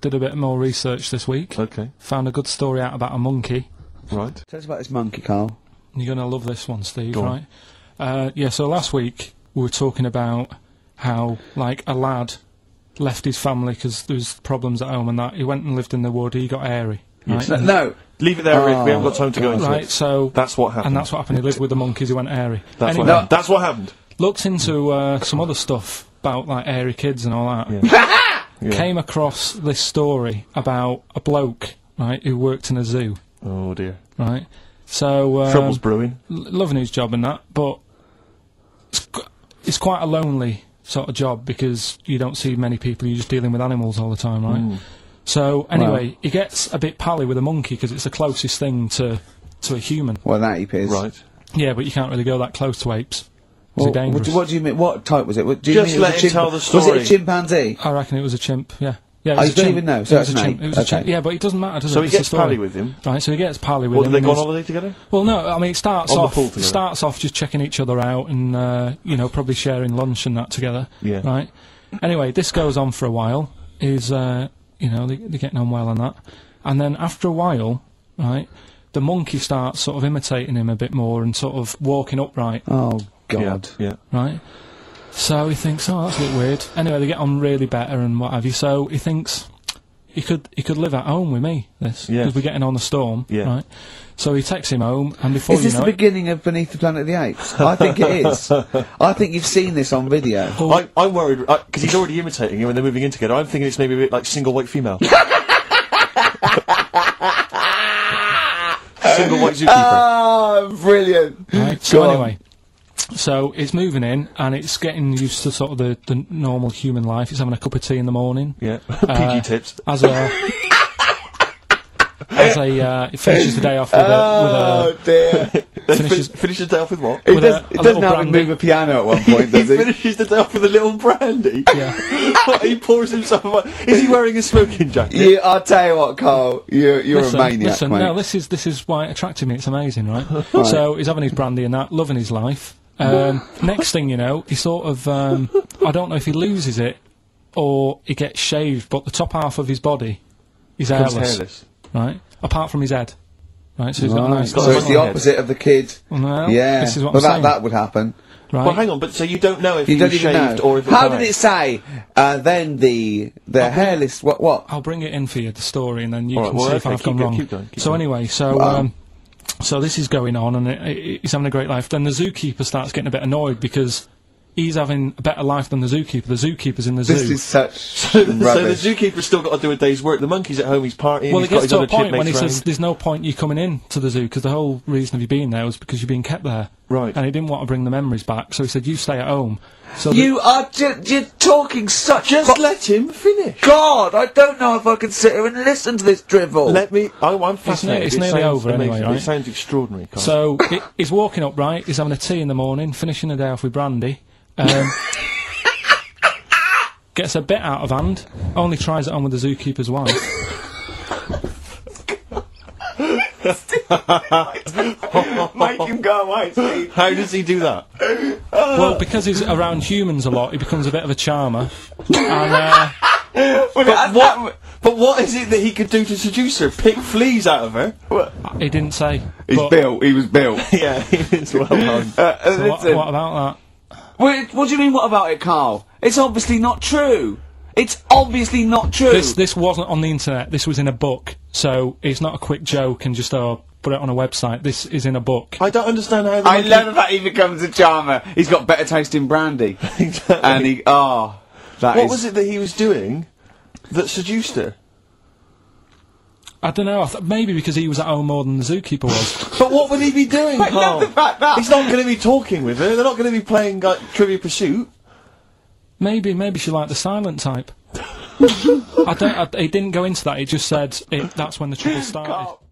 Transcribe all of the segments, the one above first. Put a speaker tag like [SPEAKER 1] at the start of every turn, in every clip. [SPEAKER 1] did a bit more research this week.
[SPEAKER 2] Okay.
[SPEAKER 1] Found a good story out about a monkey.
[SPEAKER 2] Right.
[SPEAKER 3] Tell us about this monkey, Carl.
[SPEAKER 1] You're going to love this one, Steve,
[SPEAKER 2] Go on.
[SPEAKER 1] right? Uh, yeah, so last week we were talking about how, like, a lad left his family because there was problems at home and that. He went and lived in the wood. He got airy. Right?
[SPEAKER 3] No, no.
[SPEAKER 2] Leave it there, Rick. We haven't got time to go into
[SPEAKER 1] right,
[SPEAKER 2] it.
[SPEAKER 1] so...
[SPEAKER 2] That's what happened.
[SPEAKER 1] And that's what happened. He lived with the monkeys. He went airy.
[SPEAKER 2] That's what
[SPEAKER 1] Anyway,
[SPEAKER 2] happened. That's what happened.
[SPEAKER 1] looked into uh, some other stuff about, like, airy kids and all that.
[SPEAKER 2] Yeah.
[SPEAKER 1] Came across this story about a bloke, right, who worked in a zoo,
[SPEAKER 2] Oh dear.
[SPEAKER 1] right? So... Um,
[SPEAKER 2] Trouble's brewing.
[SPEAKER 1] l- loving his job and that, but it's, qu- it's quite a lonely sort of job because you don't see many people. You're just dealing with animals all the time, right?
[SPEAKER 3] Hmm.
[SPEAKER 1] So anyway, he gets a bit pally with a monkey because it's the closest thing to to a human.
[SPEAKER 3] Well, that he is.
[SPEAKER 2] Right.
[SPEAKER 1] Yeah, but you can't really go that close to apes. It's
[SPEAKER 3] Well, what,
[SPEAKER 1] dangerous.
[SPEAKER 3] do, what do you mean? What type was it? What, do you
[SPEAKER 2] Just
[SPEAKER 3] mean it was
[SPEAKER 2] let
[SPEAKER 3] a
[SPEAKER 2] him tell the
[SPEAKER 3] chimp- Was
[SPEAKER 2] story.
[SPEAKER 3] it a chimpanzee?
[SPEAKER 1] I reckon it was a chimp. Yeah. Yeah, it
[SPEAKER 3] Oh,
[SPEAKER 1] was
[SPEAKER 3] you
[SPEAKER 1] a
[SPEAKER 3] don't
[SPEAKER 1] chimp.
[SPEAKER 3] even know,
[SPEAKER 1] It
[SPEAKER 3] so
[SPEAKER 1] was a
[SPEAKER 3] that's an
[SPEAKER 1] chimp.
[SPEAKER 3] ape.
[SPEAKER 1] It was a
[SPEAKER 3] Okay.
[SPEAKER 1] chimp. Yeah, but it doesn't matter, does
[SPEAKER 2] So
[SPEAKER 1] it?
[SPEAKER 2] he
[SPEAKER 1] It's a
[SPEAKER 2] gets
[SPEAKER 1] story.
[SPEAKER 2] pally with him?
[SPEAKER 1] Right, so he gets pally with
[SPEAKER 2] Well,
[SPEAKER 1] him.
[SPEAKER 2] did they
[SPEAKER 1] and
[SPEAKER 2] go on
[SPEAKER 1] he's-
[SPEAKER 2] holiday together?
[SPEAKER 1] Well, no, I mean it starts
[SPEAKER 2] On the
[SPEAKER 1] off
[SPEAKER 2] pool together.
[SPEAKER 1] starts off just checking each other out and uh, you know probably sharing lunch and that together.
[SPEAKER 2] Yeah.
[SPEAKER 1] Right. Anyway, this goes on for a while. Is uh, you know they, they're getting on well and that, and then after a while, right, the monkey starts sort of imitating him a bit more and sort of walking upright,
[SPEAKER 3] Oh, God.
[SPEAKER 2] Yeah. yeah.
[SPEAKER 1] right. So he thinks, oh, that's a bit weird. Anyway, they get on really better and what have you. So he thinks he could he could live at home with me. This
[SPEAKER 2] Yeah.
[SPEAKER 1] we're getting on the storm,
[SPEAKER 2] Yeah.
[SPEAKER 1] right? So he takes him home, and before
[SPEAKER 3] is
[SPEAKER 1] you
[SPEAKER 3] this
[SPEAKER 1] know
[SPEAKER 3] the
[SPEAKER 1] it,
[SPEAKER 3] beginning of Beneath the Planet of the Apes? I think it is. I think you've seen this on video.
[SPEAKER 2] I, I'm worried because he's already imitating him and they're moving in together. I'm thinking it's maybe a bit like single white female. single white zookeeper.
[SPEAKER 3] Ah, brilliant.
[SPEAKER 1] Right, So
[SPEAKER 3] Go on.
[SPEAKER 1] anyway, so it's moving in and it's getting used to sort of the, the normal human life. It's having a cup of tea in the morning.
[SPEAKER 2] yeah.
[SPEAKER 1] Uh,
[SPEAKER 2] PG tips.
[SPEAKER 1] As a as a uh, it finishes the day off with a,
[SPEAKER 3] Oh, dear.
[SPEAKER 2] Then
[SPEAKER 1] finishes-
[SPEAKER 2] finishes, finishes the day off with what?
[SPEAKER 3] It,
[SPEAKER 1] With
[SPEAKER 3] does,
[SPEAKER 1] a-
[SPEAKER 3] it
[SPEAKER 1] a
[SPEAKER 3] doesn't
[SPEAKER 1] little
[SPEAKER 3] help him
[SPEAKER 1] brandy.
[SPEAKER 3] move a piano at one point,
[SPEAKER 2] he
[SPEAKER 3] does it?
[SPEAKER 2] finishes the day off with a little brandy.
[SPEAKER 1] with a yeah.
[SPEAKER 2] he pours himself. a- Is he wearing a smoking jacket?
[SPEAKER 3] You, I'll tell you what, Carl. You, you're
[SPEAKER 1] Listen,
[SPEAKER 3] a maniac,
[SPEAKER 1] listen,
[SPEAKER 3] mate.
[SPEAKER 1] no, this is this is why it attracted me. It's amazing, right? So he's having his brandy and that, loving his life. Um, next thing you know, he sort of um, I don't know if he loses it or he gets shaved, but the top half of his body is
[SPEAKER 2] He's
[SPEAKER 1] hairless.
[SPEAKER 2] hairless.
[SPEAKER 1] right? Apart from his head, right? So he's got a
[SPEAKER 3] Right,
[SPEAKER 1] nice.
[SPEAKER 3] so it's the
[SPEAKER 2] head.
[SPEAKER 3] opposite of the kid.
[SPEAKER 1] Well,
[SPEAKER 3] yeah,
[SPEAKER 1] this is what
[SPEAKER 3] but
[SPEAKER 1] I'm
[SPEAKER 3] that,
[SPEAKER 1] saying.
[SPEAKER 3] that would happen.
[SPEAKER 1] right?
[SPEAKER 2] Well, hang on, but so you don't know if
[SPEAKER 3] You
[SPEAKER 2] he
[SPEAKER 3] don't
[SPEAKER 2] was
[SPEAKER 3] even
[SPEAKER 2] shaved
[SPEAKER 3] know.
[SPEAKER 2] or if it
[SPEAKER 3] How
[SPEAKER 2] died.
[SPEAKER 3] did it say? Uh, then the the hairless what what?
[SPEAKER 1] I'll bring it in for you the story, and then you
[SPEAKER 2] All right,
[SPEAKER 1] can
[SPEAKER 2] well,
[SPEAKER 1] see if
[SPEAKER 2] okay,
[SPEAKER 1] I've
[SPEAKER 2] keep
[SPEAKER 1] gone
[SPEAKER 2] go-
[SPEAKER 1] wrong.
[SPEAKER 2] keep going, keep
[SPEAKER 1] so
[SPEAKER 2] going.
[SPEAKER 1] anyway, so
[SPEAKER 3] Wow.
[SPEAKER 1] um, so this is going on, and it, it, he's having a great life. Then the zookeeper starts getting a bit annoyed because he's having a better life than the zookeeper. The zookeeper's in the
[SPEAKER 3] This
[SPEAKER 1] zoo.
[SPEAKER 3] is such rubbish.
[SPEAKER 2] So the zookeeper's still got to do a day's work. The monkey's at home. He's partying.
[SPEAKER 1] well,
[SPEAKER 2] he's
[SPEAKER 1] it
[SPEAKER 2] got
[SPEAKER 1] gets
[SPEAKER 2] his
[SPEAKER 1] to
[SPEAKER 2] other
[SPEAKER 1] a point when
[SPEAKER 2] chipmates
[SPEAKER 1] he says
[SPEAKER 2] round.
[SPEAKER 1] there's no point you coming in to the zoo because the whole reason of you being there was because you've been kept there,
[SPEAKER 2] Right.
[SPEAKER 1] And he didn't want to bring the memories back, so he said you stay at home. So the-
[SPEAKER 3] you are ju- you're talking such.
[SPEAKER 2] "Just
[SPEAKER 3] fu-
[SPEAKER 2] let him finish."
[SPEAKER 3] God, I don't know if I can sit here and listen to this drivel.
[SPEAKER 2] Let me. I, I'm fascinated.
[SPEAKER 1] it's
[SPEAKER 2] It
[SPEAKER 1] nearly
[SPEAKER 2] sounds
[SPEAKER 1] over anyway,
[SPEAKER 2] amazing.
[SPEAKER 1] right?
[SPEAKER 2] It sounds extraordinary. Carl.
[SPEAKER 1] So he- he's walking upright. He's having a tea in the morning, finishing the day off with brandy. Um, gets a bit out of hand. Only tries it on with the zookeeper's wife.
[SPEAKER 3] Make him go away, Steve.
[SPEAKER 2] how does he do that?
[SPEAKER 1] well, because he's around humans a lot, he becomes a bit of a charmer. And uh,
[SPEAKER 2] But what? But what is it that he could do to seduce her? Pick fleas out of her?
[SPEAKER 1] he didn't say.
[SPEAKER 3] He's
[SPEAKER 1] but
[SPEAKER 3] built. He was built.
[SPEAKER 2] Yeah, it's well done.
[SPEAKER 3] Uh, uh,
[SPEAKER 1] so what,
[SPEAKER 3] listen.
[SPEAKER 1] what about
[SPEAKER 3] Wait, what do you mean? What about it, Carl? It's obviously not true. It's obviously not true.
[SPEAKER 1] that? This this wasn't on the internet. This was in a book. So it's not a quick joke and just oh put it on a website. This is in a book.
[SPEAKER 2] I don't understand how. The
[SPEAKER 3] I
[SPEAKER 2] monkey-
[SPEAKER 3] love that he becomes a charmer. He's got better taste in brandy.
[SPEAKER 2] Exactly.
[SPEAKER 3] And he, ah, oh, that
[SPEAKER 2] What
[SPEAKER 3] is-
[SPEAKER 2] was it that he was doing that seduced her?
[SPEAKER 1] I don't know. I th- maybe because he was at home more than the zookeeper was.
[SPEAKER 2] But what would he be doing,
[SPEAKER 3] I love
[SPEAKER 2] Carl?
[SPEAKER 3] the fact that-
[SPEAKER 2] He's not going to be talking with her. They're not going to be playing like, Trivia Pursuit.
[SPEAKER 1] Maybe, maybe she liked the silent type. I don't. I, it didn't go into that. It just said it, that's when the trouble started.
[SPEAKER 3] Carl.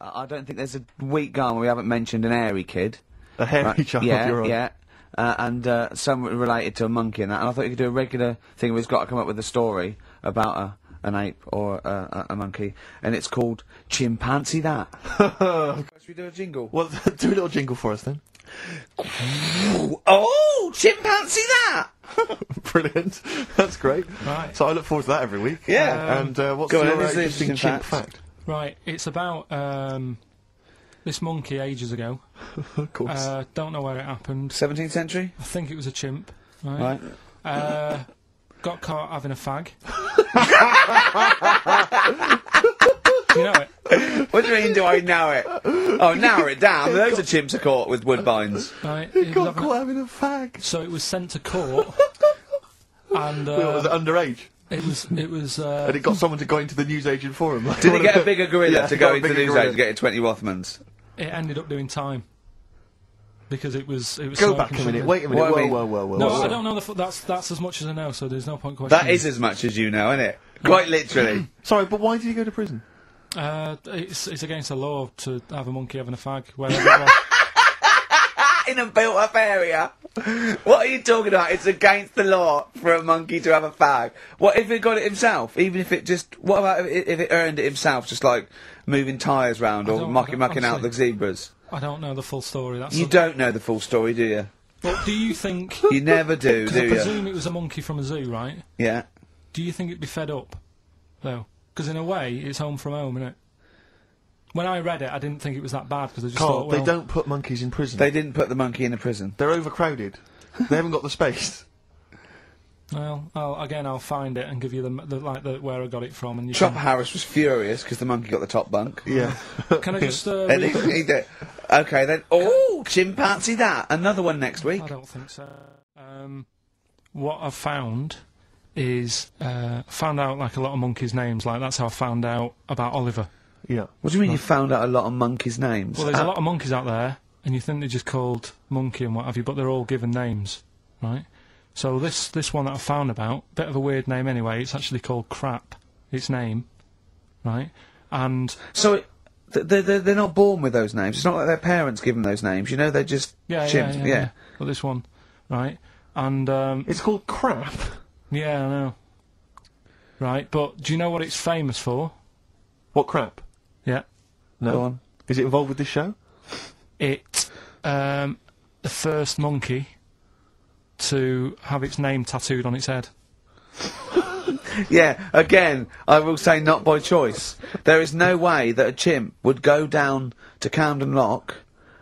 [SPEAKER 3] I I don't think there's a week gone where we haven't mentioned an airy kid.
[SPEAKER 2] A hairy
[SPEAKER 4] Uh,
[SPEAKER 3] Right,
[SPEAKER 2] child.
[SPEAKER 3] yeah,
[SPEAKER 2] you're right.
[SPEAKER 3] yeah. Uh, and uh, some related to a monkey and that. And I thought you could do a regular thing where it's got to come up with a story about a, an ape or a, a, a monkey. And it's called Chimpanzee That. Should we do a jingle?
[SPEAKER 2] Well, do a little jingle for us then.
[SPEAKER 4] Oh, chimpanzee that!
[SPEAKER 2] Brilliant. That's great.
[SPEAKER 1] Right.
[SPEAKER 2] So I look forward to that every week.
[SPEAKER 4] Yeah.
[SPEAKER 2] and uh, what's
[SPEAKER 4] go
[SPEAKER 2] your
[SPEAKER 4] on,
[SPEAKER 2] uh,
[SPEAKER 4] who's the
[SPEAKER 2] interesting
[SPEAKER 4] interesting
[SPEAKER 2] chimp fact?
[SPEAKER 4] fact?
[SPEAKER 1] Right, it's about um, this monkey ages ago.
[SPEAKER 2] Of course.
[SPEAKER 1] Uh, don't know where it happened.
[SPEAKER 4] 17th century?
[SPEAKER 1] I think it was a chimp. Right.
[SPEAKER 4] Right.
[SPEAKER 1] Uh, got caught having a fag. you know it.
[SPEAKER 4] What do you mean, do I know it? Oh, narrow it down. Those are chimps are caught with woodbines.
[SPEAKER 1] Right.
[SPEAKER 2] He
[SPEAKER 1] It was
[SPEAKER 2] got
[SPEAKER 1] having-
[SPEAKER 2] caught having a fag.
[SPEAKER 1] so it was sent to court. And
[SPEAKER 2] Well, was it
[SPEAKER 1] uh,
[SPEAKER 2] underage?
[SPEAKER 1] it was it was uh,
[SPEAKER 2] And it got someone to go into the newsagent for him.
[SPEAKER 4] Did he get a bigger gorilla
[SPEAKER 2] Yeah,
[SPEAKER 4] to
[SPEAKER 2] he
[SPEAKER 4] go
[SPEAKER 2] got a
[SPEAKER 4] into the
[SPEAKER 2] bigger
[SPEAKER 4] news
[SPEAKER 2] gorilla.
[SPEAKER 4] to get 20 Rothmans?
[SPEAKER 1] it ended up doing time because it was it was
[SPEAKER 2] Go
[SPEAKER 1] smoking
[SPEAKER 2] back a minute.
[SPEAKER 1] something.
[SPEAKER 2] Wait a minute.
[SPEAKER 4] What I
[SPEAKER 2] Whoa,
[SPEAKER 4] mean-
[SPEAKER 2] whoa, whoa, whoa,
[SPEAKER 1] No,
[SPEAKER 2] whoa.
[SPEAKER 1] I don't know. The f- that's that's as much as I know. So there's no point questioning.
[SPEAKER 4] That is as much as you know, isn't it? Quite literally.
[SPEAKER 2] Sorry, but why did he go to prison?
[SPEAKER 1] Uh, it's it's against the law to have a monkey having a fag wherever it was.
[SPEAKER 4] Ah, in a built up area. What are you talking about? It's against the law for a monkey to have a fag. What if he got it himself? Even if it just. What about if it, if it earned it himself, just like moving tyres round or
[SPEAKER 1] don't- I
[SPEAKER 4] mucking,
[SPEAKER 1] don't-
[SPEAKER 4] mucking out the
[SPEAKER 1] honestly.
[SPEAKER 4] zebras?
[SPEAKER 1] I don't know the full story. That's
[SPEAKER 4] You
[SPEAKER 1] a-
[SPEAKER 4] don't know the full story, do you?
[SPEAKER 1] But do you think?
[SPEAKER 4] You never do,
[SPEAKER 1] Because I
[SPEAKER 4] do you?
[SPEAKER 1] presume it was a monkey from a zoo, right?
[SPEAKER 4] Yeah.
[SPEAKER 1] Do you think it'd be fed up, though? Because in a way, it's home from home, isn't it? When I read it, I didn't think it was that bad because I just
[SPEAKER 2] Carl,
[SPEAKER 1] thought, well,
[SPEAKER 2] they don't put monkeys in prison.
[SPEAKER 4] They didn't put the monkey in the prison.
[SPEAKER 2] They're overcrowded. they haven't got the space.
[SPEAKER 1] well, I'll, again, I'll find it and give you the, m- the like the where I got it from. And you
[SPEAKER 4] Chopper
[SPEAKER 1] can,
[SPEAKER 4] Harris was furious because the monkey got the top bunk.
[SPEAKER 2] Yeah.
[SPEAKER 1] can I just? Uh,
[SPEAKER 4] And
[SPEAKER 1] read-
[SPEAKER 4] he- he did- okay, then. Oh, chimpanzee that. Another one next week.
[SPEAKER 1] I don't think so. Um, what I found is uh, found out like a lot of monkeys' names. Like that's how I found out about Oliver.
[SPEAKER 2] yeah.
[SPEAKER 4] What do you mean you found out a lot of monkeys' names?
[SPEAKER 1] Well, there's
[SPEAKER 4] Uh,
[SPEAKER 1] a lot of monkeys out there, and you think they're just called monkey and what have you, but they're all given names, right? So this this one that I found about, bit of a weird name anyway. It's actually called crap. Its name, right? And
[SPEAKER 4] So it- th- they're, they're, they're not born with those names. It's not like their parents give them those names. You know, they're just
[SPEAKER 1] yeah, yeah,
[SPEAKER 4] chimps.
[SPEAKER 1] yeah, But this one, right? And um,
[SPEAKER 2] It's called crap.
[SPEAKER 1] yeah, I know. Right, but do you know what it's famous for?
[SPEAKER 2] What crap?
[SPEAKER 1] Yeah,
[SPEAKER 2] No.
[SPEAKER 4] Go on.
[SPEAKER 2] Is it involved with this show?
[SPEAKER 1] it um, the first monkey to have its name tattooed on its head.
[SPEAKER 4] Yeah, again, I will say not by choice. There is no way that a chimp would go down to Camden Lock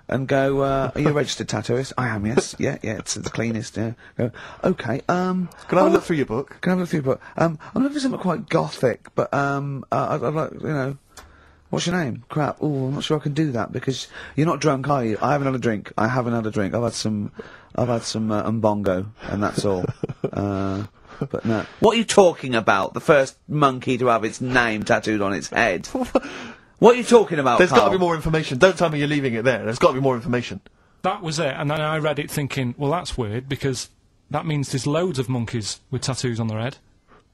[SPEAKER 4] and go, uh, are you a registered tattooist? I am, yes. Yeah, yeah, it's the cleanest, yeah. Go, okay, um...
[SPEAKER 2] Can I have a
[SPEAKER 4] oh,
[SPEAKER 2] look through your book?
[SPEAKER 4] Can I have a few, but, um, I'm looking for something quite gothic, but, um, uh, I'd, I'd like, you know... What's your name? Crap. Oh, I'm not sure I can do that because you're not drunk, are you? I haven't had a drink. I haven't had a drink. I've had some, I've had some uh, umbongo, and that's all. uh, but no. What are you talking about? The first monkey to have its name tattooed on its head. what are you talking about?
[SPEAKER 2] There's got to
[SPEAKER 4] Carl?
[SPEAKER 2] be more information. Don't tell me you're leaving it there. There's got to be more information.
[SPEAKER 1] That was it, and then I read it thinking, well, that's weird because that means there's loads of monkeys with tattoos on their head.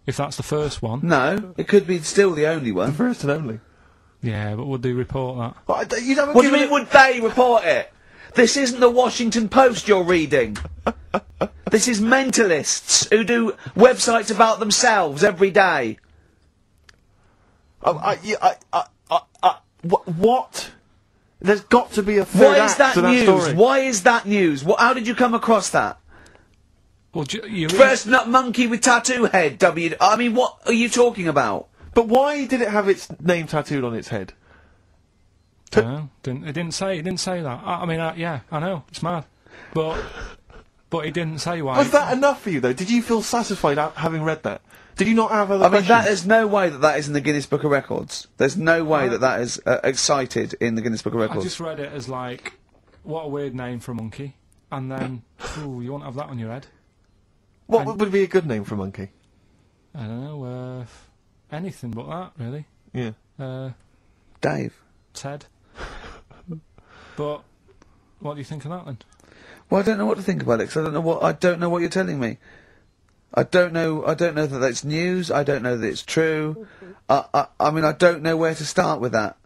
[SPEAKER 1] If that's the first one,
[SPEAKER 4] No, it could be still the only one.
[SPEAKER 2] First and only.
[SPEAKER 1] yeah, but would they report that?
[SPEAKER 2] Well, I d- you haven't
[SPEAKER 4] What do you
[SPEAKER 2] given
[SPEAKER 4] mean? Would they report it? This isn't the Washington Post you're reading. this is mentalists who do websites about themselves every day.
[SPEAKER 2] Um, I, you- I, I, I, I, wha- what? There's got to be a third
[SPEAKER 4] Why
[SPEAKER 2] act
[SPEAKER 4] is that
[SPEAKER 2] to
[SPEAKER 4] news?
[SPEAKER 2] story.
[SPEAKER 4] Why is that news? Wha how did you come across that?
[SPEAKER 1] Well, do, you
[SPEAKER 4] First nut monkey with tattoo head. W. I mean, what are you talking about?
[SPEAKER 2] But why did it have its name tattooed on its head?
[SPEAKER 1] No, didn't, it didn't say. It didn't say that. I, I mean, I, yeah, I know it's mad, but but it didn't say why.
[SPEAKER 2] Was that enough for you though? Did you feel satisfied out having read that? Did you not have other
[SPEAKER 4] I mean,
[SPEAKER 2] questions?
[SPEAKER 4] that, there's no way that that is in the Guinness Book of Records. There's no way that that is uh, excited in the Guinness Book of
[SPEAKER 1] I
[SPEAKER 4] Records.
[SPEAKER 1] just read it as like, what a weird name for a monkey, and then, ooh, you won't have that on your head.
[SPEAKER 2] what would be a good name for a monkey?
[SPEAKER 1] I don't know, uh, f- anything but that, really.
[SPEAKER 2] Yeah.
[SPEAKER 1] Uh,
[SPEAKER 4] Dave,
[SPEAKER 1] Ted. but what do you think of that then?
[SPEAKER 4] well, I don't know what to think about it 'cause I don't know what I don't know what you're telling me. I don't know. I don't know that that's news. I don't know that it's true. I, I, I mean, I don't know where to start with that.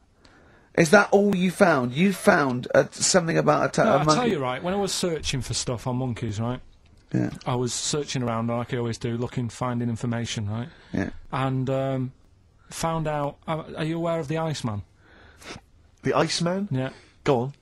[SPEAKER 4] Is that all you found? You found uh, something about a, ta-
[SPEAKER 1] No,
[SPEAKER 4] a
[SPEAKER 2] Uh,
[SPEAKER 1] I'll
[SPEAKER 4] monkey.
[SPEAKER 1] tell you right, when I was searching for stuff on monkeys, right?
[SPEAKER 4] Yeah.
[SPEAKER 1] I was searching around like I always do, looking, finding information, right?
[SPEAKER 4] Yeah.
[SPEAKER 1] And um, uh, found out. Are, are you aware of the Iceman?
[SPEAKER 2] The Iceman?
[SPEAKER 1] Yeah.
[SPEAKER 2] Go on.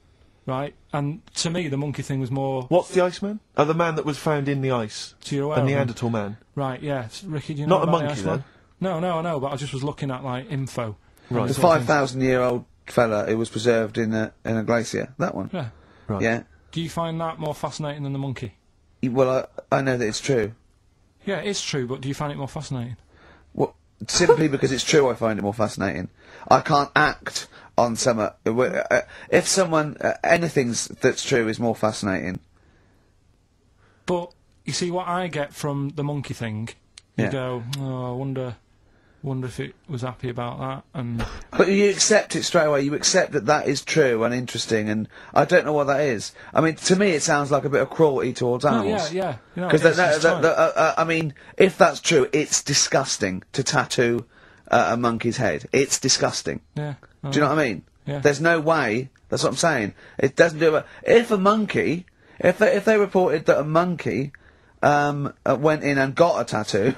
[SPEAKER 1] right? And to me, the monkey thing was more
[SPEAKER 2] What's the Iceman? Oh, the man that was found in the ice.
[SPEAKER 1] to your
[SPEAKER 2] A Neanderthal man.
[SPEAKER 1] Right, yeah. S- Ricky, do you know
[SPEAKER 2] Not a
[SPEAKER 1] about the
[SPEAKER 2] monkey,
[SPEAKER 1] Iceman?
[SPEAKER 2] though.
[SPEAKER 1] No, no, I know, but I just was looking at, like, info.
[SPEAKER 2] Right.
[SPEAKER 3] The five thousand year old fella who was preserved in a in a glacier. That one.
[SPEAKER 1] Yeah.
[SPEAKER 2] Right.
[SPEAKER 3] Yeah.
[SPEAKER 1] Do you find that more fascinating than the monkey?
[SPEAKER 3] Y- Well, I I know that it's true.
[SPEAKER 1] Yeah, it's true, but do you find it more fascinating?
[SPEAKER 3] Well, simply because it's true, I find it more fascinating. I can't act on some. Uh, w- uh, if someone uh, anything's that's true is more fascinating.
[SPEAKER 1] But you see, what I get from the monkey thing, you
[SPEAKER 3] Yeah.
[SPEAKER 1] go, oh, I wonder, wonder if it was happy about that, and
[SPEAKER 3] But you accept it straight away. You accept that that is true and interesting, and I don't know what that is. I mean, to me, it sounds like a bit of cruelty towards
[SPEAKER 1] oh,
[SPEAKER 3] animals.
[SPEAKER 1] yeah, yeah, you know,
[SPEAKER 3] Because
[SPEAKER 1] it's-
[SPEAKER 3] that,
[SPEAKER 1] it's
[SPEAKER 3] that-
[SPEAKER 1] fine.
[SPEAKER 3] that- uh, uh, I mean, if that's true, it's disgusting to tattoo uh, a monkey's head. It's disgusting.
[SPEAKER 1] yeah, uh,
[SPEAKER 3] Do you know what I mean?
[SPEAKER 1] Yeah.
[SPEAKER 3] There's no way. That's what I'm saying. It doesn't do it. If a monkey, if they, if they reported that a monkey um, uh, went in and got a tattoo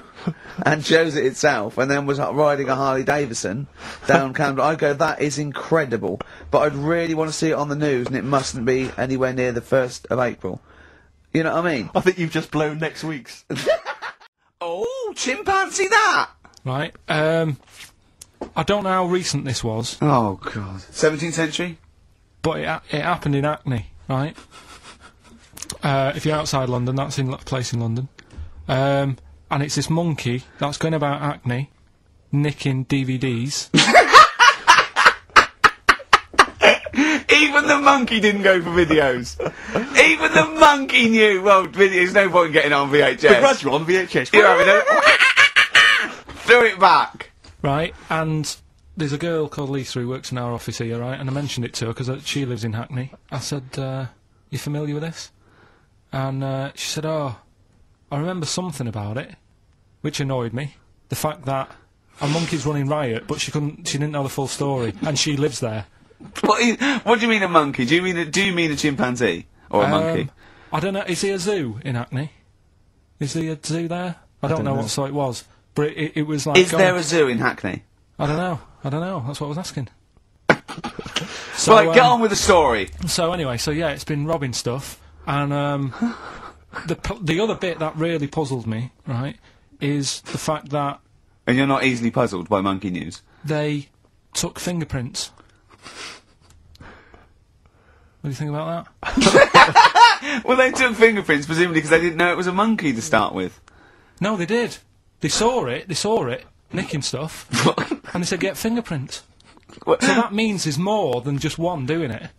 [SPEAKER 3] and chose it itself, and then was uh, riding a Harley Davidson down Camden, I'd go, that is incredible. But I'd really want to see it on the news, and it mustn't be anywhere near the first of April. You know what I mean?
[SPEAKER 2] I think you've just blown next week's.
[SPEAKER 3] Oh, chimpanzee that!
[SPEAKER 1] right? Um, I don't know how recent this was,
[SPEAKER 3] Oh god. 17th century?
[SPEAKER 1] but it ha- it happened in Hackney, right? Uh, if you're outside London, that's in a place in London, um, and it's this monkey that's going about Hackney, nicking DVDs.
[SPEAKER 4] Even the monkey didn't go for videos. Even the monkey knew. Well, there's no point getting on VHS.
[SPEAKER 2] You're on VHS.
[SPEAKER 4] You're having a throw it back.
[SPEAKER 1] right? And there's a girl called Lisa who works in our office here, right? And I mentioned it to her because she lives in Hackney. I said, uh, "You familiar with this?" And uh, she said, "Oh, I remember something about it," which annoyed me. The fact that a monkey's running riot, but she couldn't, she didn't know the full story, and she lives there.
[SPEAKER 4] What, i- what do you mean a monkey? Do you mean a, do you mean a chimpanzee or a monkey?
[SPEAKER 1] Um, I don't know. Is there a zoo in Hackney? Is there a zoo there? I don't, know, what sort it was, but it, it, it was like.
[SPEAKER 3] Is
[SPEAKER 1] gone-
[SPEAKER 3] there a zoo in Hackney?
[SPEAKER 1] I don't know. I don't know. That's what I was asking. so,
[SPEAKER 4] Right, get
[SPEAKER 1] um,
[SPEAKER 4] on with the story.
[SPEAKER 1] So anyway, so yeah, it's been robbing stuff, and um, the pu- the other bit that really puzzled me, right, is the fact that
[SPEAKER 4] And you're not easily puzzled by monkey news.
[SPEAKER 1] they took fingerprints. What do you think about that?
[SPEAKER 4] Well, they took fingerprints presumably because they didn't know it was a monkey to start with.
[SPEAKER 1] No, they did. They saw it. They saw it nicking stuff, and they said get fingerprints.
[SPEAKER 4] What-
[SPEAKER 1] So that means there's more than just one doing it.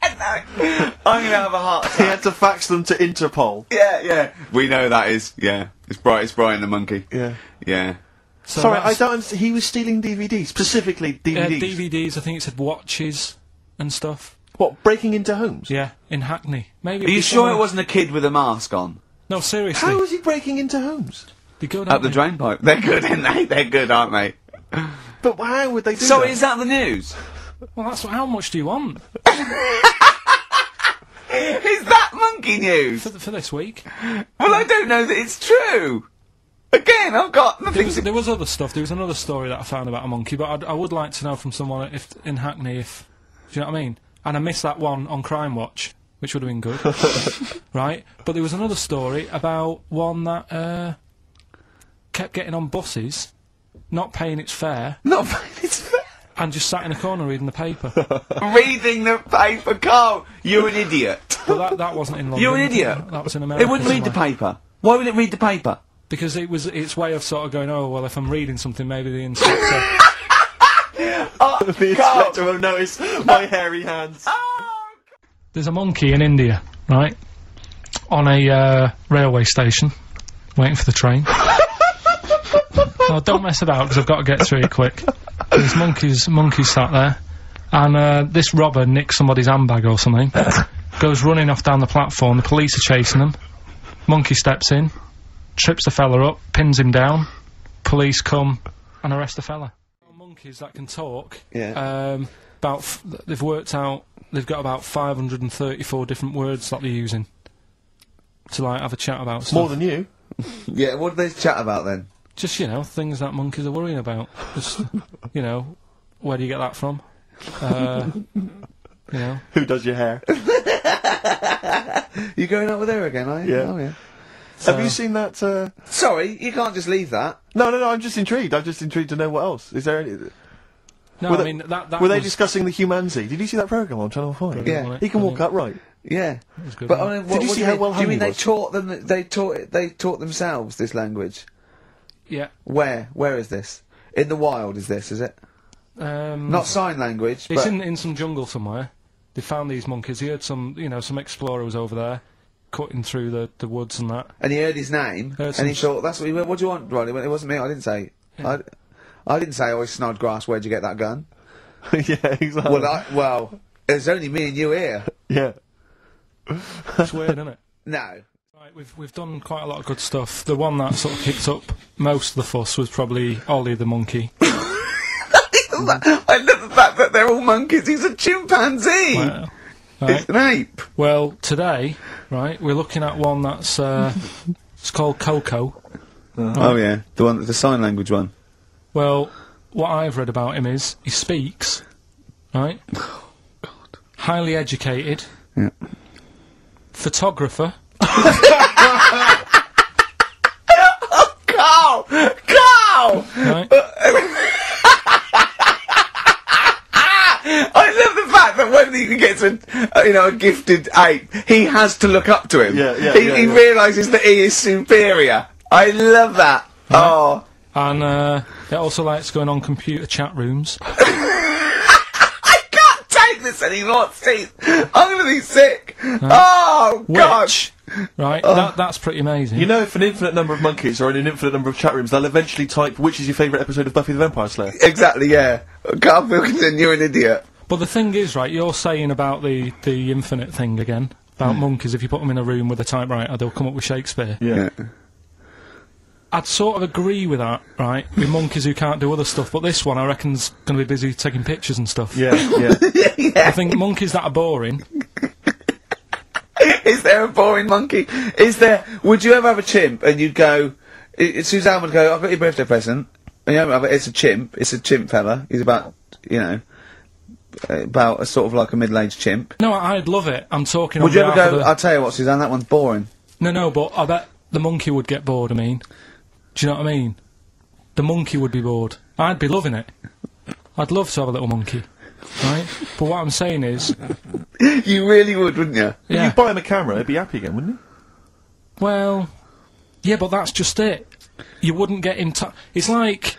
[SPEAKER 4] I'm gonna have a heart
[SPEAKER 2] He
[SPEAKER 4] attack.
[SPEAKER 2] had to fax them to Interpol.
[SPEAKER 4] yeah, yeah. We know that is. Yeah, it's bright. It's Brian the monkey.
[SPEAKER 2] Yeah.
[SPEAKER 4] Yeah.
[SPEAKER 1] So
[SPEAKER 2] Sorry, I
[SPEAKER 1] that's-
[SPEAKER 2] don't. underst- He was stealing DVDs, specifically
[SPEAKER 1] uh,
[SPEAKER 2] DVDs.
[SPEAKER 1] DVDs. I think it said watches and stuff.
[SPEAKER 2] what? Breaking into homes?
[SPEAKER 1] Yeah, in Hackney. Maybe.
[SPEAKER 4] Are you sure it wasn't a kid with a mask on?
[SPEAKER 1] No, seriously.
[SPEAKER 2] How was he breaking into homes?
[SPEAKER 1] They go down
[SPEAKER 4] Up the
[SPEAKER 1] there.
[SPEAKER 4] drain pipe. They're good, aren't they? They're good, aren't they?
[SPEAKER 2] But how would they do
[SPEAKER 4] So
[SPEAKER 2] that?
[SPEAKER 4] is that the news?
[SPEAKER 1] Well, that's what, how much do you want
[SPEAKER 4] Is that monkey news?
[SPEAKER 1] for, th- for this week?
[SPEAKER 4] Well, I don't know that it's true. Again, I've got
[SPEAKER 1] There
[SPEAKER 4] nothing
[SPEAKER 1] was,
[SPEAKER 4] to.
[SPEAKER 1] there was other stuff. There was another story that I found about a monkey, but I'd, I would like to know from someone if in Hackney if do you know what I mean. And I missed that one on Crime Watch, which would have been good, right? But there was another story about one that uh, kept getting on buses, not paying its fare,
[SPEAKER 4] Not it's
[SPEAKER 1] and just sat in a corner reading the paper.
[SPEAKER 4] reading the paper, Carl. You're an idiot.
[SPEAKER 1] but that, that wasn't in London.
[SPEAKER 4] You're an idiot.
[SPEAKER 1] That was in America.
[SPEAKER 4] It wouldn't read the
[SPEAKER 1] somewhere.
[SPEAKER 4] paper. Why would it read the paper?
[SPEAKER 1] because it was its way of sort of going, oh well, if I'm reading something, maybe the inspector.
[SPEAKER 2] the inspector will notice my hairy hands.
[SPEAKER 1] there's a monkey in India, right, on a uh, railway station, waiting for the train. oh, don't mess about because I've got to get through it quick. There's monkeys, monkey sat there, and uh, this robber nicks somebody's handbag or something, goes running off down the platform. The police are chasing him. Monkey steps in, trips the fella up, pins him down. Police come and arrest the fella. Monkeys that can talk.
[SPEAKER 3] Yeah.
[SPEAKER 1] Um, about f- they've worked out they've got about 534 different words that they're using to like have a chat about stuff.
[SPEAKER 2] More than you.
[SPEAKER 3] Yeah, what did they chat about then?
[SPEAKER 1] just you know things that monkeys are worrying about. Just you know, where do you get that from? Uh, You know?
[SPEAKER 2] Who does your hair?
[SPEAKER 4] You going out with her again, are you?
[SPEAKER 2] Yeah.
[SPEAKER 4] Oh, yeah.
[SPEAKER 2] Have you seen that? Uh...
[SPEAKER 4] Sorry, you can't just leave that.
[SPEAKER 2] No, no, no. I'm just intrigued. I'm just intrigued to know what else. Is there any?
[SPEAKER 1] No,
[SPEAKER 2] were
[SPEAKER 1] I
[SPEAKER 2] they,
[SPEAKER 1] mean that. that
[SPEAKER 2] were
[SPEAKER 1] was,
[SPEAKER 2] they discussing the humanzi? Did you see that program on Channel Five?
[SPEAKER 4] Yeah. wasn't
[SPEAKER 1] it?
[SPEAKER 2] He can walk upright.
[SPEAKER 4] Yeah.
[SPEAKER 1] was good,
[SPEAKER 4] But
[SPEAKER 1] wasn't
[SPEAKER 4] I mean,
[SPEAKER 2] it?
[SPEAKER 4] what,
[SPEAKER 2] Did you
[SPEAKER 4] what
[SPEAKER 2] see
[SPEAKER 4] do
[SPEAKER 2] how
[SPEAKER 4] mean-
[SPEAKER 2] well
[SPEAKER 4] Do you
[SPEAKER 2] hung
[SPEAKER 4] mean
[SPEAKER 2] he
[SPEAKER 4] they
[SPEAKER 2] was?
[SPEAKER 4] taught them? They taught it. They taught themselves this language.
[SPEAKER 1] Yeah.
[SPEAKER 4] Where? Where is this? In the wild is this? Is it?
[SPEAKER 1] Um,
[SPEAKER 4] Not sign language,
[SPEAKER 1] It's
[SPEAKER 4] but
[SPEAKER 1] in in some jungle somewhere. They found these monkeys. He heard some, you know, some explorer was over there, cutting through the, the woods and that.
[SPEAKER 4] and he heard his name,
[SPEAKER 1] Heard
[SPEAKER 4] and he
[SPEAKER 1] some-
[SPEAKER 4] thought, "That's what he went. What do you want, Ronnie?" Well, it wasn't me. I didn't say. I, I didn't say. Oh, it's Snodgrass. Where'd you get that gun?
[SPEAKER 2] yeah, exactly.
[SPEAKER 4] Well, I, well, it's only me and you here.
[SPEAKER 2] yeah.
[SPEAKER 1] It's weird, isn't it?
[SPEAKER 4] No.
[SPEAKER 1] Right, we've we've done quite a lot of good stuff. The one that sort of kicked up most of the fuss was probably Ollie the monkey.
[SPEAKER 4] I love the fact that they're all monkeys. He's a chimpanzee.
[SPEAKER 1] Wow.
[SPEAKER 4] It's an ape.
[SPEAKER 1] Well, today, right, we're looking at one that's uh, it's called Coco.
[SPEAKER 4] Oh yeah, the one, the sign language one.
[SPEAKER 1] Well, what I've read about him is he speaks, right? Highly educated.
[SPEAKER 4] Oh, Yeah.
[SPEAKER 1] Photographer.
[SPEAKER 4] Oh, Carl, Carl.
[SPEAKER 1] Right?
[SPEAKER 4] I love the fact that when he gets a, uh, you know, a gifted ape, he has to look up to him.
[SPEAKER 2] Yeah, yeah,
[SPEAKER 4] he
[SPEAKER 2] yeah,
[SPEAKER 4] he
[SPEAKER 2] yeah.
[SPEAKER 4] realises that he is superior. I love that. Oh,
[SPEAKER 1] and uh, it also likes going on computer chat rooms.
[SPEAKER 4] I can't take this anymore, Steve. I'm gonna be sick. Oh, gosh.
[SPEAKER 1] Which, right, that, that's pretty amazing.
[SPEAKER 2] You know, if an infinite number of monkeys are in an infinite number of chat rooms, they'll eventually type, "Which is your favourite episode of Buffy the Vampire Slayer?"
[SPEAKER 4] Exactly, yeah. Carl Wilkinson, you're an idiot.
[SPEAKER 1] But the thing is, right, you're saying about the, the infinite thing again, about monkeys, if you put them in a room with a typewriter, they'll come up with Shakespeare.
[SPEAKER 2] Yeah.
[SPEAKER 1] I'd sort of agree with that, right, with monkeys who can't do other stuff, but this one I reckon's going to be busy taking pictures and stuff.
[SPEAKER 2] Yeah. Yeah.
[SPEAKER 1] I think monkeys that are boring,
[SPEAKER 4] Is there a boring monkey? Is there? Would you ever have a chimp and you'd go? i- i- Suzanne would go. I've got your birthday present. And you don't have it. It's a chimp. It's a chimp fella. He's about you know about a sort of like a middle-aged chimp.
[SPEAKER 1] no, I- I'd love it. I'm talking
[SPEAKER 4] Would
[SPEAKER 1] on
[SPEAKER 4] you ever
[SPEAKER 1] behalf
[SPEAKER 4] go?
[SPEAKER 1] of
[SPEAKER 4] I'll tell you what, Suzanne. That one's boring.
[SPEAKER 1] the- No, no, but I bet the monkey would get bored, I mean. Do you know what I mean? The monkey would be bored. I'd be loving it. I'd love to have a little monkey, right? but what I'm saying is,
[SPEAKER 4] you really would, wouldn't you?
[SPEAKER 1] yeah.
[SPEAKER 2] You buy him a camera, he'd be happy again, wouldn't
[SPEAKER 1] Well, yeah, but that's just it. You wouldn't get in touch. It's like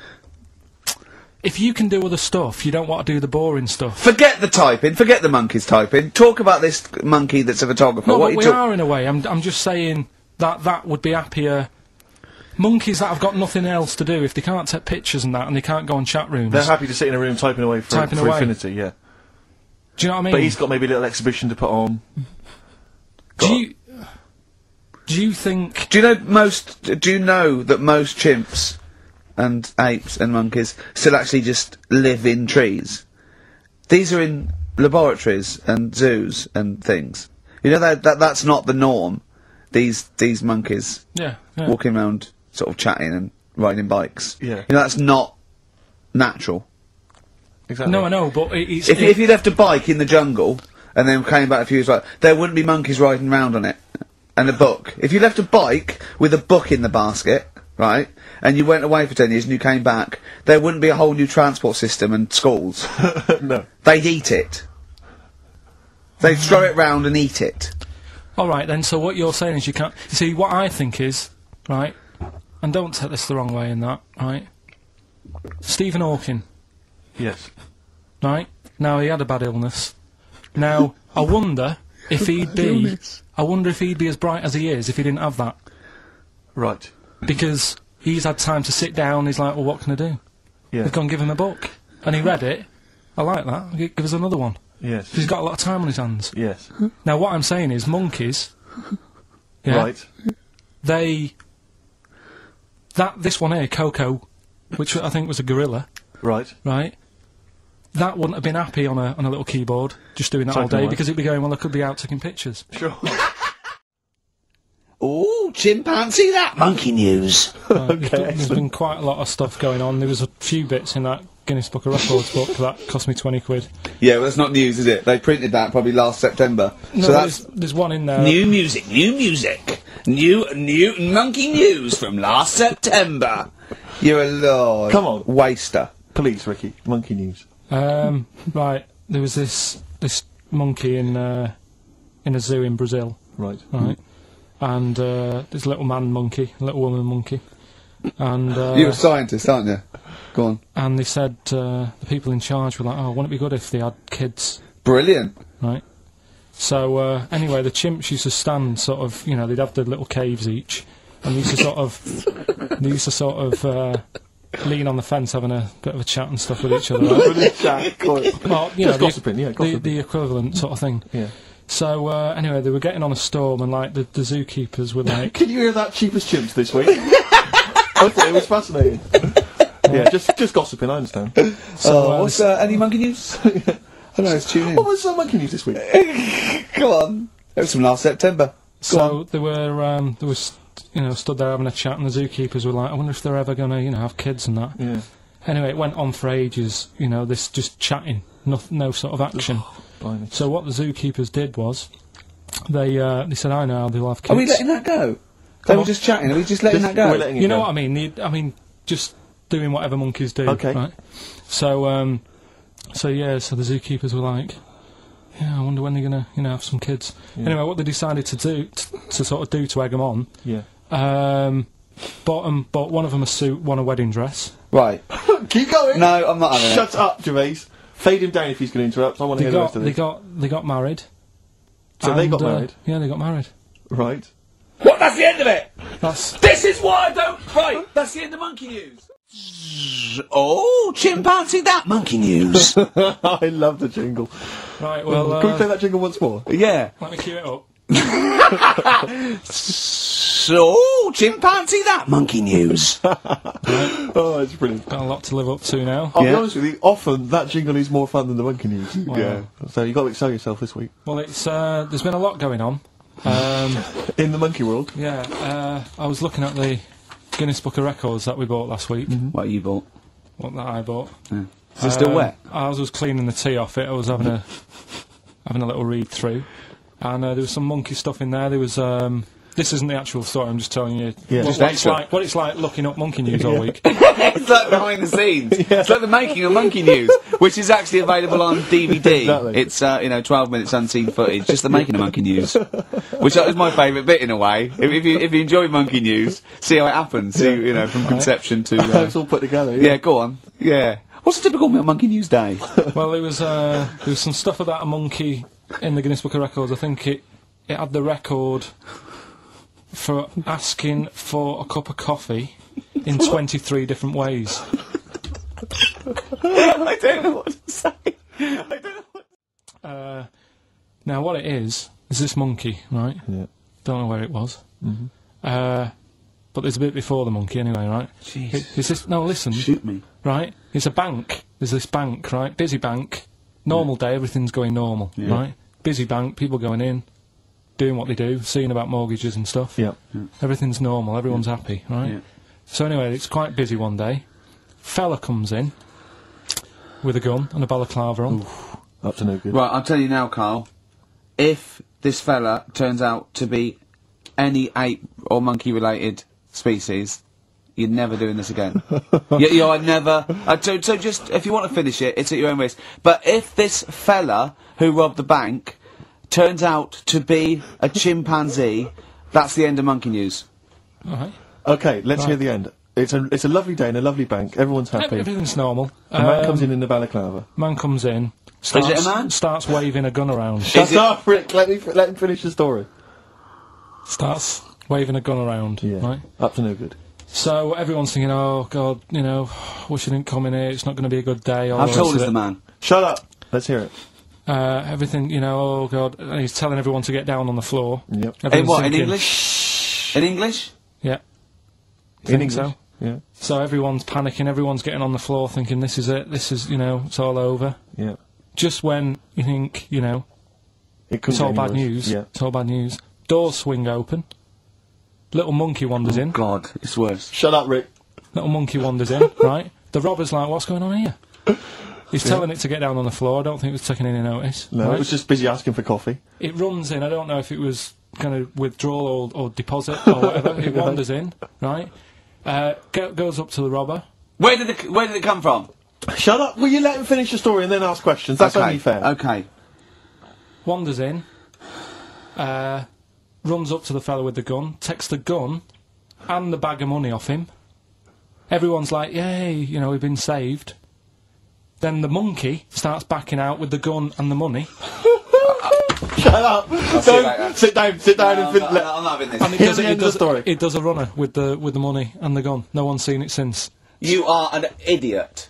[SPEAKER 1] if you can do other stuff, you don't want to do the boring stuff.
[SPEAKER 4] Forget the typing. Forget the monkey's typing. Talk about this monkey that's a photographer.
[SPEAKER 1] No,
[SPEAKER 4] what
[SPEAKER 1] but
[SPEAKER 4] you
[SPEAKER 1] we
[SPEAKER 4] talk-
[SPEAKER 1] are in a way. I'm, I'm just saying that that would be happier. Monkeys that have got nothing else to do if they can't take pictures and that, and they can't go on chat rooms.
[SPEAKER 2] They're happy to sit in a room typing away for,
[SPEAKER 1] Typing
[SPEAKER 2] for
[SPEAKER 1] away.
[SPEAKER 2] infinity. Yeah.
[SPEAKER 1] do you know what I mean?
[SPEAKER 2] But he's got maybe a little exhibition to put on.
[SPEAKER 1] do you do you think
[SPEAKER 4] Do you know most? Do you know that most chimps and apes and monkeys still actually just live in trees? These are in laboratories and zoos and things. You know that, that that's not the norm. These these monkeys
[SPEAKER 1] Yeah, yeah.
[SPEAKER 4] walking around, sort of chatting and riding bikes.
[SPEAKER 2] Yeah.
[SPEAKER 4] you know that's not natural.
[SPEAKER 2] Exactly.
[SPEAKER 1] No, I know, but it, it's
[SPEAKER 4] If
[SPEAKER 1] it-
[SPEAKER 4] if you left a bike in the jungle and then came back a few years later, there wouldn't be monkeys riding around on it and a book. If you left a bike with a book in the basket, right, and you went away for ten years and you came back, there wouldn't be a whole new transport system and schools.
[SPEAKER 2] no.
[SPEAKER 4] They'd eat it. They'd throw it round and eat it.
[SPEAKER 1] All right, then. So what you're saying is you can't. You see, what I think is right, and don't take this the wrong way. In that, right? Stephen Hawking,
[SPEAKER 2] Yes.
[SPEAKER 1] right? Now he had a bad illness. Now I wonder if he'd be. I wonder if he'd be as bright as he is if he didn't have that,
[SPEAKER 2] Right.
[SPEAKER 1] because he's had time to sit down. He's like, well, what can I do?
[SPEAKER 2] Yeah.
[SPEAKER 1] They've gone give him a book, and he read it. I like that. G- Give us another one.
[SPEAKER 2] Yes.
[SPEAKER 1] He's got a lot of time on his hands.
[SPEAKER 2] Yes.
[SPEAKER 1] Now what I'm saying is monkeys. yeah,
[SPEAKER 2] Right.
[SPEAKER 1] they that this one here, Coco, which I think was a gorilla,
[SPEAKER 2] Right.
[SPEAKER 1] right? That wouldn't have been happy on a on a little keyboard just doing that all
[SPEAKER 2] Typing
[SPEAKER 1] day
[SPEAKER 2] away.
[SPEAKER 1] because it'd be going well. I could be out taking pictures.
[SPEAKER 2] Sure.
[SPEAKER 4] Ooh, chimpanzee that monkey news.
[SPEAKER 1] Uh, there's, been, there's been quite a lot of stuff going on. There was a few bits in that Guinness Book of Records book that cost me twenty quid.
[SPEAKER 3] Yeah, well, that's not news, is it? They printed that probably last September.
[SPEAKER 1] No,
[SPEAKER 3] so
[SPEAKER 1] there's,
[SPEAKER 3] that's
[SPEAKER 1] there's one in there.
[SPEAKER 4] New music, new music. New, new monkey news from last September.
[SPEAKER 3] you're a lord.
[SPEAKER 2] Come on.
[SPEAKER 3] waster.
[SPEAKER 2] Police, Ricky. Monkey news.
[SPEAKER 1] Um, right, there was this this monkey in uh, in a zoo in Brazil,
[SPEAKER 2] Right.
[SPEAKER 1] right? And uh, this little man monkey, little woman monkey, and uh,
[SPEAKER 3] you're a scientist, aren't you? Go on.
[SPEAKER 1] and they said uh, the people in charge were like, "Oh, wouldn't it be good if they had kids?"
[SPEAKER 3] Brilliant.
[SPEAKER 1] right? So uh, anyway, the chimps used to stand sort of, you know, they'd have their little caves each, and they used to sort of, they used to sort of uh, lean on the fence, having a bit of a chat and stuff with each other. Right? Well, you know,
[SPEAKER 2] uh,
[SPEAKER 1] the,
[SPEAKER 2] Just gossiping, yeah,
[SPEAKER 1] the-
[SPEAKER 2] gossiping.
[SPEAKER 1] the equivalent sort of thing.
[SPEAKER 2] Yeah.
[SPEAKER 1] So uh, anyway, they were getting on a storm, and like the, the zookeepers were like,
[SPEAKER 2] Can you hear that cheapest chimps this week? I thought it was fascinating. yeah, just just gossiping. I understand.
[SPEAKER 3] So,
[SPEAKER 1] uh,
[SPEAKER 3] what's uh, any monkey news? I don't know, it's tune in.
[SPEAKER 2] What was uh, monkey news this week?
[SPEAKER 3] Go on. It was from last September.
[SPEAKER 1] so they were, um, they were, st- you know, stood there having a chat, and the zookeepers were like, I wonder if they're ever gonna, you know, have kids and that.
[SPEAKER 2] Yeah.
[SPEAKER 1] Anyway, it went on for ages, you know, this just chatting, no, no sort of action.
[SPEAKER 2] Blimey.
[SPEAKER 1] So what the zookeepers did was, they uh, they said, "I know they'll have kids."
[SPEAKER 3] Are we letting that go? They were
[SPEAKER 1] on.
[SPEAKER 3] just chatting. Are we just letting
[SPEAKER 2] Just-
[SPEAKER 3] that go?
[SPEAKER 2] we're letting it
[SPEAKER 1] you know
[SPEAKER 2] go.
[SPEAKER 1] what I mean? They, I mean, just doing whatever monkeys do.
[SPEAKER 2] Okay.
[SPEAKER 1] Right? So, um, so yeah. So the zookeepers were like, "Yeah, I wonder when they're gonna, you know, have some kids." Anyway, what they decided to do, t- to sort of do to egg them on,
[SPEAKER 2] Yeah.
[SPEAKER 1] um, bought 'em- bought one of them a suit, one a wedding dress.
[SPEAKER 3] Right.
[SPEAKER 2] Keep going.
[SPEAKER 3] No, I'm not having
[SPEAKER 2] Shut up, Gervais. Fade him down if he's going to interrupt. I want to
[SPEAKER 1] They
[SPEAKER 2] hear
[SPEAKER 1] got,
[SPEAKER 2] the
[SPEAKER 1] they
[SPEAKER 2] rest of this.
[SPEAKER 1] got, they got married.
[SPEAKER 2] So they got
[SPEAKER 1] and, uh,
[SPEAKER 2] married.
[SPEAKER 1] yeah, they got married.
[SPEAKER 2] Right.
[SPEAKER 4] What? That's the end of it.
[SPEAKER 1] That's
[SPEAKER 4] This is why I don't. Right. That's the end of monkey news. Oh, chimpanzee, that monkey news.
[SPEAKER 2] I love the jingle.
[SPEAKER 1] right. Well,
[SPEAKER 2] Can we play
[SPEAKER 1] uh,
[SPEAKER 2] that jingle once more?
[SPEAKER 4] yeah.
[SPEAKER 1] let me cue it up.
[SPEAKER 4] So, Oh, chimpanzee, that monkey news.
[SPEAKER 2] Oh, it's brilliant.
[SPEAKER 1] Got a lot to live up to now.
[SPEAKER 2] I'll be
[SPEAKER 4] Yeah.
[SPEAKER 2] honest with you, often that jingle is more fun than the monkey news.
[SPEAKER 1] Yeah.
[SPEAKER 2] So you've got to excel yourself this week.
[SPEAKER 1] Well, it's uh, there's been a lot going on. Um,
[SPEAKER 2] In the monkey world.
[SPEAKER 1] yeah, uh, I was looking at the Guinness Book of Records that we bought last week.
[SPEAKER 2] Mm-hmm.
[SPEAKER 4] What you bought?
[SPEAKER 1] What that I bought.
[SPEAKER 4] Is it still
[SPEAKER 1] Um,
[SPEAKER 4] wet?
[SPEAKER 1] I was, was cleaning the tea off it. I was having a having a little read through, and uh, there was some monkey stuff in there. There was. Um, this isn't the actual story. I'm just telling you
[SPEAKER 2] Yeah.
[SPEAKER 1] what,
[SPEAKER 2] Just
[SPEAKER 1] what it's
[SPEAKER 4] extra.
[SPEAKER 1] like. What it's like looking up monkey news all week.
[SPEAKER 4] It's like behind the scenes. It's like the making of Monkey News, which is actually available on DVD.
[SPEAKER 2] Exactly.
[SPEAKER 4] It's uh, you know twelve minutes unseen footage, just the making of Monkey News, which is my favourite bit in a way. If, if you if you enjoy Monkey News, see how it happens. See you know from conception to
[SPEAKER 2] How
[SPEAKER 4] uh,
[SPEAKER 2] it's all put together. Yeah.
[SPEAKER 4] yeah. Go on. Yeah. What's a typical Monkey News day?
[SPEAKER 1] Well, there was uh, there was some stuff about a monkey in the Guinness Book of Records. I think it it had the record for asking for a cup of coffee in 23 different ways.
[SPEAKER 4] I don't know what to say. I don't know. What
[SPEAKER 1] Uh, now, what it is is this monkey, right?
[SPEAKER 2] Yeah.
[SPEAKER 1] Don't know where it was. Uh, but there's a bit before the monkey, anyway, right?
[SPEAKER 4] Jeez.
[SPEAKER 1] It- it's this, no, listen,
[SPEAKER 4] Shoot me.
[SPEAKER 1] right? It's a bank. There's this bank, right? Busy bank. Normal day, everything's going normal, right? Busy bank, people going in, doing what they do, seeing about mortgages and stuff.
[SPEAKER 2] Yeah.
[SPEAKER 1] Everything's normal, everyone's happy, right?
[SPEAKER 4] Yeah.
[SPEAKER 1] So anyway, it's quite busy one day. Fella comes in with a gun and a balaclava on.
[SPEAKER 2] Up to no good.
[SPEAKER 4] Right, I'll tell you now, Carl. If this fella turns out to be any ape or monkey related species, you're never doing this again. you, you are never. Uh, so, so just, if you want to finish it, it's at your own risk. But if this fella who robbed the bank turns out to be a chimpanzee, that's the end of monkey news.
[SPEAKER 1] All right.
[SPEAKER 2] Okay, let's hear the end. It's a, it's a lovely day in a lovely bank. Everyone's happy. A
[SPEAKER 1] Everything's normal.
[SPEAKER 2] man
[SPEAKER 1] Um,
[SPEAKER 2] comes in in the balaclava.
[SPEAKER 1] man comes in, starts,
[SPEAKER 4] it a man?
[SPEAKER 1] starts waving a gun around.
[SPEAKER 4] Is
[SPEAKER 2] Shut
[SPEAKER 4] it-
[SPEAKER 2] up, Rick. Let me fi- let him finish the story.
[SPEAKER 1] starts waving a gun around,
[SPEAKER 2] Yeah.
[SPEAKER 1] right?
[SPEAKER 2] Up to no good.
[SPEAKER 1] So everyone's thinking, oh god, you know, wish I didn't come in here. It's not going to be a good day. all
[SPEAKER 4] How
[SPEAKER 1] the
[SPEAKER 4] tall
[SPEAKER 1] rest of
[SPEAKER 4] Oh, is
[SPEAKER 1] it.
[SPEAKER 4] the man?
[SPEAKER 2] Shut up. Let's hear it.
[SPEAKER 1] Uh, everything, you know, oh god. And he's telling everyone to get down on the floor.
[SPEAKER 2] Yep.
[SPEAKER 4] In
[SPEAKER 1] Everyone's
[SPEAKER 4] what, in
[SPEAKER 1] thinking-
[SPEAKER 4] English? In English?
[SPEAKER 1] Yeah.
[SPEAKER 2] In
[SPEAKER 1] Think so?
[SPEAKER 2] English. Yeah.
[SPEAKER 1] So everyone's panicking. Everyone's getting on the floor, thinking, this is it. This is, you know, it's all over.
[SPEAKER 2] Yeah.
[SPEAKER 1] Just when you think, you know,
[SPEAKER 2] It couldn't
[SPEAKER 1] it's
[SPEAKER 2] get
[SPEAKER 1] all
[SPEAKER 2] any
[SPEAKER 1] bad
[SPEAKER 2] worse.
[SPEAKER 1] news.
[SPEAKER 2] Yeah.
[SPEAKER 1] It's all bad news. Doors swing open. Little monkey wanders
[SPEAKER 2] Oh,
[SPEAKER 1] in.
[SPEAKER 4] God, it's worse.
[SPEAKER 2] Shut up, Rick.
[SPEAKER 1] Little monkey wanders in, right? The robber's like, what's going on here? He's telling it to get down on the floor. I don't think it was taking any notice.
[SPEAKER 5] No,
[SPEAKER 1] right?
[SPEAKER 5] it was just busy asking for coffee.
[SPEAKER 1] It runs in. I don't know if it was kind of withdrawal or, or deposit or whatever. It wanders in, right? Uh, go, goes up to the robber.
[SPEAKER 4] Where did it, where did it come from?
[SPEAKER 5] Shut up! Will you let him finish the story and then ask questions? That's
[SPEAKER 4] okay.
[SPEAKER 5] only fair.
[SPEAKER 4] Okay.
[SPEAKER 1] wanders in, uh, runs up to the fella with the gun, takes the gun and the bag of money off him. Everyone's like, yay, you know, we've been saved. Then the monkey starts backing out with the gun and the money,
[SPEAKER 5] Shut up!
[SPEAKER 4] see you
[SPEAKER 5] Don't-
[SPEAKER 4] later.
[SPEAKER 5] sit down, sit down
[SPEAKER 4] No,
[SPEAKER 5] and
[SPEAKER 4] I'm,
[SPEAKER 5] fin-
[SPEAKER 4] not,
[SPEAKER 5] let-
[SPEAKER 4] I'm not having
[SPEAKER 1] and
[SPEAKER 4] this.
[SPEAKER 1] it
[SPEAKER 5] Here's
[SPEAKER 1] does,
[SPEAKER 5] the
[SPEAKER 1] it,
[SPEAKER 5] end of the
[SPEAKER 1] does,
[SPEAKER 5] story.
[SPEAKER 1] it does a runner with the with the money and the gun. No one's seen it since.
[SPEAKER 4] You are an idiot.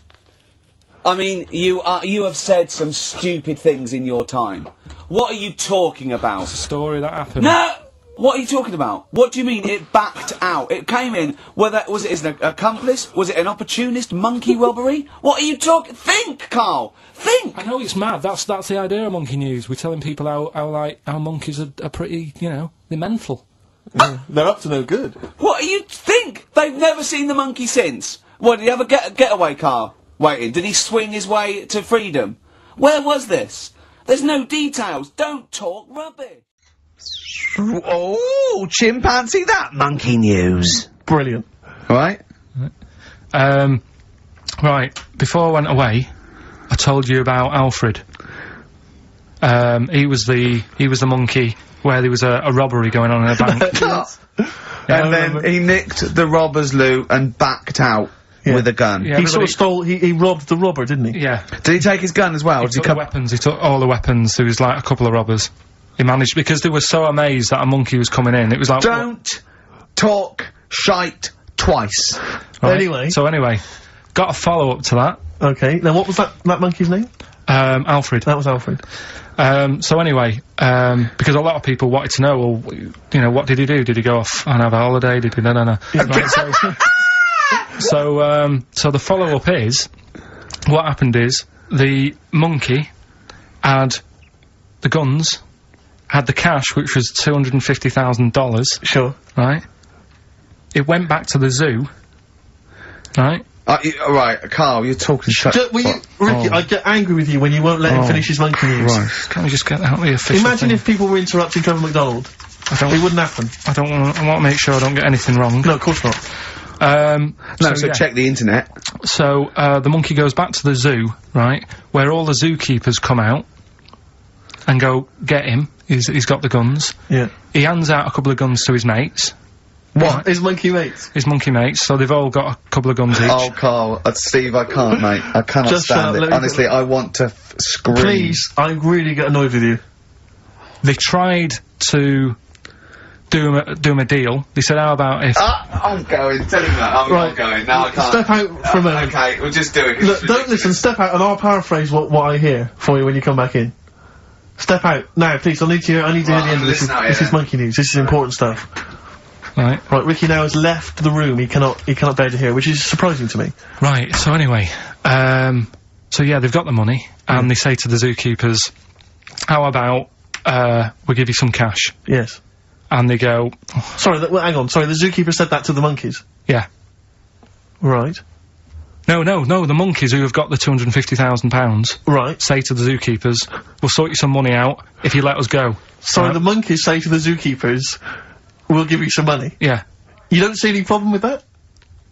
[SPEAKER 4] I mean, you are you have said some stupid things in your time. What are you talking about?
[SPEAKER 1] Story that happened.
[SPEAKER 4] No! What are you talking about? What do you mean it backed out? It came in, whether, was it as an accomplice? Was it an opportunist monkey robbery? What are you talking, think, Carl! Think!
[SPEAKER 1] I know it's mad. That's that's the idea of monkey news. We're telling people how, how like how monkeys are, are pretty, you know, they're mental.
[SPEAKER 5] They're up to no good.
[SPEAKER 4] What are you, think! They've never seen the monkey since. What, did he have a get- getaway car waiting? Did he swing his way to freedom? Where was this? There's no details. Don't talk rubbish.
[SPEAKER 3] Oh, chimpanzee, that monkey news.
[SPEAKER 1] Brilliant.
[SPEAKER 3] Right?
[SPEAKER 1] Um, right, before I went away, I told you about Alfred. Um, he was the he was the monkey where there was a, a robbery going on in a bank. I
[SPEAKER 3] and then
[SPEAKER 1] remember.
[SPEAKER 3] he nicked the robber's loot and backed out with a gun.
[SPEAKER 1] Yeah.
[SPEAKER 5] He
[SPEAKER 1] Everybody-
[SPEAKER 5] sort of stole. He, he robbed the robber, didn't he?
[SPEAKER 1] yeah,
[SPEAKER 3] Did he take his gun as well? Did he
[SPEAKER 1] took the
[SPEAKER 3] come?
[SPEAKER 1] weapons. He took all the weapons. There was like a couple of robbers. He managed because they were so amazed that a monkey was coming in. It was like what-
[SPEAKER 3] Don't talk shite twice.
[SPEAKER 1] right?
[SPEAKER 5] Anyway.
[SPEAKER 1] So anyway, got a follow up to that.
[SPEAKER 5] Okay. Then what was that? That monkey's name?
[SPEAKER 1] Um, Alfred.
[SPEAKER 5] That was Alfred.
[SPEAKER 1] Um, so anyway, um, because a lot of people wanted to know, well, w- you know, what did he do? Did he go off and have a holiday? Did he? No, no, no. Right, so, so, um, so the follow up is, what happened is the monkey had the guns, had the cash, which was two hundred and fifty thousand dollars.
[SPEAKER 5] Sure.
[SPEAKER 1] Right. It went back to the zoo. Right.
[SPEAKER 3] Uh, you, all right, Carl, you're talking shite.
[SPEAKER 5] Ju- will you,
[SPEAKER 1] Oh.
[SPEAKER 5] Ricky, I get angry with you when you won't let him
[SPEAKER 1] Oh,
[SPEAKER 5] finish his monkey news.
[SPEAKER 3] Right.
[SPEAKER 1] Can we just get out the official?
[SPEAKER 5] Imagine
[SPEAKER 1] thing?
[SPEAKER 5] if people were interrupting Trevor McDonald.
[SPEAKER 1] I don't.
[SPEAKER 5] It wouldn't happen.
[SPEAKER 1] I don't want. I want to make sure I don't get anything wrong.
[SPEAKER 5] No, of course not.
[SPEAKER 1] Um,
[SPEAKER 3] No, so,
[SPEAKER 1] yeah.
[SPEAKER 3] check the internet.
[SPEAKER 1] So uh, the monkey goes back to the zoo, right, where all the zookeepers come out and go get him. He's, he's got the guns.
[SPEAKER 5] Yeah.
[SPEAKER 1] He hands out a couple of guns to his mates,
[SPEAKER 5] What? His monkey mates.
[SPEAKER 1] his monkey mates. So they've all got a couple of guns each.
[SPEAKER 3] Oh, Carl, uh, Steve, I can't, mate. I cannot
[SPEAKER 5] Just shut
[SPEAKER 3] stand
[SPEAKER 5] up,
[SPEAKER 3] it.
[SPEAKER 5] let me-
[SPEAKER 3] Honestly, I want to f- scream.
[SPEAKER 5] Please, I really get annoyed with you.
[SPEAKER 1] They tried to do him a, do him a deal. They said, "How about if?"
[SPEAKER 3] Ah, I'm going. Tell him that. I'm
[SPEAKER 5] Right.
[SPEAKER 3] not going. No, I can't.
[SPEAKER 5] Step out for a moment.
[SPEAKER 3] Okay, we'll just do it. It's
[SPEAKER 5] Look, don't
[SPEAKER 3] ridiculous.
[SPEAKER 5] listen. Step out, and I'll paraphrase what, what I hear for you when you come back in. Step out now, please. I need to. Hear, I need to hear
[SPEAKER 3] Right,
[SPEAKER 5] the end of this.
[SPEAKER 3] listen out
[SPEAKER 5] This
[SPEAKER 3] here.
[SPEAKER 5] is monkey news. This is important stuff.
[SPEAKER 3] Ah.
[SPEAKER 1] Right,
[SPEAKER 5] Right, Ricky now has left the room. He cannot. He cannot bear to hear, which is surprising to me.
[SPEAKER 1] right. So anyway, um, so yeah, they've got the money,
[SPEAKER 3] Mm.
[SPEAKER 1] and they say to the zookeepers, "How about uh, we give you some cash?"
[SPEAKER 5] Yes.
[SPEAKER 1] And they go,
[SPEAKER 5] Sorry. That, well, hang on. Sorry. The zookeeper said that to the monkeys.
[SPEAKER 1] "Yeah."
[SPEAKER 5] Right.
[SPEAKER 1] No, no, no. The monkeys who have got the two hundred and fifty thousand pounds
[SPEAKER 5] Right.
[SPEAKER 1] say to the zookeepers, "We'll sort you some money out if you let us go."
[SPEAKER 5] Sorry.
[SPEAKER 1] Right.
[SPEAKER 5] The monkeys say to the zookeepers, "We'll give you some money."
[SPEAKER 1] Yeah,
[SPEAKER 5] You don't see any problem with that?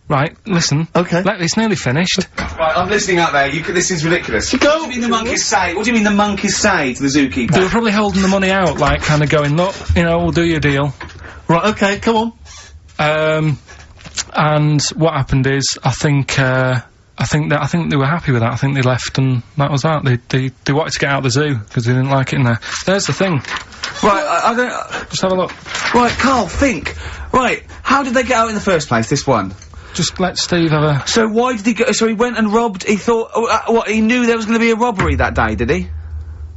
[SPEAKER 1] right. Listen.
[SPEAKER 5] Okay.
[SPEAKER 1] Let, it's nearly finished.
[SPEAKER 3] Right, I'm listening out there. You, c- this is ridiculous.
[SPEAKER 4] What do you mean the monkeys say? What do you mean the monkeys say to the zookeeper?
[SPEAKER 1] they were probably holding the money out, like kind of going, "Look, you know, we'll do your deal."
[SPEAKER 5] Right. Okay. Come on.
[SPEAKER 1] Um, and what happened is, I think, uh, I think that I think they were happy with that. I think they left, and that was that. They they, they wanted to get out of the zoo because they didn't like it in there. There's the thing.
[SPEAKER 4] Right, I, I don't.
[SPEAKER 1] Just have a look.
[SPEAKER 4] Right, Carl, think. Right, how did they get out in the first place? This one.
[SPEAKER 1] Just let Steve have a.
[SPEAKER 4] So why did he go? So he went and robbed. He thought. Oh, uh, what? He knew there was going to be a robbery that day, did he?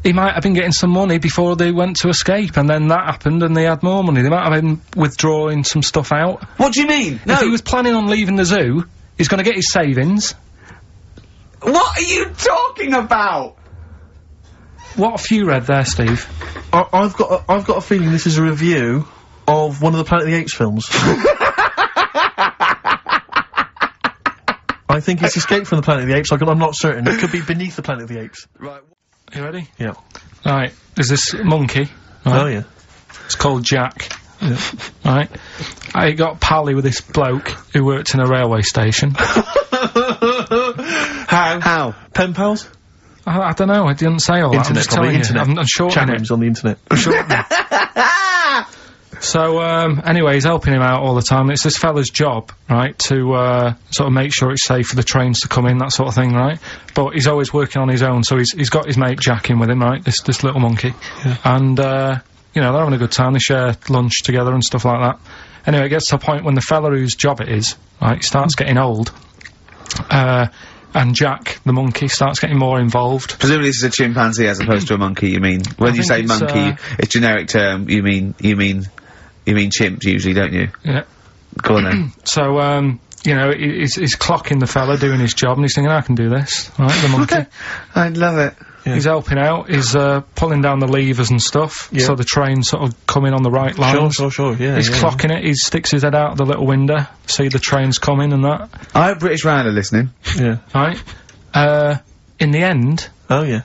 [SPEAKER 1] he might have been getting some money before they went to escape, and then that happened, and they had more money. They might have been withdrawing some stuff out.
[SPEAKER 4] What do you mean? No.
[SPEAKER 1] If he was planning on leaving the zoo, he's going to get his savings.
[SPEAKER 4] What are you talking about?
[SPEAKER 1] What have you read there, Steve?
[SPEAKER 5] I, I've got. A, I've got a feeling this is a review of one of the Planet of the Apes films. I think it's Escape from the Planet of the Apes. I can, I'm not certain. It could be Beneath the Planet of the Apes.
[SPEAKER 1] You ready?
[SPEAKER 5] Yeah.
[SPEAKER 1] Right. There's this monkey.
[SPEAKER 5] Oh,
[SPEAKER 1] right?
[SPEAKER 5] yeah.
[SPEAKER 1] It's called Jack. Right. I got pally with this bloke who worked in a railway station.
[SPEAKER 5] How?
[SPEAKER 6] How?
[SPEAKER 5] Pen pals?
[SPEAKER 1] I, I don't know. I didn't say all that. I'm
[SPEAKER 5] Internet,
[SPEAKER 1] just
[SPEAKER 5] probably.
[SPEAKER 1] telling
[SPEAKER 5] Internet.
[SPEAKER 1] you. I'm, I'm shortening
[SPEAKER 5] Chat
[SPEAKER 1] it.
[SPEAKER 5] rooms on the internet.
[SPEAKER 1] So, um, anyway, he's helping him out all the time. It's this fella's job, right, to uh, sort of make sure it's safe for the trains to come in, that sort of thing, right? But he's always working on his own, so he's he's got his mate Jack in with him, right? This this little monkey, and uh, you know they're having a good time. They share lunch together and stuff like that. Anyway, it gets to a point when the fella whose job it is, right, starts getting old, uh, and Jack the monkey starts getting more involved.
[SPEAKER 6] Presumably this is a chimpanzee as opposed to a monkey, you mean? When you
[SPEAKER 1] think
[SPEAKER 6] say
[SPEAKER 1] it's,
[SPEAKER 6] monkey,
[SPEAKER 1] uh,
[SPEAKER 6] it's generic term, you mean, you mean, you mean chimp usually, don't you?
[SPEAKER 1] Yeah.
[SPEAKER 6] Go on then.
[SPEAKER 1] So, um, you know, he- he's, he's clocking the fella doing his job, and he's thinking, I can do this, right? The monkey.
[SPEAKER 6] I love it.
[SPEAKER 1] He's helping out. He's uh, pulling down the levers and stuff,
[SPEAKER 5] Yeah.
[SPEAKER 1] so the train's sort of coming on the right
[SPEAKER 5] Sure,
[SPEAKER 1] lines.
[SPEAKER 5] sure, sure. Yeah.
[SPEAKER 1] He's
[SPEAKER 5] yeah.
[SPEAKER 1] clocking it. He sticks his head out the little window, see the trains coming and that.
[SPEAKER 6] I hope British Ryan are listening.
[SPEAKER 5] Yeah.
[SPEAKER 1] Right. Uh, in the end,
[SPEAKER 5] Oh, yeah.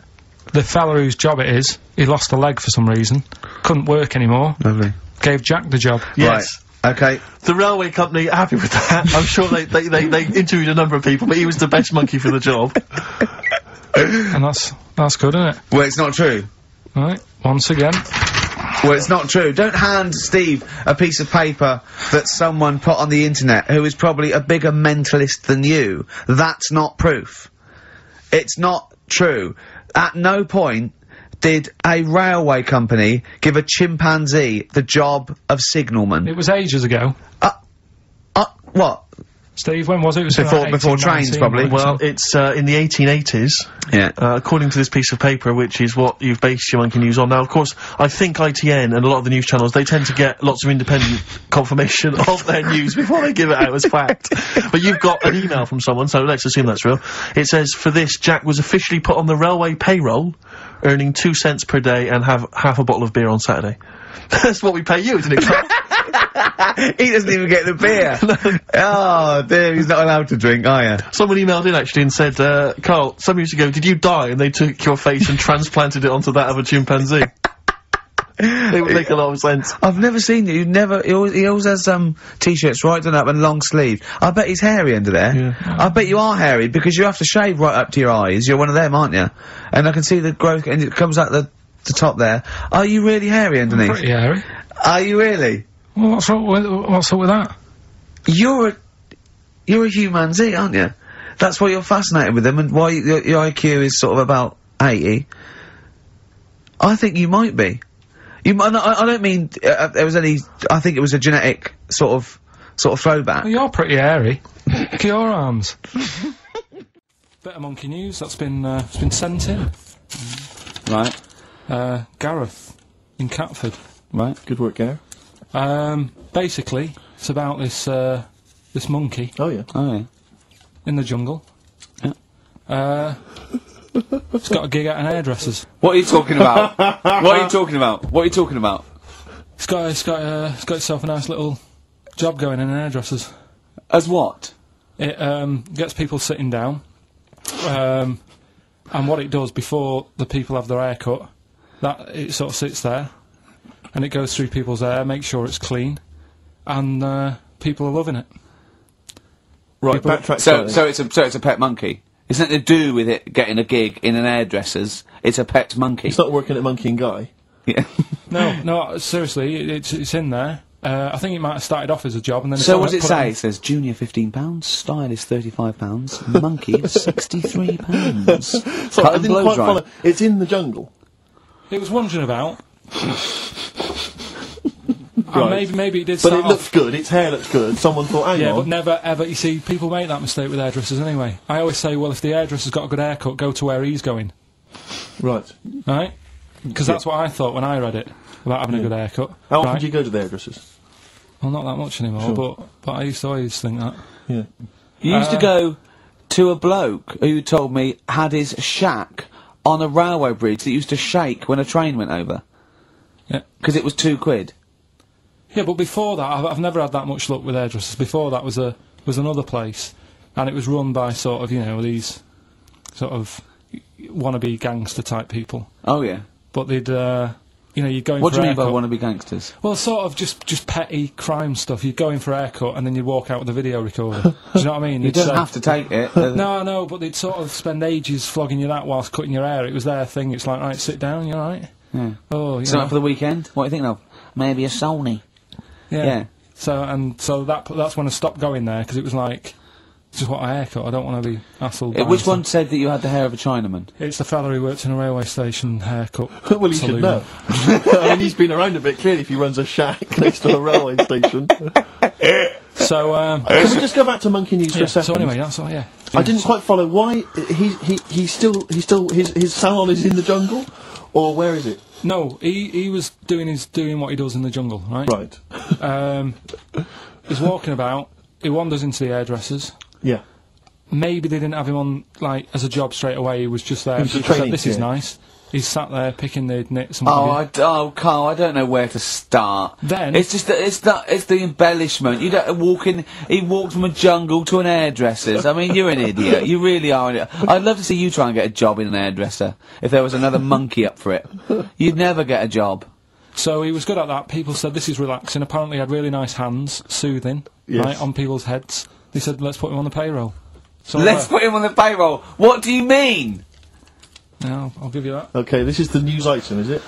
[SPEAKER 1] the fella whose job it is, he lost a leg for some reason, couldn't work anymore.
[SPEAKER 6] Lovely.
[SPEAKER 1] Gave Jack the job.
[SPEAKER 5] Yes.
[SPEAKER 6] Right. Okay.
[SPEAKER 5] The railway company are happy with that. I'm sure they, they, they, they interviewed a number of people, but he was the best monkey for the job.
[SPEAKER 1] and that's that's good, isn't it?
[SPEAKER 6] Well, it's not true.
[SPEAKER 1] Right. Once again,
[SPEAKER 6] Well, it's not true. Don't hand Steve a piece of paper that someone put on the internet who is probably a bigger mentalist than you. That's not proof. It's not true. At no point did a railway company give a chimpanzee the job of signalman.
[SPEAKER 1] it was ages ago.
[SPEAKER 6] Uh, what?
[SPEAKER 1] Steve, when was it? It was
[SPEAKER 6] Before-
[SPEAKER 1] about
[SPEAKER 6] before
[SPEAKER 1] 18,
[SPEAKER 6] trains,
[SPEAKER 1] 19,
[SPEAKER 6] probably.
[SPEAKER 1] wasn't it?
[SPEAKER 5] Well, it's uh, in the 1880s.
[SPEAKER 6] Yeah.
[SPEAKER 5] Uh, according to this piece of paper, which is what you've based your monkey news on. Now, of course, I think ITN and a lot of the news channels, they tend to get lots of independent confirmation of their news before they give it out as fact. But you've got an email from someone, so let's assume that's real. It says, for this, Jack was officially put on the railway payroll, earning two cents per day and have half a bottle of beer on Saturday. that's what we pay you, isn't it? Carl?
[SPEAKER 6] he doesn't even get the beer. oh dear, he's not allowed to drink, are you?
[SPEAKER 5] someone emailed in actually and said, uh, Carl, some years ago, did you die? And they took your face and transplanted it onto that of a chimpanzee. it would make a lot of sense.
[SPEAKER 6] I've never seen it. You never. He always, he always has um t-shirts right down up and long sleeve. I bet he's hairy under there. I bet you are hairy because you have to shave right up to your eyes. You're one of them, aren't you? And I can see the growth, and it comes out the the top there. Are you really hairy underneath?
[SPEAKER 1] Pretty hairy.
[SPEAKER 6] Are you really?
[SPEAKER 1] Well, what's up with what's up with that?
[SPEAKER 6] You're a you're a human Z, aren't you? That's why you're fascinated with them, and why your, your IQ is sort of about eighty. I think you might be. You, mi- and I, I don't mean uh, uh, there was any. I think it was a genetic sort of sort of throwback.
[SPEAKER 1] Well, you're pretty hairy. Look at your arms. Better monkey news that's been uh, it's been sent in.
[SPEAKER 4] Mm. Right,
[SPEAKER 1] Uh, Gareth in Catford.
[SPEAKER 4] right.
[SPEAKER 2] Good work, Gary.
[SPEAKER 1] Um, basically, it's about this uh, this monkey
[SPEAKER 2] Oh, yeah.
[SPEAKER 4] Oh, yeah.
[SPEAKER 1] in the jungle.
[SPEAKER 4] Yeah.
[SPEAKER 1] Uh, it's got a gig at an hairdresser's.
[SPEAKER 4] What are you talking about? what are you talking about? What are you talking about?
[SPEAKER 1] It's got it's got uh, it's got itself a nice little job going in an hairdresser's.
[SPEAKER 4] As what?
[SPEAKER 1] It um, gets people sitting down, um, and what it does before the people have their hair cut, that it sort of sits there, and it goes through people's hair, makes sure it's clean, and uh, people are loving it.
[SPEAKER 2] Right, backtrack
[SPEAKER 4] So,
[SPEAKER 2] slightly.
[SPEAKER 4] so it's a so it's a pet monkey. It's nothing to do with it getting a gig in an hairdresser's. It's a pet monkey.
[SPEAKER 2] It's not working at Monkey and Guy.
[SPEAKER 4] Yeah.
[SPEAKER 1] No, no, seriously, it, it's it's in there. Uh, I think it might have started off as a job, and then
[SPEAKER 4] so
[SPEAKER 1] they
[SPEAKER 4] what does it
[SPEAKER 1] put
[SPEAKER 4] say? It says junior fifteen pounds, stylist thirty five pounds, monkey sixty three pounds.
[SPEAKER 2] Sorry,
[SPEAKER 4] Cut
[SPEAKER 2] I
[SPEAKER 4] and
[SPEAKER 2] didn't
[SPEAKER 4] blow
[SPEAKER 2] quite
[SPEAKER 4] dry.
[SPEAKER 2] follow. It's in the jungle.
[SPEAKER 1] It was wondering about. And
[SPEAKER 2] Right.
[SPEAKER 1] maybe maybe it did
[SPEAKER 2] But
[SPEAKER 1] start
[SPEAKER 2] it
[SPEAKER 1] off.
[SPEAKER 2] looks good, its hair looks good. Someone thought, hang
[SPEAKER 1] Yeah, but
[SPEAKER 2] on.
[SPEAKER 1] never ever. You see, people make that mistake with hairdressers anyway. I always say, well, if the hairdresser's got a good haircut, go to where he's going,
[SPEAKER 2] Right.
[SPEAKER 1] right? Because that's what I thought when I read it about having a
[SPEAKER 4] Hmm.
[SPEAKER 1] good haircut.
[SPEAKER 2] How often
[SPEAKER 1] right?
[SPEAKER 2] do you go to the hairdressers?
[SPEAKER 1] Well, not that much anymore, but but I used to always think that.
[SPEAKER 2] Yeah.
[SPEAKER 4] You used to
[SPEAKER 1] Uh,
[SPEAKER 4] go to a bloke who told me had his shack on a railway bridge that used to shake when a train went over.
[SPEAKER 1] Yeah.
[SPEAKER 4] Because it was two quid.
[SPEAKER 1] Yeah, but before that, I've, I've never had that much luck with hairdressers. Before that was a was another place and it was run by sort of you know these sort of wannabe gangster type people.
[SPEAKER 4] Oh yeah.
[SPEAKER 1] But they'd uh, you know you'd go in
[SPEAKER 4] What do
[SPEAKER 1] for
[SPEAKER 4] you mean by
[SPEAKER 1] haircut-
[SPEAKER 4] wannabe gangsters?
[SPEAKER 1] Well, sort of just just petty crime stuff. You'd go in for a haircut and then you'd walk out with a video recorder. do you know what I mean?
[SPEAKER 4] You don't have to take it. uh,
[SPEAKER 1] No, no, but they'd sort of spend ages flogging you that whilst cutting your hair. It was their thing. It's like, right, sit down, you're right.
[SPEAKER 4] Yeah.
[SPEAKER 1] Oh, you
[SPEAKER 4] It's not
[SPEAKER 1] know.
[SPEAKER 4] for the weekend. What do you think of? Maybe a Sony.
[SPEAKER 1] yeah.
[SPEAKER 4] yeah.
[SPEAKER 1] So and so that that's when I stopped going there because it was like, just what a haircut. I don't want to be hassled.
[SPEAKER 4] Uh,
[SPEAKER 1] by
[SPEAKER 4] Which
[SPEAKER 1] some-
[SPEAKER 4] one said that you had the hair of a Chinaman?
[SPEAKER 1] It's the fella who works in a railway station haircut.
[SPEAKER 2] well, he should
[SPEAKER 1] saloon.
[SPEAKER 2] know. I mean, he's been around a bit clearly if he runs a shack next to a railway station. Can
[SPEAKER 1] So um,
[SPEAKER 2] we just go back to Monkey News for
[SPEAKER 1] yeah,
[SPEAKER 2] a second?
[SPEAKER 1] so anyway, that's all. Yeah.
[SPEAKER 2] I didn't quite follow why he he he still he still his his salon is in the jungle, or where is it?
[SPEAKER 1] No, he he was doing his doing what he does in the jungle, right?
[SPEAKER 2] Right.
[SPEAKER 1] Um, he's walking about. He wanders into the hairdressers.
[SPEAKER 2] Yeah.
[SPEAKER 1] Maybe they didn't have him on like as a job straight away. He was just there.
[SPEAKER 2] He was
[SPEAKER 1] He
[SPEAKER 2] just
[SPEAKER 1] said,
[SPEAKER 2] training,
[SPEAKER 1] this is
[SPEAKER 2] yeah.
[SPEAKER 1] nice. He sat there picking the nits. And what
[SPEAKER 4] Oh,
[SPEAKER 1] have you.
[SPEAKER 4] I d oh, Carl, I don't know where to start.
[SPEAKER 1] Then-
[SPEAKER 4] it's just that it's that it's the embellishment. You don't walk in. He walked from a jungle to an hairdresser's. I mean, you're an idiot. You really are. An idiot. I'd love to see you try and get a job in an hairdresser. If there was another monkey up for it, you'd never get a job.
[SPEAKER 1] So he was good at that. People said this is relaxing. Apparently, he had really nice hands, soothing,
[SPEAKER 2] Yes.
[SPEAKER 1] right on people's heads. They said, "Let's put him on the payroll." So uh, I went,
[SPEAKER 4] Let's put him on the payroll. What do you mean?
[SPEAKER 1] "Yeah, I'll, I'll give you that.
[SPEAKER 2] Okay, this is the news item, is it?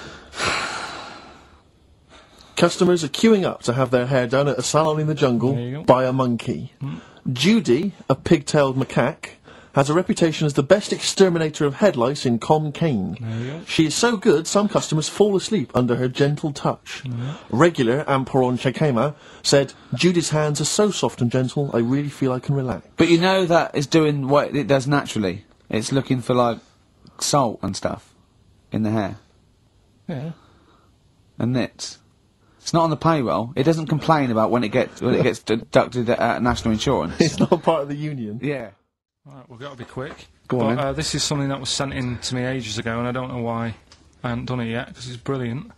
[SPEAKER 2] Customers are queuing up to have their hair done at a salon in the
[SPEAKER 1] There you
[SPEAKER 2] jungle
[SPEAKER 1] go. Hmm.
[SPEAKER 2] by a monkey. Judy, a pigtailed macaque, has a reputation as the best exterminator of head lice in Com
[SPEAKER 1] There you go.
[SPEAKER 2] Cane. She is so good, some customers fall asleep under her gentle touch. Regular Amporon Shakema said, Judy's hands are so soft and gentle, I really feel I can relax.
[SPEAKER 4] But you know that is doing what it does naturally. It's looking for like salt and stuff in the hair.
[SPEAKER 1] Yeah,
[SPEAKER 4] and nits. It's not on the payroll. It doesn't complain about when it gets when it gets deducted at uh, national insurance.
[SPEAKER 2] It's not part of the union.
[SPEAKER 4] yeah.
[SPEAKER 1] right, we've got to be quick.
[SPEAKER 2] Go
[SPEAKER 1] but,
[SPEAKER 2] on then.
[SPEAKER 1] Uh, this is something that was sent in to me ages ago, and I don't know why I haven't done it yet because it's brilliant.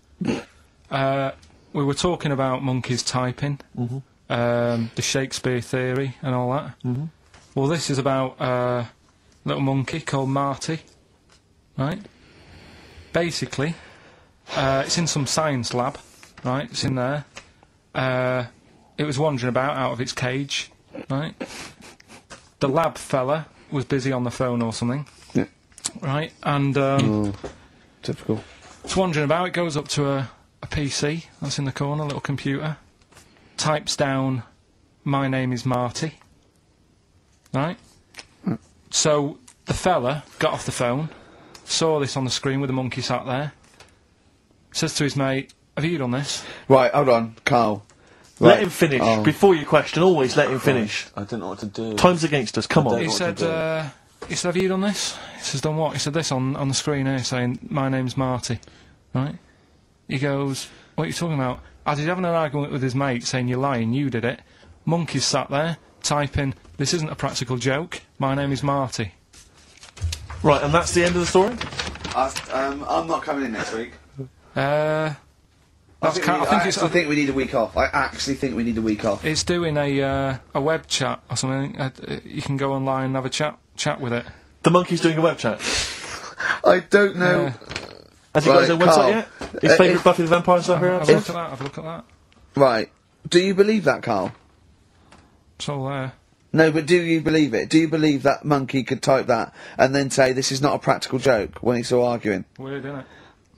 [SPEAKER 1] uh, we were talking about monkeys typing,
[SPEAKER 2] Mm-hmm.
[SPEAKER 1] um, the Shakespeare theory, and all that. Mm-hmm. Well, this is about uh, little monkey called Marty, right? Basically, uh, it's in some science lab, right? It's in there. Uh, it was wandering about out of its cage, right? The lab fella was busy on the phone or something,
[SPEAKER 3] Yeah. Mm,
[SPEAKER 1] right? And um,
[SPEAKER 3] Typical.
[SPEAKER 1] it's wandering about. It goes up to a, a PC that's in the corner, a little computer. Types down, "My name is Marty." Right.
[SPEAKER 3] Mm.
[SPEAKER 1] So the fella got off the phone, saw this on the screen with the monkey sat there. Says to his mate, "Have you done this?"
[SPEAKER 3] Right, hold on, Carl.
[SPEAKER 2] Let
[SPEAKER 3] Right.
[SPEAKER 2] him finish.
[SPEAKER 3] Oh.
[SPEAKER 2] Before you question, always let him finish.
[SPEAKER 4] I don't know what to do.
[SPEAKER 2] Time's against us, come on.
[SPEAKER 1] He said, uh, "He said, have you done this?" He says, "Done what?" He said, "This on on the screen here, saying my name's Marty." Right? He goes, "What are you talking about?" As he's having an argument with his mate, saying, "You're lying. You did it." Monkey's sat there typing, "This isn't a practical joke. My name is Marty."
[SPEAKER 2] Right, and that's the end of the story?
[SPEAKER 3] I, um, I'm not coming in next week.
[SPEAKER 1] Uh, that's
[SPEAKER 3] I think,
[SPEAKER 1] ca-
[SPEAKER 3] we,
[SPEAKER 1] I think
[SPEAKER 3] I
[SPEAKER 1] it's
[SPEAKER 3] actually think we need a week off. I actually think we need a week off.
[SPEAKER 1] it's doing a uh, a web chat or something. Uh, uh, you can go online and have a chat chat with it.
[SPEAKER 2] The monkey's doing a web chat.
[SPEAKER 3] I don't know.
[SPEAKER 1] Yeah.
[SPEAKER 2] Has he got his
[SPEAKER 3] Right,
[SPEAKER 2] own website
[SPEAKER 3] Carl.
[SPEAKER 2] yet? His
[SPEAKER 3] Uh,
[SPEAKER 2] favourite
[SPEAKER 3] if-
[SPEAKER 2] Buffy the Vampire Slayer
[SPEAKER 4] Uh-huh.
[SPEAKER 1] Have a
[SPEAKER 2] episode?
[SPEAKER 1] look at that. Have a look at that.
[SPEAKER 3] Right. Do you believe that, Carl?
[SPEAKER 1] It's all there.
[SPEAKER 3] No, but do you believe it? Do you believe that monkey could type that and then say this is not a practical joke when he's still arguing?
[SPEAKER 1] Weird, innit?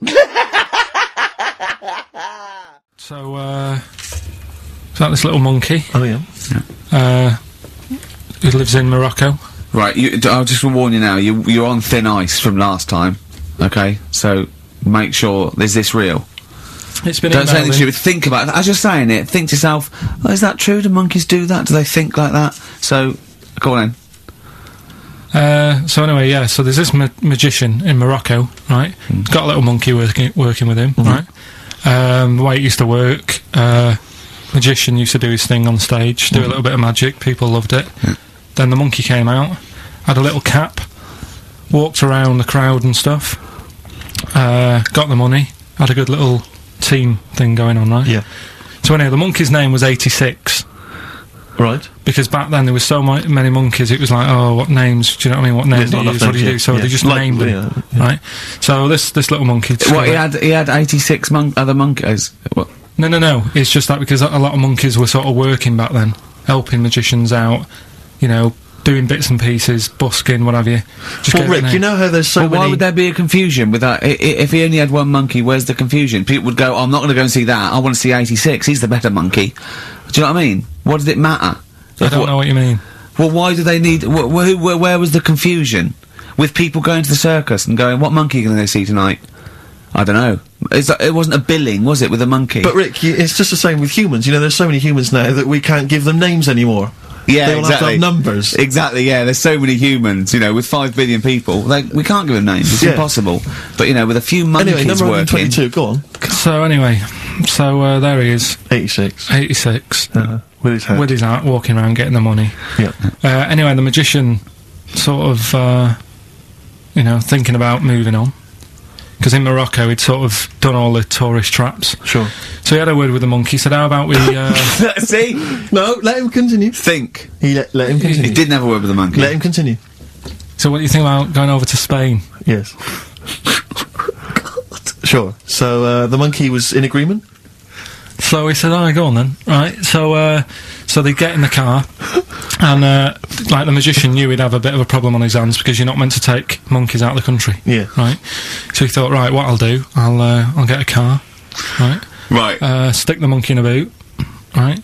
[SPEAKER 1] so, uh, is that this little monkey
[SPEAKER 2] Oh, yeah.
[SPEAKER 1] uh, who lives in Morocco?
[SPEAKER 4] Right, you, d- I'll just warn you now. You you're on thin ice from last time. Okay, so make sure is this real?
[SPEAKER 1] It's been
[SPEAKER 4] Don't say anything
[SPEAKER 1] emailed in.
[SPEAKER 4] stupid. Think about it. As you're saying it, think to yourself, oh, is that true? Do monkeys do that? Do they think like that? So, go on. Then.
[SPEAKER 1] Uh, so anyway, yeah. So there's this ma- magician in Morocco, right? Got a little monkey working working with him, right? Um, the way it used to work, uh, magician used to do his thing on stage, do a little bit of magic. People loved it. Then the monkey came out, had a little cap, walked around the crowd and stuff, uh, got the money, had a good little team thing going on, right?
[SPEAKER 2] Yeah.
[SPEAKER 1] So anyway, the monkey's name was 86.
[SPEAKER 2] Right.
[SPEAKER 1] because back then there was so mi- many monkeys. It was like, oh, what names? Do you know what I mean? What names
[SPEAKER 2] There's
[SPEAKER 1] do
[SPEAKER 2] not
[SPEAKER 1] you
[SPEAKER 2] enough
[SPEAKER 1] use? What do you do?
[SPEAKER 2] names,
[SPEAKER 1] So
[SPEAKER 2] yeah.
[SPEAKER 1] they just
[SPEAKER 2] Like,
[SPEAKER 1] named them,
[SPEAKER 2] yeah, yeah.
[SPEAKER 1] right? So this this little monkey.
[SPEAKER 4] What he had? He had eighty six monk other monkeys. What?
[SPEAKER 1] No, no, no. It's just that because a lot of monkeys were sort of working back then, helping magicians out, you know, doing bits and pieces, busking, what have you. Just
[SPEAKER 2] Well,
[SPEAKER 1] gave it a
[SPEAKER 2] Rick, you
[SPEAKER 1] name.
[SPEAKER 2] know how there's so
[SPEAKER 4] But
[SPEAKER 2] many.
[SPEAKER 4] why would there be a confusion with that? I- i- If he only had one monkey, where's the confusion? People would go, oh, "I'm not going to go and see that. I want to see 86. He's the better monkey." Do you know what I mean? What does it matter?
[SPEAKER 1] I don't know what you mean.
[SPEAKER 4] Well, why do they need? Wh- wh- who- wh- where was the confusion with people going to the circus and going, "What monkey are you going to see tonight?" I don't know. It's, like- it wasn't a billing, was it, with a monkey?
[SPEAKER 2] But Rick, y- it's just the same with humans. You know, there's so many humans now that we can't give them names anymore.
[SPEAKER 4] yeah,
[SPEAKER 2] they all
[SPEAKER 4] exactly.
[SPEAKER 2] have to have numbers.
[SPEAKER 4] Exactly. Yeah, there's so many humans. You know, with five billion people, like we can't give them names. It's
[SPEAKER 2] Yeah.
[SPEAKER 4] impossible. But you know, with a few monkeys
[SPEAKER 2] Anyway, number
[SPEAKER 4] working,
[SPEAKER 2] 122. Go on.
[SPEAKER 1] So anyway, so uh, there he is,
[SPEAKER 2] 86.
[SPEAKER 1] 86,
[SPEAKER 2] Uh, with his hand.
[SPEAKER 1] with his hat, walking around getting the money.
[SPEAKER 2] yeah.
[SPEAKER 1] Uh, anyway, the magician sort of, uh, you know, thinking about moving on. Because in Morocco, he'd sort of done all the tourist traps.
[SPEAKER 2] Sure.
[SPEAKER 1] So he had a word with the monkey, said, How about we. Uh,
[SPEAKER 4] see,
[SPEAKER 2] No, let him continue.
[SPEAKER 4] think
[SPEAKER 2] He let, let him
[SPEAKER 4] he
[SPEAKER 2] continue.
[SPEAKER 4] didn't have a word with the monkey.
[SPEAKER 2] let him continue.
[SPEAKER 1] so what do you think about going over to Spain?
[SPEAKER 2] Yes. Sure. So uh, the monkey was in agreement.
[SPEAKER 1] So he said, "All right, go on then." Right. So, uh, so they get in the car, and uh, like the magician knew he'd have a bit of a problem on his hands because you're not meant to take monkeys out of the country.
[SPEAKER 2] Yeah.
[SPEAKER 1] Right. So he thought, right, what I'll do, I'll uh, I'll get a car, right,
[SPEAKER 4] Right.
[SPEAKER 1] uh, stick the monkey in a boot, right.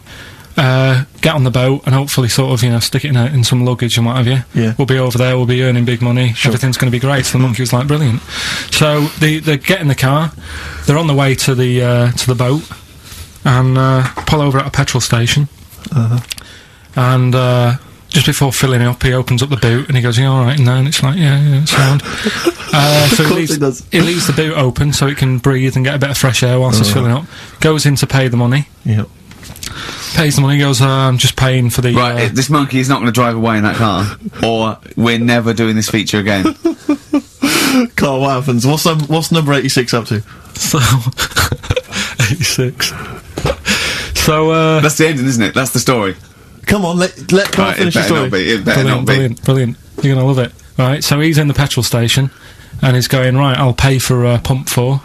[SPEAKER 1] Uh, get on the boat and hopefully sort of you know stick it in, a, in some luggage and what have you.
[SPEAKER 2] Yeah.
[SPEAKER 1] We'll be over there. We'll be earning big money. Everything's going to be great. So the monkey was like brilliant. So they they get in the car. They're on the way to the uh, to the boat and uh, pull over at a petrol station.
[SPEAKER 2] Uh-huh.
[SPEAKER 1] And uh, just before filling up, he opens up the boot and he goes, "Yeah, all right." And then it's like, "Yeah, yeah, it's sound." uh, so he
[SPEAKER 2] course
[SPEAKER 1] leaves,
[SPEAKER 2] he does.
[SPEAKER 1] he leaves the boot open so it can breathe and get a bit of fresh air whilst
[SPEAKER 2] Uh-huh.
[SPEAKER 1] it's filling up. Goes in to pay the money.
[SPEAKER 2] Yeah.
[SPEAKER 1] Pays the money. Goes, uh, "I'm just paying for the."
[SPEAKER 4] Right,
[SPEAKER 1] uh,
[SPEAKER 4] i- this monkey is not going to drive away in that car, or we're never doing this feature again.
[SPEAKER 2] Carl, what happens? What's um, what's number 86 up to?
[SPEAKER 1] so, eighty-six. So, uh,
[SPEAKER 4] That's the ending, isn't it? That's the story.
[SPEAKER 2] Come on, let let Carl
[SPEAKER 4] Right, Uh, it
[SPEAKER 2] finish the
[SPEAKER 4] better
[SPEAKER 2] story.
[SPEAKER 4] not be. It better
[SPEAKER 1] brilliant,
[SPEAKER 4] not be.
[SPEAKER 1] brilliant, brilliant. You're gonna love it, right? So he's in the petrol station, and he's going right. I'll pay for uh, pump four.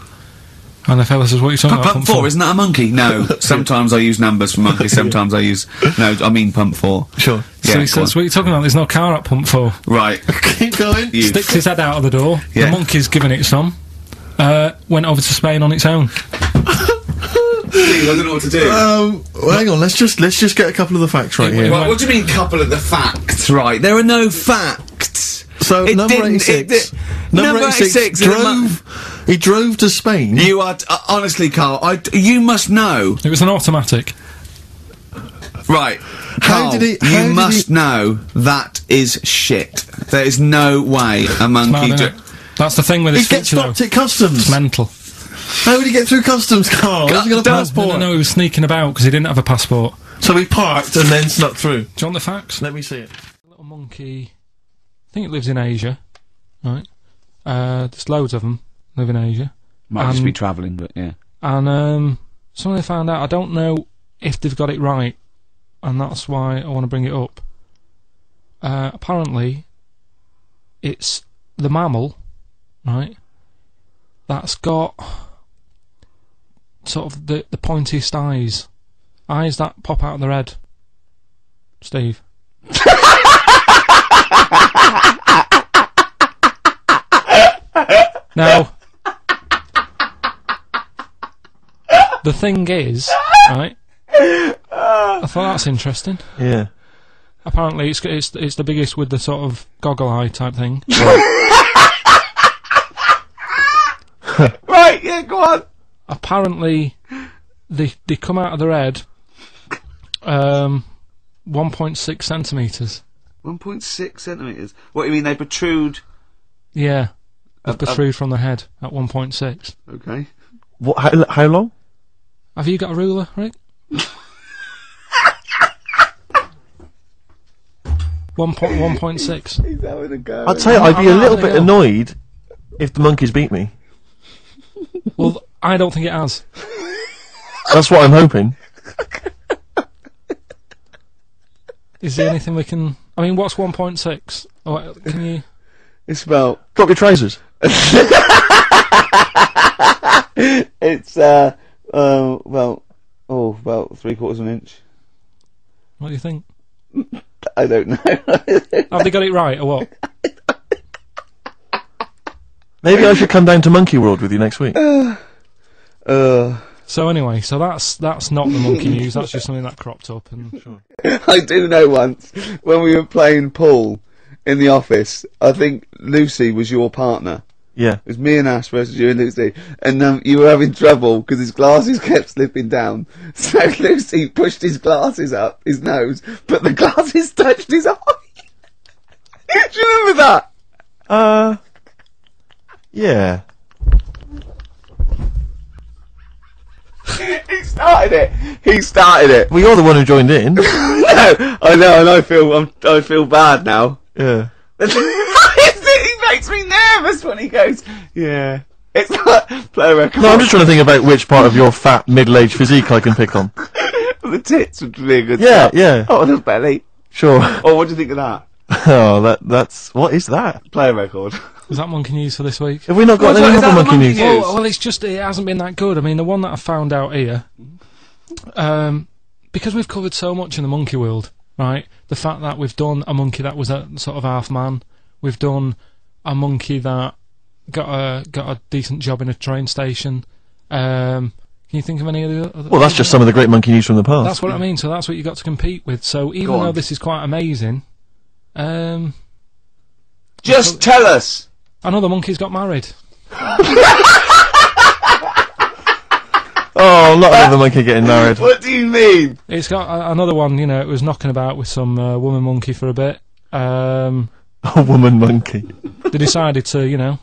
[SPEAKER 1] And the fella says, "What are you talking
[SPEAKER 4] Pump,
[SPEAKER 1] about?
[SPEAKER 4] pump four, isn't that a monkey? No. Sometimes I use numbers for monkeys. Sometimes I use no. I mean pump four.
[SPEAKER 2] Sure.
[SPEAKER 1] so
[SPEAKER 4] Yeah,
[SPEAKER 1] he
[SPEAKER 4] go
[SPEAKER 1] says, "What are you talking about? There's no car at pump four.
[SPEAKER 4] on. right.
[SPEAKER 2] Keep going.
[SPEAKER 4] You.
[SPEAKER 1] Sticks his head out of the door.
[SPEAKER 4] Yeah.
[SPEAKER 1] The monkey's given it some. Uh, went over to Spain on its own.
[SPEAKER 4] I don't know what to do.
[SPEAKER 2] Um, well, hang on. Let's just let's just get a couple of the facts right
[SPEAKER 1] Wait,
[SPEAKER 2] here.
[SPEAKER 1] wait,
[SPEAKER 4] Right, what do you mean, couple of the facts? Right, there are no facts.
[SPEAKER 2] So
[SPEAKER 4] It
[SPEAKER 2] number
[SPEAKER 4] didn't- it
[SPEAKER 2] 86.
[SPEAKER 4] di-
[SPEAKER 2] number,
[SPEAKER 4] number
[SPEAKER 2] 86,
[SPEAKER 4] 86 is a mon-
[SPEAKER 2] drove. He drove to Spain.
[SPEAKER 4] You are t- uh, honestly, Carl. I d- you must know.
[SPEAKER 1] It was an automatic.
[SPEAKER 4] Right.
[SPEAKER 2] How
[SPEAKER 4] Carl,
[SPEAKER 2] did he- how
[SPEAKER 4] you
[SPEAKER 2] did
[SPEAKER 4] must know that is shit. There is no way a monkey.
[SPEAKER 1] Man,
[SPEAKER 4] dri-
[SPEAKER 1] innit? That's the thing with
[SPEAKER 2] he
[SPEAKER 1] this
[SPEAKER 2] gets
[SPEAKER 1] feature, though.
[SPEAKER 2] stopped at customs.
[SPEAKER 1] It's mental.
[SPEAKER 2] How did he get through customs, Carl? Has he got a
[SPEAKER 4] Don't-
[SPEAKER 1] No,
[SPEAKER 2] passport?
[SPEAKER 1] no, no, he was sneaking about because he didn't have a passport.
[SPEAKER 2] So he parked and then snuck through.
[SPEAKER 1] Do you want the facts?
[SPEAKER 2] Let me see it.
[SPEAKER 1] little monkey. I think it lives in Asia, right? Uh, there's loads of them live in Asia,
[SPEAKER 4] Might just
[SPEAKER 1] Um,
[SPEAKER 4] be travelling, but yeah.
[SPEAKER 1] and um, something I found out. I don't know if they've got it right, and that's why I want to bring it up. Uh, apparently, it's the mammal, right? That's got sort of the the pointiest eyes, eyes that pop out of their head. Steve. Now, the thing is, right? I thought that's interesting.
[SPEAKER 2] Yeah.
[SPEAKER 1] Apparently, it's it's it's the biggest with the sort of goggle eye type thing.
[SPEAKER 4] Right, yeah, go on.
[SPEAKER 1] Apparently, they they come out of their head, um, one point six centimeters.
[SPEAKER 4] 1.6 centimetres. What do you mean they protrude?
[SPEAKER 1] Yeah, they
[SPEAKER 4] Um,
[SPEAKER 1] protrude from the head at one point six.
[SPEAKER 4] Okay.
[SPEAKER 2] What? How, how long?
[SPEAKER 1] Have you got a ruler, Rick? One point one point six.
[SPEAKER 4] He's having a go.
[SPEAKER 2] I'd tell you, I'd be a
[SPEAKER 1] I'm not
[SPEAKER 2] little
[SPEAKER 1] having
[SPEAKER 2] bit
[SPEAKER 1] a go.
[SPEAKER 2] annoyed if the monkeys beat me.
[SPEAKER 1] Well, I don't think it has.
[SPEAKER 2] That's what I'm hoping.
[SPEAKER 1] Is there anything we can? I mean, what's 1.6? Oh, Can you?
[SPEAKER 3] It's about
[SPEAKER 5] Drop your trousers.
[SPEAKER 3] it's uh uh well oh about three quarters of an inch.
[SPEAKER 1] What do you think?
[SPEAKER 3] I don't know.
[SPEAKER 1] Have they got it right or what?
[SPEAKER 5] Maybe I should come down to Monkey World with you next week.
[SPEAKER 3] uh,
[SPEAKER 1] So anyway, so that's that's not the monkey news. That's just something that cropped up. And
[SPEAKER 3] I do know once when we were playing pool in the office. I think Lucy was your partner.
[SPEAKER 5] Yeah.
[SPEAKER 3] It was me and Ash versus you and Lucy, and um, you were having trouble because his glasses kept slipping down. So Lucy pushed his glasses up his nose, but the glasses touched his eye. Do you remember that?
[SPEAKER 5] Uh. Yeah.
[SPEAKER 3] He started it. He started it.
[SPEAKER 5] Well, you're the one who joined in.
[SPEAKER 3] no, I know, and I feel I'm, I feel bad now.
[SPEAKER 5] yeah.
[SPEAKER 3] he makes me nervous when he goes. Yeah, it's like play a record.
[SPEAKER 5] No, I'm just trying to think about which part of your fat middle-aged physique I can pick on.
[SPEAKER 3] the tits would be a good.
[SPEAKER 5] Yeah,
[SPEAKER 3] start.
[SPEAKER 5] yeah,
[SPEAKER 3] Oh, the belly.
[SPEAKER 5] sure.
[SPEAKER 3] Oh, what do you think of that?
[SPEAKER 5] Oh, that that's what is that?
[SPEAKER 3] Play a record.
[SPEAKER 1] is that monkey news for this week?
[SPEAKER 5] Have we not got
[SPEAKER 3] What's that-
[SPEAKER 5] any
[SPEAKER 3] is
[SPEAKER 5] other
[SPEAKER 3] that the
[SPEAKER 5] monkey
[SPEAKER 3] monkey
[SPEAKER 5] news?
[SPEAKER 3] news?
[SPEAKER 2] Oh,
[SPEAKER 1] Well, well, it's just it hasn't been that good. I mean, the one that I found out here, um, because we've covered so much in the monkey world, right? The fact that we've done a monkey that was a sort of half man, we've done a monkey that got a got a decent job in a train station. Um, can you think of any of the other?
[SPEAKER 5] Well, that's just some of the great monkey news from the past.
[SPEAKER 1] That's what I mean. So that's what you got to compete with. So even
[SPEAKER 4] Go on.
[SPEAKER 1] though this is quite amazing, um,
[SPEAKER 4] Just tell us.
[SPEAKER 1] another monkey's got married.
[SPEAKER 5] oh, not another monkey getting married.
[SPEAKER 4] What do you mean?
[SPEAKER 1] It's got a- another one. You know, it was knocking about with some uh, woman monkey for a bit. Um,
[SPEAKER 5] A woman monkey.
[SPEAKER 1] they decided to, you know,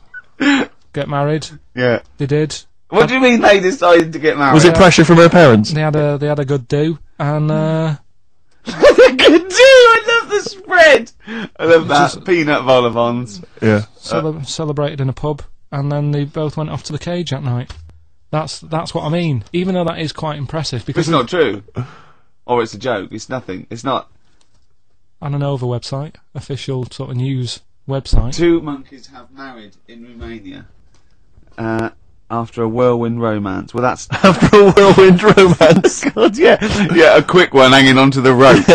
[SPEAKER 1] get married.
[SPEAKER 4] Yeah.
[SPEAKER 1] They did.
[SPEAKER 4] What do you mean they decided to get married?
[SPEAKER 5] Was it pressure from her parents?
[SPEAKER 1] They had a they had a good do, and uh,
[SPEAKER 4] I could do. I love the spread. I love that
[SPEAKER 1] Just-
[SPEAKER 4] peanut vol avons.
[SPEAKER 5] Yeah.
[SPEAKER 1] cele- celebrated in a pub. And then they both went off to the cage that night. That's that's what I mean. Even though that is quite impressive,
[SPEAKER 4] It's
[SPEAKER 1] because
[SPEAKER 4] not true, or it's a joke. It's nothing. It's not.
[SPEAKER 1] on an over website, official sort of news website.
[SPEAKER 4] Two monkeys have married in Romania uh, after a whirlwind romance. Well, that's
[SPEAKER 5] After a whirlwind romance.
[SPEAKER 4] God, yeah, yeah, a quick one hanging onto the rope.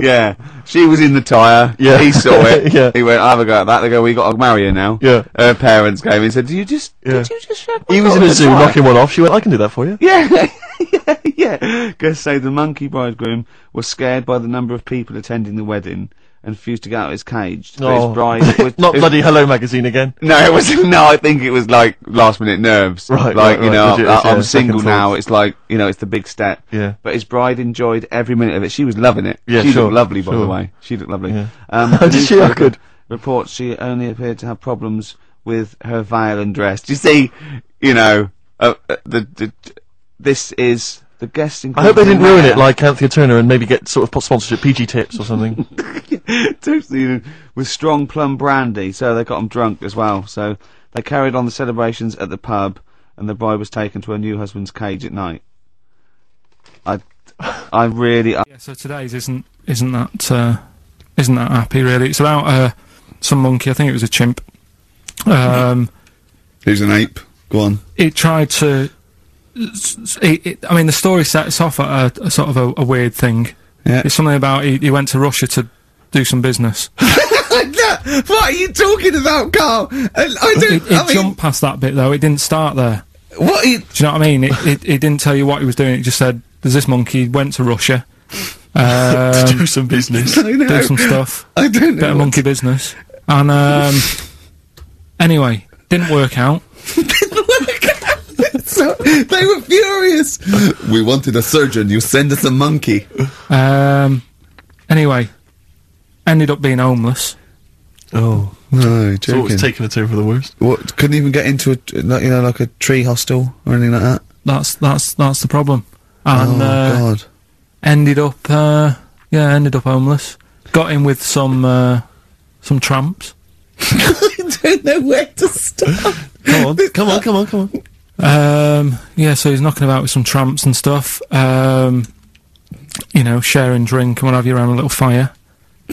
[SPEAKER 5] yeah.
[SPEAKER 4] yeah, she was in the tyre.
[SPEAKER 5] Yeah.
[SPEAKER 4] he saw it.
[SPEAKER 5] Yeah.
[SPEAKER 4] he went, "I'll have a go at that." They go, "We got to marry her now."
[SPEAKER 5] Yeah.
[SPEAKER 4] her parents came and said, "Do you just?
[SPEAKER 5] Yeah.
[SPEAKER 4] Did you just?" shove my
[SPEAKER 5] He was in
[SPEAKER 4] dog
[SPEAKER 5] a zoo
[SPEAKER 4] tyre?"
[SPEAKER 5] knocking one off. She went, I can do that for you.
[SPEAKER 4] Yeah, yeah, yeah. Guess so. The monkey bridegroom was scared by the number of people attending the wedding and refused to get out of his cage. But
[SPEAKER 5] Oh.
[SPEAKER 4] his bride, was,
[SPEAKER 5] Not
[SPEAKER 4] his-
[SPEAKER 5] bloody Hello magazine again.
[SPEAKER 4] No, it was no. I think it was like last minute nerves.
[SPEAKER 5] Right,
[SPEAKER 4] like
[SPEAKER 5] right,
[SPEAKER 4] you
[SPEAKER 5] right,
[SPEAKER 4] know,
[SPEAKER 5] legit,
[SPEAKER 4] I,
[SPEAKER 5] yeah,
[SPEAKER 4] I'm single
[SPEAKER 5] second
[SPEAKER 4] now.
[SPEAKER 5] thoughts.
[SPEAKER 4] It's like you know, it's the big step.
[SPEAKER 5] Yeah.
[SPEAKER 4] But his bride enjoyed every minute of it. She was loving it.
[SPEAKER 5] Yeah,
[SPEAKER 4] she
[SPEAKER 5] sure,
[SPEAKER 4] looked lovely, by the
[SPEAKER 5] sure.
[SPEAKER 4] way. She looked lovely.
[SPEAKER 5] Yeah.
[SPEAKER 4] Um,
[SPEAKER 5] How did she look
[SPEAKER 4] newspaper
[SPEAKER 5] good?
[SPEAKER 4] Reports she only appeared to have problems with her violin dress. Do you see? You know, uh, uh, the, the this is the guest.
[SPEAKER 5] I hope they didn't ruin it like Anthea Turner and maybe get sort of sponsorship PG tips or something.
[SPEAKER 4] Totally with strong plum brandy, so they got him drunk as well. So they carried on the celebrations at the pub, and the bride was taken to her new husband's cage at night. I, I really, I,
[SPEAKER 1] Yeah, so today's isn't isn't that uh, isn't that happy really? It's about uh, some monkey. I think it was a chimp. Um,
[SPEAKER 4] who's an ape? Go on.
[SPEAKER 1] it tried to. s- s- It, it, I mean, the story sets off at a, a sort of a, a weird thing.
[SPEAKER 4] Yeah.
[SPEAKER 1] It's something about he, he went to Russia to do some business.
[SPEAKER 3] what are you talking about, Carl? And I
[SPEAKER 1] It, it
[SPEAKER 3] don't. I mean,
[SPEAKER 1] jumped past that bit though. It didn't start there.
[SPEAKER 3] what? Are you,
[SPEAKER 1] Do you know what I mean? It, it, it didn't tell you what he was doing. It just said, "There's this monkey went to Russia, um,
[SPEAKER 5] do some business.
[SPEAKER 3] I know.
[SPEAKER 1] do some stuff."
[SPEAKER 3] I don't
[SPEAKER 1] bit
[SPEAKER 3] know.
[SPEAKER 1] of monkey business. And um, anyway, didn't work out.
[SPEAKER 3] So- they were furious. we wanted a surgeon. You send us a monkey.
[SPEAKER 1] Um, anyway, ended up being homeless.
[SPEAKER 5] Oh.
[SPEAKER 3] No,
[SPEAKER 5] So
[SPEAKER 3] joking.
[SPEAKER 5] it's taking a turn for the worst.
[SPEAKER 3] what? Couldn't even get into a tr- like, you know like a tree hostel or anything like that.
[SPEAKER 1] That's that's that's the problem. And
[SPEAKER 3] oh
[SPEAKER 1] uh,
[SPEAKER 3] God.
[SPEAKER 1] ended up uh, yeah, ended up homeless. Got in with some uh, some tramps.
[SPEAKER 3] I don't know where to start.
[SPEAKER 5] Come on, come on, come on, come on.
[SPEAKER 1] Um, yeah, so he's knocking about with some tramps and stuff. Um, you know, share and drink and what have you around a little fire.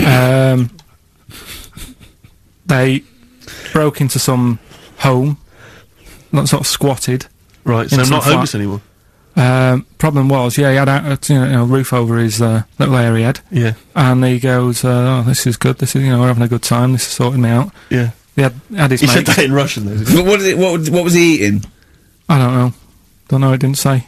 [SPEAKER 1] Um, they broke into some home, not sort of squatted.
[SPEAKER 5] Right, so
[SPEAKER 1] In
[SPEAKER 5] I'm
[SPEAKER 1] some
[SPEAKER 5] not homeless
[SPEAKER 1] flat.
[SPEAKER 5] anymore.
[SPEAKER 1] Um, problem was, yeah, he had a, you know, roof over his uh, little area he had,
[SPEAKER 5] Yeah,
[SPEAKER 1] and he goes, uh, "Oh, this is good. This is, you know, we're having a good time. This is sorting me out."
[SPEAKER 5] yeah.
[SPEAKER 1] He had, had his
[SPEAKER 5] He said
[SPEAKER 1] mates.
[SPEAKER 5] that in Russian, though. didn't
[SPEAKER 3] But what, is it, what, was- what was he eating?
[SPEAKER 1] I don't know. Don't know. It didn't say.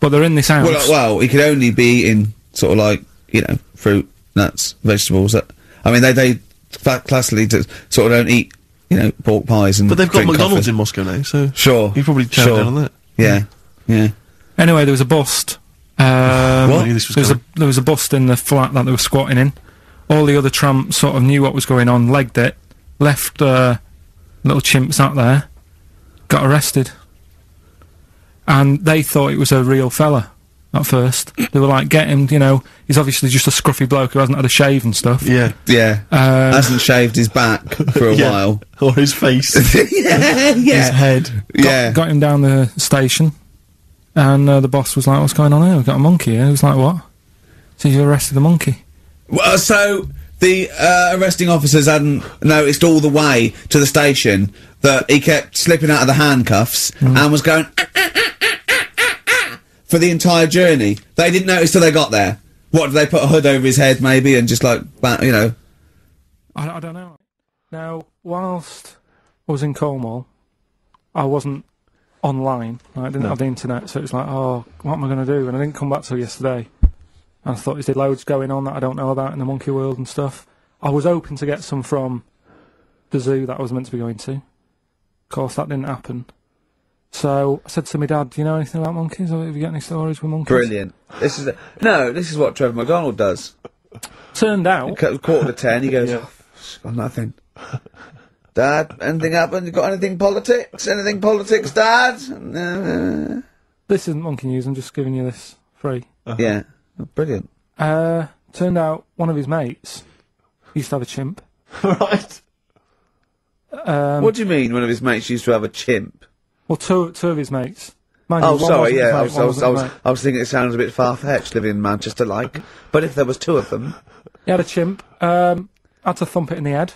[SPEAKER 1] But they're in this house.
[SPEAKER 3] Well, like, well, he could only be eating sort of like you know fruit, nuts, vegetables. That I mean, they they cla- classically d- sort of don't eat you know pork pies and.
[SPEAKER 5] But they've got
[SPEAKER 3] drink
[SPEAKER 5] McDonald's
[SPEAKER 3] coffee.
[SPEAKER 5] in Moscow now, so
[SPEAKER 3] Sure.
[SPEAKER 5] you probably chowed
[SPEAKER 3] sure.
[SPEAKER 5] down on that.
[SPEAKER 3] Yeah. Yeah.
[SPEAKER 1] Anyway, there was a bust. Um,
[SPEAKER 5] What? I knew this was
[SPEAKER 1] there, was a,
[SPEAKER 5] coming.
[SPEAKER 1] there was a bust in the flat that they were squatting in. All the other tramps sort of knew what was going on, legged it, left uh, little chimps out there, got arrested. And they thought it was a real fella at first. they were like, get him, you know, he's obviously just a scruffy bloke who hasn't had a shave and stuff.
[SPEAKER 5] Yeah,
[SPEAKER 3] Yeah.
[SPEAKER 1] Um,
[SPEAKER 3] Hasn't shaved his back for a
[SPEAKER 5] Yeah.
[SPEAKER 3] while.
[SPEAKER 5] or his face, his
[SPEAKER 3] yeah. Yeah.
[SPEAKER 5] head.
[SPEAKER 3] Yeah.
[SPEAKER 1] got him down the station, and uh, the boss was like, "What's going on here? We've got a monkey." here." he was like, "What?" So you arrested the monkey.
[SPEAKER 3] Well, so the uh, arresting officers hadn't noticed all the way to the station that he kept slipping out of the handcuffs and was going for the entire journey. They didn't notice till they got there. What did they put a hood over his head maybe and just like ba- you know?
[SPEAKER 1] I, I don't know. Now, whilst I was in Cornwall, I wasn't online. Like, I didn't have the internet, so it's like, oh, what am I going to do? And I didn't come back till yesterday. And I thought, is there loads going on that I don't know about in the monkey world and stuff? I was hoping to get some from the zoo that I was meant to be going to. Of course, that didn't happen. So I said to my dad, "Do you know anything about monkeys? Or have you got any stories with monkeys?"
[SPEAKER 3] This is no. Oh, This is what Trevor McDonald does.
[SPEAKER 1] Turned out,
[SPEAKER 3] Quarter to ten, he goes. got nothing. Dad, anything happened? You got anything politics? Anything politics, Dad?
[SPEAKER 1] this isn't monkey news. I'm just giving you this free.
[SPEAKER 5] Uh-huh.
[SPEAKER 3] Yeah, brilliant.
[SPEAKER 1] Uh, turned out one of his mates used to have a chimp.
[SPEAKER 5] right.
[SPEAKER 3] What do you mean one of his mates used to have a chimp?
[SPEAKER 1] Well, two two of his mates. Mind
[SPEAKER 3] Oh,
[SPEAKER 1] you, one
[SPEAKER 3] sorry,
[SPEAKER 1] wasn't his
[SPEAKER 3] yeah, I
[SPEAKER 1] mate,
[SPEAKER 3] was,
[SPEAKER 1] one
[SPEAKER 3] I was, I
[SPEAKER 1] wasn't his
[SPEAKER 3] was,
[SPEAKER 1] mate.
[SPEAKER 3] I was thinking it sounds a bit far-fetched living in Manchester, like. But if there was two of them,
[SPEAKER 1] He had a chimp. Um, had to thump it in the head.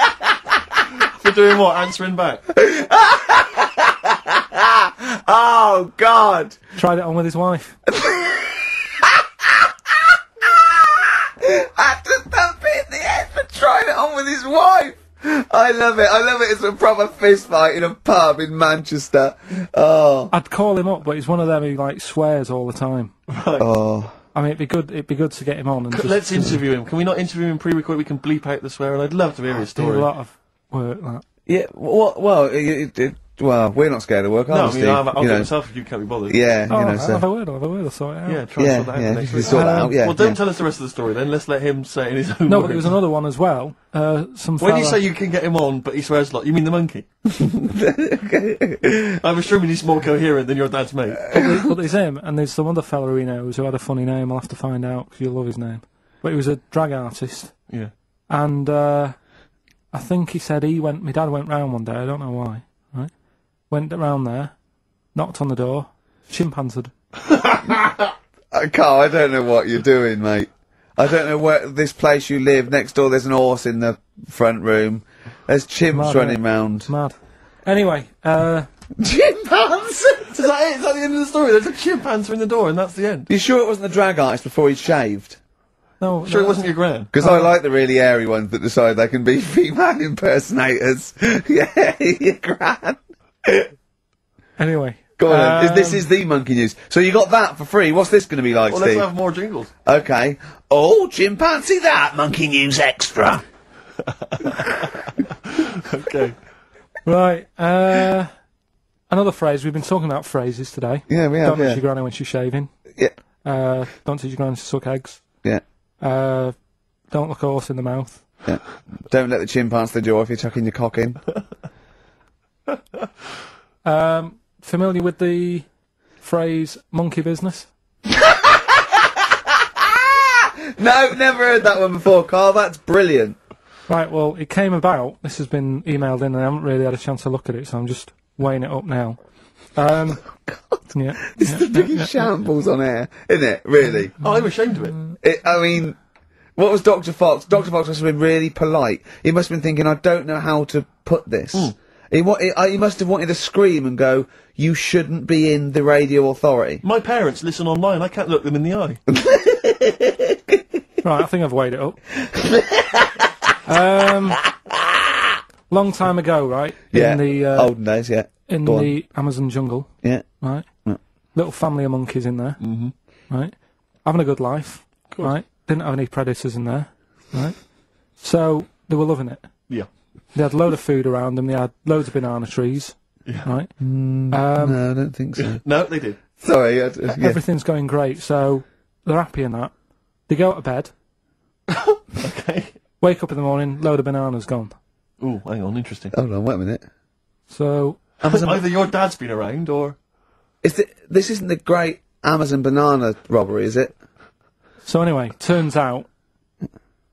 [SPEAKER 5] For doing what? Answering back.
[SPEAKER 3] oh God,
[SPEAKER 1] Tried it on with his wife.
[SPEAKER 3] I just don't bit in the head for trying it on with his wife. I love it. I love it. It's a proper fist fight in a pub in Manchester. Oh,
[SPEAKER 1] I'd call him up, but he's one of them who like swears all the time.
[SPEAKER 3] oh,
[SPEAKER 1] I mean, it'd be good. It'd be good to get him on and just
[SPEAKER 5] Let's interview him. Can we not interview him pre-record? We can bleep out the swear, and I'd love to hear his
[SPEAKER 1] do a
[SPEAKER 5] story.
[SPEAKER 1] lot of work. That
[SPEAKER 3] yeah. Well, well, it, it, it, well, we're not scared of work,
[SPEAKER 5] No,
[SPEAKER 3] are
[SPEAKER 5] I
[SPEAKER 3] we,
[SPEAKER 5] mean,
[SPEAKER 3] Steve?
[SPEAKER 5] I'll, I'll
[SPEAKER 3] You
[SPEAKER 5] do it
[SPEAKER 3] know,
[SPEAKER 5] myself if you can't be bothered.
[SPEAKER 3] yeah,
[SPEAKER 1] oh,
[SPEAKER 3] you know,
[SPEAKER 1] I'll
[SPEAKER 3] so.
[SPEAKER 1] have a word. I'll have a word. I'll sort it out.
[SPEAKER 5] Yeah, try
[SPEAKER 3] Yeah,
[SPEAKER 5] and sort that
[SPEAKER 3] yeah, if
[SPEAKER 5] out for next
[SPEAKER 3] you
[SPEAKER 5] week.
[SPEAKER 3] sort that
[SPEAKER 1] Um,
[SPEAKER 3] out, yeah.
[SPEAKER 5] well, don't
[SPEAKER 3] yeah.
[SPEAKER 5] tell us the rest of the story then. Let's let him say it in his own
[SPEAKER 1] No,
[SPEAKER 5] words.
[SPEAKER 1] but there was another one as well. Uh, some.
[SPEAKER 5] When you
[SPEAKER 1] fella-
[SPEAKER 5] say you can get him on, but he swears a lot, you mean the monkey? I'm assuming he's more coherent than your dad's mate.
[SPEAKER 1] Well, there's him, and there's some other fella he knows who had a funny name. I'll have to find out 'cause you'll love his name. But he was a drag artist,
[SPEAKER 5] Yeah.
[SPEAKER 1] and uh, I think he said he went. My dad went round one day. I don't know why. Right, went round there, knocked on the door. Chimpanzeed.
[SPEAKER 3] Uh, Carl, I don't know what you're doing, mate. I don't know where this place you live. Next door, there's an horse in the front room. There's chimps
[SPEAKER 1] Mad,
[SPEAKER 3] running
[SPEAKER 1] innit?
[SPEAKER 3] round.
[SPEAKER 1] Mad. Anyway, uh,
[SPEAKER 5] Is that it? Is that the end of the story? There's a chimp answering the door, and that's the end.
[SPEAKER 3] You sure it wasn't the drag artist before he shaved?
[SPEAKER 1] no,
[SPEAKER 5] Sure,
[SPEAKER 1] no,
[SPEAKER 5] it wasn't your gran.
[SPEAKER 3] Because I like the really airy ones that decide they can be female impersonators. yeah, you gran.
[SPEAKER 1] Anyway,
[SPEAKER 3] Go on. then. Is- this
[SPEAKER 1] Um,
[SPEAKER 3] is the monkey news. So you got that for free. What's this going to be like,
[SPEAKER 5] Well, let's
[SPEAKER 3] Steve?
[SPEAKER 5] have more jingles.
[SPEAKER 3] Okay. Oh, chimpanzee, that monkey news extra.
[SPEAKER 5] Okay.
[SPEAKER 1] right. Uh, another phrase. We've been talking about phrases today.
[SPEAKER 3] Yeah, we have.
[SPEAKER 1] Don't touch
[SPEAKER 3] Yeah.
[SPEAKER 1] your granny when she's shaving.
[SPEAKER 3] yeah,
[SPEAKER 1] Uh, don't touch your granny to suck eggs.
[SPEAKER 3] yeah,
[SPEAKER 1] Uh, don't look a horse in the mouth.
[SPEAKER 3] yeah. Don't let the chimpanzee do it if you're chucking your cock in.
[SPEAKER 1] Um, familiar with the phrase monkey business?
[SPEAKER 3] No, never heard that one before, Carl. That's brilliant.
[SPEAKER 1] Right, well, it came about. This has been emailed in and I haven't really had a chance to look at it, so I'm just weighing it up now. Um,
[SPEAKER 3] Oh,
[SPEAKER 1] yeah.
[SPEAKER 3] It's the biggest shambles on air, isn't it? Really?
[SPEAKER 7] Oh, I'm ashamed of it.
[SPEAKER 3] It, I mean, what was Dr. Fox? Dr. Fox must have been really polite. He must have been thinking, I don't know how to put this.
[SPEAKER 7] Hmm.
[SPEAKER 3] He, wa- he, I- he must have wanted to scream and go, You shouldn't be in the radio authority.
[SPEAKER 2] My parents listen online. I can't look them in the eye.
[SPEAKER 1] Right, I think I've weighed it up. um, long time ago, right?
[SPEAKER 3] Yeah.
[SPEAKER 1] In the uh,
[SPEAKER 3] Olden days, yeah.
[SPEAKER 1] in
[SPEAKER 3] Go on.
[SPEAKER 1] the Amazon jungle,
[SPEAKER 3] Yeah.
[SPEAKER 1] right? Little family of monkeys in there, mm-hmm. right? Having a good life, right? Didn't have any predators in there, right? So they were loving it.
[SPEAKER 2] Yeah.
[SPEAKER 1] They had a load of food around them. They had loads of banana trees, right? um,
[SPEAKER 3] Mm, No, I don't think so.
[SPEAKER 2] No, they did.
[SPEAKER 3] Sorry. I, yeah.
[SPEAKER 1] Everything's going great, so they're happy in that. They go to bed,
[SPEAKER 2] Okay.
[SPEAKER 1] wake up in the morning, load of bananas gone.
[SPEAKER 2] Ooh, hang on, interesting.
[SPEAKER 3] Hold on, wait a minute.
[SPEAKER 1] So
[SPEAKER 2] Either your dad's been around or.
[SPEAKER 3] Is the, this isn't the great Amazon banana robbery, is it?
[SPEAKER 1] So anyway, turns out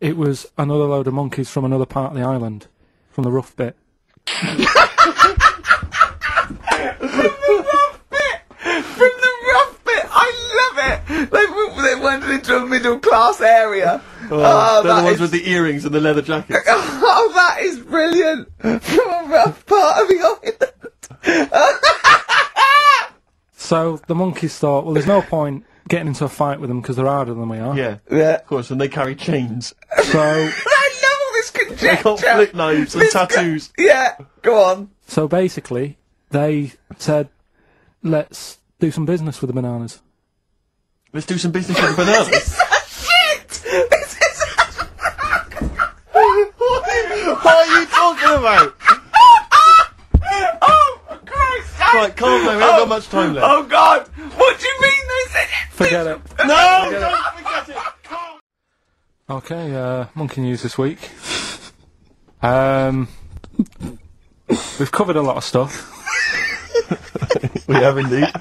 [SPEAKER 1] it was another load of monkeys from another part of the island, from the rough bit.
[SPEAKER 3] From the rough bit, I love it. Like they went into a middle class area.
[SPEAKER 5] Ah,
[SPEAKER 2] Oh, they're the ones with the earrings and the leather jackets.
[SPEAKER 3] Oh, that is brilliant! From a rough part of the island.
[SPEAKER 1] So the monkeys thought, well, there's no point getting into a fight with them because they're harder than we are.
[SPEAKER 2] yeah, of
[SPEAKER 3] yeah.
[SPEAKER 2] course, and they carry chains.
[SPEAKER 1] So
[SPEAKER 3] I love all this
[SPEAKER 2] They got
[SPEAKER 3] conjecture.
[SPEAKER 2] flip knives and
[SPEAKER 3] This guy-
[SPEAKER 2] tattoos.
[SPEAKER 3] yeah, go on.
[SPEAKER 1] so basically, they said, let's do some business with the bananas.
[SPEAKER 2] Let's do some business with the bananas.
[SPEAKER 3] Shit! This is.
[SPEAKER 2] what are you talking about?
[SPEAKER 3] oh, Christ! I-
[SPEAKER 2] Right, calm down, we haven't got much time left.
[SPEAKER 3] Oh God! What do you mean they said it?
[SPEAKER 1] Forget it.
[SPEAKER 2] No! Don't forget it!
[SPEAKER 1] Okay, uh, monkey news this week. Um, we've covered a lot of stuff.
[SPEAKER 2] We have indeed.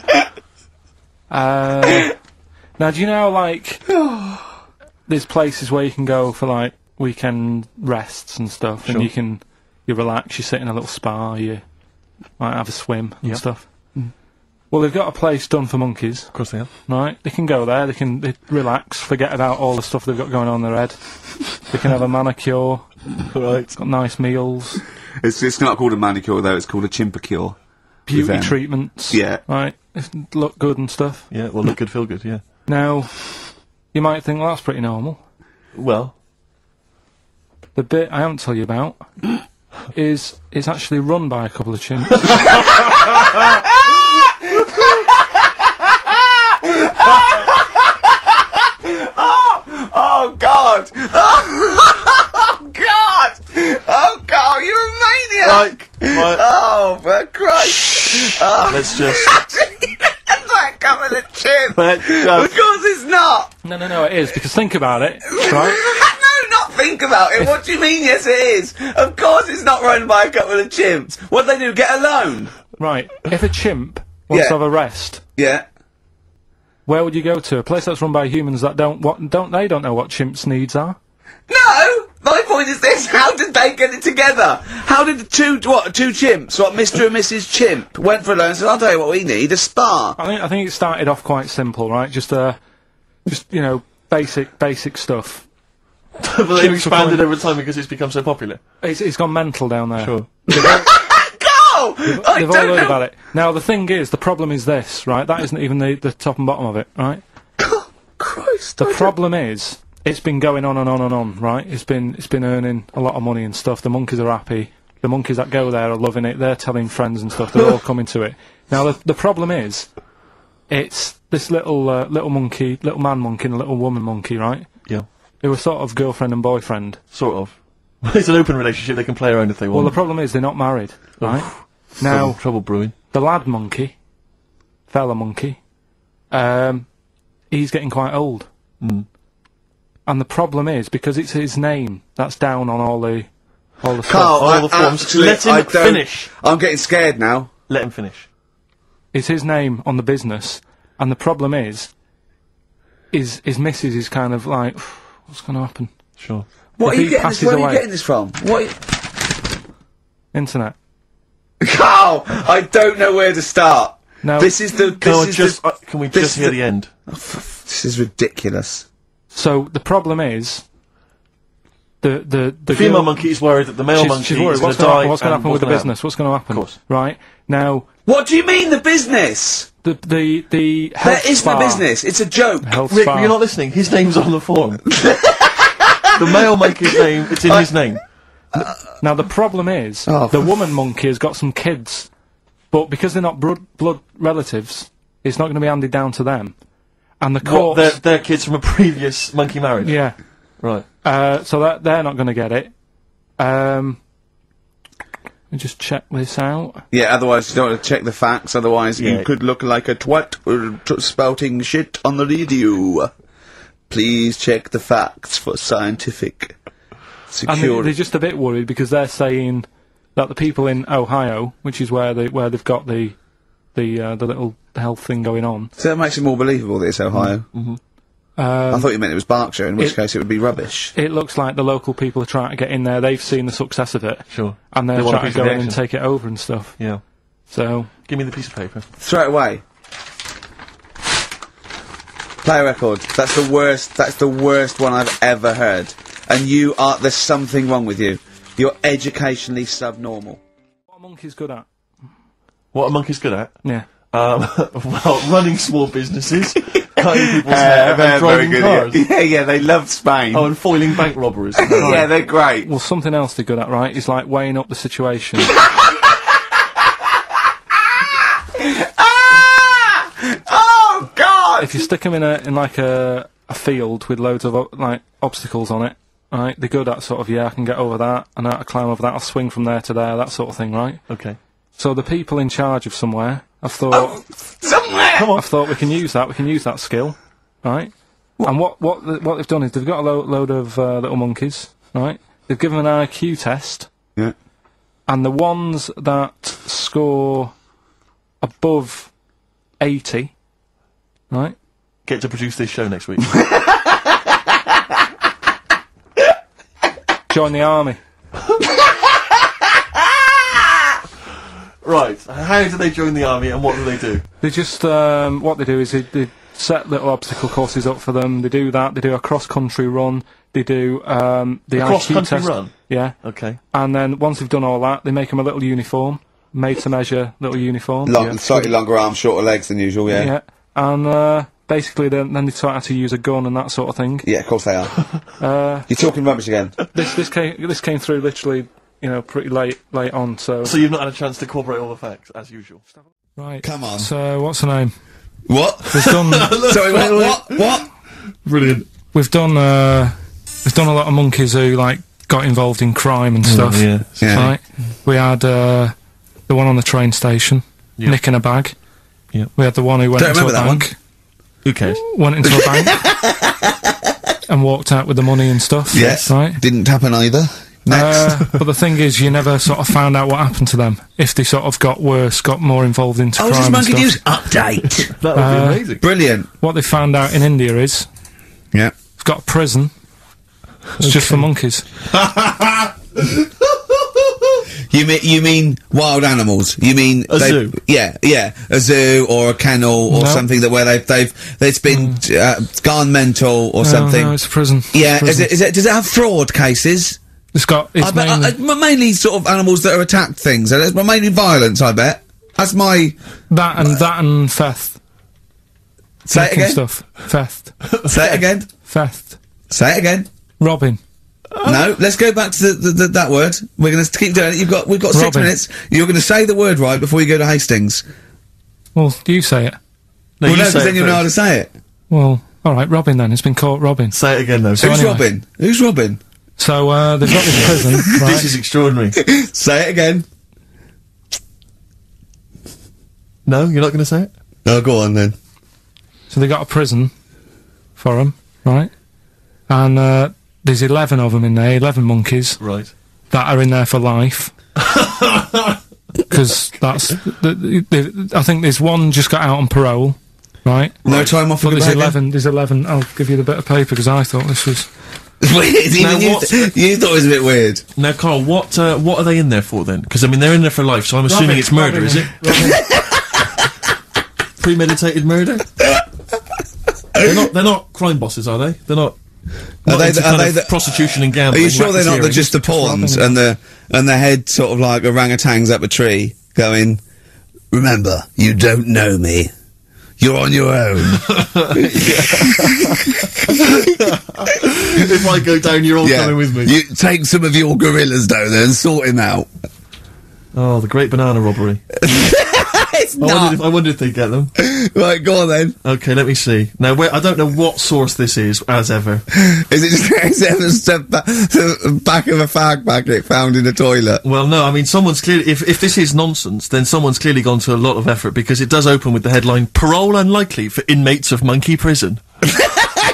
[SPEAKER 1] Uh, now, do you know, like, there's places where you can go for like weekend rests and stuff, and you can you relax, you sit in a little spa, you might have a swim and stuff.
[SPEAKER 2] Mm.
[SPEAKER 1] Well, they've got a place done for monkeys,
[SPEAKER 2] Of course they have.
[SPEAKER 1] right? They can go there, they can they relax, forget about all the stuff they've got going on in their head. they can have a manicure,
[SPEAKER 2] Right.
[SPEAKER 1] got nice meals,
[SPEAKER 8] It's it's not called a manicure though. It's called a chimpacure.
[SPEAKER 1] beauty
[SPEAKER 8] them.
[SPEAKER 1] treatments,
[SPEAKER 8] Yeah.
[SPEAKER 1] right? if- Look good and stuff.
[SPEAKER 2] Yeah, well, look good, feel good, yeah.
[SPEAKER 1] Now, you might think, well, that's pretty normal.
[SPEAKER 2] Well,
[SPEAKER 1] The bit I haven't told you about is it's actually run by a couple of chimps.
[SPEAKER 3] Oh God! Oh God! Oh God! You're a maniac!
[SPEAKER 2] like, right,
[SPEAKER 3] Oh, for Christ! Oh,
[SPEAKER 2] let's just.
[SPEAKER 3] that's like coming at chip.
[SPEAKER 2] Let's
[SPEAKER 3] Of
[SPEAKER 2] just.
[SPEAKER 3] course it's not.
[SPEAKER 1] no, no, no, it is because think about it, right?
[SPEAKER 3] no, not think about it. What do you mean? Yes, it is. Of course it's not run by a couple of chimps. What they do? Get a loan?
[SPEAKER 1] Right, if a chimp wants
[SPEAKER 3] Yeah.
[SPEAKER 1] to have a rest,
[SPEAKER 3] Yeah.
[SPEAKER 1] where would you go to? A place that's run by humans that don't what don't they don't know what chimps' needs are?
[SPEAKER 3] No. My point is this: How did they get it together? How did the two what two chimps? What Mr. and Mrs. Chimp went for a loan? and Said, "I'll tell you what we need: a spa."
[SPEAKER 1] I think I think it started off quite simple, right? Just uh, just you know, basic basic stuff.
[SPEAKER 3] Oh,
[SPEAKER 2] but
[SPEAKER 1] Chimps
[SPEAKER 2] they've
[SPEAKER 1] are
[SPEAKER 2] expanded
[SPEAKER 1] fine.
[SPEAKER 2] over time because it's become so popular.
[SPEAKER 1] It's it's gone mental down there.
[SPEAKER 2] Sure.
[SPEAKER 3] Go! I
[SPEAKER 1] They've
[SPEAKER 3] don't
[SPEAKER 1] all
[SPEAKER 3] know.
[SPEAKER 1] heard about it. Now the thing is, the problem is this, right? That isn't even the, the top and bottom of it, right?
[SPEAKER 3] Christ.
[SPEAKER 1] The problem is, it's been going on and on and on, right? It's been it's been earning a lot of money and stuff. The monkeys are happy. The monkeys that go there are loving it. They're telling friends and stuff. They're all coming to it. Now the the problem is, it's this little uh, little monkey, little man monkey, and a little woman monkey, right?
[SPEAKER 2] Yeah.
[SPEAKER 1] Who are sort of girlfriend and boyfriend.
[SPEAKER 2] Sort of. it's an open relationship, they can play around if they
[SPEAKER 1] Well,
[SPEAKER 2] want. Oh,
[SPEAKER 1] the problem is they're not married, right? now
[SPEAKER 2] Trouble brewing.
[SPEAKER 1] the lad monkey, fella monkey, um, he's getting quite old. And the problem is because it's his name that's down on all the all the
[SPEAKER 3] Carl,
[SPEAKER 1] stuff.
[SPEAKER 2] all
[SPEAKER 3] I
[SPEAKER 2] the forms.
[SPEAKER 3] absolutely-
[SPEAKER 2] Let him
[SPEAKER 3] I don't-
[SPEAKER 2] finish.
[SPEAKER 3] I'm getting scared now.
[SPEAKER 2] Let him finish.
[SPEAKER 1] It's his name on the business, and the problem is, is his missus is kind of like, what's going to happen?
[SPEAKER 2] Sure.
[SPEAKER 3] What
[SPEAKER 1] If
[SPEAKER 3] are you
[SPEAKER 1] he
[SPEAKER 3] getting this?
[SPEAKER 1] passes
[SPEAKER 3] Where are
[SPEAKER 1] away.
[SPEAKER 3] you getting this from? What? Are you-
[SPEAKER 1] Internet.
[SPEAKER 3] Carl, I don't know where to start.
[SPEAKER 1] Now,
[SPEAKER 4] This is the.
[SPEAKER 2] Can, I
[SPEAKER 4] This is
[SPEAKER 2] just, uh,
[SPEAKER 4] the,
[SPEAKER 2] can we
[SPEAKER 4] this
[SPEAKER 2] just
[SPEAKER 4] is
[SPEAKER 2] hear the end?
[SPEAKER 4] This is ridiculous.
[SPEAKER 1] so the problem is the the the
[SPEAKER 2] The female
[SPEAKER 1] girl-
[SPEAKER 2] monkey is worried that the male
[SPEAKER 1] She's,
[SPEAKER 2] monkey
[SPEAKER 1] she's worried.
[SPEAKER 2] is going
[SPEAKER 1] What's
[SPEAKER 2] to
[SPEAKER 1] gonna
[SPEAKER 2] die.
[SPEAKER 1] happen, what's gonna
[SPEAKER 2] and
[SPEAKER 1] happen with the
[SPEAKER 2] what's gonna
[SPEAKER 1] business? What's going to happen?
[SPEAKER 2] Of course.
[SPEAKER 1] Right now,
[SPEAKER 4] What do you mean the business?
[SPEAKER 1] the the the
[SPEAKER 4] There
[SPEAKER 1] health
[SPEAKER 4] isn't a
[SPEAKER 1] spa-
[SPEAKER 4] business. It's a joke.
[SPEAKER 1] Health
[SPEAKER 2] Rick,
[SPEAKER 1] spa.
[SPEAKER 2] you're not listening. His name's on the form. the male monkey's name. It's in his name.
[SPEAKER 1] Now the problem is
[SPEAKER 4] Oh,
[SPEAKER 1] the
[SPEAKER 4] for
[SPEAKER 1] woman monkey has got some kids, but because they're not blood, blood relatives, it's not going to be handed down to them. And the
[SPEAKER 2] What,
[SPEAKER 1] court,
[SPEAKER 2] they're, they're kids from a previous monkey marriage.
[SPEAKER 1] yeah,
[SPEAKER 2] Right.
[SPEAKER 1] uh, so that they're not going to get it. Um, let me just check this out.
[SPEAKER 4] Yeah, otherwise you don't want to check the facts, otherwise
[SPEAKER 2] Yeah.
[SPEAKER 4] you could look like a twat or t- spouting shit on the radio. Please check the facts for scientific
[SPEAKER 1] And they, they're
[SPEAKER 4] security.
[SPEAKER 1] just a bit worried because they're saying that the people in Ohio, which is where they where they've got the the uh, the little health thing going on,
[SPEAKER 4] so that makes it more believable that it's Ohio. I thought you meant it was Berkshire, in which
[SPEAKER 1] Mm-hmm. Um, it-
[SPEAKER 4] case it would be rubbish.
[SPEAKER 1] it looks like the local people are trying to get in there. They've seen the success of it,
[SPEAKER 2] Sure.
[SPEAKER 1] and they're
[SPEAKER 2] They want a
[SPEAKER 1] trying
[SPEAKER 2] piece
[SPEAKER 1] to go
[SPEAKER 2] of the
[SPEAKER 1] in and
[SPEAKER 2] action.
[SPEAKER 1] take it over and stuff.
[SPEAKER 2] Yeah.
[SPEAKER 1] So
[SPEAKER 2] Give me the piece of paper.
[SPEAKER 4] Throw it away. Play a record. That's the worst, that's the worst one I've ever heard. And you are, there's something wrong with you. You're educationally subnormal.
[SPEAKER 1] What a monkey's good at.
[SPEAKER 2] What a monkey's good at.
[SPEAKER 1] Yeah.
[SPEAKER 2] Um, well, running small businesses, cutting
[SPEAKER 3] Uh,
[SPEAKER 2] people's hair, and driving cars.
[SPEAKER 9] Yeah, yeah, they love Spain.
[SPEAKER 2] Oh, and foiling bank robberies.
[SPEAKER 9] yeah, they're great.
[SPEAKER 1] Well, something else they're good at, right, is like weighing up the situation.
[SPEAKER 9] Ah! Oh God!
[SPEAKER 1] if you stick them in a in like a, a field with loads of o- like obstacles on it, right, they're good at sort of yeah, I can get over that, and I can climb over that, I'll swing from there to there, that sort of thing, right?
[SPEAKER 2] okay.
[SPEAKER 1] So the people in charge of somewhere, I've thought,
[SPEAKER 9] Oh, Somewhere.
[SPEAKER 1] I've thought we can use that, we can use that skill, right? And what what the, what they've done is they've got a lo- load of uh, little monkeys, right? They've given them an IQ test,
[SPEAKER 4] Yeah.
[SPEAKER 1] and the ones that score above 80, right?
[SPEAKER 2] Get to produce this show next week.
[SPEAKER 1] Join the army.
[SPEAKER 2] right. How do they join the army and what do they do?
[SPEAKER 1] They just, um, what they do is they, they set little obstacle courses up for them. They do that. They do a cross country run. They do um, the IQ
[SPEAKER 2] A cross-country
[SPEAKER 1] test.
[SPEAKER 2] run?
[SPEAKER 1] Yeah.
[SPEAKER 2] Okay.
[SPEAKER 1] And then once they've done all that, they make them a little uniform, made to measure little uniform.
[SPEAKER 4] Long, Slightly longer arms, shorter legs than usual, yeah.
[SPEAKER 1] Yeah. And uh, basically, then, then they taught how to use a gun and that sort of thing. Uh,
[SPEAKER 4] Yeah, of course they are. You're talking rubbish again.
[SPEAKER 1] This this came this came through literally, you know, pretty late late on. So
[SPEAKER 2] So you've not had a chance to incorporate all the facts, as usual.
[SPEAKER 1] Right.
[SPEAKER 4] Come on.
[SPEAKER 1] So what's the name?
[SPEAKER 4] What?
[SPEAKER 1] We've done
[SPEAKER 4] Sorry, what, what? What?
[SPEAKER 2] Brilliant.
[SPEAKER 1] we've done uh, we've done a lot of monkeys who like got involved in crime and stuff.
[SPEAKER 2] yeah.
[SPEAKER 4] Mm, Yeah.
[SPEAKER 1] Right. We had uh, the one on the train station,
[SPEAKER 2] Yeah.
[SPEAKER 1] nicking a bag.
[SPEAKER 2] Yeah.
[SPEAKER 1] We had the one who went
[SPEAKER 4] Don't
[SPEAKER 1] into a
[SPEAKER 4] remember that one.
[SPEAKER 1] bank,
[SPEAKER 2] Who cares?
[SPEAKER 1] went into a bank, and walked out with the money and stuff.
[SPEAKER 4] Yes.
[SPEAKER 1] Right.
[SPEAKER 4] Didn't happen either. Next.
[SPEAKER 1] Uh, but the thing is, you never sort of found out what happened to them. If they sort of got worse, got more involved into
[SPEAKER 4] oh,
[SPEAKER 1] crime
[SPEAKER 4] this is
[SPEAKER 1] and
[SPEAKER 4] Monkey
[SPEAKER 1] stuff.
[SPEAKER 4] News update.
[SPEAKER 5] Uh,
[SPEAKER 2] That would be amazing.
[SPEAKER 4] Brilliant.
[SPEAKER 1] What they found out in India is
[SPEAKER 4] Yeah.
[SPEAKER 1] they've got a prison. It's just for monkeys.
[SPEAKER 4] You mean you mean wild animals? You mean
[SPEAKER 2] A
[SPEAKER 4] they-
[SPEAKER 2] zoo.
[SPEAKER 4] Yeah, yeah, a zoo or a kennel or
[SPEAKER 1] No.
[SPEAKER 4] something that where they've they've it's been uh, gone mental or something.
[SPEAKER 1] Oh, No, no, it's a prison.
[SPEAKER 4] yeah,
[SPEAKER 1] It's a
[SPEAKER 4] is
[SPEAKER 1] prison.
[SPEAKER 4] it, is it does it have fraud cases?
[SPEAKER 1] It's got. It's
[SPEAKER 4] I bet,
[SPEAKER 1] mainly.
[SPEAKER 4] I, I- mainly sort of animals that are attacked things. And it's mainly violence. I bet that's my
[SPEAKER 1] That and that and theft.
[SPEAKER 4] say it
[SPEAKER 1] Making
[SPEAKER 4] again.
[SPEAKER 1] stuff. Theft.
[SPEAKER 4] Say it again.
[SPEAKER 1] Theft.
[SPEAKER 4] Say it again.
[SPEAKER 1] Robbing.
[SPEAKER 4] No, let's go back to the, the, the, that word. We're going to keep doing it. You've got we've got six
[SPEAKER 1] Robin.
[SPEAKER 4] minutes. You're going to say the word right before you go to Hastings.
[SPEAKER 1] Well, you say it.
[SPEAKER 2] No,
[SPEAKER 4] well,
[SPEAKER 2] you
[SPEAKER 4] no, because
[SPEAKER 2] say,
[SPEAKER 4] then
[SPEAKER 2] it
[SPEAKER 4] you'll know how to
[SPEAKER 2] first.
[SPEAKER 4] say it.
[SPEAKER 1] Well, all right, Robin. Then it's been caught Robin.
[SPEAKER 2] say it again, though.
[SPEAKER 1] So
[SPEAKER 4] Who's
[SPEAKER 1] anyway.
[SPEAKER 4] Robin? Who's Robin?
[SPEAKER 1] So uh, they've got this prison, right?
[SPEAKER 2] This is extraordinary.
[SPEAKER 4] Say it again.
[SPEAKER 2] no, you're not going to say it?
[SPEAKER 4] Oh, go on then.
[SPEAKER 1] so they got a prison for them, right? And uh, there's eleven of them in there, eleven monkeys
[SPEAKER 2] Right.
[SPEAKER 1] that are in there for life. Because that's, the, the, the, I think there's one just got out on parole, right?
[SPEAKER 4] No time off
[SPEAKER 1] But
[SPEAKER 4] of the
[SPEAKER 1] there's
[SPEAKER 4] back
[SPEAKER 1] eleven. There's eleven. I'll give you the bit of paper because I thought this was.
[SPEAKER 4] end? Weird, even you,
[SPEAKER 2] what-
[SPEAKER 4] you thought it was a bit weird.
[SPEAKER 2] Now, Carl, what uh, what are they in there for then? Because I mean, they're in there for life, so I'm assuming it's murder, is it?
[SPEAKER 5] premeditated murder. they're not. They're not crime bosses, are they? They're not. not
[SPEAKER 8] they
[SPEAKER 5] into
[SPEAKER 8] the- are
[SPEAKER 5] kind
[SPEAKER 8] they
[SPEAKER 5] of
[SPEAKER 8] the-
[SPEAKER 5] prostitution and
[SPEAKER 8] Are
[SPEAKER 5] gambling?
[SPEAKER 8] you sure they're not the,
[SPEAKER 5] racketeering?
[SPEAKER 8] just the pawns and the and the head sort of like orangutans up a tree going? Remember, you don't know me. You're on your own.
[SPEAKER 5] if I go down, you're all coming with me.
[SPEAKER 8] You take some of your gorillas down there and sort him out.
[SPEAKER 5] Oh, the great banana robbery.
[SPEAKER 8] It's
[SPEAKER 5] I wondered, if,
[SPEAKER 8] not
[SPEAKER 5] I wondered if they get them.
[SPEAKER 8] right. Go on then.
[SPEAKER 5] Okay, let me see. Now, where, I don't know what source this is, as ever.
[SPEAKER 8] Is it just is it the step ba- the back of a fag packet found in a toilet?
[SPEAKER 5] Well, no, I mean, someone's clearly. If, if this is nonsense, then someone's clearly gone to a lot of effort because it does open with the headline Parole Unlikely for Inmates of Monkey Prison.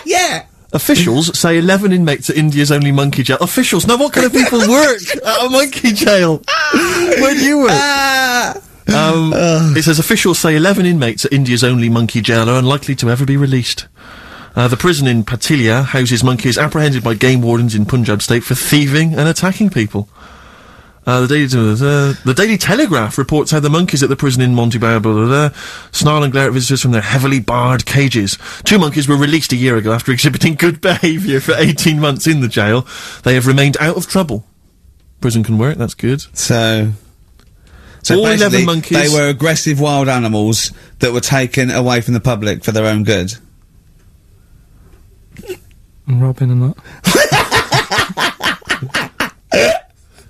[SPEAKER 8] yeah.
[SPEAKER 5] Officials say 11 inmates at India's only monkey jail. Officials? Now, what kind of people work at a monkey jail? Where do you work?
[SPEAKER 8] Ah.
[SPEAKER 5] Um, it says officials say 11 inmates at India's only monkey jail are unlikely to ever be released. Uh, the prison in Patiala houses monkeys apprehended by game wardens in Punjab state for thieving and attacking people. Uh, the, Daily, uh, the Daily Telegraph reports how the monkeys at the prison in Montebello blah, blah, blah, snarl and glare at visitors from their heavily barred cages. Two monkeys were released a year ago after exhibiting good behaviour for 18 months in the jail. They have remained out of trouble. Prison can work, that's good.
[SPEAKER 8] So. So
[SPEAKER 5] All 11
[SPEAKER 8] basically,
[SPEAKER 5] monkeys-
[SPEAKER 8] They were aggressive wild animals that were taken away from the public for their own good.
[SPEAKER 1] And Robin and that.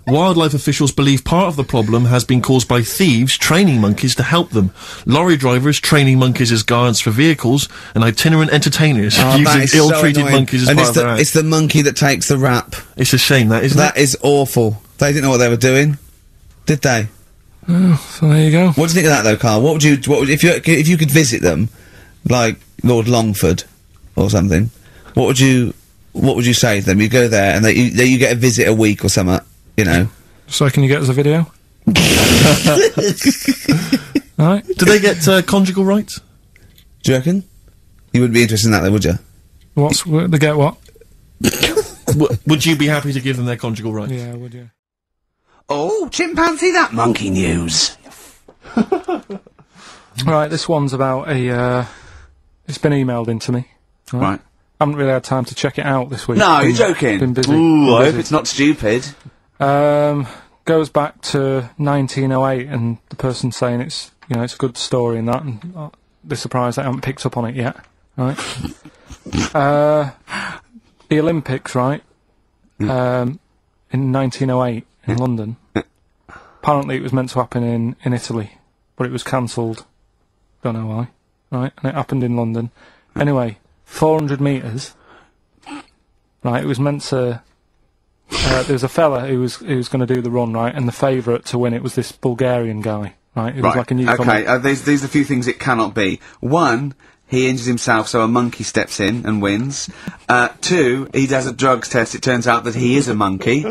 [SPEAKER 5] Wildlife officials believe part of the problem has been caused by thieves training monkeys to help them. Lorry drivers training monkeys as guards for vehicles, and itinerant entertainers
[SPEAKER 8] Oh, that
[SPEAKER 5] using
[SPEAKER 8] is so
[SPEAKER 5] ill-treated
[SPEAKER 8] annoying.
[SPEAKER 5] monkeys as
[SPEAKER 8] and
[SPEAKER 5] part
[SPEAKER 8] it's
[SPEAKER 5] of their
[SPEAKER 8] the,
[SPEAKER 5] act.
[SPEAKER 8] it's
[SPEAKER 5] It's,
[SPEAKER 8] the monkey that takes the rap.
[SPEAKER 5] a shame that, isn't
[SPEAKER 8] That
[SPEAKER 5] it?
[SPEAKER 8] is awful. They didn't know what they were doing, did they?
[SPEAKER 1] So there you go.
[SPEAKER 8] What do you think of that though, Carl? What would you? What would, if you if you could visit them, like Lord Longford or something? What would you? What would you say to them? You go there and they you, they, you get a visit a week or something. You know.
[SPEAKER 1] So can you get us a video? Alright.
[SPEAKER 5] Do they get uh, conjugal rights?
[SPEAKER 8] Do you reckon? You wouldn't be interested in that though, would you?
[SPEAKER 1] What's wh- they get what?
[SPEAKER 5] W- would you be happy to give them their conjugal rights?
[SPEAKER 1] Yeah, would you?
[SPEAKER 4] Oh, chimpanzee, that monkey news.
[SPEAKER 1] Right, this one's about a uh it's been emailed into me.
[SPEAKER 4] Right.
[SPEAKER 1] haven't really had time to check it out this week.
[SPEAKER 4] No, you're
[SPEAKER 1] Been-
[SPEAKER 4] joking.
[SPEAKER 1] Been busy.
[SPEAKER 4] Ooh,
[SPEAKER 1] Been
[SPEAKER 4] I
[SPEAKER 1] busy.
[SPEAKER 4] hope it's not stupid.
[SPEAKER 1] Um, goes back to 1908, and the person saying it's you know it's a good story and that, and uh, they're surprised they haven't picked up on it yet, right? uh, the Olympics, right? Um, in 1908 in London. Apparently, it was meant to happen in in Italy, but it was cancelled. Don't know why, right? And it happened in London. Anyway, 400 meters. Right, it was meant to uh, there was a fella who was who was going to do the run right, and the favourite to win it was this Bulgarian guy, right? It was
[SPEAKER 4] Right.
[SPEAKER 1] like a newcomer.
[SPEAKER 4] okay, uh, these these are a few things it cannot be. One, he injures himself, so a monkey steps in and wins. Uh, two, he does a drugs test. It turns out that he is a monkey.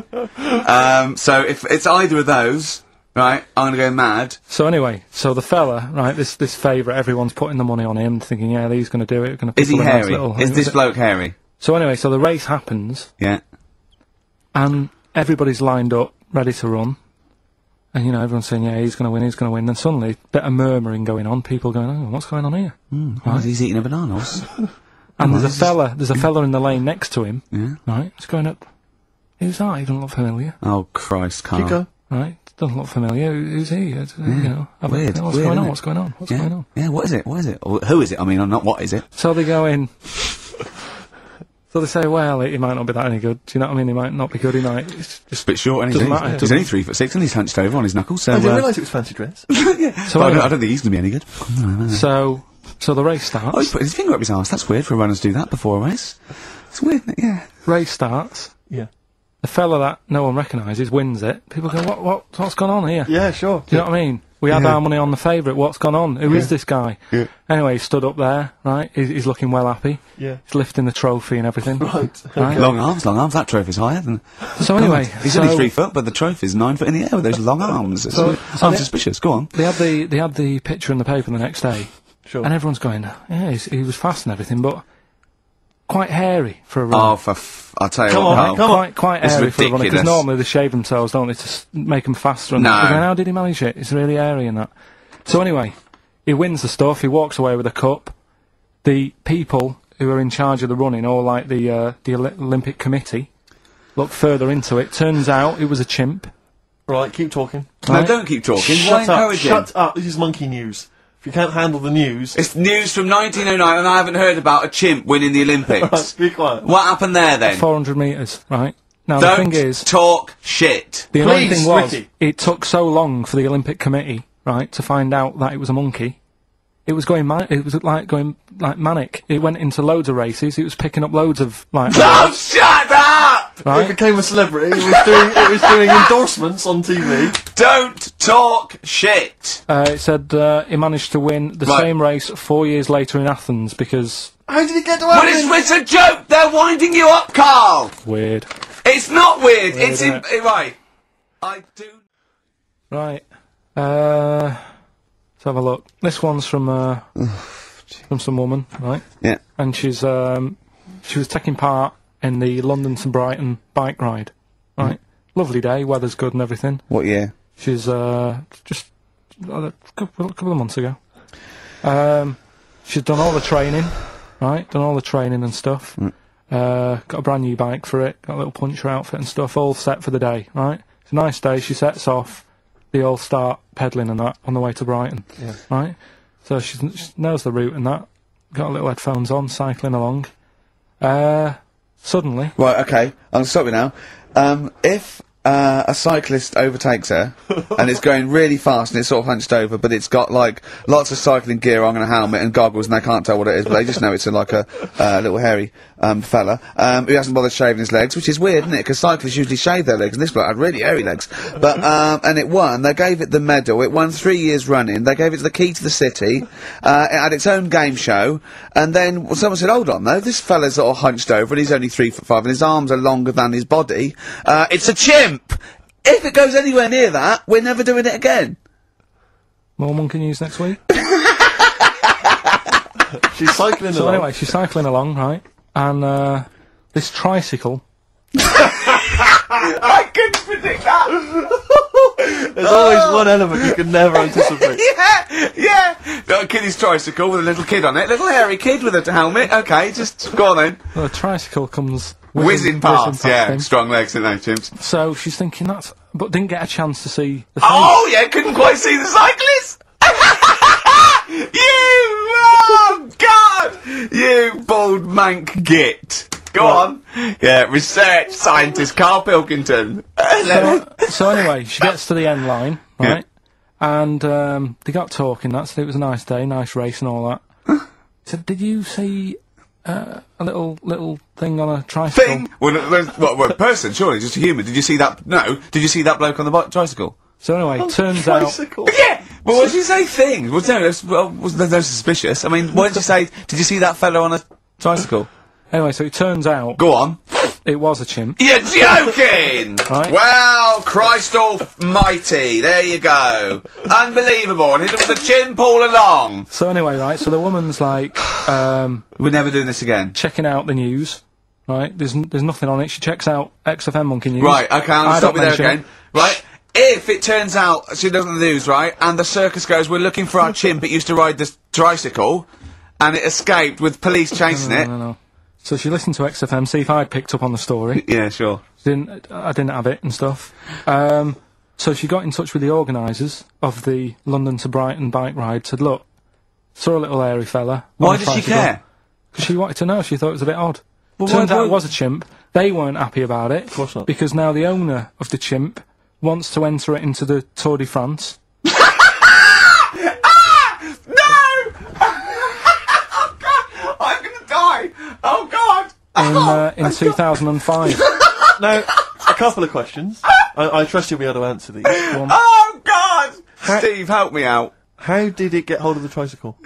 [SPEAKER 4] um, so if it's either of those, right, I'm gonna go mad.
[SPEAKER 1] So anyway, so the fella, right? This this favourite, everyone's putting the money on him, thinking, yeah, he's going to do it. Going to
[SPEAKER 4] Is he
[SPEAKER 1] nice
[SPEAKER 4] hairy?
[SPEAKER 1] Little,
[SPEAKER 4] Is this bloke hairy?
[SPEAKER 1] so anyway, so the race happens,
[SPEAKER 4] Yeah.
[SPEAKER 1] and everybody's lined up, ready to run, and you know everyone's saying, yeah, he's going to win, he's going to win. Then suddenly, bit of murmuring going on, people going, oh, what's going on here?
[SPEAKER 4] Oh, he's eating a banana. What's-
[SPEAKER 1] And
[SPEAKER 4] Right.
[SPEAKER 1] there's a fella, there's a fella in the lane next to him,
[SPEAKER 4] yeah.
[SPEAKER 1] right? It's going up. Who's that? He doesn't look familiar.
[SPEAKER 4] Oh Christ, Carl.
[SPEAKER 5] You go.
[SPEAKER 1] right? Doesn't look familiar. Who- Who's he? It's, uh, You know, have a-
[SPEAKER 4] Hmm. Weird,
[SPEAKER 1] what's
[SPEAKER 4] weird,
[SPEAKER 1] going
[SPEAKER 4] innit?
[SPEAKER 1] on? What's going on? What's
[SPEAKER 4] Yeah.
[SPEAKER 1] going on?
[SPEAKER 4] yeah, what is it? What is it? Or who is it? I mean, or not what is it?
[SPEAKER 1] So they go in. so they say, well, he might not be that any good. Do you know what I mean? He might not be good. He might. It's just,
[SPEAKER 4] It's a bit short, and he's,
[SPEAKER 1] Doesn't
[SPEAKER 4] he's,
[SPEAKER 1] matter,
[SPEAKER 4] he's
[SPEAKER 1] doesn't-
[SPEAKER 4] only three foot six, and he's hunched over on his knuckles. So,
[SPEAKER 5] I didn't
[SPEAKER 4] uh,
[SPEAKER 5] realise it was fancy dress.
[SPEAKER 1] so,
[SPEAKER 4] but I, don't,
[SPEAKER 1] anyway,
[SPEAKER 4] I don't think he's going to be any good.
[SPEAKER 1] so so the race starts.
[SPEAKER 4] Oh, he's put his finger up his arse. That's weird for runners to do that before a race. It's weird, isn't it? yeah.
[SPEAKER 1] race starts.
[SPEAKER 5] Yeah.
[SPEAKER 1] The fella that no one recognises wins it. People go, what what what's gone on here?
[SPEAKER 5] Yeah, sure.
[SPEAKER 1] Do you know what I mean? We had our money on the favourite. What's gone on? Who is this guy? Anyway, he stood up there, right? He's, he's looking well happy.
[SPEAKER 5] Yeah.
[SPEAKER 1] He's lifting the trophy and everything.
[SPEAKER 5] Right.
[SPEAKER 1] right?
[SPEAKER 4] Long arms, long arms. That trophy's higher than.
[SPEAKER 1] So anyway,
[SPEAKER 4] he's
[SPEAKER 1] so
[SPEAKER 4] only three foot, but the trophy's nine foot in the air with those long arms. It's,
[SPEAKER 1] So- so
[SPEAKER 4] I'm
[SPEAKER 1] the-
[SPEAKER 4] suspicious. Go on.
[SPEAKER 1] they had the they had the picture in the paper the next day,
[SPEAKER 5] Sure.
[SPEAKER 1] and everyone's going, yeah, he's, he was fast and everything, but quite hairy for a run.
[SPEAKER 4] Oh, for f- I tell you
[SPEAKER 5] Come
[SPEAKER 4] what,
[SPEAKER 5] on,
[SPEAKER 4] Carl.
[SPEAKER 5] come
[SPEAKER 1] quite quite
[SPEAKER 4] Oh, It's
[SPEAKER 1] airy for a runner
[SPEAKER 4] ridiculous.
[SPEAKER 1] because normally they shave themselves, don't they, to s- make them faster. And
[SPEAKER 4] No.
[SPEAKER 1] that. They're going, how did he manage it? It's really airy and that. So anyway, He wins the stuff. He walks away with a cup. The people who are in charge of the running, or like the uh, the Oli- Olympic Committee, look further into it. Turns out it was a chimp.
[SPEAKER 5] Right, keep talking.
[SPEAKER 4] No,
[SPEAKER 1] Right.
[SPEAKER 4] don't keep talking. Why
[SPEAKER 5] Shut up.
[SPEAKER 4] encourage him?
[SPEAKER 5] Shut up. This is monkey news. If you can't handle the news,
[SPEAKER 4] It's news from 1909, and I haven't heard about a chimp winning the Olympics.
[SPEAKER 5] be quiet.
[SPEAKER 4] what happened there then?
[SPEAKER 1] 400 metres, right? Now, the
[SPEAKER 4] Don't
[SPEAKER 1] thing is,
[SPEAKER 4] talk shit.
[SPEAKER 1] the annoying
[SPEAKER 5] Please,
[SPEAKER 1] thing was,
[SPEAKER 5] Ricky.
[SPEAKER 1] it took so long for the Olympic Committee, right, to find out that it was a monkey. It was going man- it was like going like manic. It went into loads of races. It was picking up loads of like
[SPEAKER 4] Oh, shut up!
[SPEAKER 5] It
[SPEAKER 1] right?
[SPEAKER 5] became a celebrity. It was doing. It was doing endorsements on TV.
[SPEAKER 4] Don't talk shit.
[SPEAKER 1] Uh, it said uh, he managed to win the
[SPEAKER 4] Right.
[SPEAKER 1] same race four years later in Athens because
[SPEAKER 5] How did it get to
[SPEAKER 4] But it's,
[SPEAKER 5] Athens?
[SPEAKER 4] it's a joke. They're winding you up, Carl.
[SPEAKER 1] weird.
[SPEAKER 4] It's not weird. it's in,
[SPEAKER 1] innit?
[SPEAKER 4] right. I do.
[SPEAKER 1] Right. Uh, let's have a look. This one's from uh, from some woman, right?
[SPEAKER 2] Yeah.
[SPEAKER 1] And she's um, she was taking part in the London to Brighton bike ride. Right. Lovely day, weather's good and everything.
[SPEAKER 2] Mm-hmm. What year?
[SPEAKER 1] She's uh, just a couple, a couple of months ago. Um, she's done all the training, right? Done all the training and stuff.
[SPEAKER 2] Mm.
[SPEAKER 1] Uh, got a brand new bike for it. Got a little puncher outfit and stuff. All set for the day, right? It's a nice day. She sets off. They all start pedalling and that on the way to Brighton, right? So she's, she knows the route and that. Got little headphones on, cycling along. Uh, suddenly,
[SPEAKER 3] Right, okay. I'm gonna stop you now. Um, if uh, a cyclist overtakes her and it's going really fast and it's sort of hunched over, but it's got like lots of cycling gear on and a helmet and goggles and they can't tell what it is, but they just know it's a, like a uh, little hairy um, fella um, who hasn't bothered shaving his legs, which is weird, isn't it? Because cyclists usually shave their legs, and this bloke had really hairy legs. But um, and it won. They gave it the medal. It won three years running. They gave it the key to the city. Uh, it had its own game show, and then someone said, "Hold on, though, this fella's sort of hunched over, and he's only three foot five, and his arms are longer than his body. Uh, it's a chimp. If it goes anywhere near that, we're never doing it again."
[SPEAKER 1] more monkey news next week.
[SPEAKER 5] She's cycling
[SPEAKER 1] So
[SPEAKER 5] along.
[SPEAKER 1] anyway, she's cycling along, right? And uh, this tricycle
[SPEAKER 5] There's always one element you can never anticipate.
[SPEAKER 4] Yeah, yeah. Got a kid his tricycle with a little kid on it. Little hairy kid with a helmet. Okay, just go on then.
[SPEAKER 1] Well, the tricycle comes
[SPEAKER 4] Whizzing past. Yeah,
[SPEAKER 1] him.
[SPEAKER 4] strong legs, don't they, chimps?
[SPEAKER 1] So she's thinking that's, but didn't get a chance to see the thing.
[SPEAKER 4] Oh, yeah, couldn't quite see the cyclist. you, oh, God. You bald mank git. Go on. Yeah, research scientist Carl Pilkington.
[SPEAKER 1] So, so anyway, she gets to the end line, right? And um, they got talking. That's it. Was a nice day, nice race, and all that. So did you see uh, a little little thing on a tricycle?
[SPEAKER 4] thing. Well, no, there's- well, well, person, surely, just a human. Did you see that? No. Did you see that bloke on the bi- tricycle?
[SPEAKER 1] So anyway, turns
[SPEAKER 5] Bicycle.
[SPEAKER 4] Yeah. Well, what did you say? Thing. Was there? Well, was there no suspicious? I mean, why did you say? Did you see that fellow on a tricycle?
[SPEAKER 1] out. Anyway, so it turns out
[SPEAKER 4] Go on.
[SPEAKER 1] it was a chimp.
[SPEAKER 4] You're joking!
[SPEAKER 1] Right.
[SPEAKER 4] Well, Christ almighty, there you go. Unbelievable, and it was a chimp all along.
[SPEAKER 1] So anyway, right. So the woman's like, um,
[SPEAKER 4] We're never doing this again.
[SPEAKER 1] checking out the news. Right, there's n- there's nothing on it. She checks out XFM Monkey News.
[SPEAKER 4] Right, okay, I'm
[SPEAKER 1] I
[SPEAKER 4] gonna
[SPEAKER 1] don't
[SPEAKER 4] stop you there
[SPEAKER 1] mention it.
[SPEAKER 4] again. Right? If it turns out she doesn't lose, right, and the circus goes, we're looking for our chimp, it used to ride this tricycle, and it escaped with police chasing
[SPEAKER 1] No,
[SPEAKER 4] it.
[SPEAKER 1] no, no. So she listened to XFM, see if I'd picked up on the story.
[SPEAKER 4] Yeah, sure.
[SPEAKER 1] didn't I didn't have it and stuff. Um, so she got in touch with the organisers of the London to Brighton bike ride. Said, "Look, saw a little airy fella."
[SPEAKER 4] Why does she care?
[SPEAKER 1] Because she wanted to know. She thought it was a bit odd.
[SPEAKER 4] why-
[SPEAKER 1] Turns out
[SPEAKER 4] why-
[SPEAKER 1] it was a chimp. They weren't happy about it. Of
[SPEAKER 5] course not.
[SPEAKER 1] Because now the owner of the chimp wants to enter it into the Tour de France.
[SPEAKER 4] No! oh god! I'm gonna die! Oh god!
[SPEAKER 1] In, uh, in 2005.
[SPEAKER 5] Now, Uh, a couple of questions. I, I trust you'll be able to answer these. One,
[SPEAKER 4] Oh god! Steve, help me out.
[SPEAKER 5] how did it get hold of the tricycle?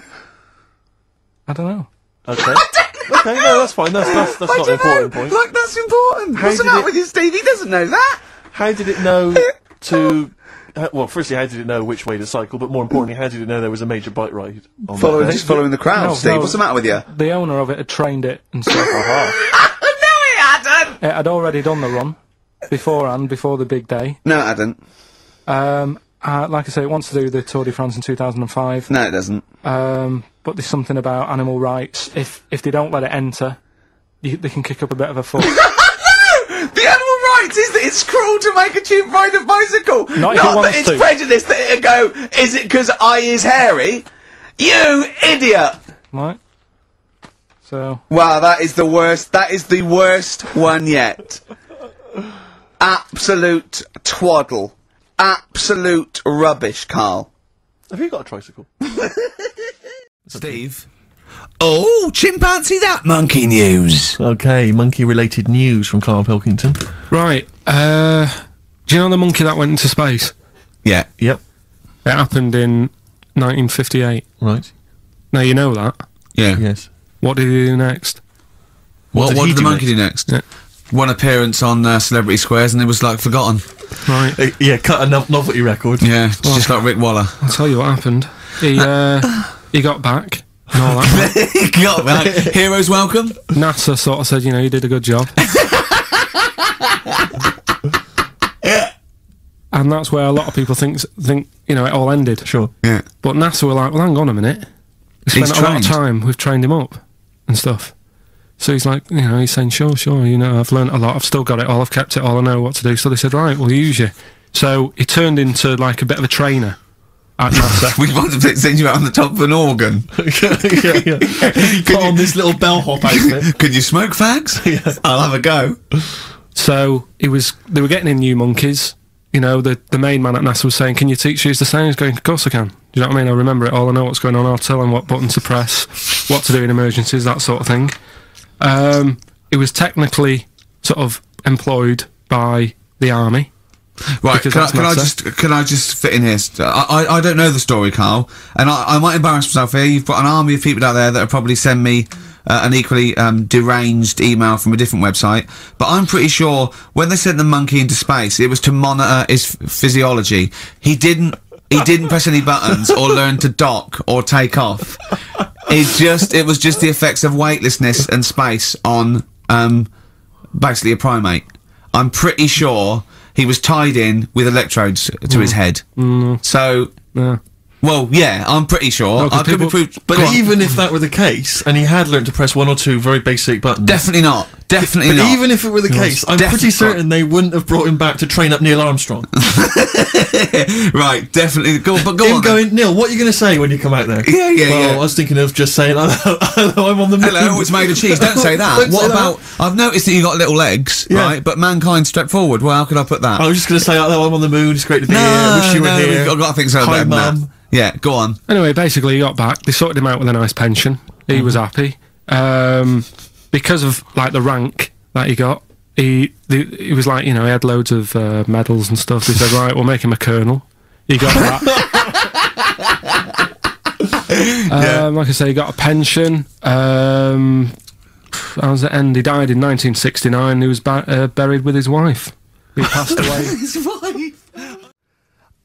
[SPEAKER 1] I don't know.
[SPEAKER 5] Okay. okay, no, that's fine. That's that's, that's not an important point.
[SPEAKER 4] Look, that's important.
[SPEAKER 5] How
[SPEAKER 4] What's the
[SPEAKER 5] did
[SPEAKER 4] matter
[SPEAKER 5] it-
[SPEAKER 4] with you, Steve? He doesn't know that.
[SPEAKER 5] How did it know to? Uh, well, firstly, how did it know which way to cycle? But more importantly, how did it know there was a major bike ride on
[SPEAKER 2] Following,
[SPEAKER 5] that day?
[SPEAKER 2] just following the crowd,
[SPEAKER 1] No,
[SPEAKER 2] Steve.
[SPEAKER 1] no.
[SPEAKER 2] What's the matter with you?
[SPEAKER 1] The owner of it had trained it and stuff.
[SPEAKER 4] No, he hadn't.
[SPEAKER 1] it had already done the run beforehand, before the big day.
[SPEAKER 2] No, I didn't.
[SPEAKER 1] Um,
[SPEAKER 10] uh, like I say, it wants to do the Tour de France in 2005.
[SPEAKER 3] No, it doesn't.
[SPEAKER 10] Um, but there's something about animal rights. If if they don't let it enter, you, they can kick up a bit of a fuss.
[SPEAKER 3] The animal rights is that it's cruel to make a cheap ride a bicycle.
[SPEAKER 10] Not if it
[SPEAKER 3] that
[SPEAKER 10] wants
[SPEAKER 3] it's
[SPEAKER 10] to.
[SPEAKER 3] prejudice that it go, is it because I is hairy? You idiot!
[SPEAKER 10] right? So
[SPEAKER 3] Wow, that is the worst. That is the worst one yet. Absolute twaddle. Absolute rubbish, Carl.
[SPEAKER 11] Have you got a tricycle?
[SPEAKER 4] Steve. Oh, chimpanzee that monkey news.
[SPEAKER 5] Okay, monkey-related news from Carl Pilkington.
[SPEAKER 1] Right. Uh, do you know the monkey that went into space?
[SPEAKER 4] Yeah.
[SPEAKER 5] Yep.
[SPEAKER 1] It happened in 1958.
[SPEAKER 5] Right.
[SPEAKER 1] Now you know that.
[SPEAKER 4] Yeah.
[SPEAKER 5] Yes.
[SPEAKER 1] What did he do next?
[SPEAKER 4] What,
[SPEAKER 5] did
[SPEAKER 4] what
[SPEAKER 5] he
[SPEAKER 4] did the
[SPEAKER 5] do
[SPEAKER 4] monkey do next?
[SPEAKER 1] Yeah.
[SPEAKER 4] One appearance on uh, Celebrity Squares and it was like forgotten.
[SPEAKER 1] Right.
[SPEAKER 5] Uh, yeah, cut a no- novelty record.
[SPEAKER 4] Yeah, it's just like Rick Waller.
[SPEAKER 1] I'll tell you what happened. He uh, he got back. And all that.
[SPEAKER 4] Got like, heroes welcome.
[SPEAKER 1] NASA sort of said, you know, you did a good job. and that's where a lot of people think think you know it all ended.
[SPEAKER 5] Sure.
[SPEAKER 4] Yeah.
[SPEAKER 1] But NASA were like, well, hang on a minute. We
[SPEAKER 4] He's
[SPEAKER 1] spent a lot of
[SPEAKER 4] trained.
[SPEAKER 1] time. We've trained him up and stuff. So he's like, you know, he's saying, sure, sure, you know, I've learnt a lot. I've still got it all. I've kept it all. I know what to do. So they said, right, we'll use you. So he turned into like a bit of a trainer at NASA.
[SPEAKER 4] We want to send you out on the top of an organ.
[SPEAKER 5] yeah, yeah. Put on this little bellhop outfit.
[SPEAKER 4] Can you smoke fags? I'll have a go.
[SPEAKER 1] So it was they were getting in new monkeys. You know, the the main man at NASA was saying, "Can you teach use the sound?" He's going, "Of course I can." Do you know what I mean? I remember it all. I know what's going on. I'll tell him what button to press, what to do in emergencies, that sort of thing. Um, it was technically sort of employed by the army.
[SPEAKER 4] Right,
[SPEAKER 1] Because
[SPEAKER 4] can I,
[SPEAKER 1] that's
[SPEAKER 4] can I
[SPEAKER 1] matter.
[SPEAKER 4] just can I just fit in here? St- I, I I don't know the story, Carl, and I, I might embarrass myself here. You've got an army of people out there that will probably send me uh, an equally um, deranged email from a different website. But I'm pretty sure when they sent the monkey into space, it was to monitor his f- physiology. He didn't he didn't press any buttons or learn to dock or take off. It just it was just the effects of weightlessness and space on um basically a primate. I'm pretty sure he was tied in with electrodes to his head.
[SPEAKER 5] Mm.
[SPEAKER 4] So,
[SPEAKER 1] Yeah.
[SPEAKER 4] well, yeah, I'm pretty sure.
[SPEAKER 1] No, 'cause
[SPEAKER 4] I could be
[SPEAKER 1] people-
[SPEAKER 4] proved,
[SPEAKER 5] But
[SPEAKER 4] go on.
[SPEAKER 5] even if that were the case, and he had learned to press one or two very basic buttons,
[SPEAKER 4] definitely not. Definitely
[SPEAKER 5] But
[SPEAKER 4] not.
[SPEAKER 5] even if it were the case, I'm
[SPEAKER 4] definitely
[SPEAKER 5] pretty certain they wouldn't have brought him back to train up Neil Armstrong.
[SPEAKER 4] right, definitely. Go, on, but go
[SPEAKER 5] him
[SPEAKER 4] on. then.
[SPEAKER 5] going, Neil, what are you going to say when you come out there?
[SPEAKER 4] Yeah, yeah,
[SPEAKER 5] well,
[SPEAKER 4] yeah.
[SPEAKER 5] I was thinking of just saying, hello, I'm on the moon.
[SPEAKER 4] Hello, it's made of cheese. Don't say that.
[SPEAKER 5] Don't
[SPEAKER 4] what
[SPEAKER 5] say that.
[SPEAKER 4] about? I've noticed that you got little legs,
[SPEAKER 5] Yeah.
[SPEAKER 4] right? But mankind stepped forward. Well, how could I put that?
[SPEAKER 5] I was just going to say, hello, I'm on the moon. It's great to be here. I wish you
[SPEAKER 4] no,
[SPEAKER 5] were
[SPEAKER 4] we've
[SPEAKER 5] here.
[SPEAKER 4] got- I've got things out
[SPEAKER 5] Hi,
[SPEAKER 4] there.
[SPEAKER 5] Mum.
[SPEAKER 4] Yeah, go on.
[SPEAKER 1] Anyway, basically, he got back. They sorted him out with a nice pension. He was happy. Um, because of like the rank that he got, he the, he was like you know he had loads of uh, medals and stuff. They said right, we'll make him a colonel. He got that. um, like I say, he got a pension. Um, how was it end? He died in 1969. He was ba- uh, buried with his wife. He passed away.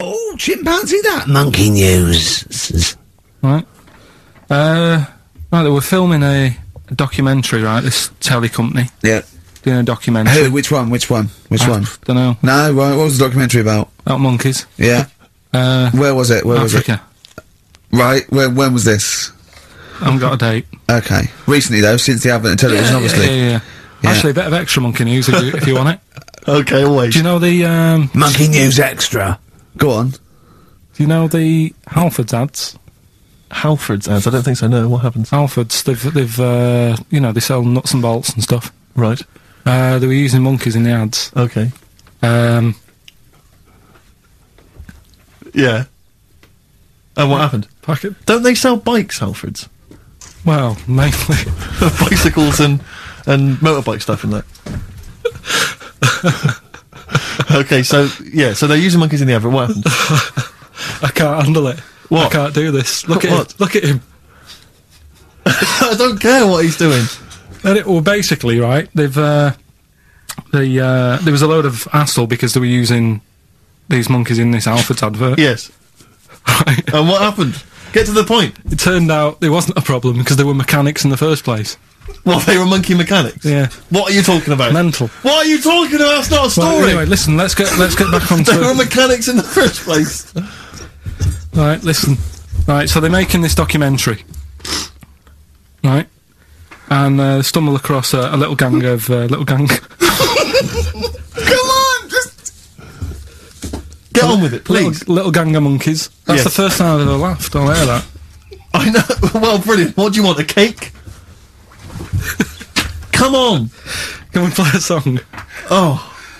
[SPEAKER 4] Oh, chimpanzee, that monkey news.
[SPEAKER 1] Right. Uh, right, they were filming a a documentary, right? This telly company
[SPEAKER 4] Yeah.
[SPEAKER 1] doing a documentary.
[SPEAKER 4] Who? Which one? Which one? Which one?
[SPEAKER 1] Don't know.
[SPEAKER 4] No, right. What was the documentary about?
[SPEAKER 1] About monkeys.
[SPEAKER 4] Yeah.
[SPEAKER 1] Uh,
[SPEAKER 4] Where was it? Where
[SPEAKER 1] Africa.
[SPEAKER 4] was it? Right. When when was this?
[SPEAKER 1] I haven't got a date.
[SPEAKER 4] Okay. Recently though, since the advent of television, obviously.
[SPEAKER 1] Yeah, yeah, yeah. Actually, a bit of extra monkey news if you, if you want it.
[SPEAKER 5] Okay, always.
[SPEAKER 1] Do you know the um,
[SPEAKER 4] Monkey News Extra. Go on.
[SPEAKER 1] Do you know the Halfords ads?
[SPEAKER 5] Halford's ads. I don't think so. No, what happens?
[SPEAKER 1] Halfords, they've they've uh, you know they sell nuts and bolts and stuff.
[SPEAKER 5] Right.
[SPEAKER 1] Uh, they were using monkeys in the ads.
[SPEAKER 5] Okay.
[SPEAKER 1] Um,
[SPEAKER 5] Yeah. And Oh, what happened?
[SPEAKER 1] Pocket.
[SPEAKER 5] Don't they sell bikes, Halfords?
[SPEAKER 1] Well, mainly.
[SPEAKER 5] Bicycles and and motorbike stuff and that. okay, so yeah, so they're using monkeys in the advert. What happened?
[SPEAKER 1] I can't handle it. I
[SPEAKER 5] What?
[SPEAKER 1] can't do this. Look at
[SPEAKER 5] What?
[SPEAKER 1] him. Look at him.
[SPEAKER 5] I don't care what he's doing.
[SPEAKER 1] And it, well, basically, right? They've uh, the uh, there was a load of hassle because they were using these monkeys in this Alfred's advert.
[SPEAKER 5] Yes.
[SPEAKER 1] Right?
[SPEAKER 5] And what happened? Get to the point.
[SPEAKER 1] It turned out it wasn't a problem because they were mechanics in the first place.
[SPEAKER 2] Well, they were monkey mechanics.
[SPEAKER 1] Yeah.
[SPEAKER 2] What are you talking about?
[SPEAKER 1] Mental.
[SPEAKER 2] What are you talking about? That's not a story.
[SPEAKER 1] Well, anyway, listen. Let's get let's get back on
[SPEAKER 2] they were
[SPEAKER 1] to.
[SPEAKER 2] mechanics in the first place.
[SPEAKER 1] Right, listen. Right, so they're making this documentary. Right, and uh, stumble across a, a little gang of uh, little gang.
[SPEAKER 2] Get on with it, please.
[SPEAKER 1] Little, little gang of monkeys. That's
[SPEAKER 2] Yes.
[SPEAKER 1] the first time I've ever laughed. I'll hear that.
[SPEAKER 2] I know. Well, brilliant. What do you want? A cake? Come on.
[SPEAKER 1] Can we play a song?
[SPEAKER 2] Oh,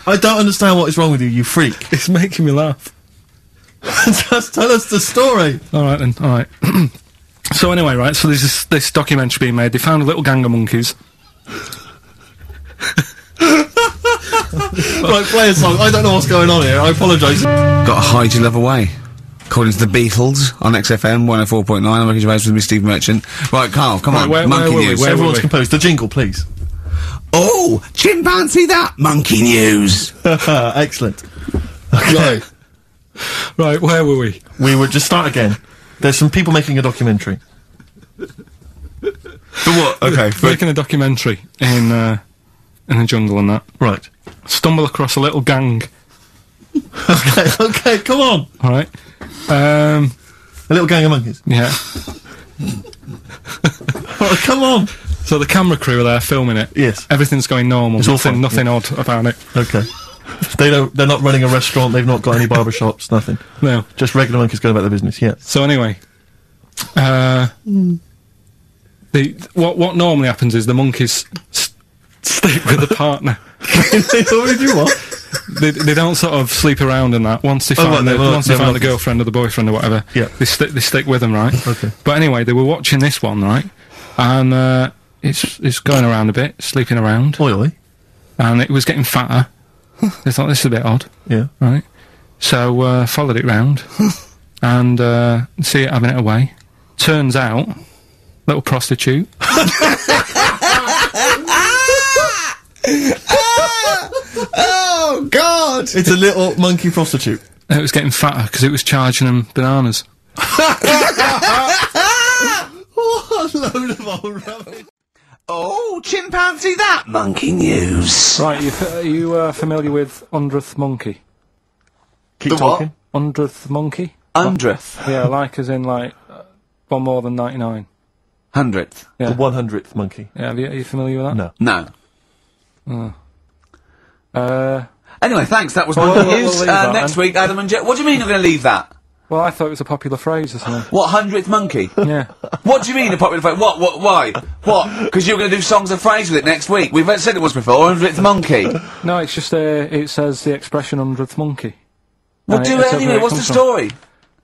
[SPEAKER 2] I don't understand what is wrong with you, you freak.
[SPEAKER 1] It's making me laugh.
[SPEAKER 2] Just tell us the story.
[SPEAKER 1] All right then. All right. so anyway, right. So there's this, this documentary being made. They found a little gang of monkeys.
[SPEAKER 2] Right, play a song. I don't know what's going on here. I apologise.
[SPEAKER 4] Gotta hide your love away. According to the Beatles on XFM 104.9, I'm Ricky Gervais with me, Steve Merchant. Right, Carl, come on,
[SPEAKER 1] where- where
[SPEAKER 4] monkey
[SPEAKER 1] were we?
[SPEAKER 4] news.
[SPEAKER 1] Where were
[SPEAKER 2] Everyone's
[SPEAKER 1] we?
[SPEAKER 2] composed. The jingle, please.
[SPEAKER 4] Oh, chimpanzee that! Monkey news!
[SPEAKER 2] Excellent. Okay.
[SPEAKER 1] Right. Where were we?
[SPEAKER 2] we would just start again. There's some people making a documentary.
[SPEAKER 4] For what? Okay, for
[SPEAKER 1] Making a documentary in uh, in the jungle and that.
[SPEAKER 2] Right.
[SPEAKER 1] Stumble across a little gang.
[SPEAKER 2] Okay, okay, come on.
[SPEAKER 1] All right. Um.
[SPEAKER 2] A little gang of monkeys.
[SPEAKER 1] Yeah.
[SPEAKER 2] Oh, come on.
[SPEAKER 1] So the camera crew are there filming it.
[SPEAKER 2] Yes.
[SPEAKER 1] Everything's going normal.
[SPEAKER 2] It's all
[SPEAKER 1] nothing,
[SPEAKER 2] fine,
[SPEAKER 1] nothing odd about it.
[SPEAKER 2] Okay. They don't. They're not running a restaurant. They've not got any barber shops. Nothing.
[SPEAKER 1] No.
[SPEAKER 2] Just regular monkeys going about their business. Yeah.
[SPEAKER 1] So anyway, uh, the what what normally happens is the monkeys s- sleep with the partner.
[SPEAKER 2] they normally do what?
[SPEAKER 1] They, they don't sort of sleep around and that. Once they
[SPEAKER 2] Oh,
[SPEAKER 1] find
[SPEAKER 2] right,
[SPEAKER 1] the,
[SPEAKER 2] they will-
[SPEAKER 1] once they
[SPEAKER 2] they will
[SPEAKER 1] find the
[SPEAKER 2] not-
[SPEAKER 1] girlfriend or the boyfriend or whatever,
[SPEAKER 2] Yeah.
[SPEAKER 1] they stick they stick with them, right?
[SPEAKER 2] Okay.
[SPEAKER 1] But anyway, they were watching this one, right? And uh, it's it's going around a bit, sleeping around,
[SPEAKER 2] Oi, oi.
[SPEAKER 1] and it was getting fatter. they thought this is a bit odd.
[SPEAKER 2] Yeah.
[SPEAKER 1] right? So uh, followed it round and uh, see it having it away. Turns out, little prostitute.
[SPEAKER 12] Oh God!
[SPEAKER 2] It's a little monkey prostitute.
[SPEAKER 1] It was getting fatter because it was charging them bananas.
[SPEAKER 2] What a load of old rubbish.
[SPEAKER 12] Oh, chimpanzee that! Monkey news.
[SPEAKER 1] Right, you f- are you uh, familiar with Undreth Monkey?
[SPEAKER 2] Keep
[SPEAKER 4] The what?
[SPEAKER 2] talking.
[SPEAKER 1] Undreth Monkey?
[SPEAKER 4] hundredth.
[SPEAKER 1] Yeah, like as in like uh, one more than ninety nine.
[SPEAKER 4] Hundredth.
[SPEAKER 1] Yeah.
[SPEAKER 2] The one hundredth monkey.
[SPEAKER 1] Yeah, have you, are you familiar with that?
[SPEAKER 2] No.
[SPEAKER 4] No.
[SPEAKER 1] Uh,
[SPEAKER 4] Anyway, thanks, that was
[SPEAKER 1] Well,
[SPEAKER 4] monkey
[SPEAKER 1] we'll- we'll
[SPEAKER 4] news.
[SPEAKER 1] leave that
[SPEAKER 4] uh, next
[SPEAKER 1] then.
[SPEAKER 4] week, Adam and Jeff. What do you mean you're gonna leave that?
[SPEAKER 1] well, I thought it was a popular phrase or something.
[SPEAKER 4] What, hundredth monkey?
[SPEAKER 1] yeah.
[SPEAKER 4] What do you mean a popular phrase? What, what, why? What? Because you're going to do songs and phrase with it next week. We've said it once before, Hundredth Monkey.
[SPEAKER 1] No, it's just uh, it says the expression "hundredth monkey."
[SPEAKER 4] Well,
[SPEAKER 1] And
[SPEAKER 4] do
[SPEAKER 1] it's
[SPEAKER 4] it
[SPEAKER 1] over
[SPEAKER 4] anyway.
[SPEAKER 1] it
[SPEAKER 4] What's the
[SPEAKER 1] comes from.
[SPEAKER 4] story?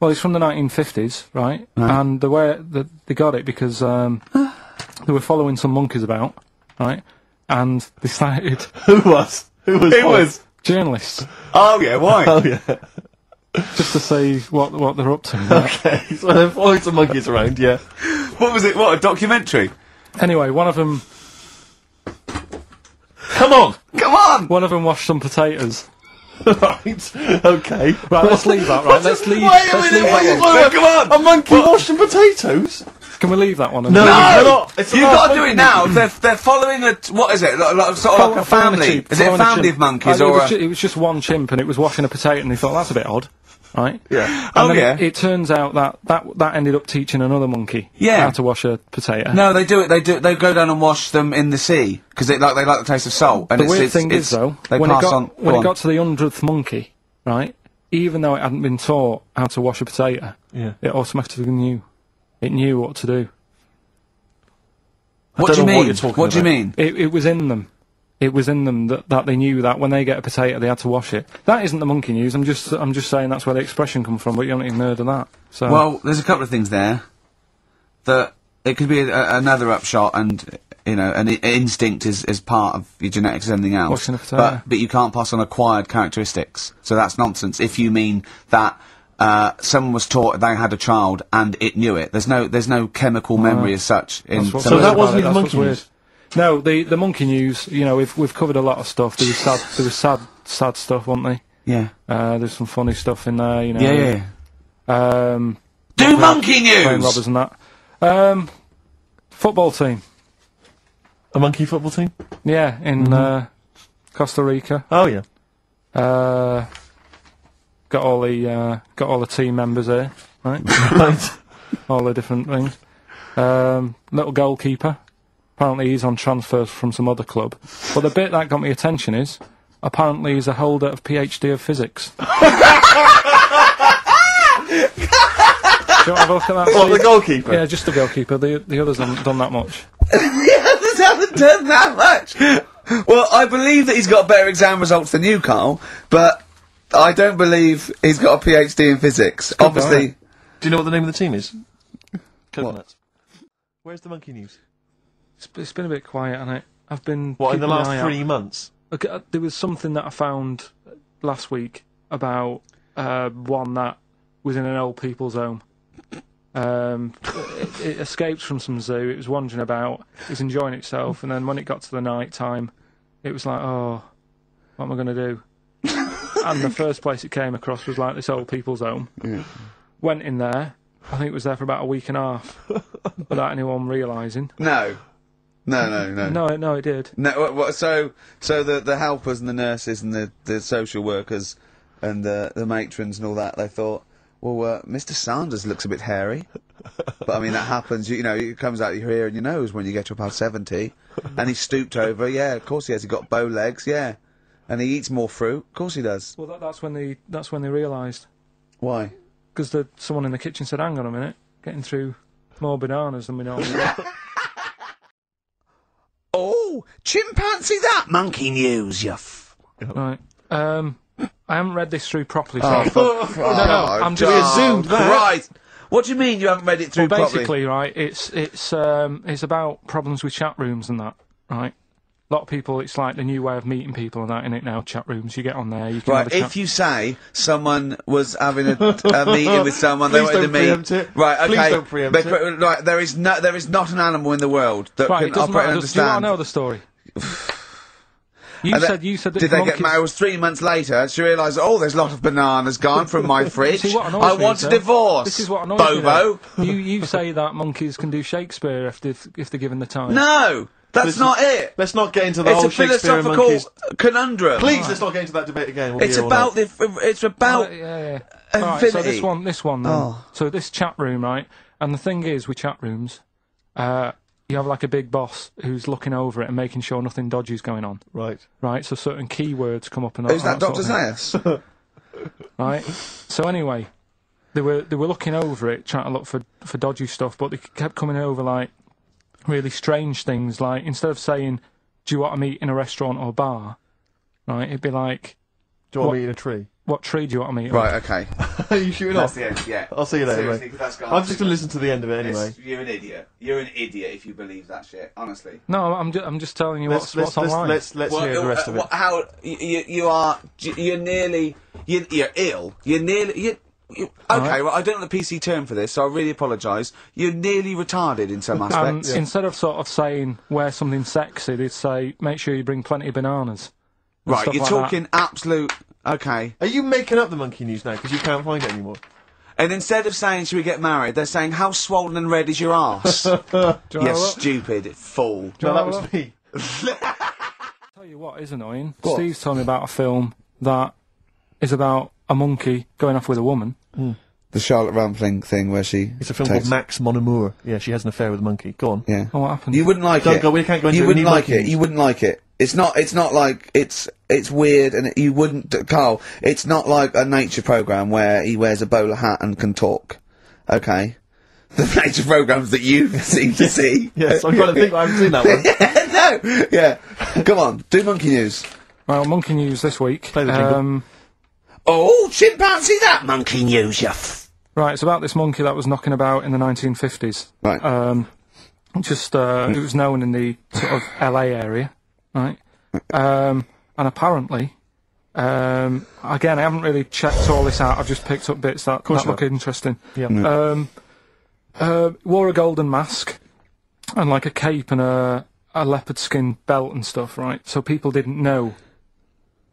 [SPEAKER 1] Well, it's from the 1950s, right? And the way that they got it because um, they were following some monkeys about, right? And they started
[SPEAKER 8] Who was? Who was? Who was?
[SPEAKER 1] journalists
[SPEAKER 8] Oh yeah, why? oh yeah.
[SPEAKER 1] just to see what what they're up to. right?
[SPEAKER 8] Okay, so there's loads of monkeys around. Yeah.
[SPEAKER 4] What was it? What, a documentary?
[SPEAKER 1] Anyway, one of them
[SPEAKER 8] Come on.
[SPEAKER 4] Come on!
[SPEAKER 1] one of them washed some potatoes.
[SPEAKER 8] right. Okay.
[SPEAKER 1] Right, let's leave that. Right, let's leave. let's leave that one.
[SPEAKER 8] Wait, come on. A monkey washing potatoes?
[SPEAKER 1] Can we leave that one?
[SPEAKER 8] No,
[SPEAKER 1] Right,
[SPEAKER 8] you cannot. It's
[SPEAKER 4] You've got
[SPEAKER 8] about
[SPEAKER 4] to do
[SPEAKER 8] monkey.
[SPEAKER 4] it now. they're, they're following a, what is it? Like, like, sort of like
[SPEAKER 1] follow the
[SPEAKER 4] a family.
[SPEAKER 1] chimp,
[SPEAKER 4] Is it
[SPEAKER 1] follow
[SPEAKER 4] a
[SPEAKER 1] the
[SPEAKER 4] family
[SPEAKER 1] chimp.
[SPEAKER 4] of monkeys
[SPEAKER 1] Uh, it
[SPEAKER 4] or
[SPEAKER 1] was, ju-
[SPEAKER 4] a...
[SPEAKER 1] it was just one chimp and it was washing a potato and they thought that's a bit odd, right?
[SPEAKER 8] Yeah.
[SPEAKER 1] And
[SPEAKER 4] Oh,
[SPEAKER 1] then
[SPEAKER 4] yeah.
[SPEAKER 1] It, it turns out that, that that ended up teaching another monkey
[SPEAKER 4] Yeah.
[SPEAKER 1] how to wash a potato.
[SPEAKER 4] No, they do it. They do. They go down and wash them in the sea because they like they like the taste of salt. And
[SPEAKER 1] The
[SPEAKER 4] it's,
[SPEAKER 1] weird
[SPEAKER 4] it's,
[SPEAKER 1] thing
[SPEAKER 4] it's,
[SPEAKER 1] is, though,
[SPEAKER 4] they
[SPEAKER 1] when, it
[SPEAKER 4] pass
[SPEAKER 1] got,
[SPEAKER 4] on.
[SPEAKER 1] when
[SPEAKER 4] go
[SPEAKER 1] it
[SPEAKER 4] on.
[SPEAKER 1] got to the hundredth monkey, right, even though it hadn't been taught how to wash a potato,
[SPEAKER 2] Yeah.
[SPEAKER 1] it automatically knew. It knew what to do.
[SPEAKER 4] what do you
[SPEAKER 2] don't know what
[SPEAKER 4] mean?
[SPEAKER 2] you're talking
[SPEAKER 4] do you
[SPEAKER 2] about.
[SPEAKER 4] mean?
[SPEAKER 1] It, it was in them. It was in them that, that they knew that when they get a potato, they had to wash it. That isn't the monkey news. I'm just I'm just saying that's where the expression come from. But you haven't even heard of that. So
[SPEAKER 4] Well, there's a couple of things there that it could be a, a- another upshot, and you know, an I- instinct is, is part of your genetics and everything else.
[SPEAKER 1] Watching a potato.
[SPEAKER 4] But but you can't pass on acquired characteristics, so that's nonsense. If you mean that. Uh, someone was taught they had a child and it knew it. There's no, there's no chemical memory as such. In
[SPEAKER 1] Uh, That's what's
[SPEAKER 4] some
[SPEAKER 1] weird
[SPEAKER 2] that
[SPEAKER 4] of the-
[SPEAKER 1] about
[SPEAKER 2] wasn't
[SPEAKER 1] it,
[SPEAKER 2] even
[SPEAKER 1] that's what's
[SPEAKER 2] monkey
[SPEAKER 1] weird.
[SPEAKER 2] news?
[SPEAKER 1] No, the the monkey news. You know, we've we've covered a lot of stuff. There was sad there was sad sad stuff, weren't they?
[SPEAKER 4] yeah.
[SPEAKER 1] Uh, there's some funny stuff in there. You know.
[SPEAKER 4] yeah, yeah, yeah.
[SPEAKER 1] Um,
[SPEAKER 4] Do monkey
[SPEAKER 1] Graham
[SPEAKER 4] news.
[SPEAKER 1] Robbers and that. Um, football team.
[SPEAKER 2] A monkey football team?
[SPEAKER 13] Yeah, in uh, Costa Rica.
[SPEAKER 2] Oh, yeah.
[SPEAKER 13] Uh, got all the uh, got all the team members here, right?
[SPEAKER 2] right.
[SPEAKER 13] all the different things. Um, little goalkeeper. Apparently he's on transfer from some other club. But the bit that got me attention is apparently he's a holder of PhD of physics. Do you want to have a look at that?
[SPEAKER 2] Well, the
[SPEAKER 13] please?
[SPEAKER 2] goalkeeper.
[SPEAKER 13] Yeah, just the goalkeeper. The the others haven't done that much.
[SPEAKER 4] the others haven't done that much. Well, I believe that he's got better exam results than you, Carl, but I don't believe he's got a PhD in physics. Obviously,
[SPEAKER 2] Do you know what the name of the team is? Coconuts. Where's the monkey news?
[SPEAKER 13] It's, it's been a bit quiet, and I I've been
[SPEAKER 2] What, in the
[SPEAKER 13] keeping an
[SPEAKER 2] last
[SPEAKER 13] eye out.
[SPEAKER 2] three months?
[SPEAKER 13] Okay, uh, there was something that I found last week about uh, one that was in an old people's home. Um, it, it escaped from some zoo. It was wandering about. It was enjoying itself, and then when it got to the night time, it was like, "Oh, what am I going to do?" and the first place it came across was like this old people's home. Went in there. I think it was there for about a week and a half, without anyone realising.
[SPEAKER 4] no, no, no, no.
[SPEAKER 13] No, it- no, it did.
[SPEAKER 4] No, what, what, so so the the helpers and the nurses and the, the social workers and the the matrons and all that they thought, well, uh, Mr. Sanders looks a bit hairy, but I mean that happens. You, you know, it comes out your ear and your nose when you get to about seventy, and he stooped over. Yeah, of course he has. He got bow legs. Yeah, and he eats more fruit. Of course he does.
[SPEAKER 13] Well, that, that's when they that's when they realised.
[SPEAKER 4] Why?
[SPEAKER 13] because the someone in the kitchen said, "Hang on a minute, getting through more bananas than we normally." get."
[SPEAKER 4] Oh, chimpanzee! That monkey news. You. F-
[SPEAKER 13] right. Um, I haven't read this through properly. So
[SPEAKER 4] oh, for
[SPEAKER 13] no, I'm just-
[SPEAKER 4] Christ.
[SPEAKER 13] We assumed that.
[SPEAKER 4] Christ. What do you mean you haven't read it through
[SPEAKER 13] well, basically,
[SPEAKER 4] properly?
[SPEAKER 13] right, it's it's um it's about problems with chat rooms and that, right. A lot of people, it's like the new way of meeting people and that in it now. Chat rooms, you get on there, you can
[SPEAKER 4] Right,
[SPEAKER 13] have a chat.
[SPEAKER 4] if you say someone was having a, a meeting with someone, they
[SPEAKER 2] Please
[SPEAKER 4] wanted to
[SPEAKER 2] don't
[SPEAKER 4] meet.
[SPEAKER 2] preempt it.
[SPEAKER 4] Right, okay.
[SPEAKER 2] Please don't preempt
[SPEAKER 4] But- Right, there is no, there is not an animal in the world that
[SPEAKER 13] right,
[SPEAKER 4] can
[SPEAKER 13] it doesn't
[SPEAKER 4] operate
[SPEAKER 13] matter.
[SPEAKER 4] and
[SPEAKER 13] does- Do you want
[SPEAKER 4] understand.
[SPEAKER 13] to know the story? you
[SPEAKER 4] And that-
[SPEAKER 13] said you said that
[SPEAKER 4] Did they
[SPEAKER 13] monkeys,
[SPEAKER 4] get married? It was three months later. and She realised, oh, there's a lot of bananas gone from my fridge.
[SPEAKER 13] See, what annoys
[SPEAKER 4] I
[SPEAKER 13] me
[SPEAKER 4] want
[SPEAKER 13] is,
[SPEAKER 4] a
[SPEAKER 13] though,
[SPEAKER 4] divorce.
[SPEAKER 13] This is what annoys me.
[SPEAKER 4] Bobo.
[SPEAKER 13] though. you you say that monkeys can do Shakespeare if they've, if they're given the time.
[SPEAKER 4] No, that's not it.
[SPEAKER 2] Let's not get into the
[SPEAKER 4] It's
[SPEAKER 2] whole
[SPEAKER 4] a
[SPEAKER 2] Shakespeare and
[SPEAKER 4] philosophical
[SPEAKER 2] monkeys.
[SPEAKER 4] conundrum.
[SPEAKER 2] Please, let's not get into that debate again. We'll be
[SPEAKER 4] It's
[SPEAKER 2] here all
[SPEAKER 4] about
[SPEAKER 2] night.
[SPEAKER 4] the. It's
[SPEAKER 13] Oh,
[SPEAKER 4] about.
[SPEAKER 13] yeah, yeah. All right, so
[SPEAKER 4] Uh, infinity.
[SPEAKER 13] this one, this one then.
[SPEAKER 4] Oh.
[SPEAKER 13] So this chat room, right? And the thing is, with chat rooms, uh, you have like a big boss who's looking over it and making sure nothing dodgy's going on,
[SPEAKER 2] right.
[SPEAKER 13] right? So certain keywords come up and all-
[SPEAKER 4] Who's
[SPEAKER 13] all
[SPEAKER 4] Oh, that, Doctor
[SPEAKER 13] sort of
[SPEAKER 4] Zayas?
[SPEAKER 13] thing, Right. So anyway, they were they were looking over it, trying to look for for dodgy stuff, but they kept coming over like really strange things. Like instead of saying, "Do you want to meet in a restaurant or bar?" Right? It'd be like,
[SPEAKER 2] Do you want
[SPEAKER 13] What-
[SPEAKER 2] me in a tree?
[SPEAKER 13] "What tree do you want to meet?" on?"
[SPEAKER 4] Right, okay.
[SPEAKER 2] Are you shooting
[SPEAKER 4] That's
[SPEAKER 2] off?
[SPEAKER 4] the end, yeah.
[SPEAKER 2] I'll see you later,
[SPEAKER 4] Seriously,
[SPEAKER 2] mate.
[SPEAKER 4] that's gone.
[SPEAKER 2] I'm just going to listen to the end of it
[SPEAKER 4] It's-
[SPEAKER 2] anyway.
[SPEAKER 4] You're an idiot. You're an idiot if you believe that shit. Honestly.
[SPEAKER 13] No, I'm ju- I'm just telling you
[SPEAKER 2] Let's, let's,
[SPEAKER 13] what's what's
[SPEAKER 2] let's,
[SPEAKER 13] online.
[SPEAKER 2] let's, let's hear
[SPEAKER 4] uh,
[SPEAKER 2] the rest of it.
[SPEAKER 4] what- how you- you, you are? You're nearly. You're, you're ill. You're nearly. You're, you, okay, well, I don't know the PC term for this, so I really apologise. You're nearly retarded in
[SPEAKER 2] Um,
[SPEAKER 4] some
[SPEAKER 13] And
[SPEAKER 4] aspects.
[SPEAKER 13] instead of sort of saying wear something sexy, they'd say make sure you bring plenty of bananas. and
[SPEAKER 4] right,
[SPEAKER 13] stuff
[SPEAKER 4] you're
[SPEAKER 13] like that.
[SPEAKER 4] talking absolute. Okay,
[SPEAKER 2] Are you making up the monkey news now because you can't find it anymore?
[SPEAKER 4] and instead of saying should we get married, they're saying how swollen and red is your arse? you
[SPEAKER 13] Do you know what?
[SPEAKER 4] stupid fool.
[SPEAKER 2] No, that
[SPEAKER 13] well.
[SPEAKER 2] was me.
[SPEAKER 13] Tell you what is annoying. Steve's told me about a film that is about a monkey going off with a woman.
[SPEAKER 4] The Charlotte Rampling thing where she.
[SPEAKER 2] It's a film called Max Monomour. Yeah, she has an affair with a monkey. Go on.
[SPEAKER 4] Yeah.
[SPEAKER 13] Oh, what happened?
[SPEAKER 4] You wouldn't like
[SPEAKER 2] Don't
[SPEAKER 4] it.
[SPEAKER 2] go- we can't go into
[SPEAKER 4] you
[SPEAKER 2] it, we
[SPEAKER 4] wouldn't
[SPEAKER 2] need
[SPEAKER 4] like
[SPEAKER 2] Mikey
[SPEAKER 4] it.
[SPEAKER 2] news.
[SPEAKER 4] You wouldn't like it. It's not. It's not like it's. It's weird, and it, you wouldn't, Carl. It's not like a nature program where he wears a bowler hat and can talk. Okay, the nature programs that you seem to see.
[SPEAKER 2] Yes, I'm trying to think. I haven't seen that one.
[SPEAKER 4] no. Yeah. Come on. Do monkey news.
[SPEAKER 13] Well, monkey news this week.
[SPEAKER 2] Play the jingle.
[SPEAKER 13] um,
[SPEAKER 4] Oh, chimpanzee! That monkey news. You. F-
[SPEAKER 13] right, it's about this monkey that was knocking about in the 1950s.
[SPEAKER 4] right.
[SPEAKER 13] Um, just uh, it was known in the sort of LA area, right? Um, and apparently, um, again, I haven't really checked all this out. I've just picked up bits that, that look interesting.
[SPEAKER 2] Yeah.
[SPEAKER 13] Um, uh, wore a golden mask and like a cape and a, a leopard skin belt and stuff, right? So people didn't know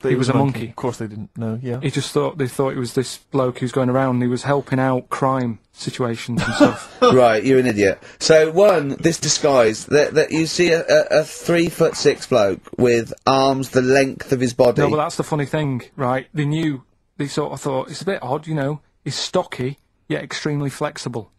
[SPEAKER 13] he was a monkey.
[SPEAKER 2] Of course they didn't know, yeah.
[SPEAKER 13] He just thought they thought it was this bloke who's going around. and He was helping out crime situations and stuff.
[SPEAKER 3] right, you're an idiot. So one, this disguise that that you see a, a, a three foot six bloke with arms the length of his body.
[SPEAKER 13] no, but that's the funny thing, right? They knew. They sort of thought it's a bit odd, you know. He's stocky yet extremely flexible,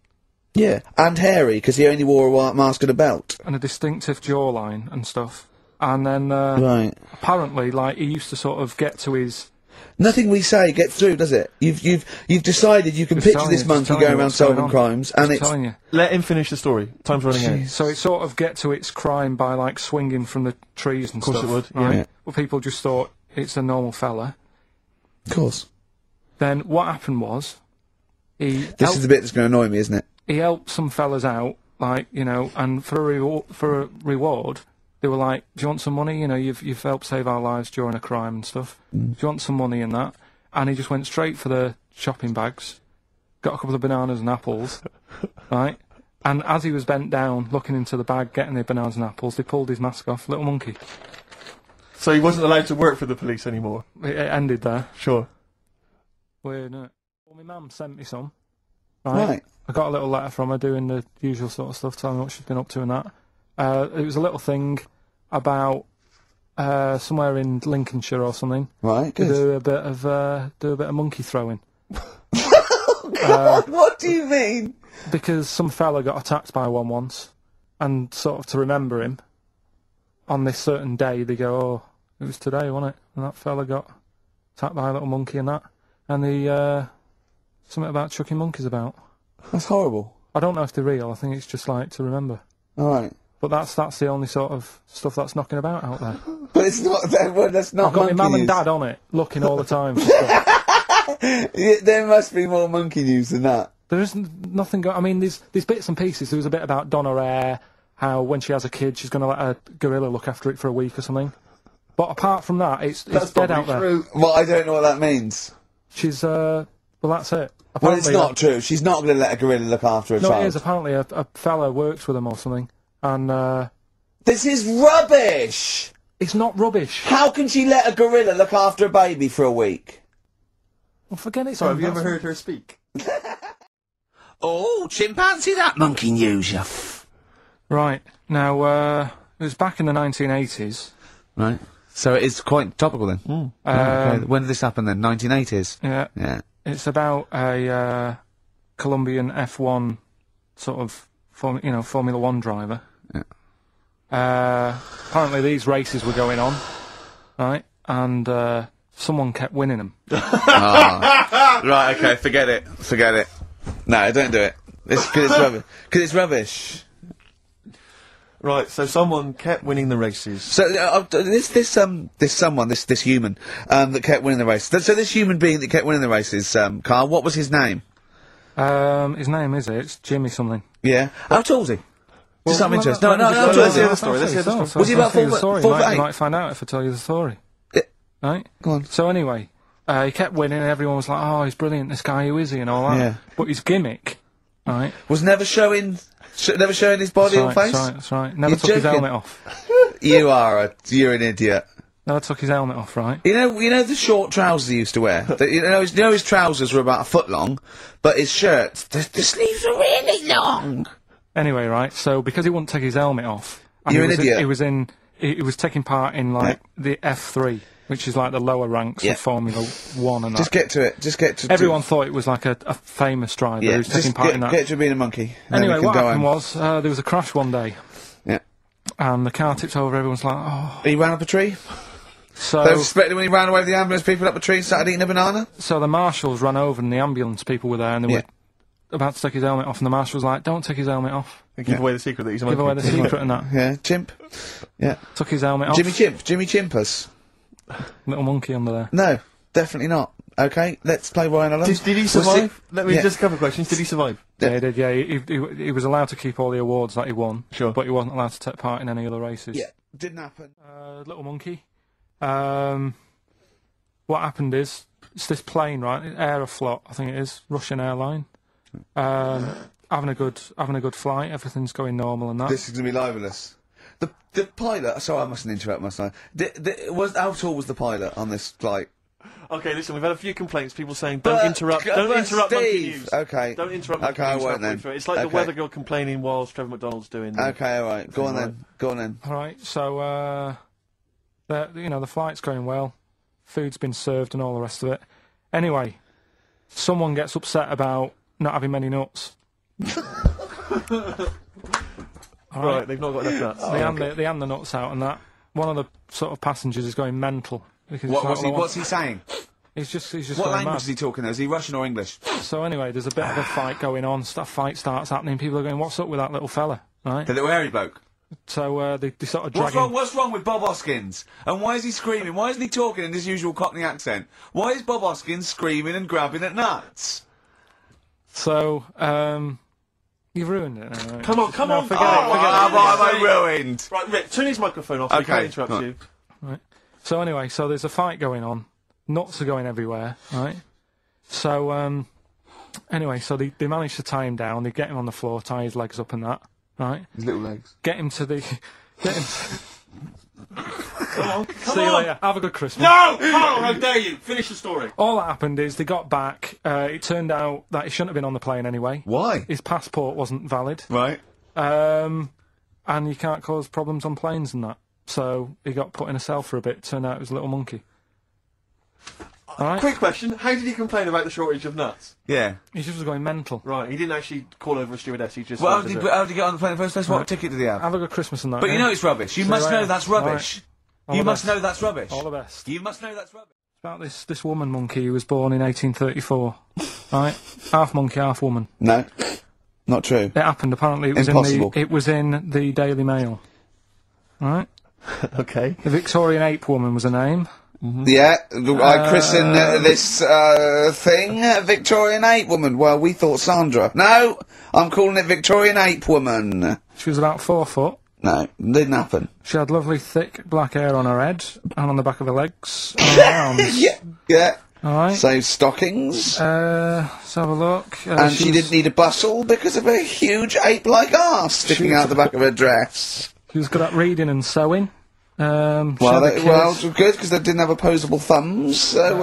[SPEAKER 3] yeah, and hairy because he only wore a wa- mask and a belt.
[SPEAKER 13] and a distinctive jawline and stuff. And then uh,
[SPEAKER 3] Right.
[SPEAKER 13] apparently, like he used to sort of get to his
[SPEAKER 3] Nothing we say gets through, does it? You've you've you've decided you can
[SPEAKER 13] Just
[SPEAKER 3] picture
[SPEAKER 13] telling
[SPEAKER 3] this
[SPEAKER 13] you, just
[SPEAKER 3] monkey
[SPEAKER 13] telling you
[SPEAKER 3] going around
[SPEAKER 13] what's going
[SPEAKER 3] solving
[SPEAKER 13] on.
[SPEAKER 3] crimes, and
[SPEAKER 13] I'm
[SPEAKER 3] it's
[SPEAKER 13] telling you.
[SPEAKER 2] Let him finish the story. Time's running out.
[SPEAKER 13] So it sort of get to its crime by like swinging from the trees and
[SPEAKER 2] Of course
[SPEAKER 13] stuff.
[SPEAKER 2] it would,
[SPEAKER 13] Right?
[SPEAKER 3] yeah.
[SPEAKER 13] Well, people just thought it's a normal fella.
[SPEAKER 3] of course
[SPEAKER 13] Then what happened was, he
[SPEAKER 3] this
[SPEAKER 13] helped,
[SPEAKER 3] is the bit that's going to annoy me, isn't it?
[SPEAKER 13] he helped some fellas out, like you know, and for a reward, for a reward, they were like, "Do you want some money? You know, you've you've helped save our lives during a crime and stuff. Do you want some money in that?" And he just went straight for the shopping bags, got a couple of bananas and apples, right. And as he was bent down, looking into the bag, getting the bananas and apples, they pulled his mask off. Little monkey.
[SPEAKER 2] So he wasn't allowed to work for the police anymore.
[SPEAKER 13] It, it ended there.
[SPEAKER 2] Sure.
[SPEAKER 13] Weird, innit? Well, my mum sent me some.
[SPEAKER 3] Right.
[SPEAKER 13] I got a little letter from her doing the usual sort of stuff, telling me what she's been up to and that. Uh, it was a little thing about uh, somewhere in Lincolnshire or something
[SPEAKER 3] Right,
[SPEAKER 13] to
[SPEAKER 3] good.
[SPEAKER 13] do a bit of uh, do a bit of monkey throwing Uh,
[SPEAKER 3] what do you mean?
[SPEAKER 13] because some fella got attacked by one once, and sort of to remember him on this certain day, they go, "Oh, it was today, wasn't it?" And that fella got attacked by a little monkey and that, and the uh, something about chucking monkeys about.
[SPEAKER 3] That's horrible.
[SPEAKER 13] I don't know if they're real. I think it's just like to remember.
[SPEAKER 3] All right.
[SPEAKER 13] But that's that's the only sort of stuff that's knocking about out there.
[SPEAKER 3] But it's not that. Well, that's not.
[SPEAKER 13] I've got my
[SPEAKER 3] monkey
[SPEAKER 13] mum and
[SPEAKER 3] news.
[SPEAKER 13] dad on it, looking all the time. for stuff.
[SPEAKER 3] Yeah, there must be more monkey news than that.
[SPEAKER 13] there isn't nothing. Go- I mean, there's there's bits and pieces. There was a bit about Donna Air, how when she has a kid, she's going to let a gorilla look after it for a week or something. But apart from that, it's it's dead out there.
[SPEAKER 3] Well, I don't know what that means.
[SPEAKER 13] She's uh, well, that's it. Apparently,
[SPEAKER 3] Well, it's not true. She's not going to let a gorilla look after a
[SPEAKER 13] No,
[SPEAKER 3] child.
[SPEAKER 13] it is. Apparently, a, a fella works with them or something, and uh,
[SPEAKER 3] This is rubbish.
[SPEAKER 13] it's not rubbish.
[SPEAKER 3] How can she let a gorilla look after a baby for a week?
[SPEAKER 13] Well, forget it.
[SPEAKER 2] Have you ever heard her speak?
[SPEAKER 4] Oh, chimpanzee, that monkey news, you f-
[SPEAKER 13] Right. Now, uh, it was back in the 1980s.
[SPEAKER 4] Right. So it is quite topical then.
[SPEAKER 3] Hmm.
[SPEAKER 13] Um,
[SPEAKER 4] Okay, When did this happen then? 1980s?
[SPEAKER 13] yeah,
[SPEAKER 4] Yeah.
[SPEAKER 13] it's about a uh, Colombian F1 sort of, form, you know, Formula One driver. Uh, apparently, these races were going on, right? And uh, someone kept winning them.
[SPEAKER 3] Right, okay, forget it. Forget it. No, don't do it. It's because it's rubbish. Because it's rubbish.
[SPEAKER 2] Right, so someone kept winning the races.
[SPEAKER 3] So uh, uh, this this um this someone this this human um that kept winning the race. Th- So this human being that kept winning the races, um, Carl. What was his name?
[SPEAKER 13] Um, his name is it? It's Jimmy something.
[SPEAKER 3] Yeah. How tall was he? Just out of interest. No, no, no.
[SPEAKER 2] no,
[SPEAKER 3] How tall was he?
[SPEAKER 2] no, no. story, let's hear the story.
[SPEAKER 3] Was he about
[SPEAKER 13] four?
[SPEAKER 3] four-
[SPEAKER 13] Story.
[SPEAKER 3] four
[SPEAKER 13] you,
[SPEAKER 3] foot
[SPEAKER 13] might,
[SPEAKER 3] eight?
[SPEAKER 13] you might find out if I tell you the story.
[SPEAKER 3] Yeah.
[SPEAKER 13] Right.
[SPEAKER 3] Go on.
[SPEAKER 13] So anyway, uh, he kept winning. and Everyone was like, "Oh, he's brilliant. This guy, who is he?" and all that.
[SPEAKER 3] Yeah.
[SPEAKER 13] But his gimmick, right?
[SPEAKER 3] Was never showing, sh- never showing his body
[SPEAKER 13] That's
[SPEAKER 3] or face.
[SPEAKER 13] right, That's right, that's right. Never
[SPEAKER 3] You're
[SPEAKER 13] took his
[SPEAKER 3] joking.
[SPEAKER 13] helmet off.
[SPEAKER 3] You are a, you're an idiot.
[SPEAKER 13] Never took his helmet off, right?
[SPEAKER 3] You know, you know the short trousers he used to wear. That- you, know, his, you know his trousers were about a foot long, but his shirt, the, the sleeves were really long.
[SPEAKER 13] Anyway, right. So because he wouldn't take his helmet off, and
[SPEAKER 3] You're an
[SPEAKER 13] he was
[SPEAKER 3] idiot.
[SPEAKER 13] In, he was in. He, he was taking part in like the F3, which is like the lower ranks
[SPEAKER 3] Yeah.
[SPEAKER 13] of Formula One, and
[SPEAKER 3] Just
[SPEAKER 13] that.
[SPEAKER 3] get to it. Just get to to-
[SPEAKER 13] Everyone thought it was like a, a famous driver
[SPEAKER 3] Yeah,
[SPEAKER 13] who's taking
[SPEAKER 3] just
[SPEAKER 13] part
[SPEAKER 3] get,
[SPEAKER 13] in that.
[SPEAKER 3] get to being a monkey. and then
[SPEAKER 13] anyway,
[SPEAKER 3] we can
[SPEAKER 13] what
[SPEAKER 3] go
[SPEAKER 13] happened
[SPEAKER 3] home.
[SPEAKER 13] was uh, there was a crash one day,
[SPEAKER 3] Yeah.
[SPEAKER 13] and the car tipped over. Everyone's like, "Oh!"
[SPEAKER 3] He ran up a tree.
[SPEAKER 13] So
[SPEAKER 3] They were suspecting when he ran away with the ambulance, people up a tree started eating a banana.
[SPEAKER 13] so the marshals ran over and the ambulance people were there and they
[SPEAKER 3] Yeah.
[SPEAKER 13] were about to take his helmet off and the marshal was like, don't take his helmet off.
[SPEAKER 2] They give away the secret that he's a
[SPEAKER 13] Give away the
[SPEAKER 2] monkey.
[SPEAKER 13] secret and that.
[SPEAKER 3] Yeah, chimp. Yeah.
[SPEAKER 13] Took his helmet off.
[SPEAKER 3] Jimmy Chimp. Jimmy Chimpus.
[SPEAKER 13] Little monkey under there.
[SPEAKER 3] No, definitely not. Okay, let's play Ryan Alone.
[SPEAKER 2] Did, did he
[SPEAKER 3] We'll see-
[SPEAKER 2] survive? Let me
[SPEAKER 3] Yeah.
[SPEAKER 2] just cover questions. Did he survive?
[SPEAKER 13] Yeah, he did, yeah. He, he, he was allowed to keep all the awards that he won.
[SPEAKER 2] Sure.
[SPEAKER 13] But he wasn't allowed to take part in any other races.
[SPEAKER 3] Yeah, didn't happen.
[SPEAKER 5] Oh.
[SPEAKER 13] Uh, little monkey. Um, what happened is it's this plane, right? Aeroflot, I think it is, Russian airline. Um, having a good having a good flight. Everything's going normal and that.
[SPEAKER 3] This is gonna be libelous. The the pilot. Sorry, I mustn't interrupt my son. The, the, was how tall was the pilot on this flight?
[SPEAKER 5] Okay, listen, we've had a few complaints. People saying, "Don't
[SPEAKER 3] But-
[SPEAKER 5] interrupt,
[SPEAKER 3] but
[SPEAKER 5] don't interrupt monkey
[SPEAKER 3] Steve,
[SPEAKER 5] news."
[SPEAKER 3] okay.
[SPEAKER 5] Don't interrupt.
[SPEAKER 3] Okay,
[SPEAKER 5] monkey
[SPEAKER 3] I
[SPEAKER 5] news
[SPEAKER 3] won't
[SPEAKER 5] halfway
[SPEAKER 3] then.
[SPEAKER 5] through. It's like
[SPEAKER 3] Okay.
[SPEAKER 5] the weather girl complaining whilst Trevor McDonald's doing. the-
[SPEAKER 3] Okay, all right. Go on then. Go on then.
[SPEAKER 13] All right, so uh, the, you know the flight's going well, food's been served and all the rest of it. Anyway, someone gets upset about not having many nuts. all
[SPEAKER 5] Right,
[SPEAKER 13] right,
[SPEAKER 5] they've not got enough nuts.
[SPEAKER 13] they, hand the, they hand the nuts out, and that one of the sort of passengers is going mental. Because it's
[SPEAKER 4] What,
[SPEAKER 13] like,
[SPEAKER 4] what's, he,
[SPEAKER 13] well, I want-
[SPEAKER 4] what's he saying?
[SPEAKER 13] he's just he's just
[SPEAKER 4] What
[SPEAKER 13] going
[SPEAKER 4] language
[SPEAKER 13] mad.
[SPEAKER 4] is he talking? Though? Is he Russian or English?
[SPEAKER 13] So anyway, there's a bit of a fight going on. Stuff fight starts happening. People are going, "What's up with that little fella?" Right?
[SPEAKER 4] The little hairy bloke.
[SPEAKER 13] So uh, they, they sort of
[SPEAKER 4] What's
[SPEAKER 13] drag
[SPEAKER 4] wrong?
[SPEAKER 13] him.
[SPEAKER 4] What's wrong with Bob Hoskins? And why is he screaming? Why isn't he talking in his usual Cockney accent? Why is Bob Hoskins screaming and grabbing at nuts?
[SPEAKER 13] So um, you've ruined it. Now, right?
[SPEAKER 5] Come on, come on,
[SPEAKER 13] forget
[SPEAKER 5] oh,
[SPEAKER 13] it,
[SPEAKER 5] forget
[SPEAKER 4] Have
[SPEAKER 5] it.
[SPEAKER 4] I am I ruined?
[SPEAKER 5] Right, Rick, turn his microphone off. we
[SPEAKER 4] Okay,
[SPEAKER 5] can't interrupt
[SPEAKER 4] go on.
[SPEAKER 5] you.
[SPEAKER 13] Right. So anyway, so there's a fight going on. Nuts are going everywhere, right? So um, anyway, so they, they manage to tie him down. They get him on the floor, tie his legs up and that, right?
[SPEAKER 4] His little legs.
[SPEAKER 13] Get him to the. Get him.
[SPEAKER 5] Come
[SPEAKER 13] See you
[SPEAKER 5] on.
[SPEAKER 13] later. Have a good Christmas.
[SPEAKER 5] No, Carl, how dare you? Finish the story.
[SPEAKER 13] All that happened is they got back. Uh, it turned out that he shouldn't have been on the plane anyway.
[SPEAKER 4] Why?
[SPEAKER 13] His passport wasn't valid.
[SPEAKER 4] Right.
[SPEAKER 13] Um, and you can't cause problems on planes and that. So he got put in a cell for a bit. Turned out it was a little monkey. All right.
[SPEAKER 5] Quick question: How did he complain about the shortage of nuts?
[SPEAKER 4] Yeah.
[SPEAKER 13] He just was going mental.
[SPEAKER 5] Right, he didn't actually call over a stewardess. He just.
[SPEAKER 4] Well, how
[SPEAKER 5] ordered
[SPEAKER 4] did,
[SPEAKER 5] it.
[SPEAKER 4] he, how did he get on the plane in the first place? What ticket did he have?
[SPEAKER 13] Have a good Christmas and that.
[SPEAKER 4] But you
[SPEAKER 13] eh?
[SPEAKER 4] know it's rubbish. You
[SPEAKER 13] See
[SPEAKER 4] must
[SPEAKER 13] you
[SPEAKER 4] know
[SPEAKER 13] later.
[SPEAKER 4] that's rubbish.
[SPEAKER 13] All
[SPEAKER 4] You
[SPEAKER 13] the
[SPEAKER 4] must
[SPEAKER 13] best.
[SPEAKER 4] know that's rubbish.
[SPEAKER 13] All the best.
[SPEAKER 4] You must know that's rubbish.
[SPEAKER 13] About this this woman monkey who was born in 1834. right, half monkey, half woman.
[SPEAKER 3] No, not true.
[SPEAKER 13] It happened. Apparently, it was
[SPEAKER 3] Impossible.
[SPEAKER 13] in the it was in the Daily Mail. Right,
[SPEAKER 5] Okay.
[SPEAKER 13] the Victorian ape woman was her name.
[SPEAKER 5] Hmm?
[SPEAKER 3] Yeah, I christen uh, this uh, thing uh, Victorian ape woman. Well, we thought Sandra. No, I'm calling it Victorian ape woman.
[SPEAKER 13] She was about four foot.
[SPEAKER 3] No, didn't happen.
[SPEAKER 13] She had lovely thick black hair on her head and on the back of her legs and her arms.
[SPEAKER 3] Yeah, yeah.
[SPEAKER 13] All right.
[SPEAKER 3] So stockings,
[SPEAKER 13] Uh, let's have a look. Uh,
[SPEAKER 3] and
[SPEAKER 13] she
[SPEAKER 3] she
[SPEAKER 13] was-
[SPEAKER 3] didn't need a bustle because of her huge ape-like arse sticking out the back of her dress.
[SPEAKER 13] She was good at reading and sewing. Um, she
[SPEAKER 3] Well,
[SPEAKER 13] had a
[SPEAKER 3] they, well,
[SPEAKER 13] kid.
[SPEAKER 3] good because they didn't have opposable thumbs. So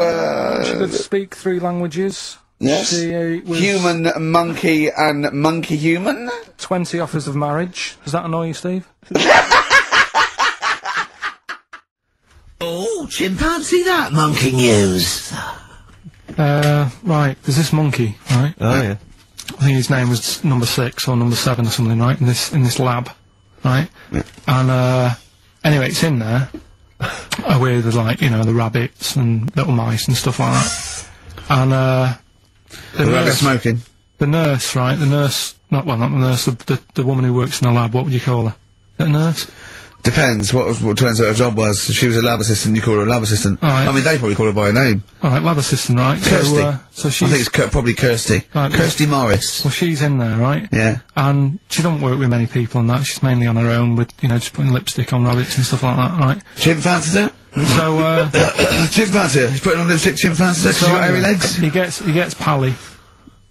[SPEAKER 13] she
[SPEAKER 3] uh,
[SPEAKER 13] could speak three languages.
[SPEAKER 3] yes,
[SPEAKER 13] She uh, was
[SPEAKER 3] human monkey and monkey human.
[SPEAKER 13] 20 offers of marriage. Does that annoy you, Steve?
[SPEAKER 14] Oh, chimpanzee that monkey news.
[SPEAKER 13] Uh, right. There's this monkey, right?
[SPEAKER 5] Oh yeah.
[SPEAKER 13] I think his name was number six or number seven or something, right? In this in this lab, right? And uh, anyway, it's in there uh, with like you know the rabbits and little mice and stuff like that. And uh, the, nurse,
[SPEAKER 8] smoking.
[SPEAKER 13] the nurse, right? The nurse, not well, not the nurse, the, the the woman who works in the lab. What would you call her? The nurse?
[SPEAKER 8] Depends what, was, what turns out her job was. If she was a lab assistant, you call her a lab assistant.
[SPEAKER 13] Alright.
[SPEAKER 8] I mean, they probably call her by her name.
[SPEAKER 13] All right, lab assistant, right?
[SPEAKER 8] Kirsty.
[SPEAKER 13] So, uh, so
[SPEAKER 8] I think
[SPEAKER 13] she's
[SPEAKER 8] it's Kir- probably Kirsty.
[SPEAKER 13] Right.
[SPEAKER 8] Kirsty Morris.
[SPEAKER 13] well, she's in there, right?
[SPEAKER 8] Yeah.
[SPEAKER 13] And she don't work with many people and that. She's mainly on her own with, you know, just putting lipstick on rabbits and stuff like that, right?
[SPEAKER 8] Chimpanzee that?
[SPEAKER 13] So, uh,
[SPEAKER 8] chimpanzee. He's putting on lipstick chimpanzee because
[SPEAKER 13] So
[SPEAKER 8] she's got hairy
[SPEAKER 13] anyway,
[SPEAKER 8] legs.
[SPEAKER 13] He gets he gets pally,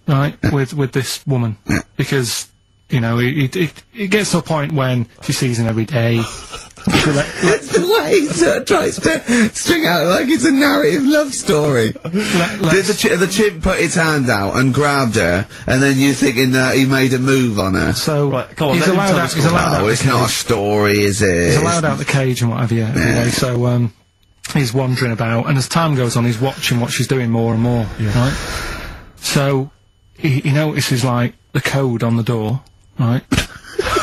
[SPEAKER 13] right, with with this woman because you know it it, it gets to a point when she sees him every day. She let- let-
[SPEAKER 8] That's the way he tries to string out like it's a narrative love story.
[SPEAKER 13] let-
[SPEAKER 8] Did
[SPEAKER 13] let-
[SPEAKER 8] the, chi- the chimp put his hand out and grabbed her, and then you thinking that he made a move on her?
[SPEAKER 13] so
[SPEAKER 5] Right, come on,
[SPEAKER 13] he's
[SPEAKER 5] let him tell
[SPEAKER 13] allowed out.
[SPEAKER 5] the
[SPEAKER 13] He's
[SPEAKER 3] Oh,
[SPEAKER 5] story.
[SPEAKER 13] allowed
[SPEAKER 8] No,
[SPEAKER 13] out.
[SPEAKER 8] it's not a story, is it?
[SPEAKER 13] He's allowed out the cage and whatever. Yeah. Anyway, so um, he's wandering about, and as time goes on, he's watching what she's doing more and more. Right. So he, he notices like the code on the door. Right.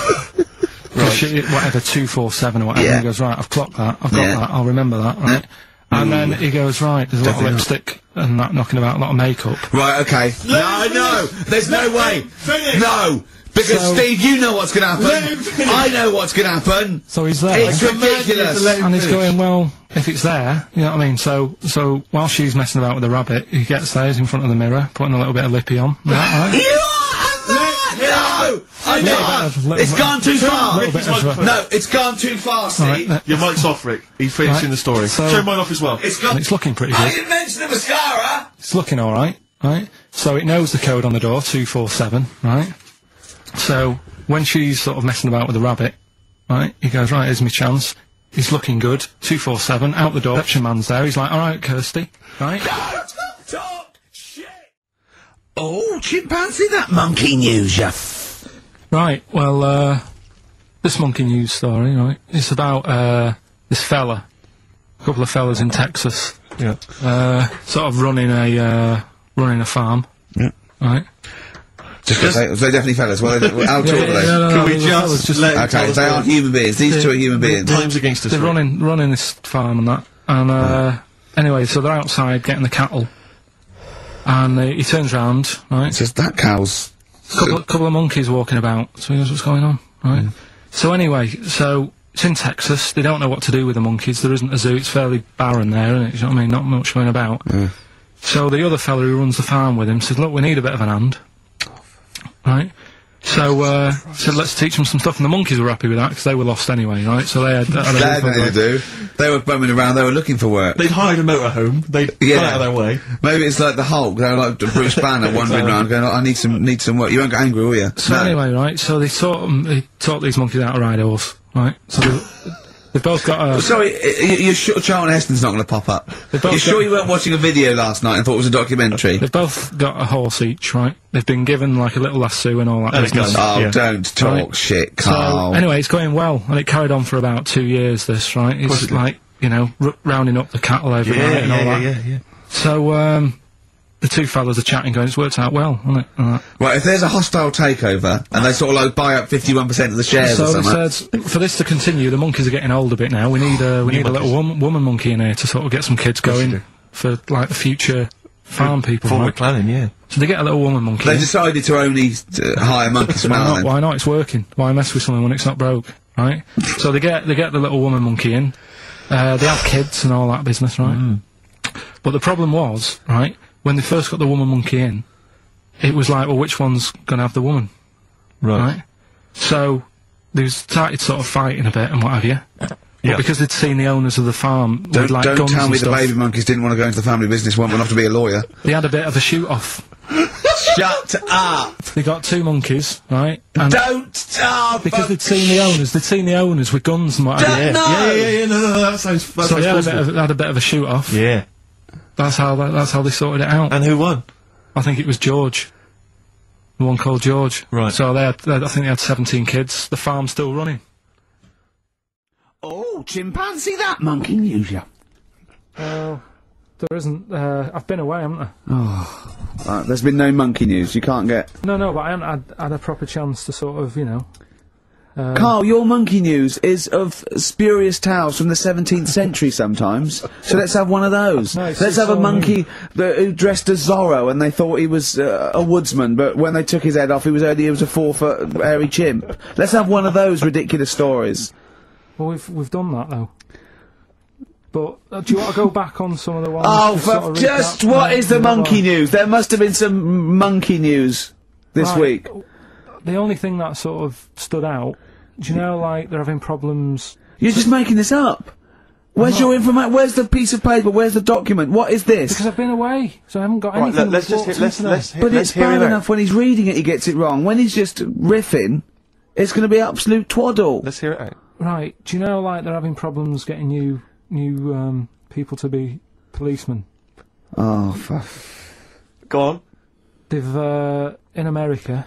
[SPEAKER 13] right. whatever two four seven or whatever.
[SPEAKER 8] Yeah.
[SPEAKER 13] He goes right. I've clocked that. I've got
[SPEAKER 8] Yeah.
[SPEAKER 13] that. I'll remember that. Right. And then he goes right. There's a lot of lipstick and that knocking about a lot of makeup.
[SPEAKER 8] Right, okay. No, no, there's no way. No, because
[SPEAKER 13] So-
[SPEAKER 8] Steve, you know what's going to happen. I know what's going to happen.
[SPEAKER 13] So he's there.
[SPEAKER 8] It's ridiculous.
[SPEAKER 13] and he's going, well, if it's there, you know what I mean? So, so while she's messing about with the rabbit, he gets there, he's in front of the mirror, putting a little bit of lippy on. Right, right.
[SPEAKER 8] You are mad! No, I
[SPEAKER 13] bit of-
[SPEAKER 8] know.
[SPEAKER 13] little
[SPEAKER 8] It's
[SPEAKER 13] bit-
[SPEAKER 8] gone too far.
[SPEAKER 13] little bit of-
[SPEAKER 8] No, it's gone too far,
[SPEAKER 13] Right,
[SPEAKER 8] Steve.
[SPEAKER 13] uh,
[SPEAKER 5] Your mic's off, Rick. He's finishing
[SPEAKER 13] Right,
[SPEAKER 5] the story.
[SPEAKER 13] so-
[SPEAKER 5] Turn mine off as well.
[SPEAKER 8] It's
[SPEAKER 13] and
[SPEAKER 8] gone.
[SPEAKER 13] it's looking pretty
[SPEAKER 8] I
[SPEAKER 13] good.
[SPEAKER 8] didn't mention the mascara.
[SPEAKER 13] It's looking all right, right? So it knows the code on the door, 247, right? So when she's sort of messing about with the rabbit,
[SPEAKER 1] right? He goes, right, here's my chance. He's looking good. 247, out the door. Reception man's there. He's like, alright, Kirsty, right?
[SPEAKER 15] Oh, chimpanzee, that monkey news, you
[SPEAKER 1] Right, well, uh, this monkey news story, right? It's about, uh, this fella. A couple of fellas in Texas.
[SPEAKER 5] Yeah.
[SPEAKER 1] Uh, sort of running a, uh, running a farm.
[SPEAKER 5] Yeah.
[SPEAKER 1] Right?
[SPEAKER 3] Just because they, they definitely fellas. Well, they, how tall are they?
[SPEAKER 1] Can we
[SPEAKER 5] just let
[SPEAKER 3] Okay, they are human beings. These two are human beings.
[SPEAKER 5] times against us.
[SPEAKER 1] They're running, running this farm and that. And, uh, anyway, so they're outside getting the cattle. And they, he turns round, right?
[SPEAKER 3] It's just that cow's.
[SPEAKER 1] couple, couple of monkeys walking about. So he knows what's going on, right? So anyway, so it's in Texas. They don't know what to do with the monkeys. There isn't a zoo. It's fairly barren there, isn't it? Do you know what I mean? Not much going about. So the other fella who runs the farm with him says, "Look, we need a bit of an hand, right?" So uh, said, "Let's teach them some stuff." And the monkeys were happy with that because they were lost anyway, right? So they had. had a
[SPEAKER 3] They had
[SPEAKER 1] little
[SPEAKER 3] nothing to
[SPEAKER 1] bit of-
[SPEAKER 3] do. They were bumming around. They were looking for work.
[SPEAKER 5] They'd hired a motorhome. They'd
[SPEAKER 3] Yeah.
[SPEAKER 5] gone out of their way.
[SPEAKER 3] Maybe it's like the Hulk. They were like Bruce Banner wandering around, going, "I need some, need some work." You won't get angry, will you?
[SPEAKER 1] So
[SPEAKER 3] No.
[SPEAKER 1] anyway, right? So they taught 'em- they taught these monkeys how to ride a horse, right? So they they've both got a.
[SPEAKER 3] Sorry, y- y- you're sure Charlton Heston's not going to pop up?
[SPEAKER 1] both
[SPEAKER 3] You're sure
[SPEAKER 1] got-
[SPEAKER 3] you weren't watching a video last night and thought it was a documentary?
[SPEAKER 1] They've both got a horse each, right? They've been given like a little lasso and all that.
[SPEAKER 5] And a
[SPEAKER 1] business.
[SPEAKER 5] gun.
[SPEAKER 3] Oh,
[SPEAKER 5] Yeah.
[SPEAKER 3] don't talk
[SPEAKER 1] Right.
[SPEAKER 3] shit,
[SPEAKER 1] So
[SPEAKER 5] Oh.
[SPEAKER 3] Carl.
[SPEAKER 1] anyway, it's going well, and it carried on for about two years. This right, it's like you know r- rounding up the cattle every night and all that.
[SPEAKER 5] yeah.
[SPEAKER 1] So um, the two fellas are chatting, going, "It's worked out well, hasn't it?" And that.
[SPEAKER 3] Right, if there's a hostile takeover and they sort of like buy up 51% of the shares or
[SPEAKER 1] So they
[SPEAKER 3] something,
[SPEAKER 1] said, for this to continue, the monkeys are getting old a bit now. We need a we need a little wom- woman monkey in here to sort of get some kids going for like the future farm people.
[SPEAKER 5] Forward
[SPEAKER 1] right?
[SPEAKER 5] planning, yeah.
[SPEAKER 1] So they get a little woman monkey.
[SPEAKER 3] they
[SPEAKER 1] in.
[SPEAKER 3] decided to only uh, hire monkeys from
[SPEAKER 1] why not?
[SPEAKER 3] Ireland.
[SPEAKER 1] Why not? It's working. Why mess with something when it's not broke, right? so they get they get the little woman monkey in. Uh, they have kids and all that business, right? But the problem was, right, when they first got the woman monkey in, it was like, well, which one's going to have the woman,
[SPEAKER 5] Right.
[SPEAKER 1] right? So they started sort of fighting a bit and what have you.
[SPEAKER 5] Yeah.
[SPEAKER 1] But because they'd seen the owners of the farm
[SPEAKER 3] Don't,
[SPEAKER 1] with like
[SPEAKER 3] don't
[SPEAKER 1] guns
[SPEAKER 3] tell
[SPEAKER 1] and
[SPEAKER 3] me the
[SPEAKER 1] stuff,
[SPEAKER 3] baby monkeys didn't want to go into the family business, one went off to be a lawyer.
[SPEAKER 1] they had a bit of a shoot off.
[SPEAKER 3] Shut up!
[SPEAKER 1] They got two monkeys, right? And
[SPEAKER 3] Don't stop!
[SPEAKER 1] because they'd seen the owners, they'd seen the owners with guns and what have you.
[SPEAKER 3] no!
[SPEAKER 5] Yeah, yeah, yeah, no, no, no, that sounds, that
[SPEAKER 1] So
[SPEAKER 5] sounds
[SPEAKER 1] they had a, bit
[SPEAKER 5] plausible.
[SPEAKER 1] of, had a bit of a shoot off.
[SPEAKER 5] Yeah.
[SPEAKER 1] That's how that, that's how they sorted it out.
[SPEAKER 5] And who won?
[SPEAKER 1] I think it was George, the one called George.
[SPEAKER 5] Right.
[SPEAKER 1] So they had, they had- I think they had 17 kids. The farm's still running.
[SPEAKER 15] Oh, chimpanzee, that monkey news, you
[SPEAKER 1] There isn't. Uh, I've been away, haven't I?
[SPEAKER 4] Right, there's been no monkey news. You can't get.
[SPEAKER 1] No, no, but I haven't had, had a proper chance to sort of, you know. Uh.
[SPEAKER 4] Carl, your monkey news is of spurious tales from the 17th century sometimes. So let's have one of those.
[SPEAKER 1] No, it's- it's
[SPEAKER 4] let's have
[SPEAKER 1] all
[SPEAKER 4] a monkey that, who dressed as Zorro and they thought he was uh, a woodsman, but when they took his head off, he was only he was a four foot hairy chimp. Let's have one of those ridiculous stories.
[SPEAKER 1] Well, we've we've done that though. But uh, do you want to go back on some of the ones?
[SPEAKER 4] Oh,
[SPEAKER 1] to
[SPEAKER 4] for
[SPEAKER 1] sort of
[SPEAKER 4] just
[SPEAKER 1] recap?
[SPEAKER 4] what
[SPEAKER 1] No,
[SPEAKER 4] is the
[SPEAKER 1] no,
[SPEAKER 4] monkey
[SPEAKER 1] no.
[SPEAKER 4] news? There must have been some monkey news this
[SPEAKER 1] Right.
[SPEAKER 4] week.
[SPEAKER 1] The only thing that sort of stood out. Do you know, like they're having problems?
[SPEAKER 4] You're just making this up. Where's your information? Where's the piece of paper? Where's the document? What is this?
[SPEAKER 1] Because I've been away, so I haven't got
[SPEAKER 2] Right,
[SPEAKER 1] anything.
[SPEAKER 2] let, us
[SPEAKER 1] brought
[SPEAKER 2] just hit,
[SPEAKER 1] to
[SPEAKER 2] let's
[SPEAKER 1] me
[SPEAKER 2] let's
[SPEAKER 1] today.
[SPEAKER 2] hit,
[SPEAKER 4] But
[SPEAKER 2] let's
[SPEAKER 4] it's
[SPEAKER 2] hear
[SPEAKER 4] bad
[SPEAKER 2] it out.
[SPEAKER 4] enough when he's reading it, he gets it wrong. When he's just riffing, it's going to be absolute twaddle.
[SPEAKER 2] Let's hear it out.
[SPEAKER 1] Right. Do you know like they're having problems getting new new um, people to be policemen?
[SPEAKER 4] Oh, fuck.
[SPEAKER 2] Go on.
[SPEAKER 1] They've uh, in America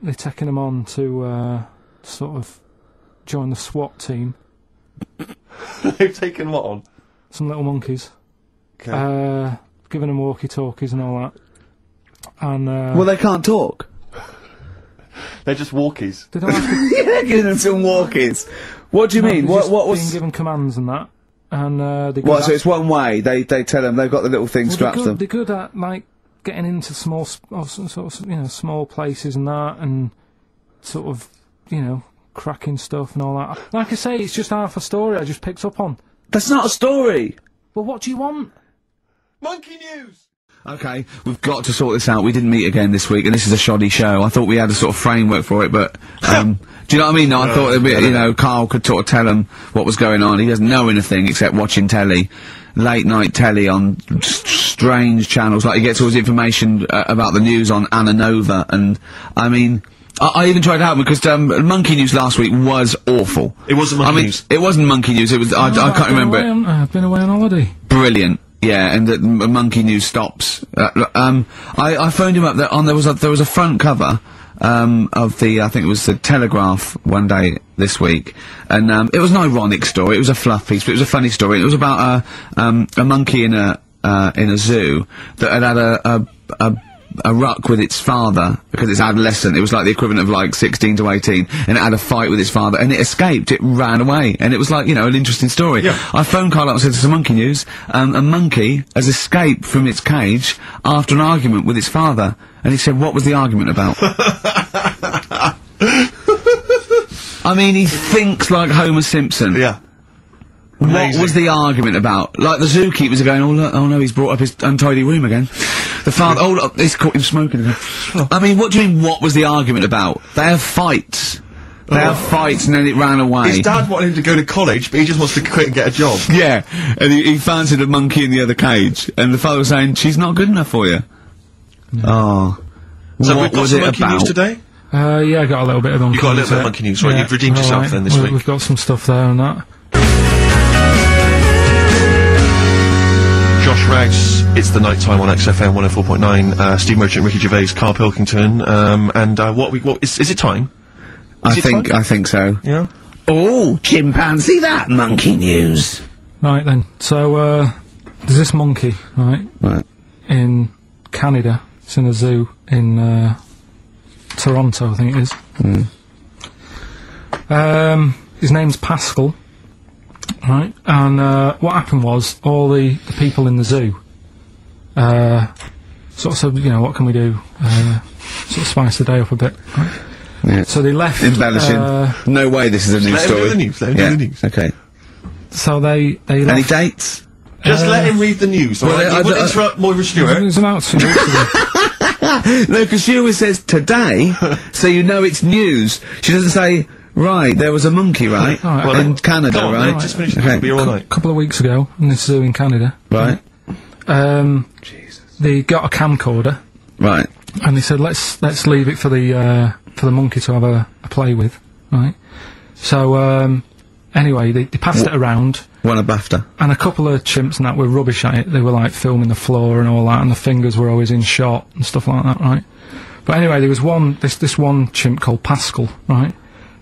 [SPEAKER 1] they're taking them on to uh, sort of join the SWAT team.
[SPEAKER 2] They've taken what on?
[SPEAKER 1] Some little monkeys.
[SPEAKER 2] 'Kay.
[SPEAKER 1] Uh, giving them walkie talkies and all that. And uh,
[SPEAKER 4] Well, they can't talk.
[SPEAKER 2] They're just walkies.
[SPEAKER 1] they don't have to
[SPEAKER 4] They're giving them some walkies. What do you mean?
[SPEAKER 1] they're
[SPEAKER 4] What,
[SPEAKER 1] just
[SPEAKER 4] what
[SPEAKER 1] being
[SPEAKER 4] was...
[SPEAKER 1] given commands and that. And uh, they
[SPEAKER 4] What, so it's one way. They, they tell them they've got the little thing
[SPEAKER 1] Well, they're
[SPEAKER 4] strapped
[SPEAKER 1] good,
[SPEAKER 4] to them.
[SPEAKER 1] They're good at uh, like getting into small, s- or s- sort of, you know, small places and that, and sort of, you know, cracking stuff and all that. Like I say, it's just half a story I just picked up on.
[SPEAKER 4] That's not a story.
[SPEAKER 1] Well, what do you want?
[SPEAKER 2] Monkey news.
[SPEAKER 4] Okay, we've got to sort this out. We didn't meet again this week, and this is a shoddy show. I thought we had a sort of framework for it, but um, do you know what I mean? No, I thought it'd be, you know Carl could sort of tell him what was going on. He doesn't know anything except watching telly, late night telly on s- strange channels. Like he gets all his information uh, about the news on Anna Nova, and I mean. I, I even tried to help because um, Monkey News last week was awful.
[SPEAKER 5] It wasn't
[SPEAKER 4] I
[SPEAKER 5] Monkey
[SPEAKER 4] mean,
[SPEAKER 5] News.
[SPEAKER 4] it wasn't Monkey News. It was I, I can't remember
[SPEAKER 13] Away
[SPEAKER 4] it.
[SPEAKER 13] on- I've been away on holiday.
[SPEAKER 4] Brilliant. Yeah, and that M- Monkey News stops. Uh, l- um, I, I phoned him up there on there was a there was a front cover um, of the I think it was the Telegraph one day this week, and um, it was an ironic story. It was a fluff piece, but it was a funny story. It was about a um, a monkey in a uh, in a zoo that had had a a, a a ruck with its father because it's adolescent. It was like the equivalent of like 16 to 18, and it had a fight with its father, and it escaped. It ran away, and it was like you know an interesting story. I phoned Carl up and said, "There's some monkey news. Um, a monkey has escaped from its cage after an argument with its father." And he said, "What was the argument about?" I mean, he thinks like Homer Simpson.
[SPEAKER 5] Yeah.
[SPEAKER 4] What was the argument about? Like the zookeepers are going, oh, look, oh no, he's brought up his untidy room again. The father, oh look, he's caught him smoking again. I mean, what do you mean? What was the argument about? They have fights. They have fights, and then it ran away.
[SPEAKER 5] Oh. His dad wanted him to go to college, but he just wants to quit and get a job.
[SPEAKER 4] yeah, and he, he fancied a monkey in the other cage, and the father was saying, "She's not good enough for you." Oh,
[SPEAKER 5] Ah. So
[SPEAKER 4] what
[SPEAKER 5] we've got
[SPEAKER 4] was
[SPEAKER 5] some
[SPEAKER 4] it
[SPEAKER 5] monkey
[SPEAKER 4] about?
[SPEAKER 5] news today.
[SPEAKER 13] Uh, yeah, I got a little bit of monkey.
[SPEAKER 5] You got a little bit of
[SPEAKER 13] there.
[SPEAKER 5] monkey news, right?
[SPEAKER 13] Yeah.
[SPEAKER 5] You've redeemed yourself
[SPEAKER 13] Alright,
[SPEAKER 5] then this
[SPEAKER 13] we-
[SPEAKER 5] week.
[SPEAKER 13] We've got some stuff there on that.
[SPEAKER 5] Josh Rags, it's the night time on XFM 104.9. Uh, Steve Merchant, Ricky Gervais, Carl Pilkington, um, and uh, what we what is, is it time?
[SPEAKER 4] I
[SPEAKER 5] Is it
[SPEAKER 4] think,
[SPEAKER 5] fun?
[SPEAKER 4] I think so.
[SPEAKER 5] Yeah.
[SPEAKER 16] Oh, chimpanzee, that monkey news.
[SPEAKER 13] Right then. So uh, there's this monkey, right,
[SPEAKER 4] Right.
[SPEAKER 13] in Canada. It's in a zoo in uh, Toronto, I think it is.
[SPEAKER 4] Hmm.
[SPEAKER 13] Um, his name's Pascal, right? And uh, what happened was all the, the people in the zoo uh, sort of said, you know, what can we do? Uh, sort of spice the day up a bit. Right?
[SPEAKER 4] Yeah.
[SPEAKER 13] So they left.
[SPEAKER 4] Embellishing.
[SPEAKER 13] Uh,
[SPEAKER 4] no way, this is a news
[SPEAKER 5] let him do
[SPEAKER 4] story.
[SPEAKER 5] the news, let him do
[SPEAKER 4] yeah.
[SPEAKER 5] the news.
[SPEAKER 4] Okay.
[SPEAKER 13] so they they
[SPEAKER 4] Any
[SPEAKER 13] left.
[SPEAKER 4] dates?
[SPEAKER 5] Just let him read the news. All
[SPEAKER 4] well,
[SPEAKER 5] right?
[SPEAKER 4] I-
[SPEAKER 5] He wouldn't
[SPEAKER 4] I-
[SPEAKER 5] interrupt Moira
[SPEAKER 13] it
[SPEAKER 5] Stewart.
[SPEAKER 13] was about two weeks ago.
[SPEAKER 4] No, because she always says today, so you know it's news. She doesn't say, right, there was a monkey, right?
[SPEAKER 13] All right,
[SPEAKER 5] Well,
[SPEAKER 4] in
[SPEAKER 5] then-
[SPEAKER 4] Canada,
[SPEAKER 5] Come on,
[SPEAKER 4] right?
[SPEAKER 5] then, Just finish.
[SPEAKER 4] Okay.
[SPEAKER 5] It'll be all
[SPEAKER 13] a
[SPEAKER 5] night.
[SPEAKER 13] couple of weeks ago in this zoo in Canada.
[SPEAKER 4] Right,
[SPEAKER 13] Um, They got a camcorder
[SPEAKER 4] right.
[SPEAKER 13] and they said let's let's leave it for the uh, for the monkey to have a, a play with, right? So um, anyway, they, they passed it around
[SPEAKER 4] Won a BAFTA.
[SPEAKER 13] and a couple of chimps and that were rubbish at it. They were like filming the floor and all that, and the fingers were always in shot and stuff like that, right? But anyway, there was one this this one chimp called Pascal, right?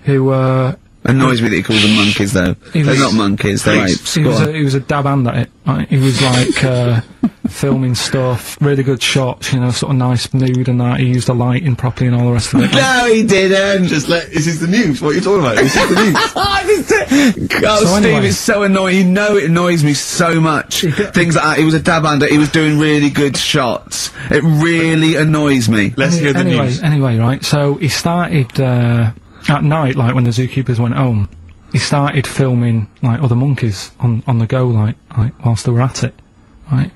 [SPEAKER 13] Who uh,
[SPEAKER 4] Annoys me that you call them monkeys, though.
[SPEAKER 13] He
[SPEAKER 4] They're
[SPEAKER 13] was-
[SPEAKER 4] not monkeys, they're apes.
[SPEAKER 13] He
[SPEAKER 4] Go
[SPEAKER 13] was,
[SPEAKER 4] on.
[SPEAKER 13] a, he was a dab hand at it. Right? He was like uh, filming stuff, really good shots, you know, sort of nice mood and that. He used the lighting properly and all the rest of it.
[SPEAKER 4] no, he didn't!
[SPEAKER 5] Just let. This is the news. What are you talking about? This is the news.
[SPEAKER 4] I just did- oh,
[SPEAKER 13] So
[SPEAKER 4] Steve,
[SPEAKER 13] anyway-
[SPEAKER 4] it's so annoying. You know it annoys me so much. Things like that. He was a dab under. He was doing really good shots. It really annoys me.
[SPEAKER 5] Let's hear the
[SPEAKER 13] anyway,
[SPEAKER 5] news.
[SPEAKER 13] anyway, right. So he started uh, at night, like when the zookeepers went home. He started filming like other monkeys on, on the go, like, like whilst they were at it, right?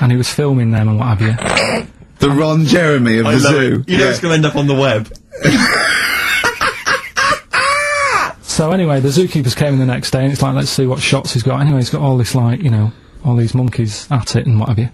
[SPEAKER 13] And he was filming them and what have you.
[SPEAKER 4] The Ron Jeremy of
[SPEAKER 5] I
[SPEAKER 4] the
[SPEAKER 5] love
[SPEAKER 4] zoo.
[SPEAKER 5] it. You know it's going to end up on the web.
[SPEAKER 13] So anyway, the zookeepers came in the next day, and it's like, let's see what shots he's got. Anyway, he's got all this like, you know, all these monkeys at it and what have you.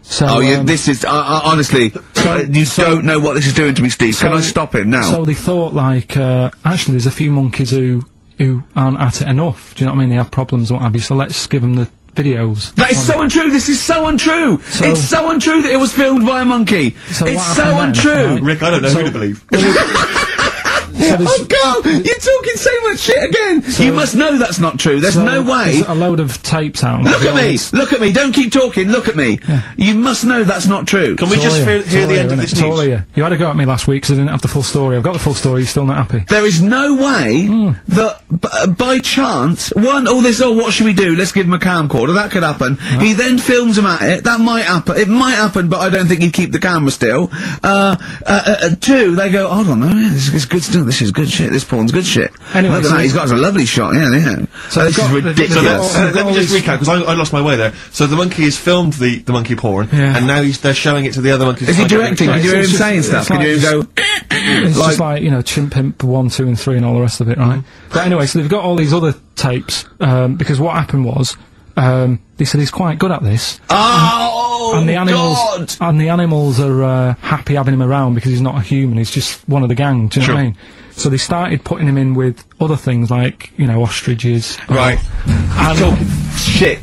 [SPEAKER 13] So
[SPEAKER 4] Oh, yeah,
[SPEAKER 13] um,
[SPEAKER 4] this is. I I honestly, I- you don't know what this is doing to me, Steve. Can I stop it now?
[SPEAKER 13] So they thought like, uh, actually, there's a few monkeys who who aren't at it enough. Do you know what I mean? They have problems, and what have you. So let's give them the videos.
[SPEAKER 4] that is so untrue. This is so untrue.
[SPEAKER 13] So-
[SPEAKER 4] it's so untrue that it was filmed by a monkey.
[SPEAKER 13] So what
[SPEAKER 4] it's so
[SPEAKER 13] happened then,
[SPEAKER 4] untrue.
[SPEAKER 13] right?
[SPEAKER 5] Rick, I don't know who to believe.
[SPEAKER 13] So there's-
[SPEAKER 4] Oh, God, you're talking so much shit again. you must know that's not true. There's
[SPEAKER 13] so
[SPEAKER 4] no way.
[SPEAKER 13] There's a load of tapes out.
[SPEAKER 4] Look at me. Look at me. Don't keep talking. Look at me. You must know that's not true.
[SPEAKER 5] Can we just hear, hear the end of this news?
[SPEAKER 13] you. you had a go at me last week because I didn't have the full story. I've got the full story. You're still not happy.
[SPEAKER 4] There is no way that b- uh, by chance, one, all this, oh, what should we do? Let's give him a camcorder. That could happen. He then films him at it. That might happen. It might happen, but I don't think he'd keep the camera still. Uh, uh, uh, uh, two, they go, hold on, no, yeah, this is good stuff. This is good shit. This porn's good shit.
[SPEAKER 13] Anyway,
[SPEAKER 4] Look at
[SPEAKER 13] so-
[SPEAKER 4] that. He's got us a lovely shot. Yeah, yeah. Uh,
[SPEAKER 13] So
[SPEAKER 4] this
[SPEAKER 13] they've
[SPEAKER 4] is
[SPEAKER 13] got- they've- they've
[SPEAKER 5] So
[SPEAKER 13] Yeah.
[SPEAKER 5] let's,
[SPEAKER 4] ridiculous.
[SPEAKER 13] got-
[SPEAKER 5] uh, let me just recap because I, I lost my way there. So the monkey has filmed the, the monkey porn,
[SPEAKER 13] Yeah.
[SPEAKER 5] and now he's, they're showing it to the other monkeys.
[SPEAKER 4] Is he
[SPEAKER 5] Like,
[SPEAKER 4] directing? Can you hear him
[SPEAKER 13] It's just-
[SPEAKER 4] saying
[SPEAKER 13] it's
[SPEAKER 4] stuff? Can
[SPEAKER 13] like
[SPEAKER 4] you
[SPEAKER 13] just-
[SPEAKER 4] go,
[SPEAKER 13] It's
[SPEAKER 4] Like-
[SPEAKER 13] just like, you know, Chimp Pimp 1, 2 and 3 and all the rest of
[SPEAKER 8] Mm-hmm.
[SPEAKER 13] it, right? But anyway, so they've got all these other tapes, um, because what happened was, um, They said he's quite good at this,
[SPEAKER 8] Oh,
[SPEAKER 13] and the animals
[SPEAKER 8] God!
[SPEAKER 13] and the animals are uh, happy having him around because he's not a human. He's just one of the gang. Do you know what I mean? So they started putting him in with other things like you know ostriches.
[SPEAKER 8] Right.
[SPEAKER 13] And
[SPEAKER 8] Shit.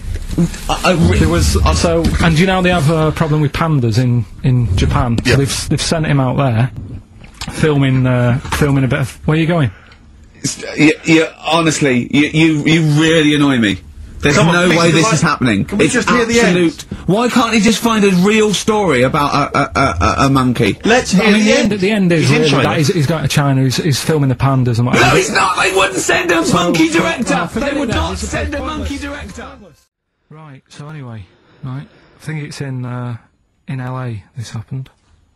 [SPEAKER 8] I, I re-
[SPEAKER 13] there was so and you know they have a problem with pandas in in Japan. So they've they've sent him out there, filming uh, filming a bit of. Where are you going?
[SPEAKER 4] It's- You, you, honestly, you, you, you really annoy me.
[SPEAKER 8] There's
[SPEAKER 4] Come on,
[SPEAKER 8] no
[SPEAKER 4] fix
[SPEAKER 8] way
[SPEAKER 4] the
[SPEAKER 8] this
[SPEAKER 4] light.
[SPEAKER 8] is happening.
[SPEAKER 4] Can we
[SPEAKER 8] it's
[SPEAKER 4] just hear
[SPEAKER 8] absolute.
[SPEAKER 4] the end?
[SPEAKER 8] Why can't he just find a real story about a a, a, a, a monkey?
[SPEAKER 2] Let's
[SPEAKER 13] I
[SPEAKER 2] hear
[SPEAKER 13] mean,
[SPEAKER 2] the end.
[SPEAKER 13] At the end is
[SPEAKER 2] He's in
[SPEAKER 13] really,
[SPEAKER 2] China.
[SPEAKER 13] that is, he's going to China. He's, he's filming the pandas
[SPEAKER 4] No,
[SPEAKER 13] and whatever.
[SPEAKER 4] he's not. They wouldn't send a monkey director.
[SPEAKER 13] forget
[SPEAKER 4] They would
[SPEAKER 13] it then,
[SPEAKER 4] not
[SPEAKER 13] it's a
[SPEAKER 4] send a
[SPEAKER 13] bit
[SPEAKER 4] monkey
[SPEAKER 13] pointless.
[SPEAKER 4] director.
[SPEAKER 13] right. So anyway, right. I think it's in uh, in LA. This happened.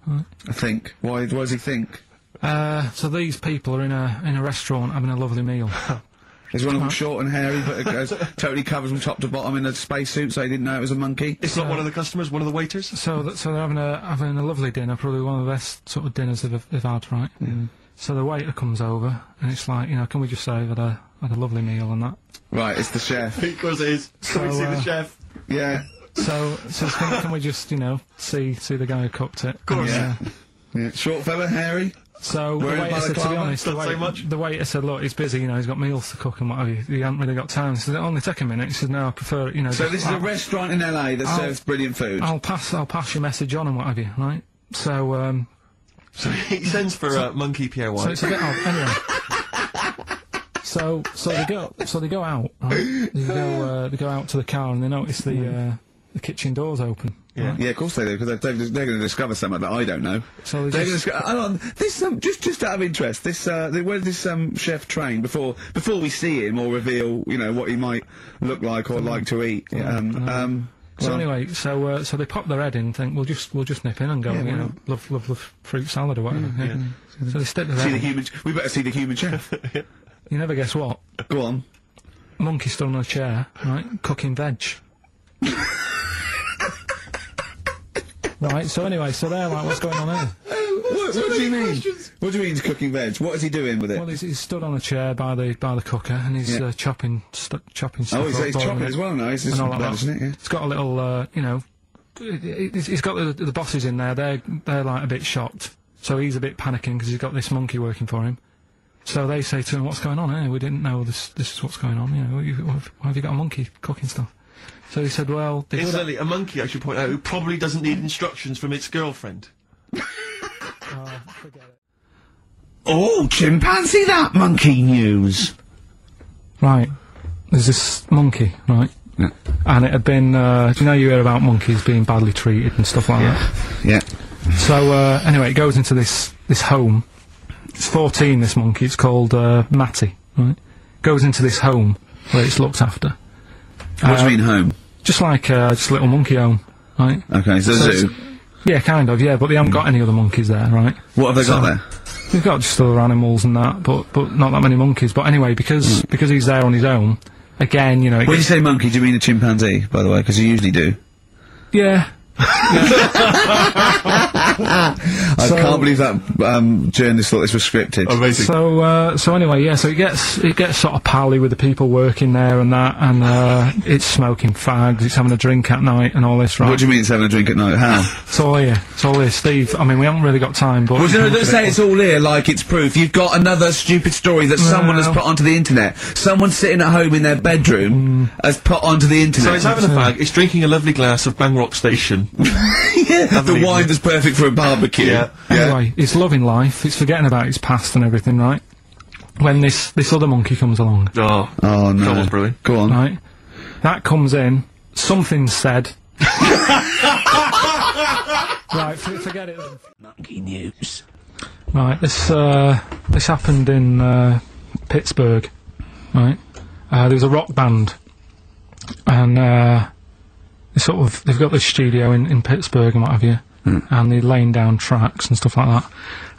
[SPEAKER 8] I think. Why? Why does he think?
[SPEAKER 13] Uh, so these people are in a in a restaurant having a lovely meal.
[SPEAKER 4] Uh-huh.
[SPEAKER 8] There's one of them short and hairy, but it goes totally covered from top to bottom in a spacesuit, so he didn't know it was a monkey.
[SPEAKER 5] It's not one of the customers, one of the waiters.
[SPEAKER 13] so that, so they're having a having a lovely dinner. Probably one of the best sort of dinners they've, they've had. Right. So the waiter comes over and it's like you know, can we just say I've had a had a lovely meal and that.
[SPEAKER 8] Right, it's the chef.
[SPEAKER 5] Because it is. Can we
[SPEAKER 13] So,
[SPEAKER 5] see the
[SPEAKER 13] uh,
[SPEAKER 5] chef?
[SPEAKER 8] Yeah.
[SPEAKER 13] So so can, can we just you know see see the guy who cooked it? Of course.
[SPEAKER 8] Yeah. yeah. Short fella, hairy.
[SPEAKER 13] So the
[SPEAKER 8] Wearing a
[SPEAKER 13] waiter said, to be
[SPEAKER 8] balaclava,
[SPEAKER 13] honest, the,
[SPEAKER 5] don't
[SPEAKER 13] wait-
[SPEAKER 5] say much.
[SPEAKER 13] the waiter said, look, he's busy, you know, he's got meals to cook and what have you. He hasn't really got time. He said, it'll only take a minute. He said, no, I prefer, it, you know.
[SPEAKER 8] So
[SPEAKER 13] just-
[SPEAKER 8] this is a
[SPEAKER 13] I'll-
[SPEAKER 8] restaurant in LA that
[SPEAKER 4] Oh.
[SPEAKER 13] I'll-
[SPEAKER 8] serves brilliant food.
[SPEAKER 13] I'll pass, I'll pass your message on and what have you, right? So, um,
[SPEAKER 5] He sends for uh, Monkey Pierre
[SPEAKER 13] so
[SPEAKER 5] White.
[SPEAKER 13] it's a bit odd. Anyway. So, so they go, so they go out, right? They go, uh, they go out to the car and they notice the, uh, the kitchen door's open. Yeah.
[SPEAKER 8] Yeah, of course they do, because they're, they're going to discover something that I don't know.
[SPEAKER 13] So they
[SPEAKER 8] they're going
[SPEAKER 13] just-
[SPEAKER 8] to hold on. This um, just just out of interest, this uh, the- where did this um chef train before before we see him or reveal you know what he might look like or like to eat? Um, um,
[SPEAKER 13] So
[SPEAKER 8] well,
[SPEAKER 13] anyway, so uh, so they pop their head in and think we'll just we'll just nip in and go, you know, love love love fruit salad or whatever. yeah. So they stick their
[SPEAKER 8] see the
[SPEAKER 13] head. in.
[SPEAKER 8] human. We better see the human chef.
[SPEAKER 13] You never guess what.
[SPEAKER 8] Go on.
[SPEAKER 13] monkey stood on a chair, right, cooking veg. right, so anyway, so they're like, what's going on here?
[SPEAKER 8] What, what do you mean? What do you mean he's cooking veg? What is he doing with it?
[SPEAKER 13] Well, he's, he's stood on a chair by the by the cooker and he's
[SPEAKER 8] Yeah.
[SPEAKER 13] uh, chopping stu- chopping stuff.
[SPEAKER 8] oh, he's,
[SPEAKER 13] up,
[SPEAKER 8] he's
[SPEAKER 13] boiling
[SPEAKER 8] chopping
[SPEAKER 13] it,
[SPEAKER 8] as well now. He's
[SPEAKER 13] and
[SPEAKER 8] just
[SPEAKER 13] all like
[SPEAKER 8] that,
[SPEAKER 13] that.
[SPEAKER 8] isn't it? Yeah.
[SPEAKER 13] It's got a little, uh, you know, it, it, it's- it's got the, the bosses in there. They're they're like a bit shocked, so he's a bit panicking because he's got this monkey working for him. So they say to him, "What's going on here? We didn't know this. This is what's going on. You know, you, why have you got a monkey cooking stuff?" So he said, "Well, they would-
[SPEAKER 5] Incidentally, a monkey, I should point out, who probably doesn't need instructions from its girlfriend.
[SPEAKER 14] Oh, chimpanzee that monkey news.
[SPEAKER 13] Right. There's this monkey, right?
[SPEAKER 8] Yeah.
[SPEAKER 13] And it had been, uh, do you know you hear about monkeys being badly treated and stuff like
[SPEAKER 8] Yeah.
[SPEAKER 13] that? So, uh, anyway, it goes into this, this home. It's 14, this monkey. It's called, uh, Matty, right? Goes into this home where it's looked after.
[SPEAKER 8] What do you mean home?
[SPEAKER 13] Just like, uh, just a little monkey home, right?
[SPEAKER 8] Okay, so,
[SPEAKER 13] so
[SPEAKER 8] zoo. Hmm.
[SPEAKER 13] it's- Yeah, kind of, yeah, but they haven't got any other monkeys there, right?
[SPEAKER 8] What have they got
[SPEAKER 13] so-
[SPEAKER 8] there?
[SPEAKER 13] They've got just other animals and that, but, but not that many monkeys. But anyway,
[SPEAKER 8] Hmm.
[SPEAKER 13] because, because he's there on his own, again, you know, it
[SPEAKER 8] When you say monkey, do you mean a chimpanzee? By the way, because you usually do.
[SPEAKER 13] Yeah.
[SPEAKER 8] I
[SPEAKER 13] So-
[SPEAKER 8] can't believe that um, journalist thought this was scripted.
[SPEAKER 13] So uh, so anyway, yeah. So it gets it gets sort of pally with the people working there and that, and uh, it's smoking fags, it's having a drink at night and all this, right?
[SPEAKER 8] What do you mean it's having a drink at night? How?
[SPEAKER 13] It's all here. It's all here, Steve. I mean, we haven't really got time, but
[SPEAKER 8] well,
[SPEAKER 13] you
[SPEAKER 8] no,
[SPEAKER 13] can
[SPEAKER 8] don't
[SPEAKER 13] look at
[SPEAKER 8] say
[SPEAKER 13] it.
[SPEAKER 8] it's all here like it's proof. You've got another stupid story that someone has
[SPEAKER 13] Well.
[SPEAKER 8] put onto the internet. Someone sitting at home in their
[SPEAKER 5] Mm.
[SPEAKER 8] bedroom has put onto the
[SPEAKER 5] So
[SPEAKER 8] internet.
[SPEAKER 5] it's having a fag, it's drinking a lovely glass of Bang Rock Station.
[SPEAKER 8] the
[SPEAKER 5] evening.
[SPEAKER 8] wine that's perfect for a barbecue.
[SPEAKER 5] Yeah.
[SPEAKER 13] Anyway, it's loving life. It's forgetting about its past and everything, right? When this this other monkey comes along,
[SPEAKER 5] Oh,
[SPEAKER 8] Oh no.
[SPEAKER 5] Come on, Bruin.
[SPEAKER 8] Go on.
[SPEAKER 13] right? That comes in. Something's said. right, for, forget it.
[SPEAKER 14] Monkey news.
[SPEAKER 13] Right, this uh, this happened in uh, Pittsburgh. Right, uh, there was a rock band, and uh, they sort of they've got this studio in, in Pittsburgh and what have you,
[SPEAKER 14] Hmm.
[SPEAKER 13] and they're laying down tracks and stuff like that.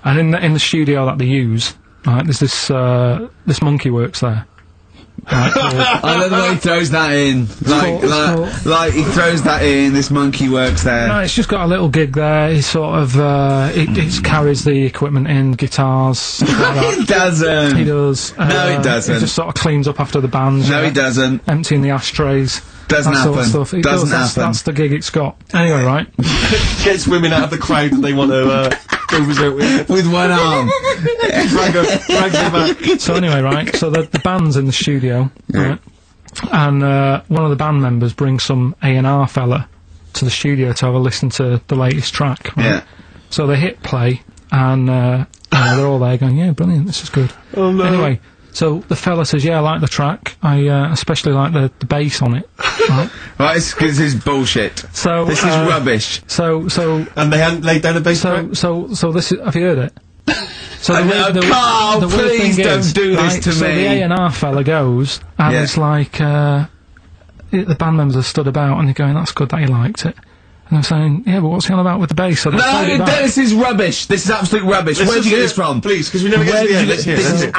[SPEAKER 13] And in the in the studio that they use, right, there's this uh, this monkey works there. Right, called-
[SPEAKER 8] I love the way he throws that in. Like,
[SPEAKER 13] cool,
[SPEAKER 8] like,
[SPEAKER 13] it's
[SPEAKER 8] like he throws that in. This monkey works there.
[SPEAKER 13] No, it's just got a little gig there. It's sort of uh, it, it carries the equipment in guitars. Stuff like that.
[SPEAKER 8] he doesn't.
[SPEAKER 13] He does.
[SPEAKER 8] No, he
[SPEAKER 13] uh,
[SPEAKER 8] doesn't.
[SPEAKER 13] He just sort of cleans up after the bands.
[SPEAKER 8] No,
[SPEAKER 13] yeah.
[SPEAKER 8] he doesn't.
[SPEAKER 13] emptying the ashtrays.
[SPEAKER 8] Doesn't
[SPEAKER 13] that sort of
[SPEAKER 8] happen.
[SPEAKER 13] stuff. It
[SPEAKER 8] Doesn't
[SPEAKER 13] does. That's,
[SPEAKER 8] happen.
[SPEAKER 13] that's the gig it's got. Anyway, right?
[SPEAKER 5] Gets women out of the crowd that they want to uh, go visit with.
[SPEAKER 8] With one arm.
[SPEAKER 5] Drag, her, drag them back.
[SPEAKER 13] so anyway, right? So the, the band's in the studio, right? And uh, one of the band members brings some A and R fella to the studio to have a listen to the latest track. Right?
[SPEAKER 8] Yeah.
[SPEAKER 13] So they hit play, and uh, you know, they're all there going, "Yeah, brilliant, this is good." Oh no. Anyway, so the fella says, "Yeah, I like the track. I uh, especially like the, the bass on it." Right?
[SPEAKER 8] Right, this, this is bullshit.
[SPEAKER 13] So
[SPEAKER 8] This is
[SPEAKER 13] uh,
[SPEAKER 8] rubbish.
[SPEAKER 13] So so
[SPEAKER 5] And they hadn't laid down a base track.
[SPEAKER 13] so, so, so this is, have you heard it? So
[SPEAKER 8] I know, Carl, please don't do this
[SPEAKER 13] right,
[SPEAKER 8] to
[SPEAKER 13] so
[SPEAKER 8] me.
[SPEAKER 13] the A&R fella goes, and
[SPEAKER 8] Yeah.
[SPEAKER 13] it's like, uh, it- the band members are stood about and they're going, that's good that he liked it. And I'm saying, yeah, but what's he on about with the bass? So they
[SPEAKER 8] No,
[SPEAKER 13] played it
[SPEAKER 8] no,
[SPEAKER 13] back.
[SPEAKER 8] this is rubbish. This is absolute rubbish.
[SPEAKER 5] Let's
[SPEAKER 8] Where did
[SPEAKER 5] just
[SPEAKER 8] you get
[SPEAKER 5] hear
[SPEAKER 8] this
[SPEAKER 5] it,
[SPEAKER 8] from?
[SPEAKER 5] please, 'cause we never get
[SPEAKER 8] Where
[SPEAKER 5] to the
[SPEAKER 8] did
[SPEAKER 5] end.
[SPEAKER 8] you
[SPEAKER 5] Let's
[SPEAKER 8] get-
[SPEAKER 5] hear it,
[SPEAKER 8] This
[SPEAKER 5] let's
[SPEAKER 8] is
[SPEAKER 5] hear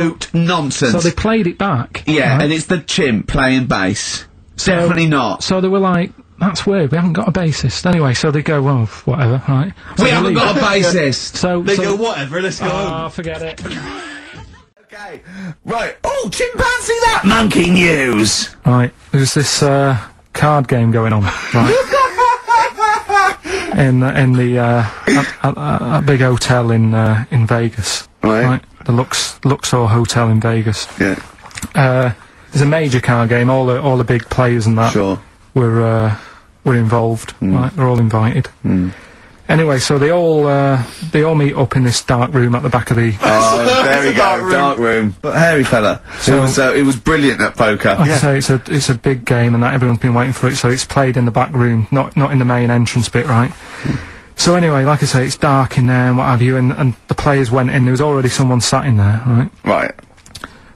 [SPEAKER 8] absolute nonsense.
[SPEAKER 13] So they played it back.
[SPEAKER 8] yeah,
[SPEAKER 13] right?
[SPEAKER 8] and it's the chimp playing bass. Definitely not.
[SPEAKER 13] So they were like, that's weird, we haven't got a bassist. Anyway, so they go, well, f- whatever, right? So
[SPEAKER 8] We
[SPEAKER 13] they
[SPEAKER 8] haven't
[SPEAKER 13] leave.
[SPEAKER 8] got a bassist.
[SPEAKER 13] So,
[SPEAKER 5] They
[SPEAKER 13] so
[SPEAKER 5] go, whatever, let's go home.
[SPEAKER 13] Ah, forget it.
[SPEAKER 14] Okay, right. Oh, chimpanzee that monkey news.
[SPEAKER 13] Right, there's this uh, card game going on, right? in the, in the uh, a, a, a big hotel in uh, in Vegas,
[SPEAKER 8] Right.
[SPEAKER 13] The Lux Luxor Hotel in Vegas.
[SPEAKER 8] Yeah,
[SPEAKER 13] Uh, there's a major card game. All the all the big players and that
[SPEAKER 8] sure.
[SPEAKER 13] were uh, were involved.
[SPEAKER 8] Hmm.
[SPEAKER 13] Right, they're all invited. Anyway, so they all uh, they all meet up in this dark room at the back of the
[SPEAKER 8] Oh, there we go, dark room. But hairy fella. it was uh, it was brilliant at poker.
[SPEAKER 13] Like I say, it's a it's a big game, and that everyone's been waiting for it. So it's played in the back room, not not in the main entrance bit, right? So anyway, like I say, it's dark in there and what have you, and, and the players went in. There was already someone sat in there, right?
[SPEAKER 8] Right.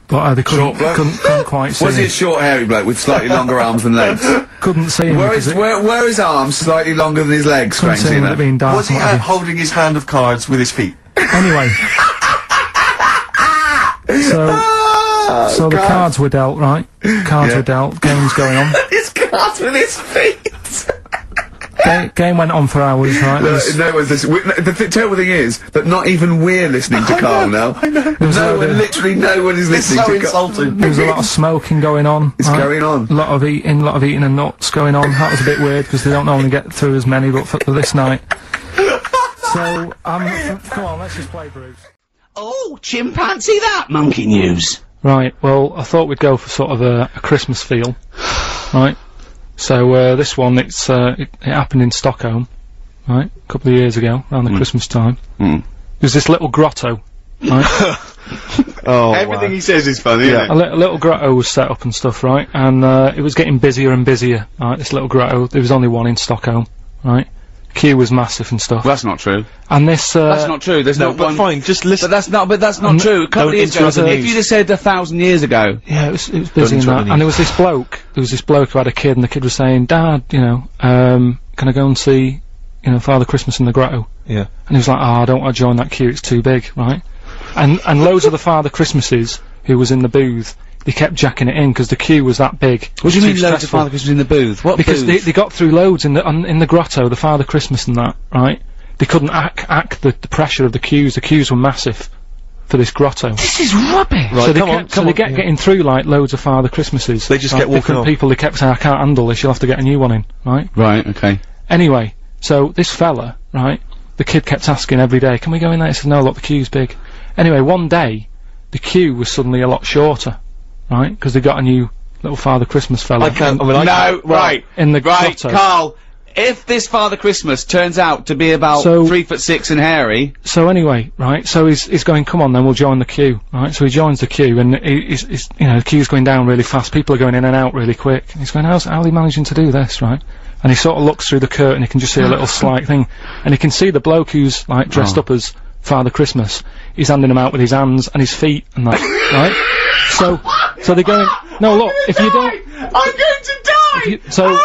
[SPEAKER 13] But uh, they couldn't,
[SPEAKER 8] Short bloke?
[SPEAKER 13] couldn't, couldn't quite see.
[SPEAKER 8] Was he a
[SPEAKER 13] him.
[SPEAKER 8] short, hairy bloke with slightly longer arms than legs?
[SPEAKER 13] Couldn't see him.
[SPEAKER 8] Were
[SPEAKER 13] because
[SPEAKER 8] his,
[SPEAKER 13] it-
[SPEAKER 8] where, were his arms slightly longer than his legs,
[SPEAKER 13] couldn't see
[SPEAKER 8] strangely
[SPEAKER 13] him with it
[SPEAKER 8] enough?
[SPEAKER 13] being dark.
[SPEAKER 5] Was he
[SPEAKER 13] and what
[SPEAKER 5] uh,
[SPEAKER 13] have
[SPEAKER 5] holding his hand of cards with his feet?
[SPEAKER 13] you. anyway? so
[SPEAKER 8] Oh,
[SPEAKER 13] so the cards were dealt, right? Cards were dealt. Games going on.
[SPEAKER 8] His cards with his feet!
[SPEAKER 13] Ga- game went on for hours, right? There
[SPEAKER 8] No,
[SPEAKER 13] was-
[SPEAKER 8] no one's listening. We- no, The th- terrible thing is that not even we're listening to Carl now.
[SPEAKER 13] there was a
[SPEAKER 8] No
[SPEAKER 13] load of-
[SPEAKER 8] one, literally no one is
[SPEAKER 5] It's
[SPEAKER 8] listening
[SPEAKER 5] so
[SPEAKER 8] to Carl.
[SPEAKER 5] insulting.
[SPEAKER 13] There was a lot of smoking going on.
[SPEAKER 8] It's going on.
[SPEAKER 13] A lot of eating, a lot of eating and nuts going on. That was a bit weird because they don't normally get through as many, but for, for this night. So, um, f- come on, let's just play Bruce.
[SPEAKER 14] Oh, chimpanzee that monkey news.
[SPEAKER 13] Right, well, I thought we'd go for sort of a, a Christmas feel. Right? So, uh, this one, it's, uh, it, it happened in Stockholm, right? A couple of years ago, around
[SPEAKER 4] Hmm.
[SPEAKER 13] the Christmas time. Mm. There's this little grotto, right?
[SPEAKER 2] Oh,
[SPEAKER 17] Everything he says is funny, isn't
[SPEAKER 13] a, li- a little grotto was set up and stuff, right? And uh, it was getting busier and busier. Right, this little grotto. There was only one in Stockholm, right? Queue was massive and stuff.
[SPEAKER 4] That's not true.
[SPEAKER 13] and this, uh,
[SPEAKER 4] That's not true. There's
[SPEAKER 5] No,
[SPEAKER 4] not
[SPEAKER 5] but
[SPEAKER 4] one.
[SPEAKER 5] fine, just
[SPEAKER 4] But
[SPEAKER 5] listen.
[SPEAKER 4] that's not. But that's not
[SPEAKER 13] Mm,
[SPEAKER 4] true. A couple
[SPEAKER 5] don't
[SPEAKER 4] of years ago,
[SPEAKER 5] interrupt the
[SPEAKER 4] if
[SPEAKER 5] news.
[SPEAKER 4] you'd have said a thousand years ago,
[SPEAKER 13] yeah, it was, it was busy and
[SPEAKER 4] interrupt
[SPEAKER 13] that.
[SPEAKER 4] me.
[SPEAKER 13] And there was this bloke. There was this bloke who had a kid, and the kid was saying, "Dad, you know, um, can I go and see, you know, Father Christmas in the grotto?"
[SPEAKER 5] Yeah.
[SPEAKER 13] And he was like, "Oh, I don't want to join that queue. It's too big, right?" And and loads of the Father Christmases who was in the booth, they kept jacking it in because the queue was that big.
[SPEAKER 4] what do you
[SPEAKER 13] Too
[SPEAKER 4] mean loads of
[SPEAKER 13] stressful.
[SPEAKER 4] Father Christmas in the booth? What
[SPEAKER 13] because they,
[SPEAKER 4] booth?
[SPEAKER 13] they got through loads in the on, in the grotto, the Father Christmas and that, right? They couldn't act act the, the pressure of the queues. The queues were massive for this grotto.
[SPEAKER 14] This is rubbish.
[SPEAKER 13] so they
[SPEAKER 5] come
[SPEAKER 13] kept,
[SPEAKER 5] on,
[SPEAKER 13] so
[SPEAKER 5] come
[SPEAKER 13] they
[SPEAKER 5] on,
[SPEAKER 13] get
[SPEAKER 5] yeah.
[SPEAKER 13] getting through like loads of Father Christmases.
[SPEAKER 5] They just
[SPEAKER 13] Like,
[SPEAKER 5] get walking
[SPEAKER 13] different
[SPEAKER 5] on.
[SPEAKER 13] people. They kept saying, "I can't handle this. You'll have to get a new one in." Right?
[SPEAKER 4] right. Okay.
[SPEAKER 13] Anyway, so this fella, right? The kid kept asking every day, "Can we go in there?" He said, "No, look, the queue's big." Anyway, one day, the queue was suddenly a lot shorter, right? Because they got a new little Father Christmas fella.
[SPEAKER 5] I can't. I mean, I
[SPEAKER 4] no.
[SPEAKER 5] can't-
[SPEAKER 4] Right.
[SPEAKER 13] in the
[SPEAKER 4] right,
[SPEAKER 13] grotto.
[SPEAKER 4] Carl. If this Father Christmas turns out to be about
[SPEAKER 13] So-
[SPEAKER 4] three foot six and hairy,
[SPEAKER 13] so anyway, right? So he's he's going, come on, then we'll join the queue, right? So he joins the queue, and he, he's, he's you know the queue's going down really fast. People are going in and out really quick. And he's going, how's how are they managing to do this, right? And he sort of looks through the curtain. He can just see a little slight thing, and he can see the bloke who's like dressed
[SPEAKER 17] Oh.
[SPEAKER 13] up as Father Christmas. He's handing him out with his hands and his feet and that, right? So so they're going. No, look, if you don't,
[SPEAKER 17] I'm going to die! Oh,
[SPEAKER 13] you- so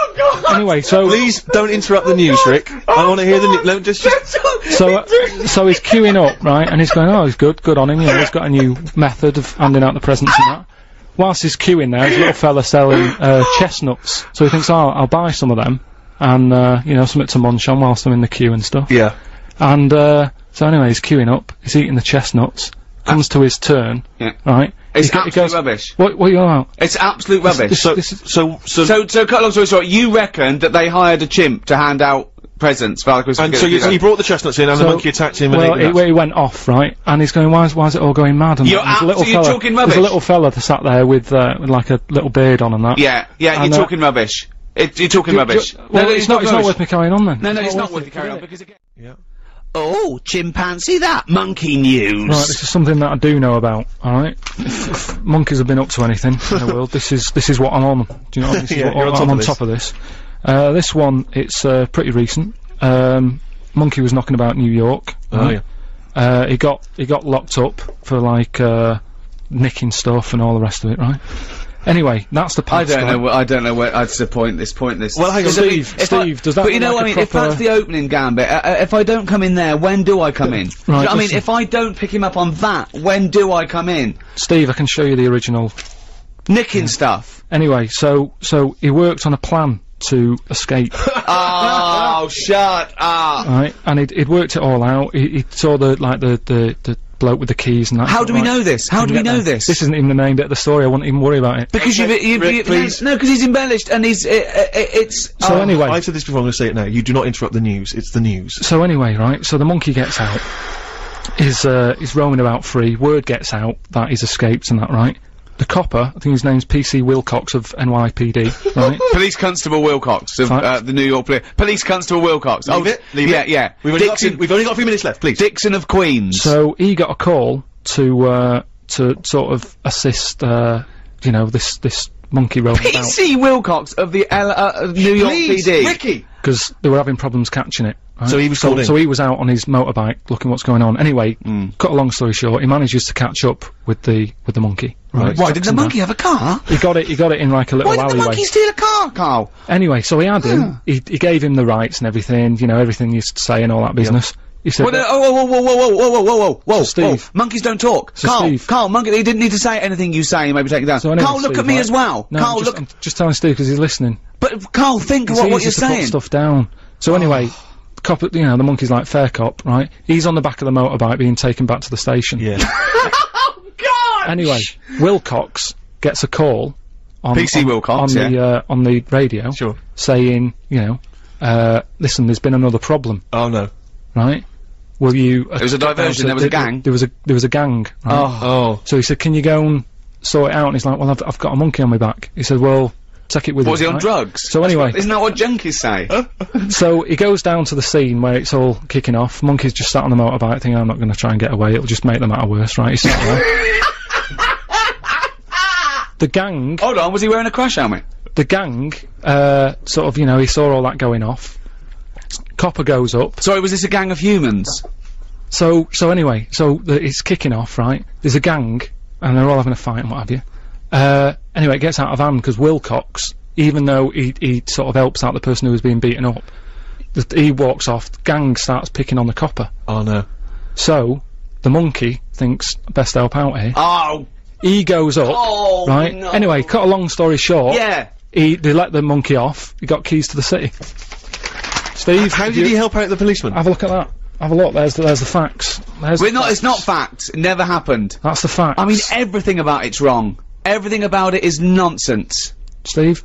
[SPEAKER 13] anyway, so
[SPEAKER 5] Please don't interrupt the news, Rick. I want to hear the news. Let me just. just
[SPEAKER 13] So, uh, so he's queuing up, right? And he's going, oh, he's good, good on him. You know, he's got a new method of handing out the presents and that. Whilst he's queuing there, his little fella selling uh, chestnuts. So he thinks, oh, I'll buy some of them, and uh, you know, something to munch on whilst I'm in the queue and stuff.
[SPEAKER 5] yeah.
[SPEAKER 13] And uh, so anyway, he's queuing up. He's eating the chestnuts. Comes to his turn,
[SPEAKER 4] Yeah.
[SPEAKER 13] right?
[SPEAKER 4] It's
[SPEAKER 13] It go- it
[SPEAKER 4] absolute
[SPEAKER 13] goes-
[SPEAKER 4] rubbish.
[SPEAKER 13] What, what are you on about?
[SPEAKER 4] It's absolute rubbish.
[SPEAKER 5] So,
[SPEAKER 13] this is-
[SPEAKER 5] so, so,
[SPEAKER 4] so, so cut a long story short, you reckoned that they hired a chimp to hand out presents for Christmas.
[SPEAKER 5] and so you, so you brought the chestnuts in, and the monkey attacked him.
[SPEAKER 13] well,
[SPEAKER 5] and
[SPEAKER 13] it,
[SPEAKER 5] ate
[SPEAKER 13] he went off, right? And he's going, why is, why is it all going mad? And
[SPEAKER 4] You're
[SPEAKER 13] that, and there's a
[SPEAKER 4] absolutely- you're
[SPEAKER 13] fella-
[SPEAKER 4] talking
[SPEAKER 13] There's a
[SPEAKER 4] rubbish.
[SPEAKER 13] little fella that sat there with, uh, with like a little beard on and that.
[SPEAKER 4] yeah, yeah,
[SPEAKER 13] And,
[SPEAKER 4] you're
[SPEAKER 13] uh,
[SPEAKER 4] talking rubbish. It, you're talking rubbish.
[SPEAKER 13] Well, it's, not, it's not worth me carrying on then.
[SPEAKER 4] No, no, it's not worth carrying on because again.
[SPEAKER 14] Oh, chimpanzee that monkey news.
[SPEAKER 13] Right, this is something that I do know about. All right, if, if monkeys have been up to anything in the world, this is this is what I'm on. Do you know? What I mean? This is
[SPEAKER 5] Yeah,
[SPEAKER 13] what
[SPEAKER 5] you're on
[SPEAKER 13] I'm
[SPEAKER 5] top
[SPEAKER 13] I'm
[SPEAKER 5] of
[SPEAKER 13] on
[SPEAKER 5] this.
[SPEAKER 13] top of this. Uh, this one, it's uh, pretty recent. Um, monkey was knocking about New York.
[SPEAKER 5] Oh, yeah.
[SPEAKER 13] Uh, he got he got locked up for like uh, nicking stuff and all the rest of it. Right. Anyway, that's the
[SPEAKER 4] I
[SPEAKER 13] past.
[SPEAKER 4] don't
[SPEAKER 13] right?
[SPEAKER 4] know. wh- I don't know where. That's the point. This point. This.
[SPEAKER 13] Well, hang on,
[SPEAKER 4] Because I mean,
[SPEAKER 13] Steve,
[SPEAKER 4] if I-
[SPEAKER 13] Steve, does that
[SPEAKER 4] But you
[SPEAKER 13] look
[SPEAKER 4] know
[SPEAKER 13] like
[SPEAKER 4] what
[SPEAKER 13] a
[SPEAKER 4] I mean. If
[SPEAKER 13] proper-
[SPEAKER 4] that's the opening gambit, uh, uh, if I don't come in there, when do I come in? Do you know
[SPEAKER 13] Right,
[SPEAKER 4] what I mean,
[SPEAKER 13] listen.
[SPEAKER 4] if I don't pick him up on that, when do I come in?
[SPEAKER 13] Steve, I can show you the original
[SPEAKER 4] Nicking stuff.
[SPEAKER 13] Anyway, so so he worked on a plan to escape,
[SPEAKER 4] Oh, shut up.
[SPEAKER 13] right? And he'd, he'd worked it all out. He, he saw the like the, the the bloke with the keys and that.
[SPEAKER 4] How
[SPEAKER 13] He
[SPEAKER 4] do
[SPEAKER 13] thought,
[SPEAKER 4] we
[SPEAKER 13] right,
[SPEAKER 4] know this? How do we
[SPEAKER 13] can get
[SPEAKER 4] know
[SPEAKER 13] there.
[SPEAKER 4] this?
[SPEAKER 13] This isn't even the main bit of the story. I wouldn't even worry about it.
[SPEAKER 4] because you've, you've,
[SPEAKER 5] Rick,
[SPEAKER 4] you've-
[SPEAKER 5] please.
[SPEAKER 4] no, because he's embellished and he's it, it, it's.
[SPEAKER 13] So
[SPEAKER 4] oh.
[SPEAKER 13] anyway,
[SPEAKER 5] I've said this before. I'm going to say it now. You do not interrupt the news. It's the news.
[SPEAKER 13] so anyway, right? So the monkey gets out. Is uh is roaming about free. Word gets out that he's escaped and that, right? The copper, I think his name's PC Wilcox of NYPD, right?
[SPEAKER 4] Police Constable Wilcox of
[SPEAKER 13] Fact.
[SPEAKER 4] uh, the New York Police. Police Constable Wilcox.
[SPEAKER 5] Leave it, leave
[SPEAKER 4] Oh, yeah,
[SPEAKER 5] it.
[SPEAKER 4] yeah.
[SPEAKER 5] We've only, got a few,
[SPEAKER 4] Dixon,
[SPEAKER 5] we've only got a few minutes left. Please.
[SPEAKER 4] Dixon of Queens.
[SPEAKER 13] So he got a call to uh, to sort of assist, uh, you know, this this monkey roaming about
[SPEAKER 4] PC Wilcox of the L- uh, uh, New York
[SPEAKER 5] Please,
[SPEAKER 4] PD.
[SPEAKER 5] Ricky.
[SPEAKER 13] because they were having problems catching it. right?
[SPEAKER 5] So he was called
[SPEAKER 13] so,
[SPEAKER 5] in.
[SPEAKER 13] so he was out on his motorbike looking what's going on. Anyway,
[SPEAKER 4] Hmm.
[SPEAKER 13] cut a long story short, he manages to catch up with the with the monkey. Right?
[SPEAKER 4] Why did the monkey have a car?
[SPEAKER 13] He got it. He got it in like a little
[SPEAKER 4] Why did the Hmm.
[SPEAKER 13] alleyway.
[SPEAKER 4] monkey steal a car, Carl?
[SPEAKER 13] Anyway, so he had him. He, he gave him the rights and everything. You know, everything you s- say and all that business. He said,
[SPEAKER 4] Well, oh, no, oh, whoa, whoa, whoa, whoa, whoa, whoa, whoa, whoa, whoa,
[SPEAKER 13] Steve.
[SPEAKER 4] whoa! Monkeys don't talk.
[SPEAKER 13] So
[SPEAKER 4] Carl,
[SPEAKER 13] Steve-
[SPEAKER 4] Carl, monkey. He didn't need to say anything you say. He may be taken down.
[SPEAKER 13] So anyway,
[SPEAKER 4] Carl, look
[SPEAKER 13] Steve,
[SPEAKER 4] at me
[SPEAKER 13] right?
[SPEAKER 4] as well.
[SPEAKER 13] No,
[SPEAKER 4] Carl,
[SPEAKER 13] I'm just,
[SPEAKER 4] look.
[SPEAKER 13] I'm just telling Steve because he's listening.
[SPEAKER 4] But Carl, think
[SPEAKER 13] It's
[SPEAKER 4] what, what
[SPEAKER 13] easy
[SPEAKER 4] you're
[SPEAKER 13] to put
[SPEAKER 4] saying. Oh.
[SPEAKER 13] stuff down. So anyway, the cop, you know, the monkey's like fair cop, right? He's on the back of the motorbike being taken back to the station.
[SPEAKER 5] Yeah.
[SPEAKER 4] Oh,
[SPEAKER 13] Anyway, Wilcox gets a call on
[SPEAKER 4] PC
[SPEAKER 13] on,
[SPEAKER 4] Wilcox,
[SPEAKER 13] on the uh, on the radio,
[SPEAKER 5] Sure.
[SPEAKER 13] saying, you know, uh, listen, there's been another problem,
[SPEAKER 5] Oh no.
[SPEAKER 13] right? Will you?
[SPEAKER 4] It was a diversion, there was a gang.
[SPEAKER 13] There was a there was a gang. right?
[SPEAKER 5] Oh.
[SPEAKER 13] So he said, "Can you go and sort it out?" And he's like, "Well, I've, I've got a monkey on my back." He said, "Well, take it with
[SPEAKER 4] What,
[SPEAKER 13] you."
[SPEAKER 4] was he on
[SPEAKER 13] right?
[SPEAKER 4] drugs?
[SPEAKER 13] So anyway,
[SPEAKER 4] Isn't that what junkies say?
[SPEAKER 13] so he goes down to the scene where it's all kicking off. Monkey's just sat on the motorbike thinking, I'm not going to try and get away. It'll just make the matter worse, right? He's sat there. the gang,
[SPEAKER 4] Hold on, was he wearing a crash helmet?
[SPEAKER 13] the gang, uh, sort of, you know, he saw all that going off. Copper goes up.
[SPEAKER 4] Sorry, was this a gang of humans?
[SPEAKER 13] So, so anyway, so the, it's kicking off, right? There's a gang, and they're all having a fight and what have you. Uh, anyway, it gets out of hand because Wilcox, even though he, he sort of helps out the person who was being beaten up, th- he walks off. The gang starts picking on the copper.
[SPEAKER 5] Oh no.
[SPEAKER 13] So the monkey thinks best help out here.
[SPEAKER 4] Oh,
[SPEAKER 13] He goes up,
[SPEAKER 4] Oh,
[SPEAKER 13] right?
[SPEAKER 4] no.
[SPEAKER 13] Anyway, cut a long story short.
[SPEAKER 4] yeah.
[SPEAKER 13] He they let the monkey off. He got keys to the city. Steve,
[SPEAKER 5] How
[SPEAKER 13] you-
[SPEAKER 5] did he help out the
[SPEAKER 4] Uh,
[SPEAKER 5] policeman?
[SPEAKER 13] have a look at that? Have a look. There's the, there's the facts. There's
[SPEAKER 4] We're
[SPEAKER 13] the
[SPEAKER 4] not.
[SPEAKER 13] facts.
[SPEAKER 4] It's not fact. It never happened.
[SPEAKER 13] That's the facts.
[SPEAKER 4] I mean, everything about it's wrong. Everything about it is nonsense.
[SPEAKER 13] Steve.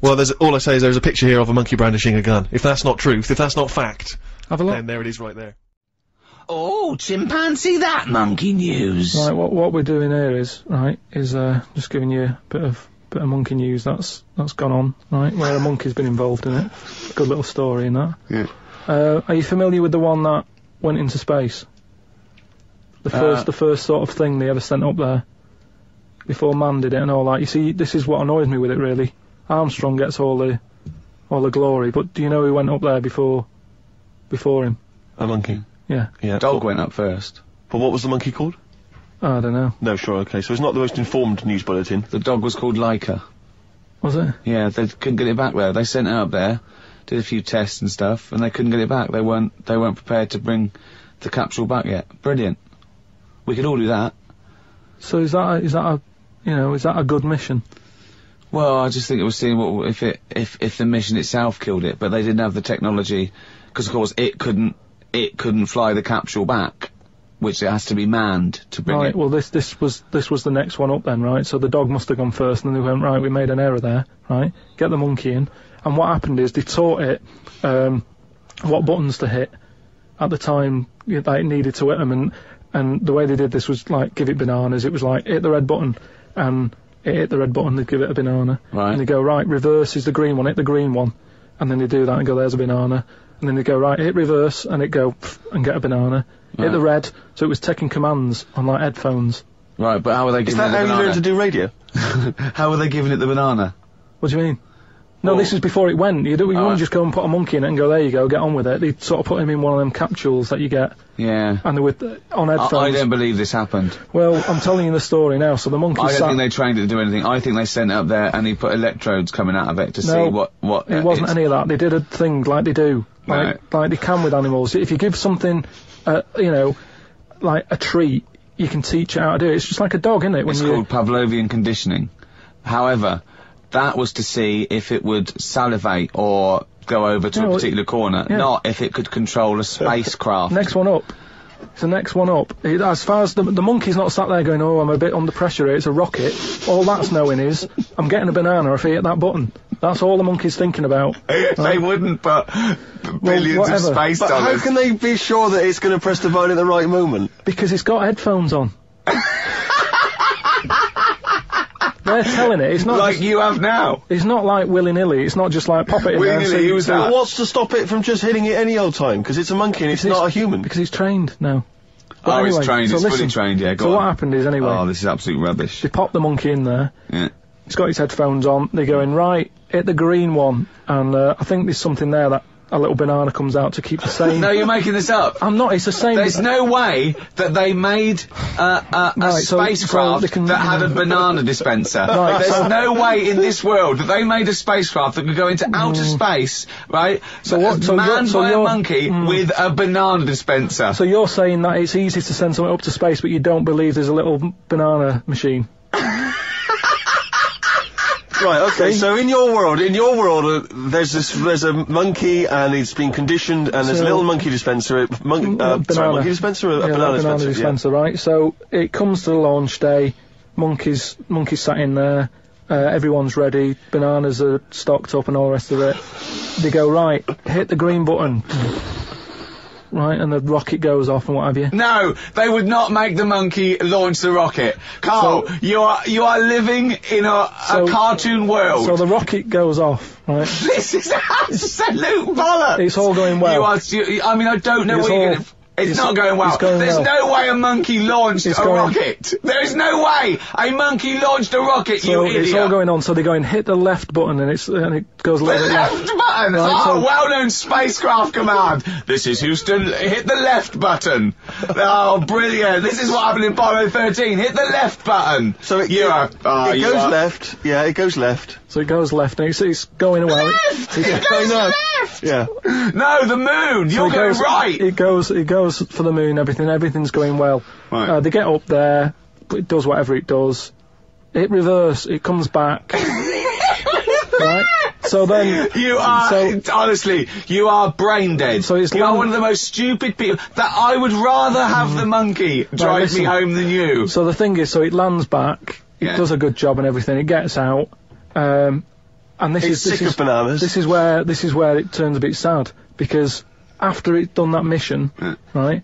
[SPEAKER 5] Well, there's all I say is there's a picture here of a monkey brandishing a gun. If that's not truth, if that's not fact,
[SPEAKER 13] Have a look.
[SPEAKER 5] then there it is right there.
[SPEAKER 14] Oh, chimpanzee that monkey news.
[SPEAKER 13] Right, what what we're doing here is right is uh, just giving you a bit of bit of monkey news that's that's gone on right where a monkey's been involved in it. Good little story in that.
[SPEAKER 4] Yeah.
[SPEAKER 13] Uh, are you familiar with the one that went into space? The first the first sort of thing they ever sent up there before man did it and all that. You see, this is what annoys me with it really. Armstrong gets all the all the glory, but do you know who went up there before before him?
[SPEAKER 5] A monkey.
[SPEAKER 13] Yeah,
[SPEAKER 5] Yeah.
[SPEAKER 4] Dog went up first.
[SPEAKER 5] But what was the monkey called?
[SPEAKER 13] I don't know.
[SPEAKER 5] No, sure, okay. So it's not the most informed news bulletin.
[SPEAKER 4] The dog was called Leica.
[SPEAKER 13] Was it?
[SPEAKER 4] Yeah, they couldn't get it back there. They sent it up there, did a few tests and stuff, and they couldn't get it back. They weren't they weren't prepared to bring the capsule back yet. Brilliant. We could all do that.
[SPEAKER 13] So is that a, is that a you know is that a good mission?
[SPEAKER 4] Well, I just think it was seeing what if it if if the mission itself killed it, but they didn't have the technology because of course it couldn't it couldn't fly the capsule back. which it has to be manned to bring
[SPEAKER 13] right.
[SPEAKER 4] it.
[SPEAKER 13] Well, this this was this was the next one up then, right? So the dog must have gone first, and then they went right. We made an error there, right? Get the monkey in, and what happened is they taught it um, what buttons to hit at the time yeah, that it needed to hit them, and and the way they did this was like give it bananas. It was like hit the red button, and it hit the red button. They'd give it a banana,
[SPEAKER 4] Right.
[SPEAKER 13] and they go right. Reverse is the green one. Hit the green one, and then they do that and go there's a banana. And then they go right, hit reverse, and it go pff, and get a banana. Hit
[SPEAKER 4] Right.
[SPEAKER 13] the red, so it was taking commands on like headphones.
[SPEAKER 4] Right, but how are they
[SPEAKER 2] Is
[SPEAKER 4] giving
[SPEAKER 2] that
[SPEAKER 4] it
[SPEAKER 2] how
[SPEAKER 4] the
[SPEAKER 2] you
[SPEAKER 4] banana?
[SPEAKER 2] learn to do radio?
[SPEAKER 4] how are they giving it the banana?
[SPEAKER 13] What do you mean? No, this is before it went. You, do, you wouldn't
[SPEAKER 4] right.
[SPEAKER 13] just go and put a monkey in it and go, there you go, get on with it. They sort of put him in one of them capsules that you get,
[SPEAKER 4] Yeah.
[SPEAKER 13] and they were th- on
[SPEAKER 4] I,
[SPEAKER 13] headphones.
[SPEAKER 4] I don't believe this happened.
[SPEAKER 13] Well, I'm telling you the story now. So the monkey
[SPEAKER 4] I don't
[SPEAKER 13] sat.
[SPEAKER 4] think they trained it to do anything. I think they sent it up there and he put electrodes coming out of it to
[SPEAKER 13] No,
[SPEAKER 4] see what what. uh,
[SPEAKER 13] it wasn't
[SPEAKER 4] it's-
[SPEAKER 13] any of that. They did a thing like they do, like like they can with animals. If you give something, uh, you know, like a treat, you can teach it how to do it. It's just like a dog, isn't it? When
[SPEAKER 4] It's
[SPEAKER 13] you
[SPEAKER 4] called Pavlovian conditioning. However, that was to see if it would salivate or go over to
[SPEAKER 13] No,
[SPEAKER 4] a
[SPEAKER 13] it-
[SPEAKER 4] particular corner,
[SPEAKER 13] yeah.
[SPEAKER 4] not if it could control a spacecraft.
[SPEAKER 13] Next one up. It's the next one up. It- as far as the, the monkey's not sat there going, oh, I'm a bit under pressure here, it's a rocket. All that's knowing is, I'm getting a banana if I hit that button. That's all the monkey's thinking about.
[SPEAKER 4] they wouldn't put billions of
[SPEAKER 13] whatever.
[SPEAKER 4] space
[SPEAKER 2] But how
[SPEAKER 4] dollars.
[SPEAKER 2] can they be sure that it's going to press the button at the right moment?
[SPEAKER 13] Because it's got headphones on. They're telling it. It's not.
[SPEAKER 4] like
[SPEAKER 13] just-
[SPEAKER 4] you have now.
[SPEAKER 13] it's not like willy nilly. It's not just like pop it in there. and
[SPEAKER 4] Willy-nilly,
[SPEAKER 13] see-
[SPEAKER 4] who's
[SPEAKER 13] see-
[SPEAKER 4] that?
[SPEAKER 2] What's to stop it from just hitting it any old time? Because it's a monkey and it's
[SPEAKER 13] Because
[SPEAKER 2] not a human.
[SPEAKER 13] Because he's trained now.
[SPEAKER 4] Oh,
[SPEAKER 13] But
[SPEAKER 4] it's
[SPEAKER 13] anyway,
[SPEAKER 4] trained.
[SPEAKER 13] so
[SPEAKER 4] it's
[SPEAKER 13] listen,
[SPEAKER 4] fully trained. Yeah, go
[SPEAKER 13] so
[SPEAKER 4] on.
[SPEAKER 13] what happened is anyway,
[SPEAKER 4] Oh, this is absolute rubbish.
[SPEAKER 13] they popped the monkey in there.
[SPEAKER 4] Yeah.
[SPEAKER 13] He's got his headphones on. They're going right. Hit the green one, and uh, I think there's something there that a little banana comes out to keep the same.
[SPEAKER 4] No, you're making this up.
[SPEAKER 13] I'm not. It's the same.
[SPEAKER 4] There's no way that they made uh, uh, a
[SPEAKER 13] Right, so- so
[SPEAKER 4] spacecraft
[SPEAKER 13] they can-
[SPEAKER 4] that had a banana dispenser.
[SPEAKER 13] Right,
[SPEAKER 4] There's
[SPEAKER 13] so-
[SPEAKER 4] no way in this world that they made a spacecraft that could go into outer
[SPEAKER 13] Mm.
[SPEAKER 4] space, right? So
[SPEAKER 13] what- so you're-
[SPEAKER 4] manned
[SPEAKER 13] so
[SPEAKER 4] by a
[SPEAKER 13] you're-
[SPEAKER 4] monkey with a banana dispenser.
[SPEAKER 13] So you're saying that it's easy to send someone up to space, but you don't believe there's a little banana machine.
[SPEAKER 2] Right, okay, so in your world, in your world, uh, there's this, there's a monkey and it's been conditioned and there's a
[SPEAKER 13] So-
[SPEAKER 2] little monkey dispenser, a monk,
[SPEAKER 13] Um, A
[SPEAKER 2] uh, sorry,
[SPEAKER 13] banana.
[SPEAKER 2] monkey dispenser, a, a
[SPEAKER 13] yeah,
[SPEAKER 2] banana,
[SPEAKER 13] like
[SPEAKER 2] dispenser, yeah.
[SPEAKER 13] right? So it comes to the launch day. Monkeys, monkeys sat in there. Uh, everyone's ready. Bananas are stocked up and all the rest of it. They go right. Hit the green button. Right, and the rocket goes off and what have you.
[SPEAKER 4] no, they would not make the monkey launch the rocket. Carl, you are you are living in a, a
[SPEAKER 13] So-
[SPEAKER 4] cartoon world.
[SPEAKER 13] So the rocket goes off, right?
[SPEAKER 4] This is absolute bollocks.
[SPEAKER 13] It's all going well.
[SPEAKER 4] You are. You, I mean, I don't know
[SPEAKER 13] It's
[SPEAKER 4] what you're
[SPEAKER 13] all-
[SPEAKER 4] going to. It's,
[SPEAKER 13] it's-
[SPEAKER 4] not going
[SPEAKER 13] it's
[SPEAKER 4] well.
[SPEAKER 13] going
[SPEAKER 4] There's
[SPEAKER 13] well.
[SPEAKER 4] no way a monkey launched
[SPEAKER 13] It's
[SPEAKER 4] a
[SPEAKER 13] going-
[SPEAKER 4] rocket. There is no way a monkey launched a rocket.
[SPEAKER 13] So
[SPEAKER 4] you idiot.
[SPEAKER 13] it's all going on. So they're going hit the left button and it's and it goes a
[SPEAKER 4] the
[SPEAKER 13] little bit
[SPEAKER 4] left
[SPEAKER 13] left.
[SPEAKER 4] button!
[SPEAKER 13] Right,
[SPEAKER 4] oh,
[SPEAKER 13] so-
[SPEAKER 4] well-known spacecraft command! This is Houston, hit the left button! oh, brilliant! This is what happened in Apollo 13, hit the left button!
[SPEAKER 2] So it,
[SPEAKER 4] you are... oh,
[SPEAKER 2] it
[SPEAKER 4] you
[SPEAKER 2] goes
[SPEAKER 4] are-
[SPEAKER 2] left, yeah, it goes left.
[SPEAKER 13] So it goes left and it's, it's going away.
[SPEAKER 4] Left! It goes left!
[SPEAKER 2] Yeah.
[SPEAKER 4] No, the moon! You're
[SPEAKER 13] it
[SPEAKER 4] going
[SPEAKER 13] goes-
[SPEAKER 4] right!
[SPEAKER 13] It goes, it goes for the moon. Everything, everything's going well.
[SPEAKER 4] Right.
[SPEAKER 13] Uh, they get up there. It does whatever it does. It reverse. It comes back. right. So then,
[SPEAKER 4] You are
[SPEAKER 13] So-
[SPEAKER 4] honestly, you are brain dead.
[SPEAKER 13] So it's
[SPEAKER 4] you are
[SPEAKER 13] long-
[SPEAKER 4] one of the most stupid people. That I would rather have the monkey drive
[SPEAKER 13] listen.
[SPEAKER 4] me home than you.
[SPEAKER 13] so the thing is, so it lands back. It
[SPEAKER 4] Yeah.
[SPEAKER 13] does a good job and everything. It gets out. Um, and this
[SPEAKER 2] It's
[SPEAKER 13] is this
[SPEAKER 2] sick of
[SPEAKER 13] is-
[SPEAKER 2] bananas.
[SPEAKER 13] This is where this is where it turns a bit sad because after it done that mission, right?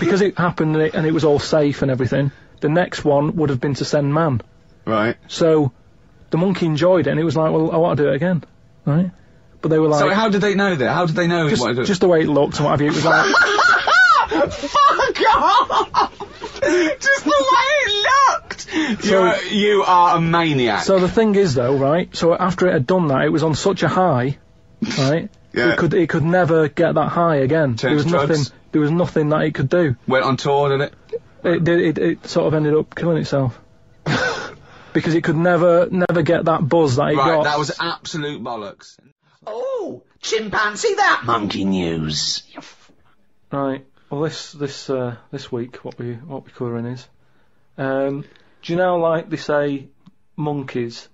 [SPEAKER 13] Because it happened and it, and it was all safe and everything. The next one would have been to send man.
[SPEAKER 4] right.
[SPEAKER 13] So the monkey enjoyed it, and it was like, well, I want to do it again, right? But they were like,
[SPEAKER 4] So how did they know that? How did they know?
[SPEAKER 13] just,
[SPEAKER 4] what to do?
[SPEAKER 13] just the way it looked and what have you. It was like,
[SPEAKER 4] fuck off! just the way it looked.
[SPEAKER 13] So-
[SPEAKER 4] You're, you are a maniac.
[SPEAKER 13] so the thing is though, right? So after it had done that, it was on such a high, right?
[SPEAKER 4] Yeah.
[SPEAKER 13] It could it could never get that high again. there
[SPEAKER 4] Change
[SPEAKER 13] was
[SPEAKER 4] drugs?
[SPEAKER 13] nothing. There was nothing that it could do.
[SPEAKER 4] Went on tour, did it?
[SPEAKER 13] It did. It, it sort of ended up killing itself because it could never never get that buzz that it
[SPEAKER 4] Right.
[SPEAKER 13] got.
[SPEAKER 4] That was absolute bollocks.
[SPEAKER 14] Oh, chimpanzee, that monkey news.
[SPEAKER 13] Right. Well, this this uh, this week, what we what we're covering is, um, do you know like they say, monkeys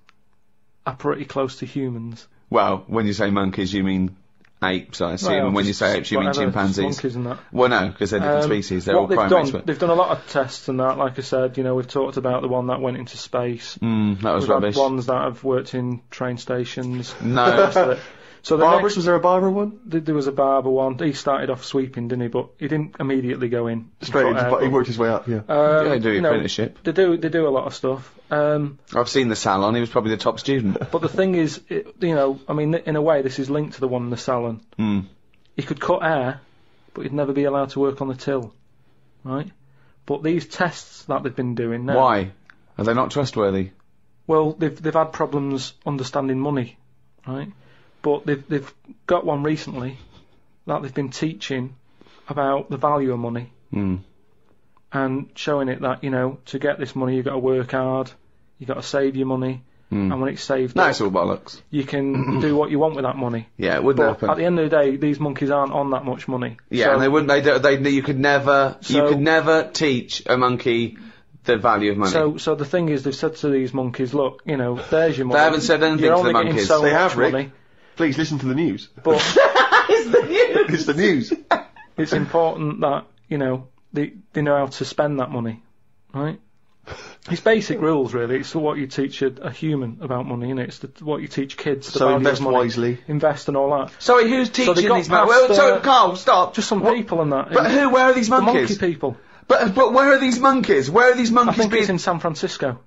[SPEAKER 13] are pretty close to humans.
[SPEAKER 4] Well, when you say monkeys, you mean apes, I assume.
[SPEAKER 13] Well,
[SPEAKER 4] and when you
[SPEAKER 13] just
[SPEAKER 4] say apes, you mean
[SPEAKER 13] whatever,
[SPEAKER 4] chimpanzees.
[SPEAKER 13] monkeys and that.
[SPEAKER 4] Well, no, because they're different
[SPEAKER 13] Um,
[SPEAKER 4] species. They're
[SPEAKER 13] what
[SPEAKER 4] all
[SPEAKER 13] they've
[SPEAKER 4] primates.
[SPEAKER 13] done,
[SPEAKER 4] but-
[SPEAKER 13] they've done a lot of tests and that. Like I said, you know, we've talked about the one that went into space.
[SPEAKER 4] Mm, that was
[SPEAKER 13] We've had
[SPEAKER 4] rubbish. Mm.
[SPEAKER 13] ones that have worked in train stations.
[SPEAKER 4] No.
[SPEAKER 13] so the
[SPEAKER 2] Barbara's,
[SPEAKER 13] next,
[SPEAKER 2] was there a Barbara one?
[SPEAKER 13] th- there was a barber one. He started off sweeping, didn't he? But he didn't immediately go in.
[SPEAKER 2] Straight into,
[SPEAKER 13] Got
[SPEAKER 2] but he
[SPEAKER 13] out.
[SPEAKER 2] worked his way up, yeah.
[SPEAKER 13] Um,
[SPEAKER 4] Yeah, they do
[SPEAKER 13] you know,
[SPEAKER 4] apprenticeship.
[SPEAKER 13] They do. They do a lot of stuff. Um,
[SPEAKER 4] I've seen the salon. He was probably the top student.
[SPEAKER 13] but the thing is, it, you know, I mean, in a way, this is linked to the one in the salon.
[SPEAKER 4] Mm.
[SPEAKER 13] He could cut hair, but he'd never be allowed to work on the till, right? But these tests that they've been doing now,
[SPEAKER 4] Why? Are they not trustworthy?
[SPEAKER 13] Well, they've they've had problems understanding money, right? But they've they've got one recently that they've been teaching about the value of money
[SPEAKER 2] Hmm.
[SPEAKER 4] Mm.
[SPEAKER 13] and showing it that you know to get this money you've got to work hard, you've got to save your money,
[SPEAKER 2] Hmm.
[SPEAKER 13] and when it's saved,
[SPEAKER 4] No,
[SPEAKER 13] up,
[SPEAKER 4] it's all bollocks.
[SPEAKER 13] you can do what you want with that money.
[SPEAKER 4] Yeah, it wouldn't
[SPEAKER 13] But
[SPEAKER 4] happen.
[SPEAKER 13] at the end of the day, these monkeys aren't on that much money.
[SPEAKER 4] Yeah,
[SPEAKER 13] So-
[SPEAKER 4] and they wouldn't. They, don't- they, they you could never, you
[SPEAKER 13] So-
[SPEAKER 4] could never teach a monkey the value of money.
[SPEAKER 13] So, so the thing is, they've said to these monkeys, look, you know, there's your money.
[SPEAKER 4] haven't said anything
[SPEAKER 13] You're
[SPEAKER 4] to the
[SPEAKER 13] only getting
[SPEAKER 4] monkeys.
[SPEAKER 13] So
[SPEAKER 2] They
[SPEAKER 13] much
[SPEAKER 2] have, Rick.
[SPEAKER 13] money,
[SPEAKER 2] Please listen to the news.
[SPEAKER 13] but
[SPEAKER 2] it's the news.
[SPEAKER 13] it's important that you know they they know how to spend that money, right? It's basic rules, really. It's what you teach a, a human about money, and it's the, what you teach kids. The
[SPEAKER 2] So
[SPEAKER 13] value of
[SPEAKER 2] invest
[SPEAKER 13] money,
[SPEAKER 2] wisely.
[SPEAKER 13] Invest and all that.
[SPEAKER 4] Sorry, who's teaching
[SPEAKER 13] got
[SPEAKER 4] these monkeys?
[SPEAKER 13] past,
[SPEAKER 4] Well, so
[SPEAKER 13] uh,
[SPEAKER 4] Carl, stop.
[SPEAKER 13] Just some
[SPEAKER 4] What-
[SPEAKER 13] people and that.
[SPEAKER 4] But
[SPEAKER 13] and
[SPEAKER 4] who? Where are these
[SPEAKER 13] the monkey
[SPEAKER 4] monkeys?
[SPEAKER 13] people.
[SPEAKER 4] but but where are these monkeys? Where are these
[SPEAKER 13] I
[SPEAKER 4] monkeys
[SPEAKER 13] think
[SPEAKER 4] being?
[SPEAKER 13] it's in San Francisco.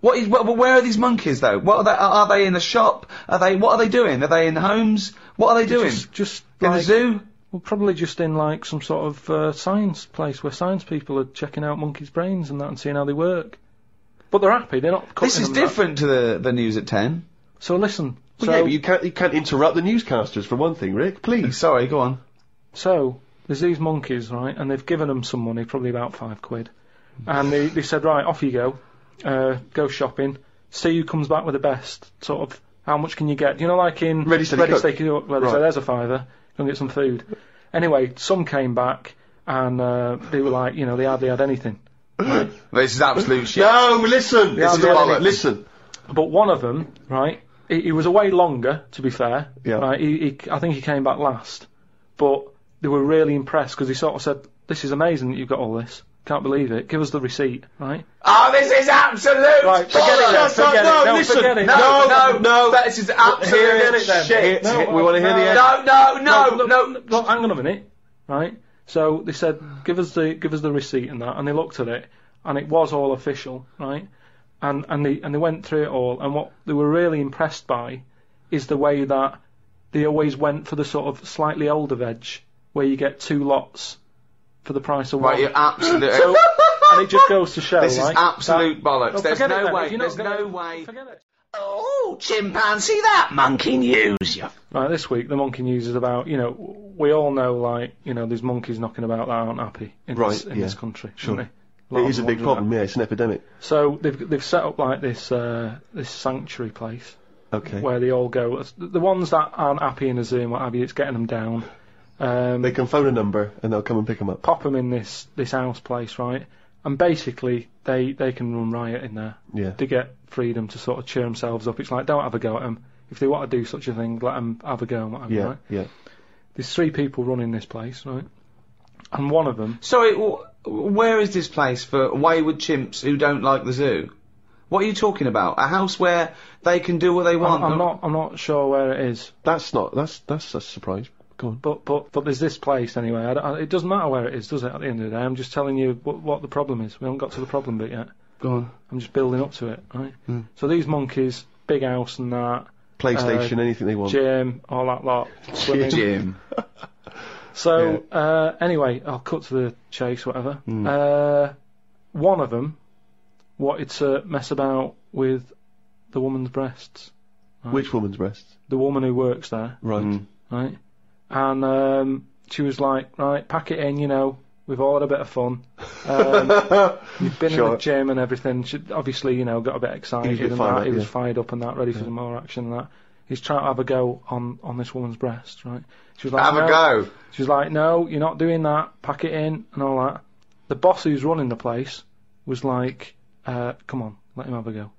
[SPEAKER 4] What is? What, but where are these monkeys though? What are they? Are, are they in the shop? Are they? What are they doing? Are they in homes? What are they doing?
[SPEAKER 13] Just, just
[SPEAKER 4] in
[SPEAKER 13] like,
[SPEAKER 4] the zoo?
[SPEAKER 13] Well, probably just in like some sort of uh, science place where science people are checking out monkeys' brains and that and seeing how they work. But they're happy. They're not.
[SPEAKER 4] This
[SPEAKER 13] cutting
[SPEAKER 4] is
[SPEAKER 13] them that.
[SPEAKER 4] different to the the news at ten.
[SPEAKER 13] So listen.
[SPEAKER 2] Well,
[SPEAKER 13] so,
[SPEAKER 2] yeah, but you can't, you can't interrupt the newscasters for one thing, Rick. Please.
[SPEAKER 4] Sorry, go on.
[SPEAKER 13] So there's these monkeys, right? And they've given them some money, probably about five quid.
[SPEAKER 2] Hmm.
[SPEAKER 13] And they, they said, right, off you go, uh, go shopping, see who comes back with the best. Sort of, how much can you get? You know, like in
[SPEAKER 2] Ready, steady, cook.
[SPEAKER 13] Steady, Cook, where they say,
[SPEAKER 2] Right.
[SPEAKER 13] there's a fiver, go and get some food. Anyway, some came back and uh, they were like, you know, they hardly had anything.
[SPEAKER 4] This is absolute shit.
[SPEAKER 2] No, listen.
[SPEAKER 13] Yeah,
[SPEAKER 2] this is
[SPEAKER 13] I'm doing
[SPEAKER 2] bollocks.
[SPEAKER 13] it.
[SPEAKER 2] Listen.
[SPEAKER 13] But one of them, right, he, he was away longer, to be fair.
[SPEAKER 2] Yeah.
[SPEAKER 13] Right, he, he, I think he came back last. But they were really impressed because he sort of said, this is amazing that you've got all this. Can't believe it. Give us the receipt, right?
[SPEAKER 4] Oh, this is absolute
[SPEAKER 13] Right, forget it then,
[SPEAKER 4] bollocks.
[SPEAKER 13] forget it,
[SPEAKER 4] no,
[SPEAKER 13] no,
[SPEAKER 4] listen,
[SPEAKER 13] forget it.
[SPEAKER 4] no, no, no,
[SPEAKER 13] No,
[SPEAKER 4] This is absolute
[SPEAKER 13] Hear it then.
[SPEAKER 4] shit.
[SPEAKER 13] No,
[SPEAKER 2] we want to hear the
[SPEAKER 13] no.
[SPEAKER 2] end.
[SPEAKER 4] No, no, no,
[SPEAKER 13] look,
[SPEAKER 4] no.
[SPEAKER 13] look, hang on a minute, right? So they said, give us the give us the receipt and that, and they looked at it, and it was all official, right? And and they and they went through it all, and what they were really impressed by is the way that they always went for the sort of slightly older veg, where you get two lots for the price of
[SPEAKER 4] Right,
[SPEAKER 13] one.
[SPEAKER 4] you're absolute.
[SPEAKER 13] and it just goes to show,
[SPEAKER 4] this is
[SPEAKER 13] like,
[SPEAKER 4] absolute bollocks.
[SPEAKER 13] that-
[SPEAKER 4] There's
[SPEAKER 13] Forget it
[SPEAKER 4] no
[SPEAKER 13] then,
[SPEAKER 4] way.
[SPEAKER 13] if you're not
[SPEAKER 4] There's
[SPEAKER 13] gonna-
[SPEAKER 4] no way.
[SPEAKER 13] Forget it.
[SPEAKER 14] Oh, chimpanzee, that monkey news, you
[SPEAKER 13] Right, this week the monkey news is about you know we all know like you know there's monkeys knocking about that aren't happy in
[SPEAKER 2] Right,
[SPEAKER 13] this in
[SPEAKER 2] yeah.
[SPEAKER 13] this country.
[SPEAKER 2] Sure.
[SPEAKER 13] aren't they?
[SPEAKER 2] It
[SPEAKER 13] Lot
[SPEAKER 2] is a
[SPEAKER 13] of
[SPEAKER 2] big
[SPEAKER 13] ones aren't
[SPEAKER 2] problem. Yeah, it's an epidemic.
[SPEAKER 13] they? So they've they've set up like this uh, this sanctuary place
[SPEAKER 2] Okay.
[SPEAKER 13] where they all go. It's- The ones that aren't happy in a zoo and what have you, it's getting them down. Um,
[SPEAKER 2] They can phone a number and they'll come and pick them up.
[SPEAKER 13] pop them in this this house place, right? And basically they they can run riot in there.
[SPEAKER 2] Yeah.
[SPEAKER 13] They get freedom to sort of cheer themselves up. It's like don't have a go at them. If they want to do such a thing, let them have a go and what have you,
[SPEAKER 2] Yeah,
[SPEAKER 13] right?
[SPEAKER 2] yeah.
[SPEAKER 13] there's three people running this place, right? And one of them,
[SPEAKER 4] Sorry, wh- where is this place for wayward chimps who don't like the zoo? What are you talking about? A house where they can do what they want.
[SPEAKER 13] I'm, I'm not, I'm not sure where it is,
[SPEAKER 2] That's not. That's that's a surprise. Go on.
[SPEAKER 13] but but but there's this place anyway. I don't- I- it doesn't matter where it is, does it? At the end of the day, I'm just telling you what, what the problem is. We haven't got to the problem bit yet.
[SPEAKER 4] Go on. Hmm.
[SPEAKER 13] I'm just building up to it, right? So these monkeys, big house and that,
[SPEAKER 2] PlayStation,
[SPEAKER 13] Uh,
[SPEAKER 2] anything they want.
[SPEAKER 13] gym, all that lot. swimming.
[SPEAKER 4] Jim.
[SPEAKER 13] So uh, anyway, I'll cut to the chase, whatever.
[SPEAKER 2] Hmm.
[SPEAKER 13] Uh, one of them wanted to mess about with the woman's breasts.
[SPEAKER 2] Which woman's breasts?
[SPEAKER 13] The woman who works there.
[SPEAKER 2] Right.
[SPEAKER 4] Hmm.
[SPEAKER 13] right? And um, she was like, right, pack it in, you know, we've all had a bit of fun. Um, you've been in
[SPEAKER 2] Sure.
[SPEAKER 13] the gym and everything. She obviously, you know, got a bit excited
[SPEAKER 2] He was a bit
[SPEAKER 13] and
[SPEAKER 2] fired
[SPEAKER 13] that.
[SPEAKER 2] up,
[SPEAKER 13] he was
[SPEAKER 2] yeah.
[SPEAKER 13] fired up and that, ready for some more action and that. He's trying to have a go on, on this woman's breast, right? She was like,
[SPEAKER 4] Have
[SPEAKER 13] no.
[SPEAKER 4] a go.
[SPEAKER 13] She was like, no, you're not doing that. Pack it in and all that. The boss who's running the place was like, uh, come on, let him have a go.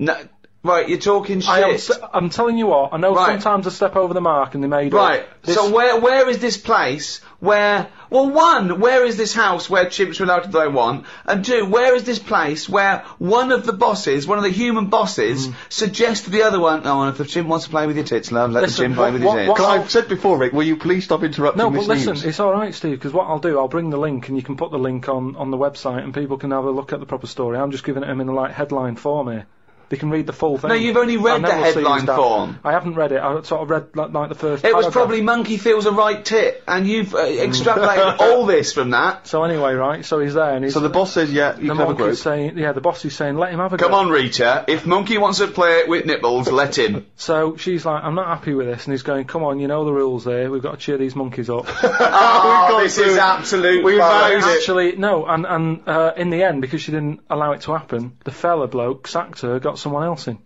[SPEAKER 4] No, Right, you're talking shit.
[SPEAKER 13] I am, s- I'm telling you what, I know
[SPEAKER 4] Right.
[SPEAKER 13] sometimes I step over the mark and they made
[SPEAKER 4] Right.
[SPEAKER 13] up. This-
[SPEAKER 4] So where where is this place where well one, where is this house where chimps were allowed to throw one? And two, where is this place where one of the bosses, one of the human bosses,
[SPEAKER 13] Mm.
[SPEAKER 4] suggests to the other one, Oh, if the chimp wants to play with your tits, love, let
[SPEAKER 13] Listen,
[SPEAKER 4] the chimp play
[SPEAKER 13] what-
[SPEAKER 4] with
[SPEAKER 13] what-
[SPEAKER 4] his
[SPEAKER 13] what-
[SPEAKER 4] tits.
[SPEAKER 13] I'll-
[SPEAKER 2] I've said before, Rick, will you please stop interrupting
[SPEAKER 13] No, but
[SPEAKER 2] Miss
[SPEAKER 13] listen,
[SPEAKER 2] Neves?
[SPEAKER 13] it's all right, Steve. Because what I'll do, I'll bring the link, and you can put the link on on the website, and people can have a look at the proper story. I'm just giving it them in the like headline form here. They can read the full thing.
[SPEAKER 4] No, you've only
[SPEAKER 13] I
[SPEAKER 4] read the
[SPEAKER 13] never see
[SPEAKER 4] headline
[SPEAKER 13] stuff.
[SPEAKER 4] form.
[SPEAKER 13] I haven't read it. I sort of read like, like the first.
[SPEAKER 4] It was
[SPEAKER 13] paragraph.
[SPEAKER 4] probably monkey feels a right tit, and you've uh,
[SPEAKER 13] Mm.
[SPEAKER 4] extrapolated all this from that.
[SPEAKER 13] So anyway, right? So he's there, and he's
[SPEAKER 2] So the boss says, yeah, you can
[SPEAKER 13] the
[SPEAKER 2] have a
[SPEAKER 13] monkey's
[SPEAKER 2] group.
[SPEAKER 13] saying, yeah, the boss is saying, let him have a
[SPEAKER 4] Come
[SPEAKER 13] go.
[SPEAKER 4] on, Rita. If monkey wants to play it with nipples, let him.
[SPEAKER 13] So she's like, I'm not happy with this, and he's going, come on, you know the rules there. We've got to cheer these monkeys up.
[SPEAKER 4] oh, this is absolute.
[SPEAKER 2] We've
[SPEAKER 4] bollocks.
[SPEAKER 2] managed
[SPEAKER 13] Actually, no, and and uh, in the end, because she didn't allow it to happen, the fella bloke sacked her, got someone else in.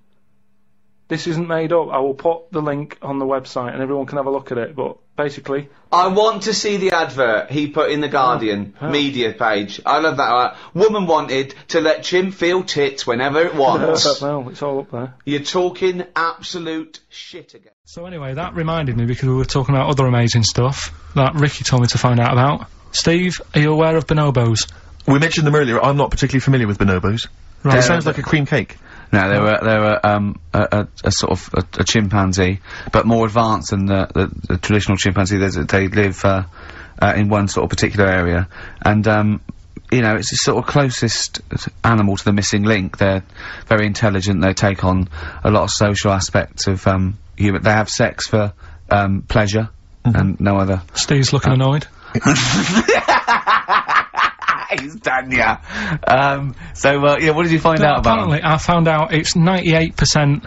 [SPEAKER 13] This isn't made up. I will put the link on the website, and everyone can have a look at it. But basically,
[SPEAKER 4] I want to see the advert he put in the
[SPEAKER 13] Oh.
[SPEAKER 4] Guardian media page. I love that. Uh, woman wanted to let Chim feel tits whenever it wants.
[SPEAKER 13] well, it's all up there.
[SPEAKER 4] You're talking absolute shit again.
[SPEAKER 13] So anyway, that reminded me because we were talking about other amazing stuff that Ricky told me to find out about. Steve, are you aware of bonobos?
[SPEAKER 5] We mentioned them earlier. I'm not particularly familiar with bonobos.
[SPEAKER 13] Right.
[SPEAKER 5] It sounds like a cream cake.
[SPEAKER 4] No, they were they were um, a, a, a sort of a, a chimpanzee, but more advanced than the, the, the traditional chimpanzee. There's, a- they live uh, uh, in one sort of particular area, and um, you know it's the sort of closest animal to the missing link. They're very intelligent. They take on a lot of social aspects of um, human. They have sex for um, pleasure and no other.
[SPEAKER 13] Steve's looking annoyed.
[SPEAKER 4] He's done, yeah. Um, so uh, yeah, what did you find out about? 'em?
[SPEAKER 13] Apparently, I found out it's 98%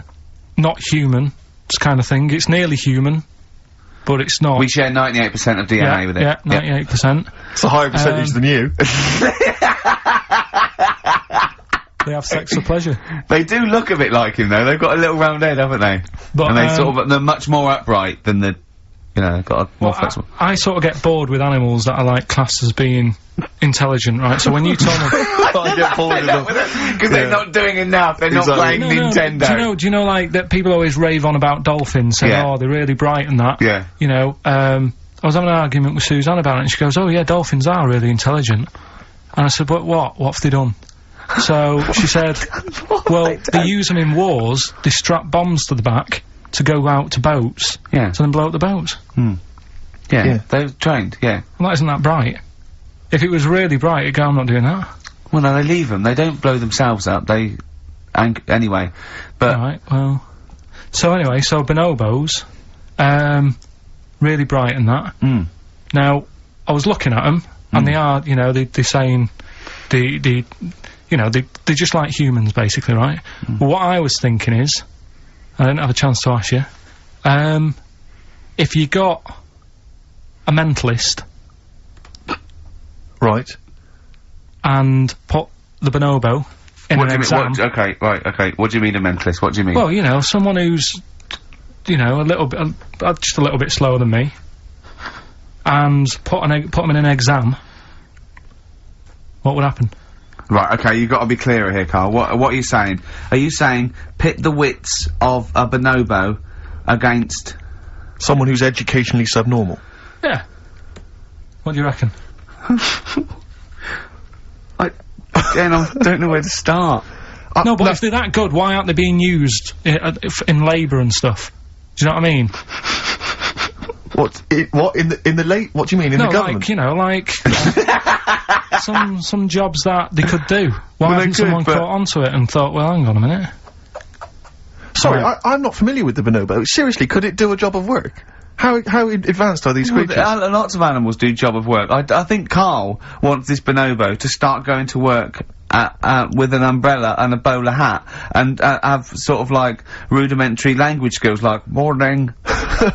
[SPEAKER 13] not human, it's kind of thing. It's nearly human, but it's not.
[SPEAKER 4] We share 98% of DNA
[SPEAKER 13] yeah,
[SPEAKER 4] with it.
[SPEAKER 13] yeah, 98%.
[SPEAKER 5] It's a higher percentage
[SPEAKER 13] Um,
[SPEAKER 5] than you.
[SPEAKER 13] They have sex for pleasure.
[SPEAKER 4] They do look a bit like him though. They've got a little round head, haven't they?
[SPEAKER 13] But,
[SPEAKER 4] and they
[SPEAKER 13] um,
[SPEAKER 4] sort of uh, they're much more upright than the, you know, they've got a more
[SPEAKER 13] Well,
[SPEAKER 4] flexible.
[SPEAKER 13] I, I sort of get bored with animals that are like classed as being intelligent, right? So when you told me.
[SPEAKER 5] I get bored of them.
[SPEAKER 4] Because they're not doing enough. They're not
[SPEAKER 5] Exactly.
[SPEAKER 4] playing
[SPEAKER 13] No, no,
[SPEAKER 4] Nintendo.
[SPEAKER 13] Do you know? Do you know like that? People always rave on about dolphins, saying,
[SPEAKER 4] Yeah.
[SPEAKER 13] "Oh, they're really bright and that."
[SPEAKER 4] Yeah.
[SPEAKER 13] You know, um, I was having an argument with Suzanne about it, and she goes, "Oh yeah, dolphins are really intelligent." And I said, "But what? What have they done?" So she said, "Well, they, use them in wars. They strap bombs to the back to go out to boats,
[SPEAKER 4] Yeah.
[SPEAKER 13] to then blow up the boats.
[SPEAKER 4] yeah, They're trained. Yeah.
[SPEAKER 13] Well, that isn't that bright." If it was really bright, it'd go, I'm not doing that.
[SPEAKER 4] Well, no, they leave them. They don't blow themselves up. They, and anyway, but
[SPEAKER 13] Alright, well. So anyway, so bonobos, um, really bright and that.
[SPEAKER 4] Mm.
[SPEAKER 13] Now, I was looking at them, and
[SPEAKER 4] Hmm.
[SPEAKER 13] they are, you know, they, they're saying, the the, you know, they they're just like humans basically, right?
[SPEAKER 4] Hmm.
[SPEAKER 13] What I was thinking is, I didn't have a chance to ask you, um, if you got a mentalist
[SPEAKER 5] Right.
[SPEAKER 13] and put the bonobo
[SPEAKER 4] what
[SPEAKER 13] in an
[SPEAKER 4] do you mean?
[SPEAKER 13] exam,
[SPEAKER 4] What, okay, right. Okay. What do you mean a mentalist? What do you mean?
[SPEAKER 13] Well, you know, someone who's, you know, a little bit, uh, uh, just a little bit slower than me, and put an e- put them in an exam. What would happen?
[SPEAKER 4] Right, okay, you've got to be clearer here, Carl. What, what are you saying? Are you saying pit the wits of a bonobo against...
[SPEAKER 5] Someone who's educationally subnormal.
[SPEAKER 13] Yeah. What do you reckon?
[SPEAKER 4] I, again, I don't know where to start. Uh,
[SPEAKER 13] no, but if they're that good, why aren't they being used in, uh, if- in labour and stuff? Do you know what I mean?
[SPEAKER 5] What? i what in the in the late? What do you mean in
[SPEAKER 13] no,
[SPEAKER 5] the government?
[SPEAKER 13] like you know, like uh, some some jobs that they could do. Why
[SPEAKER 5] Well, they
[SPEAKER 13] hasn't
[SPEAKER 5] could,
[SPEAKER 13] someone
[SPEAKER 5] but-
[SPEAKER 13] caught onto it and thought, well, hang on a minute?
[SPEAKER 5] Sorry, I, I'm not familiar with the bonobo. Seriously, could it do a job of work? How how ad- advanced are these
[SPEAKER 4] Well,
[SPEAKER 5] creatures?
[SPEAKER 4] th- uh, lots of animals do job of work. I, I think Carl wants this bonobo to start going to work uh, uh, with an umbrella and a bowler hat and uh, have sort of like rudimentary language skills like morning,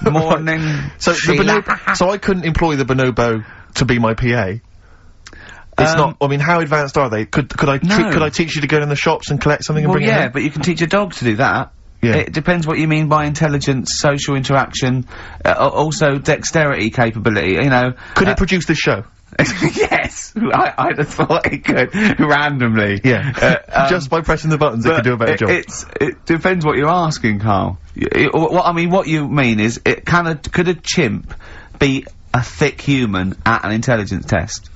[SPEAKER 4] morning.
[SPEAKER 5] so the
[SPEAKER 4] Sheila."
[SPEAKER 5] bonobo. so I couldn't employ the bonobo to be my PA. It's
[SPEAKER 4] Um,
[SPEAKER 5] not. I mean, how advanced are they? Could could I tre-
[SPEAKER 4] No.
[SPEAKER 5] could I teach you to go in the shops and collect something and
[SPEAKER 4] Well,
[SPEAKER 5] bring
[SPEAKER 4] yeah,
[SPEAKER 5] it?
[SPEAKER 4] but you can teach a dog to do that.
[SPEAKER 5] Yeah.
[SPEAKER 4] It depends what you mean by intelligence, social interaction, uh, al- also uh, dexterity capability. You know,
[SPEAKER 5] Could
[SPEAKER 4] Uh,
[SPEAKER 5] it produce this show?
[SPEAKER 6] yes, I, I just thought it could randomly.
[SPEAKER 2] Yeah,
[SPEAKER 4] Uh,
[SPEAKER 2] just by pressing the buttons, it
[SPEAKER 6] but
[SPEAKER 2] could do a better
[SPEAKER 6] it,
[SPEAKER 2] job.
[SPEAKER 6] It's, it depends what you're asking, Carl. Y- it- wh- what I mean, what you mean is, it can a, could a chimp be a thick human at an intelligence test?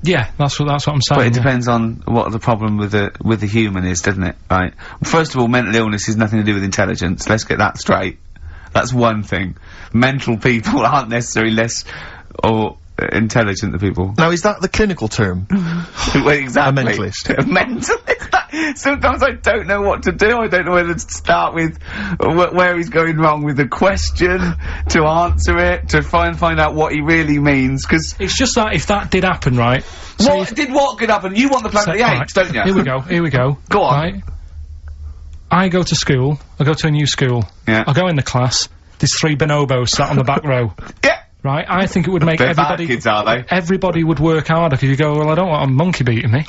[SPEAKER 13] Yeah, that's what that's what I'm saying.
[SPEAKER 6] But it
[SPEAKER 13] yeah.
[SPEAKER 6] depends on what the problem with the with the human is, doesn't it? Right. First of all, mental illness is nothing to do with intelligence. Let's get that straight. That's one thing. Mental people aren't necessarily less or uh, intelligent than people.
[SPEAKER 2] Now, is that the clinical term?
[SPEAKER 6] well, exactly.
[SPEAKER 2] A mentalist.
[SPEAKER 6] A mentalist. Sometimes I don't know what to do. I don't know whether to start with wh- where he's going wrong with the question, to answer it, to find find out what he really means. Because
[SPEAKER 13] It's just that if that did happen, right?
[SPEAKER 6] what did what could happen? You want the planet of
[SPEAKER 13] So-
[SPEAKER 6] the
[SPEAKER 13] right,
[SPEAKER 6] apes, don't you?
[SPEAKER 13] Here we go. Here we go.
[SPEAKER 6] Go on.
[SPEAKER 13] Right. I go to school. I go to a new school.
[SPEAKER 6] Yeah.
[SPEAKER 13] I go in the class. There's three bonobos sat on the back row.
[SPEAKER 6] Yeah.
[SPEAKER 13] Right. I think it would make
[SPEAKER 6] They're bad
[SPEAKER 13] everybody.
[SPEAKER 6] kids, are they?
[SPEAKER 13] Everybody would work harder because you go, well, I don't want a monkey beating me.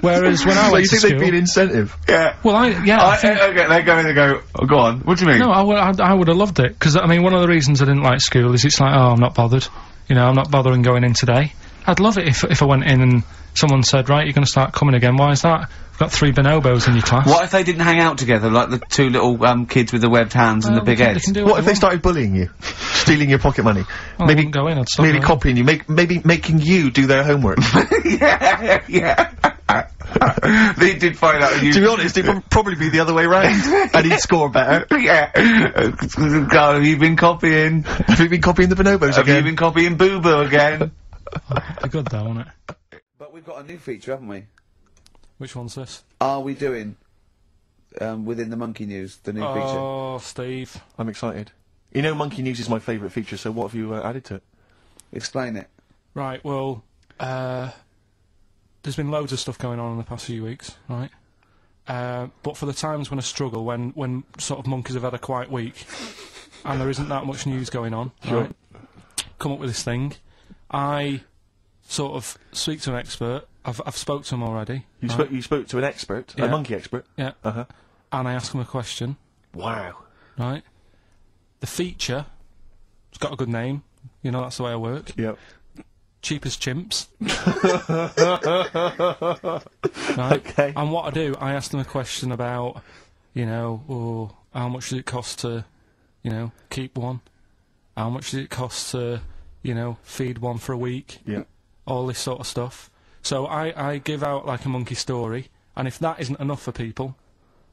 [SPEAKER 13] Whereas when I
[SPEAKER 2] so
[SPEAKER 13] went
[SPEAKER 2] you
[SPEAKER 13] to
[SPEAKER 2] think
[SPEAKER 13] school,
[SPEAKER 2] they'd be an incentive?
[SPEAKER 6] Yeah.
[SPEAKER 13] well, I yeah, I,
[SPEAKER 6] I,
[SPEAKER 13] think,
[SPEAKER 6] I, okay, they go in and go, oh, go on, what do you mean?
[SPEAKER 13] no, I would, I, I would have loved it because I mean, one of the reasons I didn't like school is it's like, oh, I'm not bothered. You know, I'm not bothering going in today. I'd love it if if I went in and someone said, right, you're going to start coming again. Why is that? We've got three bonobos in your class.
[SPEAKER 6] What if they didn't hang out together like the two little um, kids with the webbed hands and
[SPEAKER 13] Well,
[SPEAKER 6] the big
[SPEAKER 13] they can- they
[SPEAKER 6] heads?
[SPEAKER 13] can do
[SPEAKER 2] What if
[SPEAKER 13] they
[SPEAKER 2] they
[SPEAKER 13] want.
[SPEAKER 2] started bullying you, stealing your pocket money,
[SPEAKER 13] Well, I
[SPEAKER 2] maybe
[SPEAKER 13] wouldn't go in, I'd stop
[SPEAKER 2] maybe
[SPEAKER 13] going.
[SPEAKER 2] copying you, make, maybe making you do their homework?
[SPEAKER 6] yeah, yeah. they did find out you.
[SPEAKER 2] to be honest, it would probably be the other way round, and he'd score better.
[SPEAKER 6] yeah. Carl, have you been copying?
[SPEAKER 2] Have you been copying the bonobos
[SPEAKER 6] Have you
[SPEAKER 2] again?
[SPEAKER 6] been copying Boo Boo again?
[SPEAKER 13] That'd be good though, wouldn't it?
[SPEAKER 3] But we've got a new feature, haven't we?
[SPEAKER 13] Which one's this?
[SPEAKER 3] Are we doing um, within the monkey news the new feature?
[SPEAKER 13] Oh, Steve.
[SPEAKER 2] I'm excited. You know, Monkey News is my favourite feature, so what have you uh, added to it?
[SPEAKER 3] Explain it.
[SPEAKER 13] Right. Well, uh, there's been loads of stuff going on in the past few weeks, right? Uh, but for the times when I struggle, when when sort of monkeys have had a quiet week, and there isn't that much news going on, right? Come up with this thing. I sort of speak to an expert. I've I've spoke to him already.
[SPEAKER 2] You,
[SPEAKER 13] right?
[SPEAKER 2] spoke, you spoke to an expert,
[SPEAKER 13] Yeah.
[SPEAKER 2] a monkey expert.
[SPEAKER 13] Yeah.
[SPEAKER 2] Uh-huh.
[SPEAKER 13] And I ask him a question.
[SPEAKER 2] Wow.
[SPEAKER 13] Right. The feature. It's got a good name. You know that's the way I work.
[SPEAKER 2] Yep.
[SPEAKER 13] Cheapest chimps.
[SPEAKER 2] Okay.
[SPEAKER 13] And what I do, I ask them a question about, you know, or how much does it cost to, you know, keep one? How much does it cost to, you know, feed one for a week?
[SPEAKER 2] Yeah.
[SPEAKER 13] All this sort of stuff. So I, I give out like a monkey story, and if that isn't enough for people,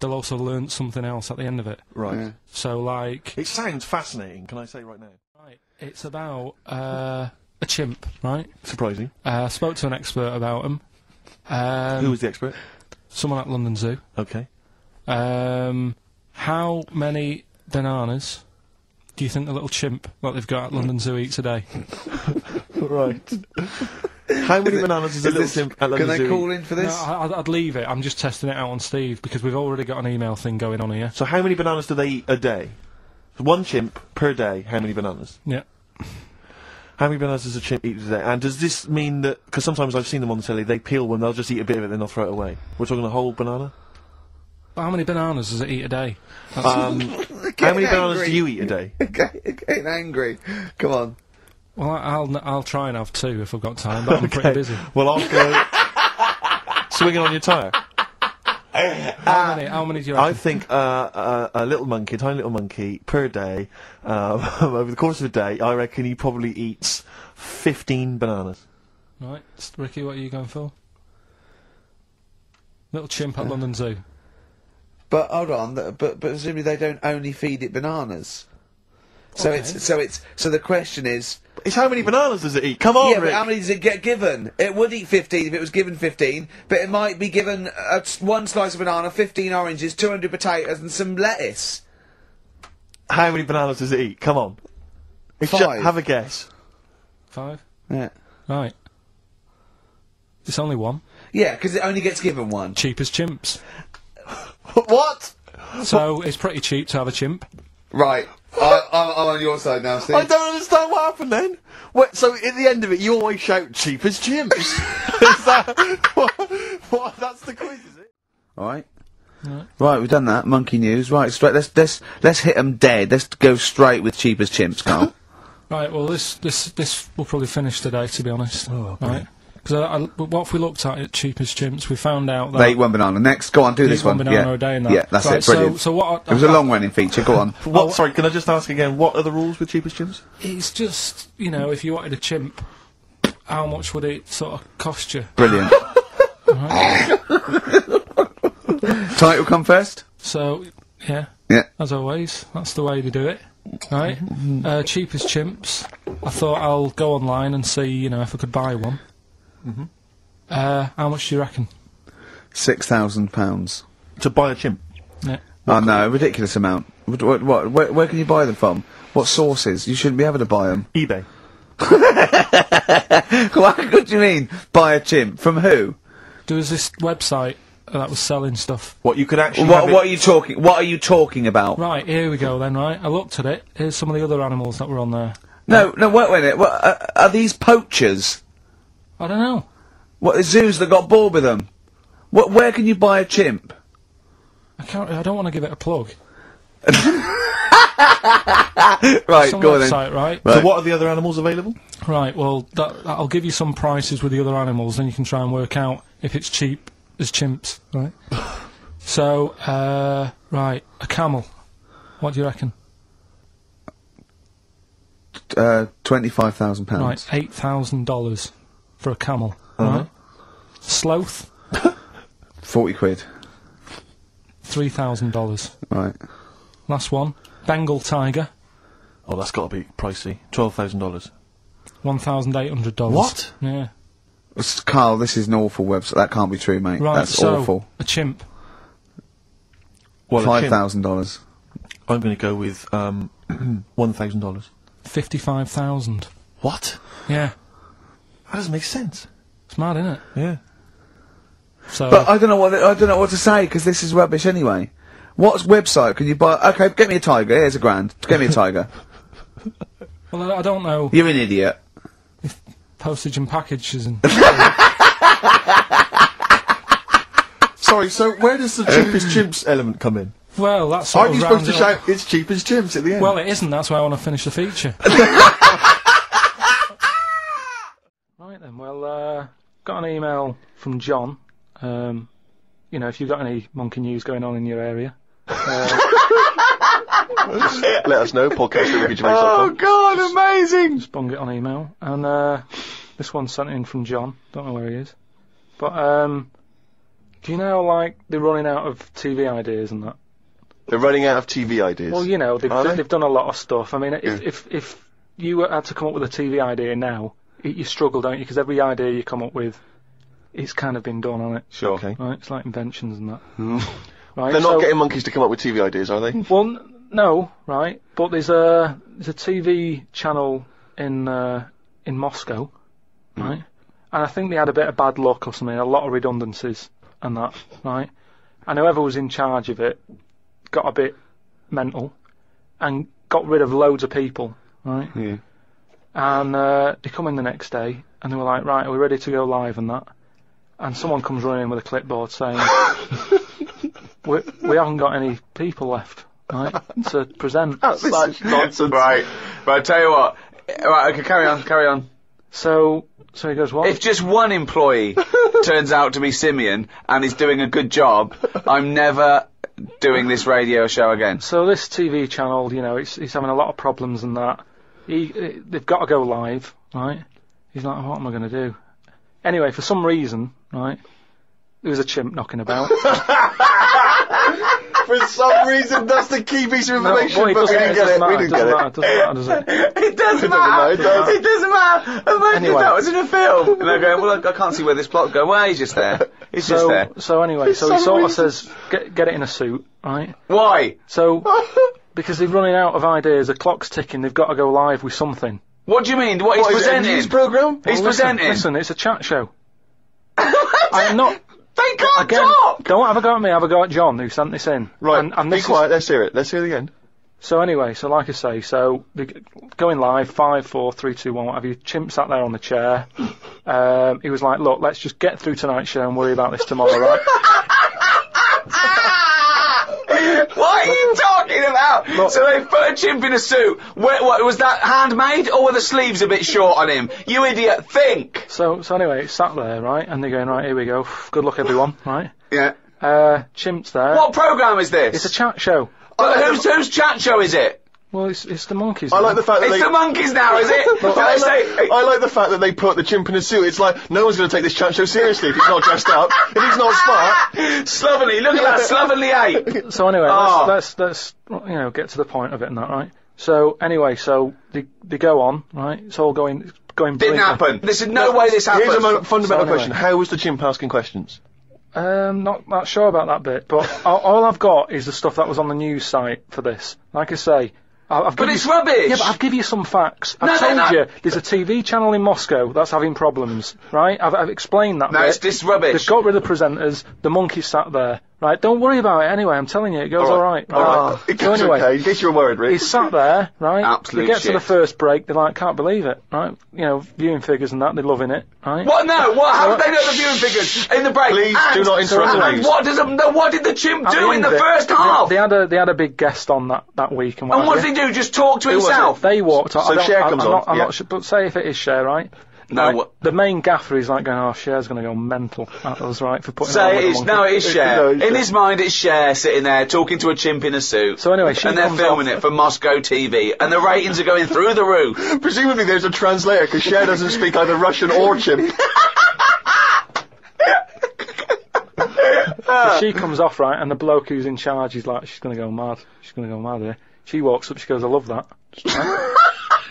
[SPEAKER 13] they'll also learn something else at the end of it.
[SPEAKER 2] Right.
[SPEAKER 13] So like,
[SPEAKER 2] It sounds fascinating, can I say right now?
[SPEAKER 13] right, it's about uh, a chimp, right?
[SPEAKER 2] Surprising.
[SPEAKER 13] Uh, I spoke to an expert about him. Um,
[SPEAKER 2] Who was the expert?
[SPEAKER 13] someone at London Zoo?
[SPEAKER 2] Okay.
[SPEAKER 13] Um, how many bananas do you think the little chimp that they've got at London Zoo eats a day?
[SPEAKER 2] right. How many bananas is a
[SPEAKER 3] Is
[SPEAKER 2] little
[SPEAKER 3] this-
[SPEAKER 2] simp at
[SPEAKER 3] can
[SPEAKER 2] London
[SPEAKER 3] they
[SPEAKER 2] Zoo?
[SPEAKER 3] call in for
[SPEAKER 13] No,
[SPEAKER 3] this?
[SPEAKER 13] I, I'd- I'd leave it. I'm just testing it out on Steve because we've already got an email thing going on here.
[SPEAKER 2] So how many bananas do they eat a day? One chimp per day, how many bananas?
[SPEAKER 13] Yeah.
[SPEAKER 2] How many bananas does a chimp eat a day? And does this mean that... Because sometimes I've seen them on the telly, they peel one, they'll just eat a bit of it, then they'll throw it away. We're talking a whole banana?
[SPEAKER 13] How many bananas does it eat a day?
[SPEAKER 2] Um, how many bananas do you eat a day?
[SPEAKER 3] Okay, getting angry. Come on.
[SPEAKER 13] Well, I- I'll n- I'll try and have two if I've got time, but I'm
[SPEAKER 2] Okay,
[SPEAKER 13] pretty busy.
[SPEAKER 2] Well, I'll go... swinging on your tyre. Uh,
[SPEAKER 13] How many? How many do you?
[SPEAKER 2] I
[SPEAKER 13] Reckon?
[SPEAKER 2] think uh, uh, a little monkey, a tiny little monkey, per day, um, over the course of a day, I reckon he probably eats 15 bananas.
[SPEAKER 13] Right, S- Ricky, what are you going for? Little chimp
[SPEAKER 3] Uh.
[SPEAKER 13] at London Zoo.
[SPEAKER 3] But hold on, th- but but presumably they don't only feed it bananas. So
[SPEAKER 13] Okay.
[SPEAKER 3] it's so it's so the question is,
[SPEAKER 2] It's how many bananas does it eat? Come on,
[SPEAKER 3] yeah,
[SPEAKER 2] Rick.
[SPEAKER 3] but how many does it get given? It would eat fifteen if it was given fifteen, but it might be given uh, s- one slice of banana, fifteen oranges, two hundred potatoes, and some lettuce.
[SPEAKER 2] How many bananas does it eat? Come on. It's ju-
[SPEAKER 3] Five.
[SPEAKER 2] have a guess.
[SPEAKER 13] Five.
[SPEAKER 3] Yeah,
[SPEAKER 13] Right. It's only one.
[SPEAKER 3] yeah, because it only gets given one.
[SPEAKER 13] Cheapest chimps.
[SPEAKER 2] what?
[SPEAKER 13] So it's pretty cheap to have a chimp.
[SPEAKER 3] Right, I, I'm, I'm on your side now, Steve.
[SPEAKER 2] I don't understand what happened then. What, so at the end of it, you always shout cheapest chimps. Is that what, what- That's the quiz, is it?
[SPEAKER 3] All right. Right, we've done that. Monkey news. Right, straight. Let's let's let's hit 'em dead. Let's go straight with cheapest chimps, Carl.
[SPEAKER 13] Right. Well, this this this will probably finish today, to be honest. Oh, right.
[SPEAKER 3] brilliant.
[SPEAKER 13] Because I, I, what if we looked at it, cheapest chimps, we found out that
[SPEAKER 3] They eat one banana. Next, go on, do
[SPEAKER 13] Eat
[SPEAKER 3] this
[SPEAKER 13] one
[SPEAKER 3] one.
[SPEAKER 13] banana
[SPEAKER 3] yeah.
[SPEAKER 13] a day and that.
[SPEAKER 3] yeah, that's
[SPEAKER 13] Right,
[SPEAKER 3] it. Brilliant.
[SPEAKER 13] so- so what I-
[SPEAKER 3] it was a long-running feature. Go on.
[SPEAKER 2] What? sorry, can I just ask again? What are the rules with cheapest gyms?
[SPEAKER 13] it's just you know if you wanted a chimp, how much would it sort of cost you?
[SPEAKER 3] Brilliant. Title come first.
[SPEAKER 13] So yeah,
[SPEAKER 3] Yeah.
[SPEAKER 13] as always, that's the way they do it. Right, uh, cheapest chimps. I thought I'll go online and see you know if I could buy one.
[SPEAKER 3] Mm-hmm.
[SPEAKER 13] Uh, how much do you reckon?
[SPEAKER 3] Six thousand pounds.
[SPEAKER 2] To buy a chimp.
[SPEAKER 13] Yeah.
[SPEAKER 3] Oh no, ridiculous amount. What? what, what where, where can you buy them from? What sources? You shouldn't be able to buy them.
[SPEAKER 2] eBay.
[SPEAKER 3] what, what do you mean? Buy a chimp from who?
[SPEAKER 13] There was this website that was selling stuff.
[SPEAKER 2] What you could actually.
[SPEAKER 3] What,
[SPEAKER 2] have it-
[SPEAKER 3] what are you talking? What are you talking about?
[SPEAKER 13] Right, here we go then. Right, I looked at it. Here's some of the other animals that were on there.
[SPEAKER 3] No, no. Wait, wait a minute. What, uh, are these poachers?
[SPEAKER 13] I don't know.
[SPEAKER 3] What the zoos that got bored with them? What? Where can you buy a chimp?
[SPEAKER 13] I can't. I don't want to give it a plug.
[SPEAKER 3] Right,
[SPEAKER 13] Some
[SPEAKER 3] go on
[SPEAKER 13] website,
[SPEAKER 3] then.
[SPEAKER 13] right?
[SPEAKER 2] So what are the other animals available?
[SPEAKER 13] Right. Well, that, I'll give you some prices with the other animals, then you can try and work out if it's cheap as chimps, right? so, uh, right, a camel. What do you reckon?
[SPEAKER 3] Uh, twenty-five thousand pounds.
[SPEAKER 13] Right, eight thousand dollars for a camel.
[SPEAKER 3] Uh-huh.
[SPEAKER 13] Right. Sloth,
[SPEAKER 3] Forty quid.
[SPEAKER 13] three thousand dollars.
[SPEAKER 3] Right.
[SPEAKER 13] Last one, Bengal tiger,
[SPEAKER 2] Oh, that's got to be pricey. Twelve thousand dollars.
[SPEAKER 13] one thousand eight hundred dollars.
[SPEAKER 2] What?
[SPEAKER 13] Yeah.
[SPEAKER 3] S- Carl, this is an awful website. That can't be true, mate.
[SPEAKER 13] Right.
[SPEAKER 3] That's
[SPEAKER 13] so
[SPEAKER 3] awful.
[SPEAKER 13] a chimp.
[SPEAKER 2] Well, a
[SPEAKER 3] Five
[SPEAKER 2] chimp-
[SPEAKER 3] thousand dollars.
[SPEAKER 2] I'm going to go with um, one thousand dollars.
[SPEAKER 13] Fifty-five thousand.
[SPEAKER 2] What?
[SPEAKER 13] Yeah.
[SPEAKER 2] That doesn't make sense.
[SPEAKER 13] It's mad, isn't it?
[SPEAKER 2] Yeah.
[SPEAKER 13] So
[SPEAKER 3] But I don't know what I don't know what to say because this is rubbish anyway. What website can you buy? Okay, get me a tiger. Here's a grand. Get me a tiger.
[SPEAKER 13] well, I- I don't know
[SPEAKER 3] You're an idiot.
[SPEAKER 13] postage and packages and
[SPEAKER 2] Sorry. So where does the cheapest chimps element come in?
[SPEAKER 13] well, that's
[SPEAKER 2] Aren't you supposed to shout it's cheapest chimps at the end?
[SPEAKER 13] Well, it isn't. That's why I want to finish the feature. right then. Well, uh, got an email from John. Um, you know, if you've got any monkey news going on in your area,
[SPEAKER 6] Let us know,
[SPEAKER 2] Oh,
[SPEAKER 6] podcast
[SPEAKER 3] God, amazing!
[SPEAKER 13] bung it on email. And uh, this one's sent in from John. Don't know where he is. But um, do you know, like, they're running out of TV ideas and that.
[SPEAKER 6] They're running out of TV ideas.
[SPEAKER 13] Well, you know, they've,
[SPEAKER 6] Are
[SPEAKER 13] d-
[SPEAKER 6] they?
[SPEAKER 13] they've done a lot of stuff. I mean, if,
[SPEAKER 6] Yeah.
[SPEAKER 13] if if you were- had to come up with a TV idea now, y- you struggle, don't you? Because every idea you come up with, it's kind of been done on it.
[SPEAKER 6] sure.
[SPEAKER 2] Okay.
[SPEAKER 13] Right? It's like inventions and that. right?
[SPEAKER 6] Hmm. They're not
[SPEAKER 13] so-
[SPEAKER 6] getting monkeys to come up with TV ideas, are they?
[SPEAKER 13] Well, n- no, right? But there's a there's a TV channel in uh, in Moscow, right? And I think they had a bit of bad luck or something, a lot of redundancies and that, right? And whoever was in charge of it got a bit mental and got rid of loads of people, right?
[SPEAKER 3] Yeah.
[SPEAKER 13] And uh, they come in the next day and they were like, right, are we ready to go live and that? And someone comes running in with a clipboard saying, we, we haven't got any people left, right, to present.
[SPEAKER 6] Such Oh, nonsense.
[SPEAKER 3] Right, right. I tell you what. Eh, Right, okay. Carry on. Carry on.
[SPEAKER 13] So, so he goes, what?
[SPEAKER 3] If just one employee turns out to be Simeon and is doing a good job, I'm never doing this radio show again.
[SPEAKER 13] so this TV channel, you know, it's it's having a lot of problems and that. He, eh, they've got to go live, right? He's like, what am I going to do? Anyway, for some reason, right, there was a chimp knocking about.
[SPEAKER 6] For some reason, that's the key piece of
[SPEAKER 13] No,
[SPEAKER 6] information,
[SPEAKER 13] boy, it
[SPEAKER 6] but we
[SPEAKER 13] doesn't,
[SPEAKER 6] didn't
[SPEAKER 13] it
[SPEAKER 6] get it.
[SPEAKER 13] doesn't matter.
[SPEAKER 6] We
[SPEAKER 13] It
[SPEAKER 6] didn't get
[SPEAKER 13] doesn't matter.
[SPEAKER 6] it.
[SPEAKER 13] Doesn't matter, does
[SPEAKER 3] It doesn't matter.
[SPEAKER 6] matter.
[SPEAKER 13] it?
[SPEAKER 6] It doesn't.
[SPEAKER 3] It doesn't matter. Imagine
[SPEAKER 13] Anyway.
[SPEAKER 3] if that was in a film. And they're going, well, I, I can't see where this plot go. Why? He's just there. He's just
[SPEAKER 13] So,
[SPEAKER 3] there.
[SPEAKER 13] so anyway, so he
[SPEAKER 6] some
[SPEAKER 13] sort of
[SPEAKER 6] reason.
[SPEAKER 13] says, get get it in a suit, right?
[SPEAKER 3] Why?
[SPEAKER 13] So because they're running out of ideas, the clock's ticking, they've got to go live with something.
[SPEAKER 3] What do you mean? What,
[SPEAKER 6] What
[SPEAKER 3] he's
[SPEAKER 6] is it, a
[SPEAKER 3] presenting?
[SPEAKER 6] news program?
[SPEAKER 3] he's
[SPEAKER 13] Well, listen,
[SPEAKER 3] presenting.
[SPEAKER 13] Listen, it's a chat show. I'm not.
[SPEAKER 3] They can't
[SPEAKER 13] Again,
[SPEAKER 3] talk.
[SPEAKER 13] don't have a go at me. Have a go at John who sent this in.
[SPEAKER 6] Right,
[SPEAKER 13] And, and
[SPEAKER 6] be
[SPEAKER 13] this is-
[SPEAKER 6] quiet. Let's hear it. Let's hear the end.
[SPEAKER 13] so anyway, so like I say, so we g- going live, five, four, three, two, one, what have you? Chimp sat there on the chair. Um, he was like, "Look, let's just get through tonight's show and worry about this tomorrow, right?"
[SPEAKER 3] what are you talking about?
[SPEAKER 6] So they put a chimp in a suit. Where, what, was that handmade or were the sleeves a bit short on him? You idiot, think!
[SPEAKER 13] So, so anyway, it's sat there, right? And they're going, right, here we go. Good luck, everyone, right?
[SPEAKER 6] Yeah.
[SPEAKER 13] Uh, Chimp's there.
[SPEAKER 6] What programme is this?
[SPEAKER 13] It's a chat show.
[SPEAKER 6] But whose whose chat show is it?
[SPEAKER 13] Well, it's, it's the monkeys.
[SPEAKER 18] I like the fact that
[SPEAKER 6] It's
[SPEAKER 18] they-
[SPEAKER 6] the monkeys now, is it?
[SPEAKER 18] But I,
[SPEAKER 6] They say-
[SPEAKER 18] like, I like the fact that they put the chimp in a suit. It's like no one's going to take this chat show seriously if he's not dressed up, if he's not smart.
[SPEAKER 6] Slovenly, look at that slovenly ape.
[SPEAKER 13] So anyway,
[SPEAKER 6] Oh.
[SPEAKER 13] let's, let's let's you know get to the point of it and that, right? So anyway, so they they go on, right? It's all going it's going.
[SPEAKER 6] Didn't
[SPEAKER 13] brilliantly.
[SPEAKER 6] happen. There's no way this happened.
[SPEAKER 18] Here's a mo- fundamental
[SPEAKER 13] anyway.
[SPEAKER 18] question: How was the chimp asking questions?
[SPEAKER 13] Um, not not sure about that bit, but all, all I've got is the stuff that was on the news site for this. Like I say, I, I've
[SPEAKER 6] But
[SPEAKER 13] give
[SPEAKER 6] it's
[SPEAKER 13] you-
[SPEAKER 6] rubbish.
[SPEAKER 13] Yeah, but I've give you some facts.
[SPEAKER 6] No,
[SPEAKER 13] I've
[SPEAKER 6] no,
[SPEAKER 13] told
[SPEAKER 6] no.
[SPEAKER 13] you there's a TV channel in Moscow that's having problems, right? I've, I've explained that.
[SPEAKER 6] No,
[SPEAKER 13] bit.
[SPEAKER 6] it's just rubbish.
[SPEAKER 13] They've got rid of the presenters. The monkey sat there, right? Don't worry about it. Anyway, I'm telling you, it goes all right.
[SPEAKER 18] All right.
[SPEAKER 6] Ah.
[SPEAKER 13] right.
[SPEAKER 18] Uh, It
[SPEAKER 13] Ah. So
[SPEAKER 18] goes
[SPEAKER 13] anyway,
[SPEAKER 18] okay. In case you were worried, Rick.
[SPEAKER 13] He's sat there, right?
[SPEAKER 6] Absolute
[SPEAKER 13] They get to the
[SPEAKER 6] shit.
[SPEAKER 13] first break, they're like, can't believe it, right? You know, viewing figures and that, they're loving it, right?
[SPEAKER 6] What now? What? How did they know the viewing figures in the break?
[SPEAKER 18] Please
[SPEAKER 6] and,
[SPEAKER 18] do not interrupt
[SPEAKER 6] And,
[SPEAKER 18] the
[SPEAKER 6] and
[SPEAKER 18] news.
[SPEAKER 6] what does a, no, what did the chimp
[SPEAKER 13] At
[SPEAKER 6] do in
[SPEAKER 13] end
[SPEAKER 6] the
[SPEAKER 13] of it,
[SPEAKER 6] first
[SPEAKER 13] they-
[SPEAKER 6] half?
[SPEAKER 13] They, had a they had a big guest on that, that week and what
[SPEAKER 6] and
[SPEAKER 13] have
[SPEAKER 6] what
[SPEAKER 13] you.
[SPEAKER 6] did he do? Just talk to
[SPEAKER 18] Who was
[SPEAKER 6] himself?
[SPEAKER 13] They walked. I
[SPEAKER 18] So
[SPEAKER 13] don't,
[SPEAKER 18] Cher
[SPEAKER 13] I,
[SPEAKER 18] comes
[SPEAKER 13] I'm
[SPEAKER 18] on,
[SPEAKER 13] Not, I'm
[SPEAKER 18] yeah.
[SPEAKER 13] not sure, but say if it is Cher, right?
[SPEAKER 6] No,
[SPEAKER 13] Right,
[SPEAKER 6] what-
[SPEAKER 13] the main gaffer is like going, "Oh, Cher's going to go mental." That was right for putting.
[SPEAKER 6] Say it
[SPEAKER 13] that
[SPEAKER 6] is. No, it is
[SPEAKER 18] No,
[SPEAKER 6] Cher.
[SPEAKER 18] it's
[SPEAKER 6] in
[SPEAKER 18] Cher.
[SPEAKER 6] his mind, it's Cher sitting there talking to a chimp in a suit.
[SPEAKER 13] So anyway, she
[SPEAKER 6] and they're
[SPEAKER 13] comes
[SPEAKER 6] filming
[SPEAKER 13] off-
[SPEAKER 6] it for Moscow TV, and the ratings are going through the roof.
[SPEAKER 18] Presumably, there's a translator because Cher doesn't speak either Russian or chimp.
[SPEAKER 13] So she comes off right, and the bloke who's in charge is like, "She's going to go mad. She's going to go mad here." She walks up. She goes, "I love that." Right?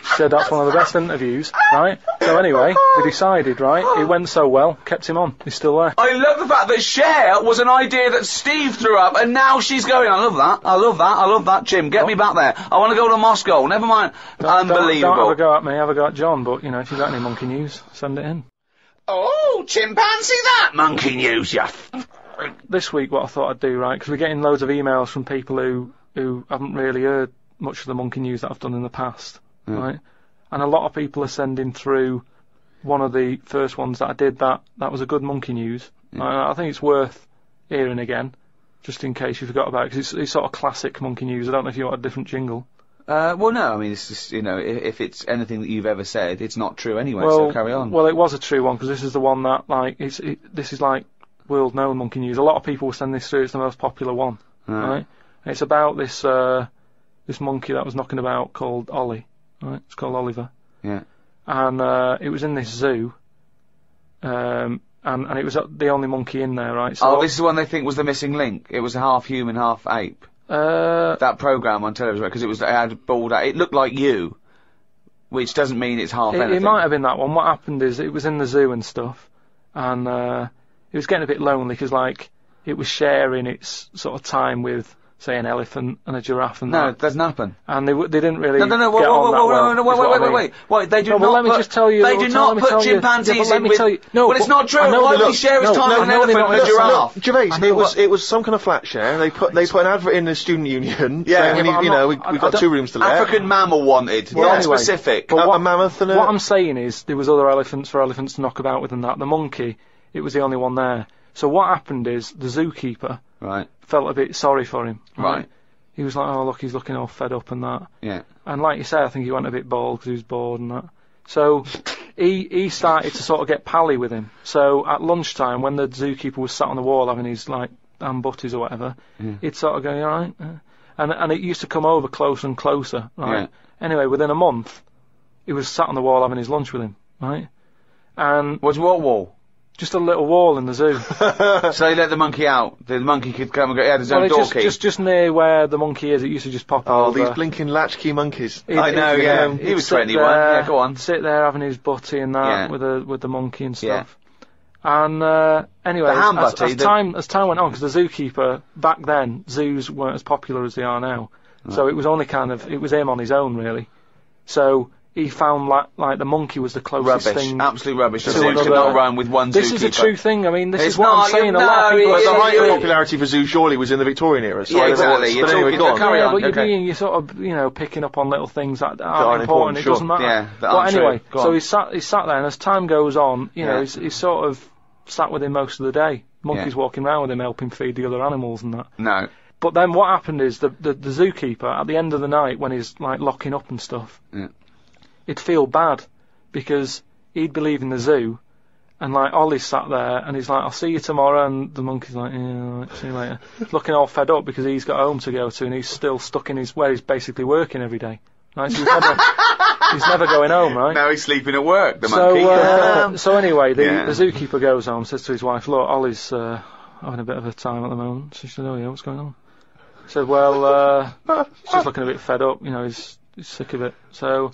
[SPEAKER 13] she said that's one of the best interviews, right? So anyway, they decided, right? It went so well, kept him on. He's still there.
[SPEAKER 6] I love the fact that Cher was an idea that Steve threw up, and now she's going. I love that. I love that. I love that. Jim, get me back there. I want to go to Moscow. Never mind.
[SPEAKER 13] Don't, don't have a
[SPEAKER 6] Unbelievable.
[SPEAKER 13] go at me. Have a go at John. But you know, if you've got any monkey news, send it in.
[SPEAKER 6] Oh, chimpanzee, that monkey news, you
[SPEAKER 13] this week what I thought I'd do, right, because we're getting loads of emails from people who who haven't really heard much of the monkey news that I've done in the past, right? And a lot of people are sending through one of the first ones that I did that that was a good monkey news. I, I think it's worth hearing again, just in case you forgot about it, because it's, it's sort of classic monkey news. I don't know if you want a different jingle.
[SPEAKER 6] Uh, well, no, I mean, it's just, you know, if, if it's anything that you've ever said, it's not true anyway, so carry on.
[SPEAKER 13] Well, it was a true one because this is the one that like it's it, this is like world known monkey news. A lot of people will send this through. It's the most popular one, right? And it's about this uh, this monkey that was knocking about called Ollie, right? It's called Oliver,
[SPEAKER 6] yeah.
[SPEAKER 13] and uh, it was in this zoo, um, and and it was uh, the only monkey in there, right? So
[SPEAKER 6] Oh, this is one they think was the missing link. It was half human, half ape.
[SPEAKER 13] uh,
[SPEAKER 6] That program on television because it was it had bald. It looked like you, which doesn't mean it's half.
[SPEAKER 13] It,
[SPEAKER 6] anything.
[SPEAKER 13] it might have been that one. What happened is it was in the zoo and stuff, and uh, it was getting a bit lonely because like it was sharing its sort of time with say an elephant and a giraffe and
[SPEAKER 6] No,
[SPEAKER 13] that,
[SPEAKER 6] it doesn't happen.
[SPEAKER 13] and they w- they didn't really
[SPEAKER 6] No, no, no, whoa,
[SPEAKER 13] get
[SPEAKER 6] whoa,
[SPEAKER 13] on
[SPEAKER 6] whoa,
[SPEAKER 13] that
[SPEAKER 6] whoa, no,
[SPEAKER 13] well.
[SPEAKER 6] no,
[SPEAKER 13] is
[SPEAKER 6] wait,
[SPEAKER 13] what
[SPEAKER 6] wait,
[SPEAKER 13] I
[SPEAKER 6] wait,
[SPEAKER 13] mean.
[SPEAKER 6] wait, wait. They do
[SPEAKER 13] No, but
[SPEAKER 6] not
[SPEAKER 13] let me
[SPEAKER 6] put-
[SPEAKER 13] just tell you-
[SPEAKER 6] They do
[SPEAKER 13] let
[SPEAKER 6] not
[SPEAKER 13] me
[SPEAKER 6] put
[SPEAKER 13] tell you-
[SPEAKER 6] chimpanzees
[SPEAKER 13] yeah, but let
[SPEAKER 6] in
[SPEAKER 13] me
[SPEAKER 6] with...
[SPEAKER 13] tell you- no,
[SPEAKER 6] but it's
[SPEAKER 13] but-
[SPEAKER 6] not true.
[SPEAKER 13] I know
[SPEAKER 6] Why
[SPEAKER 13] that-
[SPEAKER 6] would he share his
[SPEAKER 13] no,
[SPEAKER 6] time
[SPEAKER 13] no,
[SPEAKER 6] with an
[SPEAKER 13] I know they
[SPEAKER 6] elephant
[SPEAKER 13] don't
[SPEAKER 6] and a
[SPEAKER 13] listen.
[SPEAKER 6] giraffe?
[SPEAKER 18] Gervais,
[SPEAKER 13] know,
[SPEAKER 18] it was
[SPEAKER 13] but-
[SPEAKER 18] it was some kind of flat share. They put they put an advert in the student union. saying
[SPEAKER 6] Yeah, yeah,
[SPEAKER 18] we
[SPEAKER 13] but
[SPEAKER 18] need-
[SPEAKER 13] I'm
[SPEAKER 18] you
[SPEAKER 13] not-
[SPEAKER 18] know we
[SPEAKER 13] I-
[SPEAKER 18] we
[SPEAKER 13] I
[SPEAKER 18] got
[SPEAKER 13] don't-
[SPEAKER 18] two rooms to let.
[SPEAKER 6] African mammal wanted.
[SPEAKER 13] Well,
[SPEAKER 6] not
[SPEAKER 13] anyway,
[SPEAKER 6] specific.
[SPEAKER 13] but
[SPEAKER 18] a,
[SPEAKER 13] what-
[SPEAKER 18] a mammoth and a
[SPEAKER 13] What I'm saying is there was other elephants for elephants to knock about with and that. The monkey, it was the only one there. So what happened is the zookeeper
[SPEAKER 6] Right,
[SPEAKER 13] felt a bit sorry for him.
[SPEAKER 6] right.
[SPEAKER 13] He was like, oh look, he's looking all fed up and that.
[SPEAKER 6] Yeah.
[SPEAKER 13] And like you say, I think he went a bit bald because he was bored and that. So he he started to sort of get pally with him. So at lunchtime, when the zookeeper was sat on the wall having his like ham butties or whatever, he'd sort of go, "You all right?" Uh, And and it used to come over closer and closer. Right. Anyway, within a month, he was sat on the wall having his lunch with him. Right. And
[SPEAKER 6] Was what wall?
[SPEAKER 13] just a little wall in the zoo.
[SPEAKER 6] So they let the monkey out. The monkey could come and go. He had his
[SPEAKER 13] well,
[SPEAKER 6] own
[SPEAKER 13] it's
[SPEAKER 6] door
[SPEAKER 13] just,
[SPEAKER 6] key.
[SPEAKER 13] just just near where the monkey is. It used to just pop
[SPEAKER 18] Oh,
[SPEAKER 13] over.
[SPEAKER 18] these blinking latchkey monkeys.
[SPEAKER 13] He'd-
[SPEAKER 6] I know,
[SPEAKER 13] he'd-
[SPEAKER 6] yeah.
[SPEAKER 13] he'd
[SPEAKER 6] He was
[SPEAKER 13] sit
[SPEAKER 6] 21,
[SPEAKER 13] there-
[SPEAKER 6] yeah, go on.
[SPEAKER 13] Sit there having his butty and that
[SPEAKER 6] Yeah.
[SPEAKER 13] with the with the monkey and
[SPEAKER 6] Yeah.
[SPEAKER 13] stuff. And uh, anyway,
[SPEAKER 6] The ham
[SPEAKER 13] as, as-
[SPEAKER 6] butty,
[SPEAKER 13] as
[SPEAKER 6] the-
[SPEAKER 13] time as time went on, because the zookeeper back then zoos weren't as popular as they are now, so it was only kind of it was him on his own really. So he found like like the monkey was the closest
[SPEAKER 6] Rubbish.
[SPEAKER 13] thing.
[SPEAKER 6] Absolute rubbish. The
[SPEAKER 13] to
[SPEAKER 6] zoo
[SPEAKER 13] another-
[SPEAKER 6] cannot run with one
[SPEAKER 13] This is a
[SPEAKER 6] zookeeper.
[SPEAKER 13] true thing. I mean, this
[SPEAKER 6] It's
[SPEAKER 13] is what
[SPEAKER 6] not,
[SPEAKER 13] I'm saying.
[SPEAKER 6] you-
[SPEAKER 13] a lot
[SPEAKER 6] no,
[SPEAKER 13] of
[SPEAKER 6] it-
[SPEAKER 13] people.
[SPEAKER 18] But the
[SPEAKER 6] Yeah,
[SPEAKER 18] height
[SPEAKER 6] yeah.
[SPEAKER 18] of popularity for zoo surely was in the Victorian era. So
[SPEAKER 6] Yeah,
[SPEAKER 18] I don't know
[SPEAKER 6] exactly.
[SPEAKER 18] what's-
[SPEAKER 6] You're
[SPEAKER 18] but anyway,
[SPEAKER 6] talking-
[SPEAKER 18] go on.
[SPEAKER 6] no, carry
[SPEAKER 13] yeah,
[SPEAKER 6] on,
[SPEAKER 13] but you're
[SPEAKER 6] okay.
[SPEAKER 13] being you're sort of you know picking up on little things that
[SPEAKER 18] aren't
[SPEAKER 13] aren't important.
[SPEAKER 18] important,
[SPEAKER 13] It
[SPEAKER 18] sure.
[SPEAKER 13] doesn't matter.
[SPEAKER 6] Yeah, that
[SPEAKER 13] but
[SPEAKER 6] aren't
[SPEAKER 13] anyway,
[SPEAKER 6] true. Go
[SPEAKER 13] so
[SPEAKER 6] on.
[SPEAKER 13] he sat he sat there, and as time goes on, you know,
[SPEAKER 6] Yeah.
[SPEAKER 13] he's, he's sort of sat with him most of the day. Monkeys
[SPEAKER 6] Yeah.
[SPEAKER 13] walking around with him, helping feed the other animals and that.
[SPEAKER 6] No.
[SPEAKER 13] But then what happened is the, the, the zookeeper at the end of the night when he's like locking up and stuff,
[SPEAKER 4] Yeah.
[SPEAKER 13] he'd feel bad because he'd be leaving the zoo, and like Ollie sat there and he's like, "I'll see you tomorrow," and the monkey's like, "Yeah, all right, see you later," looking all fed up because he's got home to go to and he's still stuck in his where he's basically working every day. Right? So he's, never, he's never going home, right?
[SPEAKER 6] Now he's sleeping at work, the monkey.
[SPEAKER 13] So, uh, so anyway, the,
[SPEAKER 6] Yeah.
[SPEAKER 13] the zookeeper goes home, says to his wife, "Look, Ollie's uh, having a bit of a time at the moment." She said, "Oh yeah, what's going on?" He said, "Well, uh, he's just looking a bit fed up. You know, he's, he's sick of it." So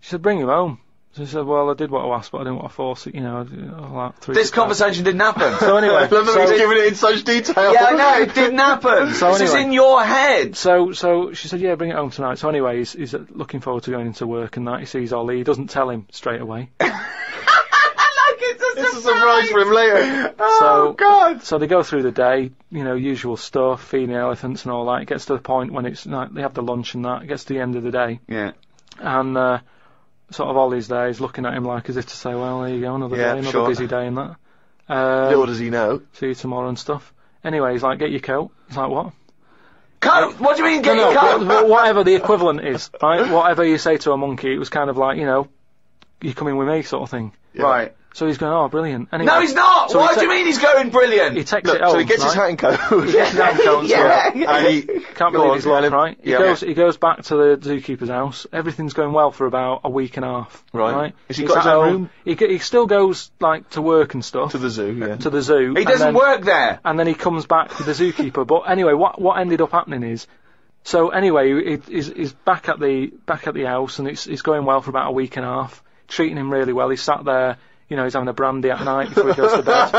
[SPEAKER 13] she said, "Bring him home." So she said, "Well, I did what I asked, but I didn't want to force it. You know, all that." Three
[SPEAKER 6] this conversation didn't happen.
[SPEAKER 13] So anyway,
[SPEAKER 6] Remember
[SPEAKER 13] so-
[SPEAKER 6] he's
[SPEAKER 18] Giving it in such detail.
[SPEAKER 6] Yeah, I know, it didn't happen.
[SPEAKER 13] So
[SPEAKER 6] this
[SPEAKER 13] anyway.
[SPEAKER 6] is in your head.
[SPEAKER 13] So, so she said, "Yeah, bring it home tonight." So anyway, he's, he's uh, looking forward to going into work and that. He sees Ollie. He doesn't tell him straight away.
[SPEAKER 18] It's a surprise for him later.
[SPEAKER 6] Oh,
[SPEAKER 13] so, God. So they go through the day, you know, usual stuff, feeding elephants and all that. It gets to the point when it's like they have the lunch and that. It gets to the end of the day,
[SPEAKER 6] Yeah.
[SPEAKER 13] and uh, sort of Ollie's there. He's looking at him like as if to say, "Well, there you go, another
[SPEAKER 2] Yeah,
[SPEAKER 13] day, another
[SPEAKER 2] sure.
[SPEAKER 13] busy day," and that. Um,
[SPEAKER 2] Little does he know.
[SPEAKER 13] See you tomorrow and stuff. Anyway, he's like, "Get your coat." He's like, "What?"
[SPEAKER 6] Coat? What do you mean, get
[SPEAKER 13] no,
[SPEAKER 6] your
[SPEAKER 13] no,
[SPEAKER 6] coat?
[SPEAKER 13] wh- wh- whatever the equivalent is, right? Whatever you say to a monkey, it was kind of like, you know, you're coming with me sort of thing.
[SPEAKER 6] Right.
[SPEAKER 13] So he's going, oh, brilliant. Anyway,
[SPEAKER 6] No, he's not.
[SPEAKER 13] so he
[SPEAKER 6] Why do
[SPEAKER 13] ta-
[SPEAKER 6] you mean he's going brilliant?
[SPEAKER 13] He takes
[SPEAKER 6] Look,
[SPEAKER 13] it home.
[SPEAKER 6] so he gets his
[SPEAKER 13] right?
[SPEAKER 6] hat
[SPEAKER 2] and coat.
[SPEAKER 13] He gets his hat and coat.
[SPEAKER 6] Yeah.
[SPEAKER 13] yeah.
[SPEAKER 6] And he-
[SPEAKER 13] Can't
[SPEAKER 6] go
[SPEAKER 13] believe
[SPEAKER 6] on,
[SPEAKER 13] he's luck,
[SPEAKER 6] Alan.
[SPEAKER 13] right? He
[SPEAKER 6] Yeah.
[SPEAKER 13] goes he goes back to the zookeeper's house. Everything's going well for about a week and a half.
[SPEAKER 2] Right.
[SPEAKER 13] Right.
[SPEAKER 2] Has he
[SPEAKER 13] He's
[SPEAKER 2] got his
[SPEAKER 13] at
[SPEAKER 2] own
[SPEAKER 13] home.
[SPEAKER 2] room?
[SPEAKER 13] He, g- he still goes like to work and stuff.
[SPEAKER 2] To the zoo, yeah.
[SPEAKER 13] to the zoo.
[SPEAKER 6] He
[SPEAKER 13] and
[SPEAKER 6] doesn't
[SPEAKER 13] then-
[SPEAKER 6] work there.
[SPEAKER 13] and then he comes back to the zookeeper. But anyway, what what ended up happening is, so anyway, he- he's, he's back at the back at the house, and it's it's going well for about a week and a half. Treating him really well. He's sat there, you know, he's having a brandy at night before he goes to bed.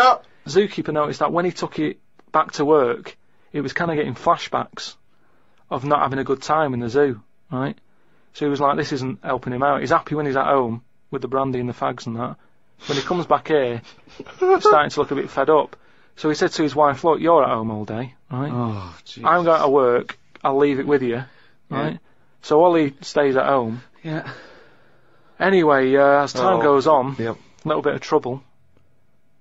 [SPEAKER 13] zookeeper noticed that when he took it back to work, it was kind of getting flashbacks of not having a good time in the zoo, right? So he was like, this isn't helping him out. He's happy when he's at home with the brandy and the fags and that. When he comes back here, he's starting to look a bit fed up. So he said to his wife, look, you're at home all day, right?
[SPEAKER 6] Oh, jeez.
[SPEAKER 13] I'm going to work. I'll leave it with you, right? So Ollie stays at home.
[SPEAKER 6] Yeah.
[SPEAKER 13] Anyway, uh, as time
[SPEAKER 2] Oh,
[SPEAKER 13] goes on,
[SPEAKER 2] yep.
[SPEAKER 13] little bit of trouble.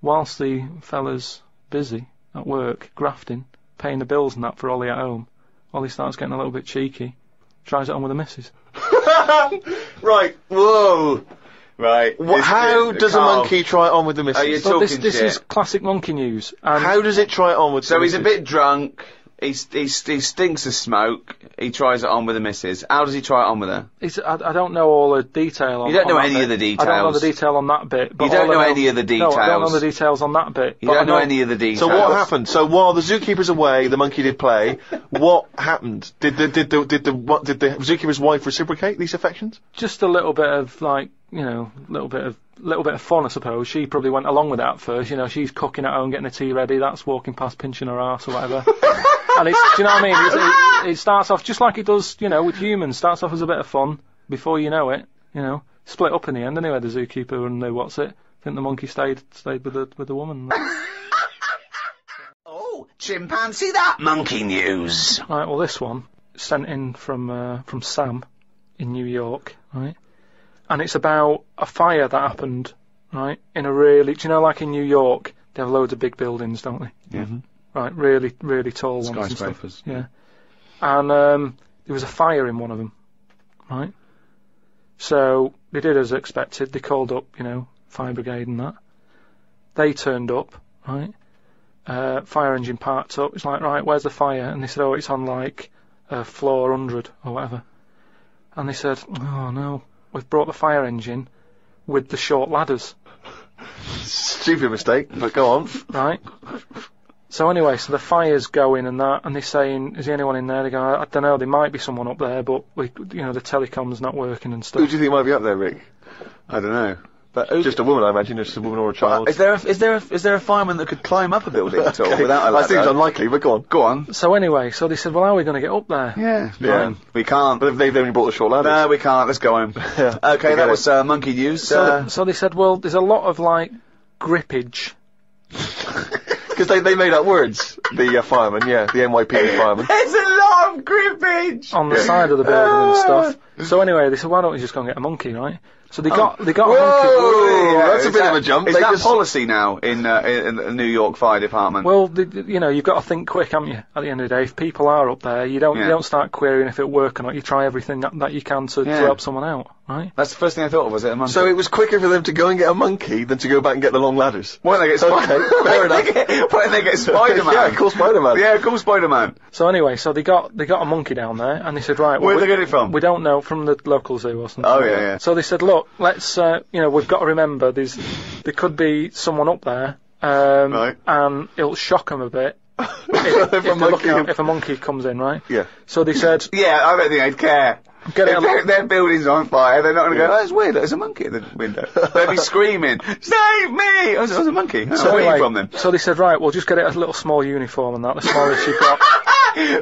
[SPEAKER 13] Whilst the fella's busy at work, grafting, paying the bills and that for Ollie at home, Ollie starts getting a little bit cheeky. Tries it on with the missus.
[SPEAKER 18] Right. Whoa.
[SPEAKER 6] Right.
[SPEAKER 18] Wha
[SPEAKER 6] this
[SPEAKER 18] how
[SPEAKER 6] is-
[SPEAKER 18] does
[SPEAKER 6] Carl.
[SPEAKER 18] a monkey try it on with the missus?
[SPEAKER 6] Oh, you're
[SPEAKER 13] So
[SPEAKER 6] talking
[SPEAKER 13] this this
[SPEAKER 6] shit.
[SPEAKER 13] is classic monkey news. And
[SPEAKER 2] How does it try it on with?
[SPEAKER 6] So
[SPEAKER 2] the
[SPEAKER 6] he's a
[SPEAKER 2] missus?
[SPEAKER 6] bit drunk. He's, he's, he stinks of smoke. He tries it on with the missus. How does he try it on with her?
[SPEAKER 13] It's, I, I don't know all the detail on.
[SPEAKER 6] You don't know
[SPEAKER 13] on that
[SPEAKER 6] any of
[SPEAKER 13] bit.
[SPEAKER 6] the
[SPEAKER 13] I don't know the
[SPEAKER 6] details.
[SPEAKER 13] detail on that bit. But
[SPEAKER 6] You don't
[SPEAKER 13] all I
[SPEAKER 6] know any of the
[SPEAKER 13] No, I don't know
[SPEAKER 6] details.
[SPEAKER 13] the details on that bit.
[SPEAKER 6] You
[SPEAKER 13] but I
[SPEAKER 6] don't know any of the details.
[SPEAKER 2] So what happened? So while the zookeeper's away, the monkey did play. what happened? Did the did the did the what did the zookeeper's wife reciprocate these affections?
[SPEAKER 13] Just a little bit of like, you know, little bit of little bit of fun, I suppose. She probably went along with that at first. You know, she's cooking at home, getting the tea ready. That's walking past, pinching her ass or whatever. and it's, do you know what I mean? It's, it, it starts off just like it does, you know, with humans. Starts off as a bit of fun. Before you know it, you know, split up in the end. Anyway, the zookeeper and the what's it? I think the monkey stayed stayed with the with the woman.
[SPEAKER 14] Oh, chimpanzee that monkey news.
[SPEAKER 13] Right, well, this one sent in from uh, from Sam in New York, right? And it's about a fire that happened, right? In a really, do you know, like in New York, they have loads of big buildings, don't they?
[SPEAKER 6] Yeah.
[SPEAKER 13] Right, really, really tall ones. and stuff.
[SPEAKER 6] Skyscrapers.
[SPEAKER 13] Yeah. And um, there was a fire in one of them, right? So they did as expected. They called up, you know, fire brigade and that. They turned up, right? Uh, fire engine parked up. It's like, right, where's the fire? And they said, oh, it's on like uh, floor 100 or whatever. And they said, oh no, we've brought the fire engine with the short ladders,
[SPEAKER 2] Stupid mistake, but go on.
[SPEAKER 13] right? So anyway, so the fire's going and that, and they're saying, is there anyone in there? They go, I don't know, there might be someone up there, but we, you know, the telecom's not working and
[SPEAKER 2] Who
[SPEAKER 13] stuff.
[SPEAKER 2] do you think might be up there, Rick?
[SPEAKER 18] I don't know.
[SPEAKER 6] But who-
[SPEAKER 2] Just a woman, I imagine. Just a woman or a child.
[SPEAKER 6] Is there a, is there a, is there a fireman that could climb up a building at all
[SPEAKER 2] Okay,
[SPEAKER 6] without a
[SPEAKER 2] that seems
[SPEAKER 6] ladder?
[SPEAKER 2] unlikely, but go on.
[SPEAKER 6] Go on.
[SPEAKER 13] So anyway, so they said, well, how are we going to get up there?
[SPEAKER 6] Yeah.
[SPEAKER 2] Yeah.
[SPEAKER 6] We can't.
[SPEAKER 2] But if they've only brought the short ladders.
[SPEAKER 6] No, we can't. Let's go home.
[SPEAKER 2] Yeah.
[SPEAKER 6] Okay,
[SPEAKER 2] Forget
[SPEAKER 6] that
[SPEAKER 2] it.
[SPEAKER 6] was uh, monkey news.
[SPEAKER 13] So,
[SPEAKER 6] uh,
[SPEAKER 13] so they said, well, there's a lot of like grippage.
[SPEAKER 2] Because they, they made up words, the uh, firemen, yeah, the NYPD firemen.
[SPEAKER 6] There's a lot of grippage.
[SPEAKER 2] Ah!
[SPEAKER 13] on the side of the building and stuff. So anyway, they said, why don't we just go and get a monkey, right? So they got they got
[SPEAKER 2] Whoa,
[SPEAKER 13] a monkey.
[SPEAKER 2] yeah,
[SPEAKER 4] that's
[SPEAKER 2] is
[SPEAKER 4] a bit
[SPEAKER 2] that-
[SPEAKER 4] of a jump.
[SPEAKER 2] Is
[SPEAKER 4] They
[SPEAKER 2] that
[SPEAKER 4] just-
[SPEAKER 2] policy now in, uh, in in the New York Fire Department?
[SPEAKER 13] Well, the, the- you know, you've got to think quick, haven't you? At the end of the day, if people are up there, you don't
[SPEAKER 2] Yeah.
[SPEAKER 13] you don't start querying if it work or not. You try everything that, that you can to,
[SPEAKER 2] Yeah.
[SPEAKER 13] to help someone out, right?
[SPEAKER 4] That's the first thing I thought of. Was it a monkey?
[SPEAKER 2] so it was quicker for them to go and get a monkey than to go back and get the long ladders.
[SPEAKER 4] Why don't they get Spider?
[SPEAKER 2] Okay, fair
[SPEAKER 4] Why
[SPEAKER 2] enough.
[SPEAKER 4] don't they get- Why don't they get Spider Man?
[SPEAKER 2] yeah, call Spider-Man.
[SPEAKER 4] Yeah, call Spider Man.
[SPEAKER 13] So anyway, so they got they got a monkey down there, and they said, right, well,
[SPEAKER 2] Where'd
[SPEAKER 13] we-
[SPEAKER 2] they get it from?
[SPEAKER 13] We don't know from the local zoo or something.
[SPEAKER 2] Oh, yeah, yeah.
[SPEAKER 13] So they said, look, let's uh, you know we've got to remember there's there could be someone up there, um,
[SPEAKER 2] Right.
[SPEAKER 13] and it'll shock them a bit if, if,
[SPEAKER 2] a
[SPEAKER 13] a
[SPEAKER 2] monkey-
[SPEAKER 13] monkey... out, if a monkey comes in, right?
[SPEAKER 2] Yeah.
[SPEAKER 13] So they said,
[SPEAKER 4] Yeah, I don't think they'd care.
[SPEAKER 13] Get it
[SPEAKER 4] if
[SPEAKER 13] on-
[SPEAKER 4] their, their building's on fire, they're not going to go, oh, it's weird, there's a monkey at the window. They'd be screaming, save me! Oh, there's a monkey. Oh,
[SPEAKER 13] so
[SPEAKER 4] away
[SPEAKER 13] anyway,
[SPEAKER 4] from them.
[SPEAKER 13] so they said, right, we'll just get it a little small uniform and that the smallest you got.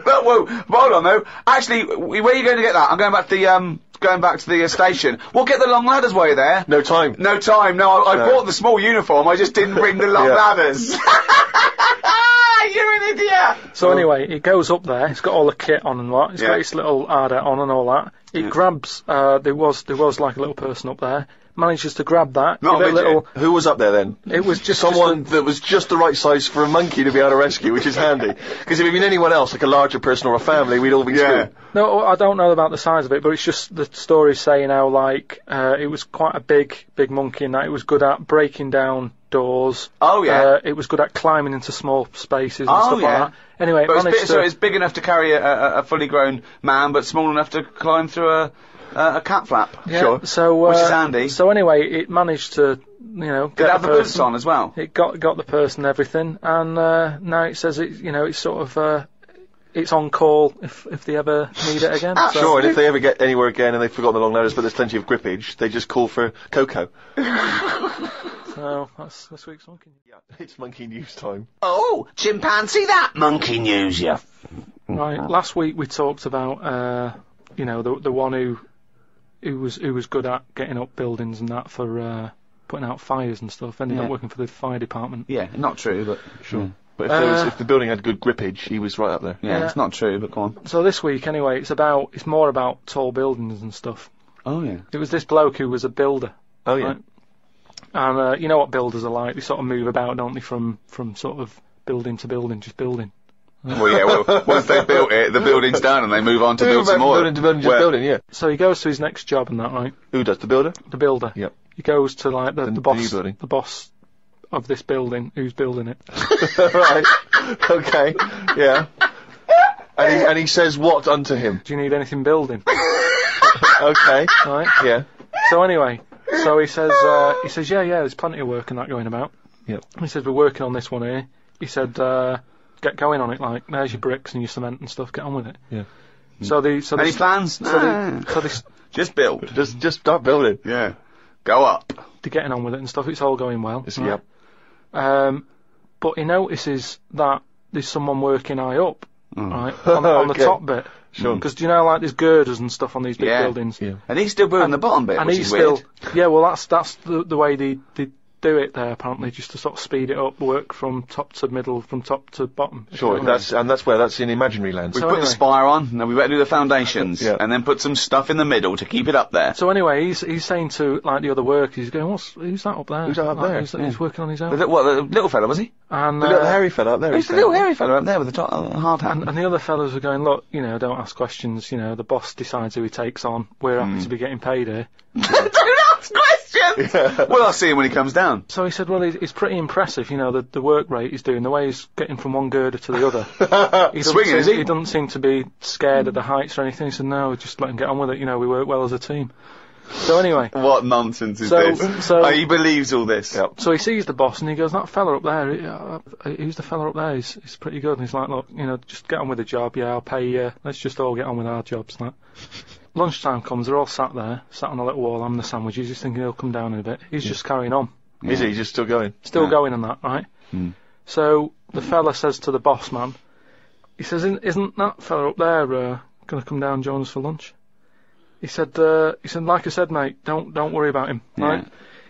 [SPEAKER 4] but whoa, but hold on though. Actually, w- where are you going to get that? I'm going back to the um, going back to the uh, station. We'll get the long ladders way there.
[SPEAKER 2] No time.
[SPEAKER 4] No time. No, I, I
[SPEAKER 2] No.
[SPEAKER 4] bought the small uniform. I just didn't bring the long
[SPEAKER 2] Yeah.
[SPEAKER 4] ladders. You're an idiot.
[SPEAKER 13] So anyway, it goes up there. It's got all the kit on and what. It's
[SPEAKER 4] Yeah.
[SPEAKER 13] got its little adder on and all that. It grabs. Uh, there was there was like a little person up there. Manages to grab that.
[SPEAKER 2] Not
[SPEAKER 13] give it
[SPEAKER 2] a
[SPEAKER 13] a little.
[SPEAKER 2] Who was up there then?
[SPEAKER 13] It was just
[SPEAKER 2] Someone that was just the right size for a monkey to be able to rescue, which is handy. Because if it'd been anyone else, like a larger person or a family, we'd all be
[SPEAKER 4] Yeah.
[SPEAKER 2] screwed.
[SPEAKER 13] No, I don't know about the size of it, but it's just the story saying how like uh, it was quite a big big monkey and that it was good at breaking down doors.
[SPEAKER 4] Oh, yeah.
[SPEAKER 13] Uh, it was good at climbing into small spaces and
[SPEAKER 4] Oh,
[SPEAKER 13] stuff
[SPEAKER 4] yeah.
[SPEAKER 13] like that. Anyway, it
[SPEAKER 4] But it's
[SPEAKER 13] managed
[SPEAKER 4] big,
[SPEAKER 13] to.
[SPEAKER 4] so it's big enough to carry a, a, a fully grown man, but small enough to climb through a a, a cat flap.
[SPEAKER 13] yeah,
[SPEAKER 4] sure.
[SPEAKER 13] So uh,
[SPEAKER 4] Which is handy.
[SPEAKER 13] So anyway, it managed to you know get
[SPEAKER 4] Did it
[SPEAKER 13] the
[SPEAKER 4] have the boots
[SPEAKER 13] person-
[SPEAKER 4] on as well?
[SPEAKER 13] it got got the person and everything, and uh, now it says it you know it's sort of uh, it's on call if if they ever need it again.
[SPEAKER 4] Ah,
[SPEAKER 13] so-
[SPEAKER 2] Sure, and if they ever get anywhere again and they've forgotten the long ladders, but there's plenty of grippage, they just call for Coco.
[SPEAKER 13] So oh, that's this week's monkey.
[SPEAKER 2] It's monkey news time.
[SPEAKER 14] Oh, chimpanzee that monkey news, you.
[SPEAKER 13] Right, last week we talked about uh, you know the the one who who was who was good at getting up buildings and that for uh, putting out fires and stuff. Ended
[SPEAKER 4] Yeah.
[SPEAKER 13] up working for the fire department.
[SPEAKER 4] Yeah, not true, but sure.
[SPEAKER 2] But if, there was,
[SPEAKER 13] Uh,
[SPEAKER 2] if the building had good grippage, he was right up there.
[SPEAKER 4] Yeah,
[SPEAKER 13] Yeah.
[SPEAKER 4] it's not true, but go on.
[SPEAKER 13] So this week anyway, it's about it's more about tall buildings and stuff.
[SPEAKER 4] Oh yeah.
[SPEAKER 13] It was this bloke who was a builder.
[SPEAKER 2] Oh, yeah.
[SPEAKER 13] Right. And uh, you know what builders are like? They sort of move about, don't they? From from sort of building to building, just building.
[SPEAKER 4] Well, yeah. Well, once they built it, the building's done, and they move on to build some more.
[SPEAKER 2] building to building, just
[SPEAKER 4] Well,
[SPEAKER 2] building, yeah.
[SPEAKER 13] So he goes to his next job and that, right?
[SPEAKER 2] Who does? The builder?
[SPEAKER 13] The builder.
[SPEAKER 2] Yep.
[SPEAKER 13] He goes to like
[SPEAKER 2] The-
[SPEAKER 13] the, the,
[SPEAKER 2] the new
[SPEAKER 13] boss,
[SPEAKER 2] building.
[SPEAKER 13] the boss of this building, who's building it.
[SPEAKER 2] right. Okay. Yeah. And he, and he says what unto him?
[SPEAKER 13] Do you need anything building?
[SPEAKER 2] Okay.
[SPEAKER 13] right.
[SPEAKER 2] Yeah.
[SPEAKER 13] So anyway, so he says, uh, he says, yeah, yeah, there's plenty of work and that going about.
[SPEAKER 2] Yep.
[SPEAKER 13] He says we're working on this one here. He said, uh, get going on it. Like, there's your bricks and your cement and stuff. Get on with it.
[SPEAKER 2] Yeah.
[SPEAKER 13] So the so
[SPEAKER 4] Any
[SPEAKER 13] they
[SPEAKER 4] plans?
[SPEAKER 13] so
[SPEAKER 4] Nah.
[SPEAKER 13] they, so they
[SPEAKER 4] Just build.
[SPEAKER 2] Just just start building.
[SPEAKER 4] Yeah. Go up.
[SPEAKER 13] they're getting on with it and stuff. It's all going well.
[SPEAKER 2] It's-
[SPEAKER 13] right?
[SPEAKER 2] Yep.
[SPEAKER 13] Um, but he notices that there's someone working high up,
[SPEAKER 4] Hmm.
[SPEAKER 13] right, on, on the
[SPEAKER 2] Okay.
[SPEAKER 13] top bit. Sure. Because do you know, like, there's girders and stuff on these big
[SPEAKER 4] Yeah.
[SPEAKER 13] buildings.
[SPEAKER 2] Yeah.
[SPEAKER 4] And he's still building the bottom bit,
[SPEAKER 13] And
[SPEAKER 4] which
[SPEAKER 13] he's
[SPEAKER 4] is
[SPEAKER 13] still,
[SPEAKER 4] weird.
[SPEAKER 13] yeah. Well, that's that's the the way they they do it there. Apparently, just to sort of speed it up, work from top to middle, from top to bottom. if you know
[SPEAKER 2] Sure.
[SPEAKER 13] what I
[SPEAKER 2] That's and that's where that's in imaginary land.
[SPEAKER 4] We
[SPEAKER 13] So
[SPEAKER 4] put the
[SPEAKER 13] anyway.
[SPEAKER 4] spire on, and we better do the foundations,
[SPEAKER 2] Yeah.
[SPEAKER 4] and then put some stuff in the middle to keep it up there.
[SPEAKER 13] So anyway, he's he's saying to like the other workers, he's going, "What's who's that up there?
[SPEAKER 2] Who's that up
[SPEAKER 13] Like,
[SPEAKER 2] there?
[SPEAKER 13] Who's, who's working on his
[SPEAKER 4] The
[SPEAKER 13] own?"
[SPEAKER 4] li- what, the little fella, was he?
[SPEAKER 13] And
[SPEAKER 2] the little
[SPEAKER 13] uh,
[SPEAKER 2] hairy fella up there.
[SPEAKER 4] He's the
[SPEAKER 2] he's
[SPEAKER 4] little
[SPEAKER 2] saying.
[SPEAKER 4] hairy fella up there with the top, uh, hard hat.
[SPEAKER 13] And, and the other fellows were going, look, you know, don't ask questions. You know, the boss decides who he takes on. We're happy to be getting paid here.
[SPEAKER 4] Don't Mm. ask questions! well, I'll see him when he comes down.
[SPEAKER 13] So he said, well, it- it's pretty impressive, you know, the, the work rate he's doing, the way he's getting from one girder to the other. he doesn't
[SPEAKER 4] Swinging,
[SPEAKER 13] seem,
[SPEAKER 4] is he? Mm.
[SPEAKER 13] doesn't seem to be scared of the heights or anything. He said, no, just let him get on with it. You know, we work well as a team. So anyway,
[SPEAKER 4] What nonsense is
[SPEAKER 13] So-
[SPEAKER 4] this?
[SPEAKER 13] so-
[SPEAKER 4] oh, he believes all this.
[SPEAKER 13] so he sees the boss and he goes, that fella up there, he- uh, uh, who's the fella up there? He's, he's pretty good. And he's like, look, you know, just get on with the job. Yeah, I'll pay you. Let's just all get on with our jobs. and That. Lunchtime comes, they're all sat there, sat on a little wall, having the sandwiches. He's thinking he'll come down in a bit. He's just carrying on.
[SPEAKER 2] Is he? He's just still going.
[SPEAKER 13] Still going on that, right? So the fella says to the boss man, he says, "Isn't- "Isn't that fella up there uh, going to come down and join us for lunch?" He said, uh, "He said, like I said, mate, don't don't worry about him, right?"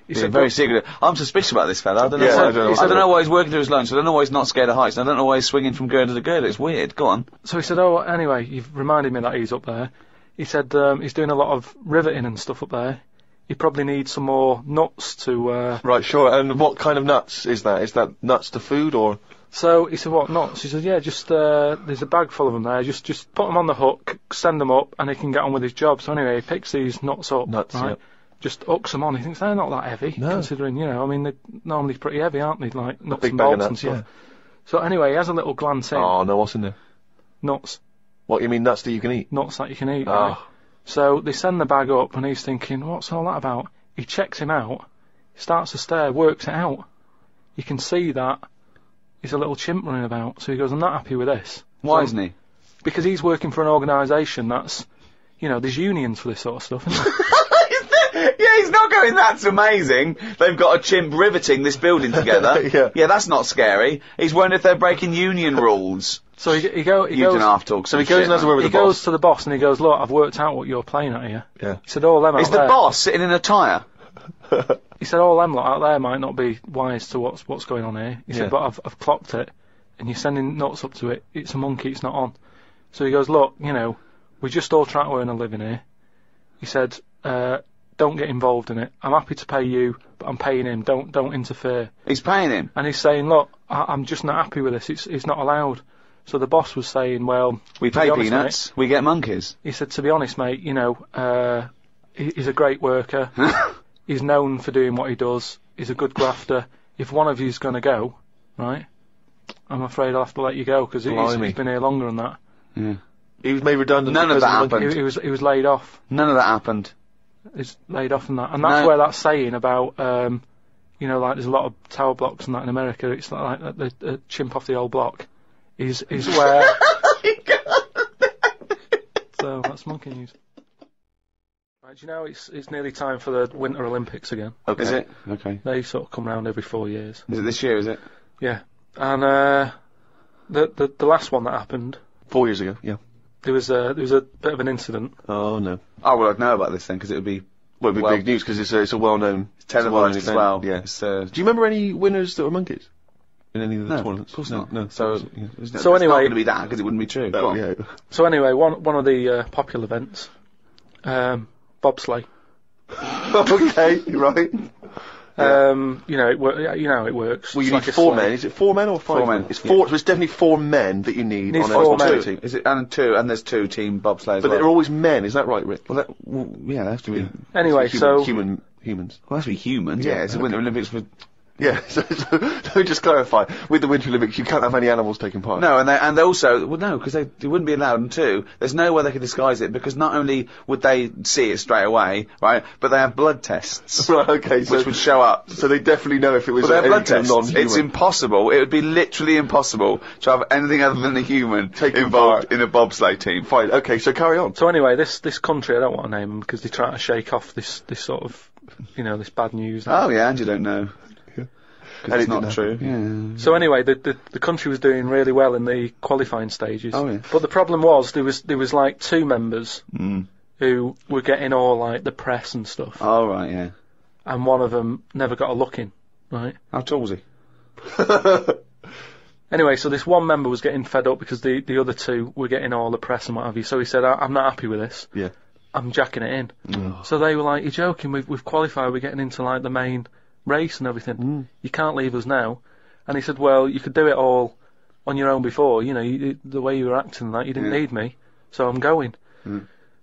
[SPEAKER 13] He
[SPEAKER 4] He's
[SPEAKER 13] said,
[SPEAKER 4] very
[SPEAKER 13] "But-
[SPEAKER 4] secretive. I'm suspicious about this fella. I don't know.
[SPEAKER 2] Yeah,
[SPEAKER 4] why,
[SPEAKER 2] I don't know.
[SPEAKER 4] I don't know why he's working through his lunch. I don't know why he's not scared of heights. and I don't know why he's swinging from girder to girder. It's weird. Go on.
[SPEAKER 13] So he said, "Oh, anyway, you've reminded me that he's up there." He said um, he's doing a lot of riveting and stuff up there. He probably needs some more nuts to. Uh,
[SPEAKER 2] Right, sure. And what kind of nuts is that? Is that nuts to food or?
[SPEAKER 13] so he said, "What nuts?" He said, "Yeah, just uh, there's a bag full of them there. Just just put them on the hook, send them up, and he can get on with his job." So anyway, he picks these nuts up.
[SPEAKER 2] Nuts,
[SPEAKER 13] right?
[SPEAKER 2] yep.
[SPEAKER 13] Just hooks them on. He thinks they're not that heavy, considering you know. I mean, they're normally pretty heavy, aren't they? Like nuts
[SPEAKER 2] big
[SPEAKER 13] and
[SPEAKER 2] bag of
[SPEAKER 13] bolts and
[SPEAKER 2] nuts,
[SPEAKER 13] stuff. So anyway, he has a little glance in.
[SPEAKER 2] Oh no, what's in there?
[SPEAKER 13] Nuts,
[SPEAKER 2] What you mean nuts that you can eat?
[SPEAKER 13] nuts that you can eat. right?
[SPEAKER 2] Ah,
[SPEAKER 13] So they send the bag up, and he's thinking, "What's all that about?" He checks him out, starts to stare, works it out. You can see that he's a little chimp running about. So he goes, "I'm not happy with this."
[SPEAKER 4] Why
[SPEAKER 13] So-
[SPEAKER 4] isn't he?
[SPEAKER 13] Because he's working for an organisation that's, you know, there's unions for this sort of stuff. Isn't there?
[SPEAKER 4] Yeah, he's not going, that's amazing. They've got a chimp riveting this building together.
[SPEAKER 2] Yeah.
[SPEAKER 4] that's not scary. He's wondering if they're breaking union rules.
[SPEAKER 13] so he, he, go, he
[SPEAKER 4] You
[SPEAKER 13] goes.
[SPEAKER 4] didn't half talk.
[SPEAKER 2] So he goes and has a word with
[SPEAKER 13] he
[SPEAKER 2] the
[SPEAKER 13] goes
[SPEAKER 2] boss.
[SPEAKER 13] to the boss and he goes, "Look, I've worked out what you're playing at here."
[SPEAKER 2] Yeah.
[SPEAKER 13] He said, "Oh, "All them out
[SPEAKER 4] Is the
[SPEAKER 13] there."
[SPEAKER 4] boss sitting in a tyre?
[SPEAKER 13] He said, "All them lot out there might not be wise to what's what's going on here." He
[SPEAKER 2] Yeah.
[SPEAKER 13] said, "But I've I've clocked it, and you're sending notes up to it. It's a monkey. It's not on." So he goes, "Look, you know, we're just all trying to earn a living here." He said, uh, "Don't get involved in it. I'm happy to pay you, but I'm paying him. Don't don't interfere."
[SPEAKER 4] He's paying him.
[SPEAKER 13] And he's saying, "Look, I, I'm just not happy with this. It's it's not allowed." So the boss was saying, "Well,
[SPEAKER 4] We
[SPEAKER 13] to
[SPEAKER 4] pay
[SPEAKER 13] be honest, mate,
[SPEAKER 4] peanuts, we get monkeys.
[SPEAKER 13] he said, "To be honest, mate, you know, uh, he- he's a great worker. he's known for doing what he does. He's a good grafter. If one of you's going to go, right, I'm afraid I'll have to let you go because he's,
[SPEAKER 2] Blimey.
[SPEAKER 13] he's been here longer than that.
[SPEAKER 2] he was made redundant.
[SPEAKER 4] None of
[SPEAKER 2] because
[SPEAKER 4] that
[SPEAKER 2] the monkey-
[SPEAKER 4] happened.
[SPEAKER 13] He, he was he was laid off.
[SPEAKER 4] None of that happened.
[SPEAKER 13] He's laid off and that, and that's
[SPEAKER 4] No.
[SPEAKER 13] where that saying about." Um, you know, like there's a lot of tower blocks and that in America. It's like that the, the chimp off the old block is is
[SPEAKER 4] Oh
[SPEAKER 13] where. so that's monkey news. Right, do you know it's it's nearly time for the Winter Olympics again.
[SPEAKER 4] Okay. Is it? Okay.
[SPEAKER 13] They sort of come round every four years.
[SPEAKER 4] Is it this year, is it?
[SPEAKER 13] Yeah, and uh, the, the the last one that happened,
[SPEAKER 2] Four years ago. Yeah.
[SPEAKER 13] there was a there was a bit of an incident.
[SPEAKER 2] Oh no.
[SPEAKER 4] Oh, well, I'd know about this then, because it would be
[SPEAKER 2] Well, it'd be
[SPEAKER 4] Well-
[SPEAKER 2] big news because it's a, it's a well-known it's a well-known
[SPEAKER 4] televised as
[SPEAKER 2] event,
[SPEAKER 4] well.
[SPEAKER 2] Yeah.
[SPEAKER 4] It's, uh,
[SPEAKER 2] Do you remember any winners that were monkeys in any of the
[SPEAKER 4] No,
[SPEAKER 2] tournaments?
[SPEAKER 4] of course
[SPEAKER 2] no,
[SPEAKER 4] not.
[SPEAKER 2] No.
[SPEAKER 4] So-
[SPEAKER 2] yeah.
[SPEAKER 4] it's
[SPEAKER 13] So
[SPEAKER 4] not
[SPEAKER 13] anyway-
[SPEAKER 4] going to be that, because it wouldn't be true. Go
[SPEAKER 2] Oh,
[SPEAKER 4] on.
[SPEAKER 2] yeah.
[SPEAKER 13] So anyway, one one of the uh, popular events, um, bobsleigh.
[SPEAKER 2] okay. Right.
[SPEAKER 13] Um, you know it wor- you know it works.
[SPEAKER 2] Well, you
[SPEAKER 13] It's
[SPEAKER 2] need
[SPEAKER 13] like a
[SPEAKER 2] four
[SPEAKER 13] sleigh.
[SPEAKER 2] men. Is it four men or five?
[SPEAKER 4] Four men,
[SPEAKER 2] It's
[SPEAKER 4] yeah.
[SPEAKER 2] four. So it's definitely four men that you need
[SPEAKER 13] Need
[SPEAKER 2] on
[SPEAKER 13] four
[SPEAKER 2] a
[SPEAKER 13] men.
[SPEAKER 2] bobsleigh team.
[SPEAKER 4] Is it, and two, and there's two team bobsleighs.
[SPEAKER 2] But they're always men. Is that right, Rick?
[SPEAKER 4] Well, that, well, yeah, they have to be.
[SPEAKER 13] Anyway,
[SPEAKER 2] human,
[SPEAKER 13] so
[SPEAKER 2] human humans.
[SPEAKER 4] Well, they have to be humans. Yeah,
[SPEAKER 2] Yeah,
[SPEAKER 4] it's the Winter Olympics for
[SPEAKER 2] Yeah. So, so, let me just clarify. With the Winter Olympics, you can't have any animals taking part.
[SPEAKER 4] No, and they and they also well no because they, they wouldn't be allowed. And two, there's no way they could disguise it because not only would they see it straight away, right, but they have blood tests
[SPEAKER 2] Right. Okay. So,
[SPEAKER 4] which would show up.
[SPEAKER 2] so they definitely know if it was
[SPEAKER 4] But they have
[SPEAKER 2] any
[SPEAKER 4] blood
[SPEAKER 2] kind of
[SPEAKER 4] tests.
[SPEAKER 2] non-human.
[SPEAKER 4] It's impossible. It would be literally impossible to have anything other than a human
[SPEAKER 2] Taking
[SPEAKER 4] involved
[SPEAKER 2] part.
[SPEAKER 4] in a bobsleigh team.
[SPEAKER 2] Fine. Okay. So carry on.
[SPEAKER 13] So anyway, this this country I don't want to name them because they try to shake off this this sort of you know this bad news.
[SPEAKER 2] Ah.
[SPEAKER 4] Oh yeah, and you don't know. 'Cause
[SPEAKER 2] And
[SPEAKER 4] it's
[SPEAKER 2] it didn't
[SPEAKER 4] not true.
[SPEAKER 2] happen.
[SPEAKER 4] Yeah.
[SPEAKER 13] So anyway, the, the the country was doing really well in the qualifying stages.
[SPEAKER 4] Oh, yeah.
[SPEAKER 13] But the problem was there was there was like two members
[SPEAKER 2] Mm.
[SPEAKER 13] who were getting all like the press and stuff,
[SPEAKER 2] Ah.
[SPEAKER 4] All right. Yeah.
[SPEAKER 13] and one of them never got a look in. Right.
[SPEAKER 4] How tall was he?
[SPEAKER 13] Anyway, so this one member was getting fed up because the the other two were getting all the press and what have you. So he said, I, "I'm not happy with this.
[SPEAKER 2] Yeah.
[SPEAKER 13] I'm jacking it in."
[SPEAKER 4] Mm.
[SPEAKER 13] So they were like, "You're joking? We've we've qualified. We're getting into like the main race and everything.
[SPEAKER 4] Mm.
[SPEAKER 13] You can't leave us now." And he said, "Well, you could do it all on your own before. You know, you, the way you were acting, and that you didn't need me, so I'm going."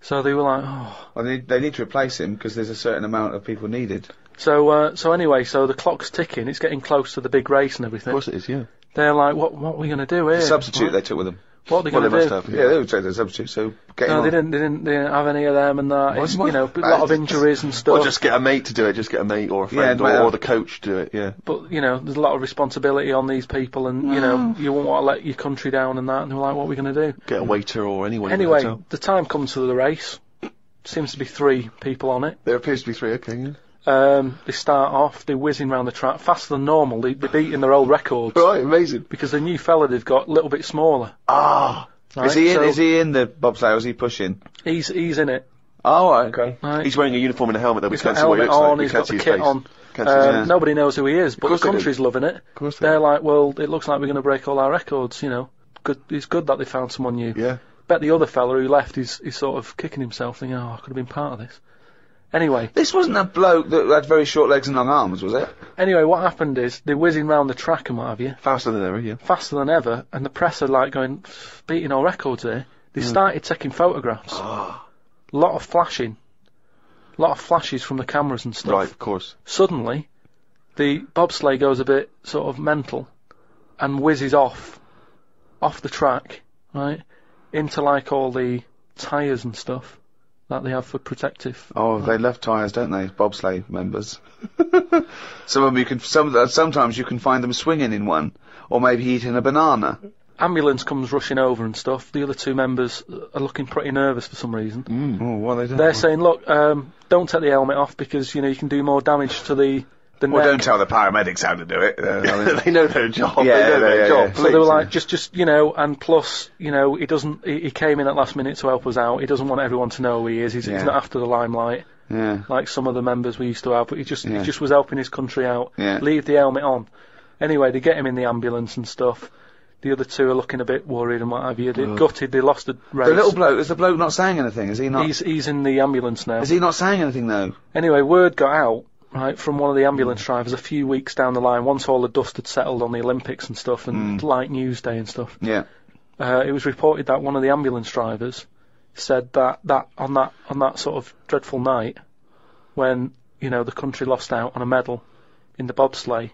[SPEAKER 13] So they were like, "Oh."
[SPEAKER 4] Mm. Well, they need, they need to replace him because there's a certain amount of people needed.
[SPEAKER 13] So uh, so anyway, so the clock's ticking. It's getting close to the big race and everything.
[SPEAKER 2] Of course it is. Yeah.
[SPEAKER 13] They're like, "What what are we gonna do here?
[SPEAKER 4] Substitute
[SPEAKER 13] What-
[SPEAKER 4] they took with them.
[SPEAKER 13] What are they
[SPEAKER 2] Well,
[SPEAKER 13] gonna
[SPEAKER 2] they must
[SPEAKER 13] do?"
[SPEAKER 2] have.
[SPEAKER 4] Yeah, they would take the substitute. So get him
[SPEAKER 13] No,
[SPEAKER 4] on.
[SPEAKER 13] they didn't, they didn't. They didn't have any of them, and that.
[SPEAKER 4] it's
[SPEAKER 13] It's,
[SPEAKER 4] my
[SPEAKER 13] you know, a
[SPEAKER 4] fault.
[SPEAKER 13] lot of injuries and stuff.
[SPEAKER 2] Or just get a mate to do it. Just get a mate or a friend
[SPEAKER 4] mate,
[SPEAKER 2] or,
[SPEAKER 4] uh,
[SPEAKER 2] or the coach to do it. Yeah.
[SPEAKER 13] but you know, there's a lot of responsibility on these people, and you know,
[SPEAKER 4] Mm.
[SPEAKER 13] you won't want to let your country down and that. And they're like, "What are we going to do?"
[SPEAKER 2] Get a waiter or anyone. in the
[SPEAKER 13] Mm. Anyway,
[SPEAKER 2] hotel.
[SPEAKER 13] the time comes for the race. Seems to be three people on it.
[SPEAKER 2] there appears to be three. Okay. Yeah.
[SPEAKER 13] Um, they start off. They're whizzing round the track faster than normal. They, they're beating their old records
[SPEAKER 2] Right. Amazing.
[SPEAKER 13] because the new fella they've got a little bit smaller.
[SPEAKER 2] Ah.
[SPEAKER 13] right?
[SPEAKER 4] Is he in?
[SPEAKER 13] So
[SPEAKER 4] is he in the bobsleigh? Or is he pushing?
[SPEAKER 13] He's he's in it.
[SPEAKER 4] Oh, okay.
[SPEAKER 13] Right?
[SPEAKER 2] He's wearing a uniform and a helmet though. We
[SPEAKER 13] He's got
[SPEAKER 2] can't
[SPEAKER 13] a
[SPEAKER 2] see what he
[SPEAKER 13] helmet
[SPEAKER 2] looks like.
[SPEAKER 13] on,
[SPEAKER 2] We
[SPEAKER 13] he's got
[SPEAKER 2] can't see
[SPEAKER 13] the
[SPEAKER 2] his
[SPEAKER 13] kit
[SPEAKER 2] face.
[SPEAKER 13] on.
[SPEAKER 2] Can't see his
[SPEAKER 13] Um,
[SPEAKER 2] face.
[SPEAKER 13] Nobody knows who he is, but the
[SPEAKER 2] course they do.
[SPEAKER 13] country's loving it.
[SPEAKER 2] course they
[SPEAKER 13] They're
[SPEAKER 2] do.
[SPEAKER 13] like, well, it looks like we're going to break all our records, you know. Good, it's good that they found someone new.
[SPEAKER 2] Yeah.
[SPEAKER 13] bet the other fella who left is, is sort of kicking himself, thinking, oh, I could have been part of this. Anyway.
[SPEAKER 4] This wasn't a bloke that had very short legs and long arms, was it?
[SPEAKER 13] Anyway, what happened is they're whizzing round the track and what have you.
[SPEAKER 4] Faster than ever, yeah.
[SPEAKER 13] Faster than ever, and the press are like going, "Pff, beating all records here. They
[SPEAKER 4] Mm.
[SPEAKER 13] started taking photographs.
[SPEAKER 4] Ah.
[SPEAKER 13] lot of flashing. lot of flashes from the cameras and stuff.
[SPEAKER 2] Right, of course.
[SPEAKER 13] Suddenly, the bobsleigh goes a bit sort of mental and whizzes off, off the track, right, into like all the tyres and stuff that they have for protective.
[SPEAKER 4] Oh, they left tyres, don't they? Bobsleigh members. some of them you can, some, uh, sometimes you can find them swinging in one, or maybe eating a banana.
[SPEAKER 13] Ambulance comes rushing over and stuff. The other two members are looking pretty nervous for some reason.
[SPEAKER 4] Oh, what are they doing?
[SPEAKER 13] They're saying, look, um, don't take the helmet off because, you know, you can do more damage to the, the
[SPEAKER 4] well,
[SPEAKER 13] neck.
[SPEAKER 4] don't tell the paramedics how to do it. Uh, I mean-
[SPEAKER 2] they know their job.
[SPEAKER 4] Yeah,
[SPEAKER 2] they know
[SPEAKER 4] yeah,
[SPEAKER 2] their
[SPEAKER 4] yeah,
[SPEAKER 2] job.
[SPEAKER 4] yeah.
[SPEAKER 13] So they were
[SPEAKER 2] please.
[SPEAKER 13] like, just, just, you know, and plus, you know, he doesn't, he, he came in at last minute to help us out. He doesn't want everyone to know who he is. He's,
[SPEAKER 4] Yeah.
[SPEAKER 13] he's not after the limelight
[SPEAKER 4] yeah.
[SPEAKER 13] like some of the members we used to have, but he just,
[SPEAKER 4] Yeah.
[SPEAKER 13] he just was helping his country out.
[SPEAKER 4] Yeah.
[SPEAKER 13] Leave the helmet on. Anyway, they get him in the ambulance and stuff. The other two are looking a bit worried and what have you. They're gutted. They lost the race.
[SPEAKER 4] The little bloke, is the bloke not saying anything? Is he not?
[SPEAKER 13] he's, he's in the ambulance now.
[SPEAKER 4] Ah. Is he not saying anything though?
[SPEAKER 13] Anyway, word got out, right, from one of the ambulance drivers a few weeks down the line, once all the dust had settled on the Olympics and stuff, and
[SPEAKER 4] Hmm.
[SPEAKER 13] light news day and stuff.
[SPEAKER 4] Yeah.
[SPEAKER 13] Uh, it was reported that one of the ambulance drivers said that, that on that on that sort of dreadful night when you know the country lost out on a medal in the bobsleigh,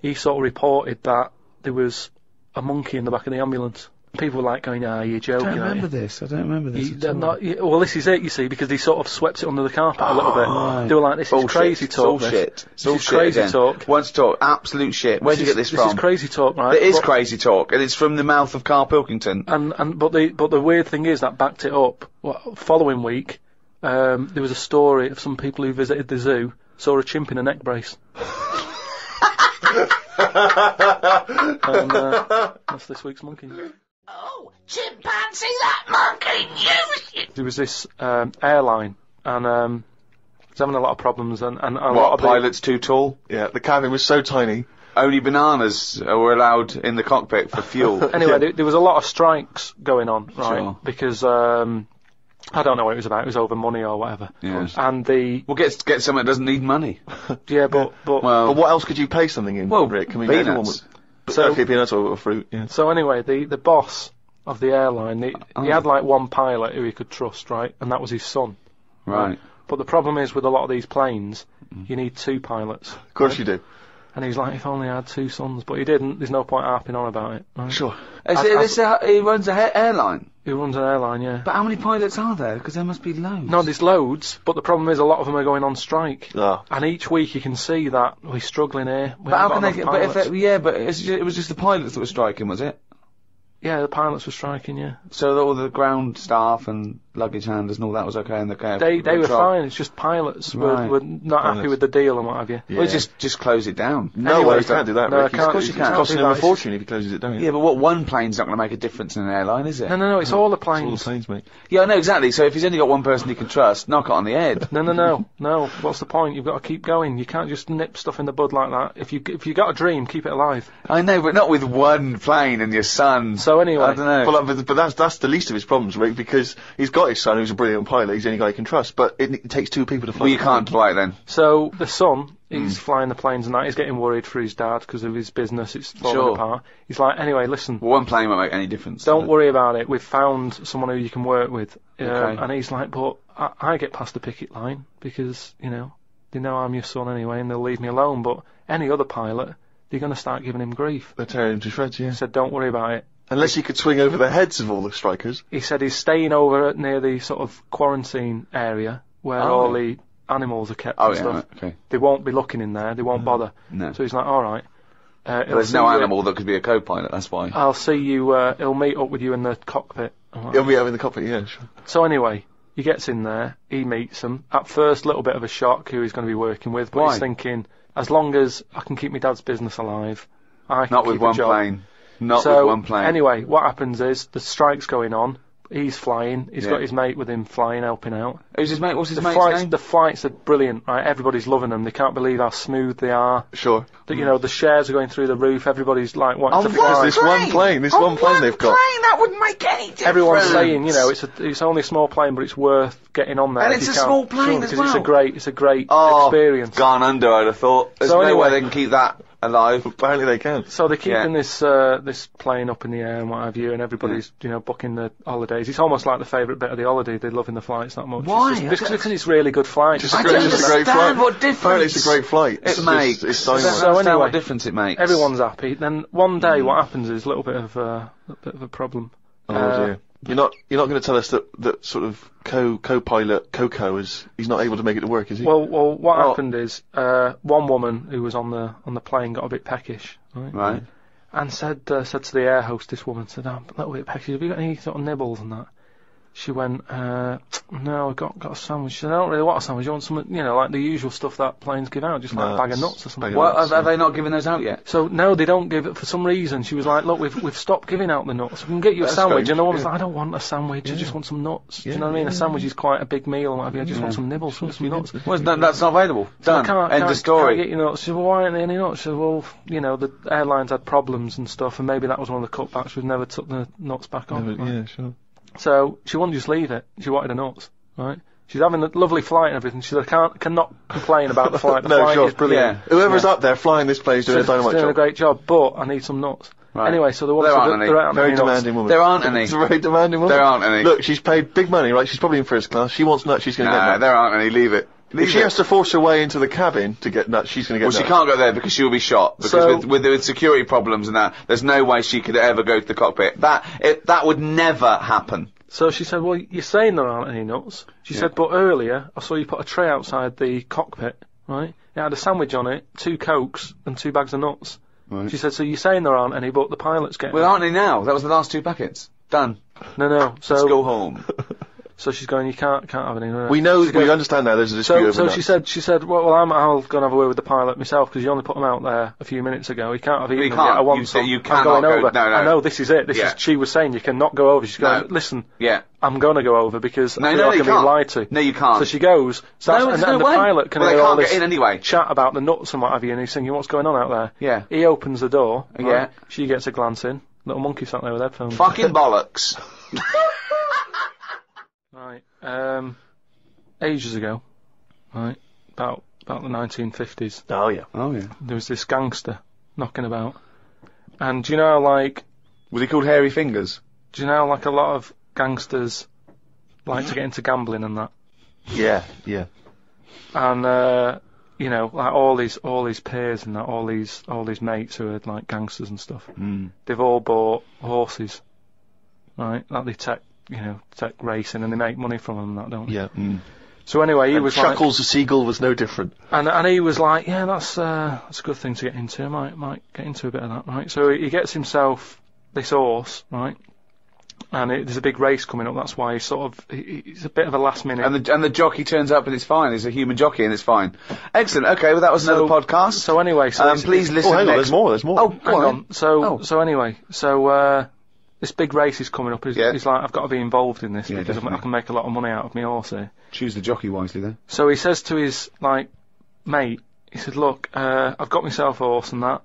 [SPEAKER 13] he sort of reported that there was a monkey in the back of the ambulance. People were like going, "Ah, you're
[SPEAKER 4] I
[SPEAKER 13] joking."
[SPEAKER 4] don't
[SPEAKER 13] aren't you?"
[SPEAKER 4] remember this. I don't remember this.
[SPEAKER 13] You-
[SPEAKER 4] at
[SPEAKER 13] they're
[SPEAKER 4] all.
[SPEAKER 13] not- you- well, this is it, you see, because they sort of swept it under the carpet a little bit.
[SPEAKER 4] Ah,
[SPEAKER 13] They were like, "This
[SPEAKER 4] Bullshit.
[SPEAKER 13] is crazy talk." this.
[SPEAKER 4] Bullshit.
[SPEAKER 13] This,
[SPEAKER 4] Bullshit
[SPEAKER 13] is crazy
[SPEAKER 4] again.
[SPEAKER 13] talk.
[SPEAKER 4] Once talk. Absolute shit. Where would you
[SPEAKER 13] is-
[SPEAKER 4] get this,
[SPEAKER 13] this
[SPEAKER 4] from?
[SPEAKER 13] is crazy talk, right?
[SPEAKER 4] It is
[SPEAKER 13] But-
[SPEAKER 4] crazy talk, and it's from the mouth of Carl Pilkington.
[SPEAKER 13] and and but the but the weird thing is that backed it up. Well, following week, um, there was a story of some people who visited the zoo saw a chimp in a neck brace. and, uh, that's this week's monkey.
[SPEAKER 17] Oh, Chimpanzee, that monkey knew it.
[SPEAKER 13] There was this um, airline, and um, it's having a lot of problems, and and a lot
[SPEAKER 4] What?
[SPEAKER 13] of the-
[SPEAKER 4] Pilot's too tall.
[SPEAKER 2] yeah, the cabin was so tiny.
[SPEAKER 4] Only bananas uh, were allowed in the cockpit for fuel.
[SPEAKER 13] anyway, there, there was a lot of strikes going on, right?
[SPEAKER 4] Sure.
[SPEAKER 13] Because um, I don't know what it was about. It was over money or whatever.
[SPEAKER 4] Yeah.
[SPEAKER 13] And the
[SPEAKER 4] Well, get get someone that doesn't need money.
[SPEAKER 13] yeah, but but
[SPEAKER 4] Well,
[SPEAKER 2] But what else could you pay something in,
[SPEAKER 4] Well,
[SPEAKER 2] Rick? I mean,
[SPEAKER 4] peanuts.
[SPEAKER 2] everyone was.
[SPEAKER 13] So-
[SPEAKER 2] okay, peanuts or, or fruit. Yeah.
[SPEAKER 13] So anyway, the, the boss of the airline, the, he had like one pilot who he could trust, right, and that was his son.
[SPEAKER 4] right.
[SPEAKER 13] But the problem is with a lot of these planes, you need two pilots.
[SPEAKER 2] Of course you do.
[SPEAKER 13] And he's like, if only I had two sons, but he didn't. There's no point harping on about it. Right?
[SPEAKER 2] Sure.
[SPEAKER 4] Is
[SPEAKER 13] I-
[SPEAKER 4] it,
[SPEAKER 13] I-
[SPEAKER 4] this a, he runs a ha- airline.
[SPEAKER 13] He runs an airline, yeah.
[SPEAKER 4] But how many pilots are there? Because there must be loads.
[SPEAKER 13] no, there's loads, but the problem is a lot of them are going on strike.
[SPEAKER 2] Ah.
[SPEAKER 13] And each week you can see that we're struggling here. We
[SPEAKER 4] But how
[SPEAKER 13] haven't
[SPEAKER 4] can
[SPEAKER 13] got
[SPEAKER 4] they? Get,
[SPEAKER 13] enough
[SPEAKER 4] but if
[SPEAKER 13] pilots."
[SPEAKER 4] it, yeah, but it's ju- it was just the pilots that were striking, was it?
[SPEAKER 13] yeah, the pilots were striking, yeah.
[SPEAKER 4] So that all the ground staff and luggage handlers and all that was okay, and the KF
[SPEAKER 13] They they were
[SPEAKER 4] control.
[SPEAKER 13] fine. It's just pilots
[SPEAKER 4] Right.
[SPEAKER 13] were, were not happy with the deal and what have you.
[SPEAKER 4] Well, just just close it down.
[SPEAKER 2] No
[SPEAKER 4] Anyway,
[SPEAKER 2] way, you can't do that,
[SPEAKER 13] no,
[SPEAKER 2] Rick.
[SPEAKER 13] I can't-
[SPEAKER 2] Of course you
[SPEAKER 13] you
[SPEAKER 2] can't. It's
[SPEAKER 13] can't
[SPEAKER 2] costing
[SPEAKER 13] do
[SPEAKER 2] him a
[SPEAKER 13] that.
[SPEAKER 2] fortune if he closes it down.
[SPEAKER 4] Yeah, but what one plane's not going to make a difference in an airline, is it?
[SPEAKER 13] No, no, no. It's all the planes.
[SPEAKER 2] all the planes, mate.
[SPEAKER 4] Yeah, I know exactly. So if he's only got one person he can trust, knock it on the head.
[SPEAKER 13] No, no, no, no. What's the point? You've got to keep going. You can't just nip stuff in the bud like that. If you if you got a dream, keep it alive.
[SPEAKER 4] I know, but not with one plane and your son.
[SPEAKER 13] So anyway,
[SPEAKER 4] I don't know.
[SPEAKER 2] Well, but, but that's that's the least of his problems, Rick, because he's got his son who's a brilliant pilot. He's the only guy he can trust. But it, it takes two people to fly.
[SPEAKER 4] Well, you can't fly it then.
[SPEAKER 13] so the son,
[SPEAKER 4] Hmm.
[SPEAKER 13] he's flying the planes and that. He's getting worried for his dad because of his business. It's falling
[SPEAKER 4] Sure.
[SPEAKER 13] apart. He's like, anyway, listen,
[SPEAKER 4] Well, one plane won't make any difference.
[SPEAKER 13] don't worry about it. We've found someone who you can work with. Um,
[SPEAKER 4] Okay.
[SPEAKER 13] And he's like, but I, I get past the picket line because you know they know I'm your son anyway, and they'll leave me alone. But any other pilot, they're going to start giving him grief.
[SPEAKER 2] They're tearing him to shreds. Yeah.
[SPEAKER 13] He said, don't worry about it.
[SPEAKER 2] Unless he could swing over the heads of all the strikers.
[SPEAKER 13] he said he's staying over at near the sort of quarantine area where
[SPEAKER 4] Oh.
[SPEAKER 13] all the animals are kept
[SPEAKER 4] Oh
[SPEAKER 13] and
[SPEAKER 4] yeah,
[SPEAKER 13] stuff.
[SPEAKER 4] right, okay.
[SPEAKER 13] They won't be looking in there. They won't bother.
[SPEAKER 4] No.
[SPEAKER 13] So he's like, all right. Uh, he'll
[SPEAKER 4] There's
[SPEAKER 13] see
[SPEAKER 4] no
[SPEAKER 13] you-
[SPEAKER 4] animal that could be a co-pilot. That's why.
[SPEAKER 13] I'll see you. Uh, he'll meet up with you in the cockpit. I'm like,
[SPEAKER 2] He'll be over the cockpit. Yeah. Sure.
[SPEAKER 13] So anyway, he gets in there. He meets them. At first, little bit of a shock who he's going to be working with, but
[SPEAKER 4] Why?
[SPEAKER 13] he's thinking, as long as I can keep my dad's business alive, I can
[SPEAKER 4] Not with
[SPEAKER 13] keep a
[SPEAKER 4] one
[SPEAKER 13] job.
[SPEAKER 4] plane. Not
[SPEAKER 13] so
[SPEAKER 4] with one plane.
[SPEAKER 13] anyway, what happens is the strike's going on. He's flying. He's
[SPEAKER 4] Yeah.
[SPEAKER 13] got his mate with him flying, helping out.
[SPEAKER 4] Who's his mate? What's his
[SPEAKER 13] the
[SPEAKER 4] mate's
[SPEAKER 13] flights,
[SPEAKER 4] name?
[SPEAKER 13] The flights are brilliant. Right, everybody's loving them. They can't believe how smooth they are.
[SPEAKER 2] Sure.
[SPEAKER 13] That you know the shares are going through the roof. Everybody's like wanting
[SPEAKER 4] Oh,
[SPEAKER 13] to fly.
[SPEAKER 2] There's this one plane, this one plane they've got.
[SPEAKER 17] Plane, that wouldn't make any difference.
[SPEAKER 13] Everyone's saying, you know, it's a, it's only a small plane, but it's worth getting on there.
[SPEAKER 17] And
[SPEAKER 13] if
[SPEAKER 17] it's
[SPEAKER 13] you
[SPEAKER 17] a
[SPEAKER 13] can.
[SPEAKER 17] small plane
[SPEAKER 13] Sure,
[SPEAKER 17] as
[SPEAKER 13] 'cause It's a
[SPEAKER 17] well.
[SPEAKER 13] great, it's a great experience.
[SPEAKER 2] Oh, Gone under, I'd have thought. There's
[SPEAKER 13] So
[SPEAKER 2] no
[SPEAKER 13] anyway-
[SPEAKER 2] way they can keep that alive. Apparently they can.
[SPEAKER 13] So they're keeping
[SPEAKER 2] Yeah.
[SPEAKER 13] this uh, this plane up in the air and what have you, and everybody's you know booking the holidays. It's almost like the favourite bit of the holiday. They're loving the flights that much.
[SPEAKER 17] Why?
[SPEAKER 13] It's
[SPEAKER 17] I
[SPEAKER 13] just- Because
[SPEAKER 17] don't-
[SPEAKER 13] because it's really good flight.
[SPEAKER 2] Just a great, just a great flight. Apparently it's a great flight.
[SPEAKER 13] It
[SPEAKER 2] It's just-
[SPEAKER 13] makes.
[SPEAKER 2] It's so
[SPEAKER 13] So anyway,
[SPEAKER 2] what difference it makes.
[SPEAKER 13] Everyone's happy. Then one day,
[SPEAKER 17] Hmm.
[SPEAKER 13] what happens is a little bit of uh, a bit of a problem.
[SPEAKER 2] Oh
[SPEAKER 13] Uh,
[SPEAKER 2] dear. You're not you're not going to tell us that that sort of co co-pilot Coco is he's not able to make it to work, is he?
[SPEAKER 13] Well, well, what
[SPEAKER 2] Oh.
[SPEAKER 13] happened is uh, one woman who was on the on the plane got a bit peckish, right?
[SPEAKER 4] Right.
[SPEAKER 13] And said uh, said to the air hostess woman, said, "I'm a little bit peckish. Have you got any sort of nibbles and that?" She went, uh, "No, I got got a sandwich." She said, "I don't really want a sandwich. You want some, you know, like the usual stuff that planes give out, just like a bag of nuts or something."
[SPEAKER 4] Well, are, are they not giving those out yet?
[SPEAKER 13] So no, they don't give it for some reason. She was like, "Look, we've we've stopped giving out the nuts. We can get you a
[SPEAKER 4] That's
[SPEAKER 13] sandwich."
[SPEAKER 4] strange,
[SPEAKER 13] And the woman's
[SPEAKER 4] yeah.
[SPEAKER 13] like, "I don't want a sandwich. I just want some nuts." Do
[SPEAKER 4] Yeah,
[SPEAKER 13] you know what I mean?
[SPEAKER 4] yeah,
[SPEAKER 13] A sandwich is quite a big meal and what have you. I just want
[SPEAKER 4] Yeah.
[SPEAKER 13] some nibbles, some, some nuts.
[SPEAKER 4] Well, no, that's not available. Done.
[SPEAKER 13] I can't,
[SPEAKER 4] End
[SPEAKER 13] can't,
[SPEAKER 4] of story.
[SPEAKER 13] Can't get your nuts. She said, well, why aren't there any nuts? She said, well, you know, the airlines had problems and stuff, and maybe that was one of the cutbacks. We've never took the nuts back on.
[SPEAKER 2] Never-
[SPEAKER 13] right?
[SPEAKER 2] yeah, sure.
[SPEAKER 13] So she wouldn't just leave it. She wanted the nuts, right? She's having a lovely flight and everything. She said, I can't, cannot complain about the flight. The
[SPEAKER 2] no,
[SPEAKER 13] flight
[SPEAKER 2] sure,
[SPEAKER 13] is
[SPEAKER 2] it's brilliant. Whoever's up there flying this plane is doing a
[SPEAKER 13] She's doing
[SPEAKER 2] dynamite job.
[SPEAKER 13] a great job, but I need some nuts.
[SPEAKER 2] Right.
[SPEAKER 13] Anyway, so there, was
[SPEAKER 2] there
[SPEAKER 13] a-
[SPEAKER 2] aren't any.
[SPEAKER 13] there aren't
[SPEAKER 2] very
[SPEAKER 13] any nuts.
[SPEAKER 2] demanding woman.
[SPEAKER 4] There aren't any.
[SPEAKER 2] It's a very demanding woman.
[SPEAKER 4] There aren't any.
[SPEAKER 2] Look, she's paid big money, right? She's probably in first class. She wants nuts. She's going to get
[SPEAKER 4] Nah,
[SPEAKER 2] nuts.
[SPEAKER 4] there aren't any. Leave it. Leave
[SPEAKER 2] if she
[SPEAKER 4] it.
[SPEAKER 2] has to force her way into the cabin to get nuts, she's going to
[SPEAKER 4] Well,
[SPEAKER 2] get
[SPEAKER 4] she
[SPEAKER 2] nuts.
[SPEAKER 4] can't go there because she'll be shot. Because
[SPEAKER 2] So-
[SPEAKER 4] with, with with security problems and that, there's no way she could ever go to the cockpit. That it, that would never happen.
[SPEAKER 13] So she said, well, you're saying there aren't any nuts. She
[SPEAKER 4] Yeah.
[SPEAKER 13] said, but earlier I saw you put a tray outside the cockpit, right? It had a sandwich on it, two cokes, and two bags of nuts. She said, so you're saying there aren't any, but the pilot's getting.
[SPEAKER 4] Well, aren't they now? That was the last two packets. Done.
[SPEAKER 13] No, no. So
[SPEAKER 4] Let's go home.
[SPEAKER 13] So she's going, you can't, can't have any. no, no."
[SPEAKER 2] We know,
[SPEAKER 13] She goes-
[SPEAKER 2] we understand now. There's a dispute
[SPEAKER 13] So,
[SPEAKER 2] over
[SPEAKER 13] so
[SPEAKER 2] nuts.
[SPEAKER 13] she said, she said, well, well I'm, I'll go and have a word with the pilot myself because you only put them out there a few minutes ago. He can't have eaten
[SPEAKER 4] He
[SPEAKER 13] them
[SPEAKER 4] can't.
[SPEAKER 13] yet. I want
[SPEAKER 4] You-
[SPEAKER 13] some.
[SPEAKER 4] you
[SPEAKER 13] I'm
[SPEAKER 4] cannot
[SPEAKER 13] going
[SPEAKER 4] go-
[SPEAKER 13] over.
[SPEAKER 4] no, no.
[SPEAKER 13] I know this is it. This
[SPEAKER 4] Yeah.
[SPEAKER 13] is she was saying you cannot go over. She's going,
[SPEAKER 4] No.
[SPEAKER 13] listen,
[SPEAKER 4] Yeah.
[SPEAKER 13] I'm going to go over because
[SPEAKER 4] No,
[SPEAKER 13] I feel
[SPEAKER 4] no,
[SPEAKER 13] like
[SPEAKER 4] you
[SPEAKER 13] I'm being
[SPEAKER 4] can't.
[SPEAKER 13] lied to.
[SPEAKER 4] No, you can't.
[SPEAKER 13] So she goes. So
[SPEAKER 4] No,
[SPEAKER 13] that's-
[SPEAKER 4] there's
[SPEAKER 13] and,
[SPEAKER 4] no
[SPEAKER 13] and the
[SPEAKER 4] way.
[SPEAKER 13] pilot can
[SPEAKER 4] Well, they
[SPEAKER 13] hear all
[SPEAKER 4] can't get
[SPEAKER 13] this
[SPEAKER 4] in anyway.
[SPEAKER 13] chat about the nuts and what have you, and he's thinking, what's going on out there?
[SPEAKER 4] Yeah.
[SPEAKER 13] He opens the door. right?
[SPEAKER 4] Yeah.
[SPEAKER 13] She gets a glance in. Little monkey sat there with headphones.
[SPEAKER 4] Fucking bollocks.
[SPEAKER 13] Right. Um, ages ago, right, about about the 1950s.
[SPEAKER 2] Oh yeah.
[SPEAKER 4] Oh yeah.
[SPEAKER 13] There was this gangster knocking about, and do you know how, like
[SPEAKER 4] Was he called Hairy Fingers?
[SPEAKER 13] do you know how, like a lot of gangsters like to get into gambling and that,
[SPEAKER 2] Yeah, yeah.
[SPEAKER 13] and uh, you know like all these all these peers and that all these all these mates who are like gangsters and stuff.
[SPEAKER 4] Hmm.
[SPEAKER 17] Mm.
[SPEAKER 13] They've all bought horses, right? Like they take you know take racing and they make money from them and that don't they?
[SPEAKER 2] Yeah. Mm.
[SPEAKER 13] So anyway, he
[SPEAKER 2] And
[SPEAKER 13] was like,
[SPEAKER 2] Chuckles the seagull was no different.
[SPEAKER 13] And and he was like, yeah, that's uh, that's a good thing to get into. I might might get into a bit of that, right? So he gets himself this horse, right? And it, there's a big race coming up. That's why he's sort of he, he's a bit of a last minute.
[SPEAKER 4] And the and the jockey turns up and it's fine. He's a human jockey and it's fine. Excellent. Okay, well that was
[SPEAKER 13] So-
[SPEAKER 4] another podcast.
[SPEAKER 13] so anyway, so
[SPEAKER 4] um,
[SPEAKER 13] it's-
[SPEAKER 4] please
[SPEAKER 13] it's-
[SPEAKER 4] listen
[SPEAKER 13] Oh, hang on,
[SPEAKER 4] next.
[SPEAKER 13] there's
[SPEAKER 2] more. There's more.
[SPEAKER 4] Oh, go
[SPEAKER 13] Hang
[SPEAKER 4] on. Oh.
[SPEAKER 13] on. So so anyway, so uh, this big race is coming up. He's, he's like, I've got to be involved in this because I
[SPEAKER 4] definitely.
[SPEAKER 13] can make a lot of money out of my horse here.
[SPEAKER 4] Choose the jockey wisely then.
[SPEAKER 13] So he says to his like mate, he said, "Look, uh, I've got myself a horse and that."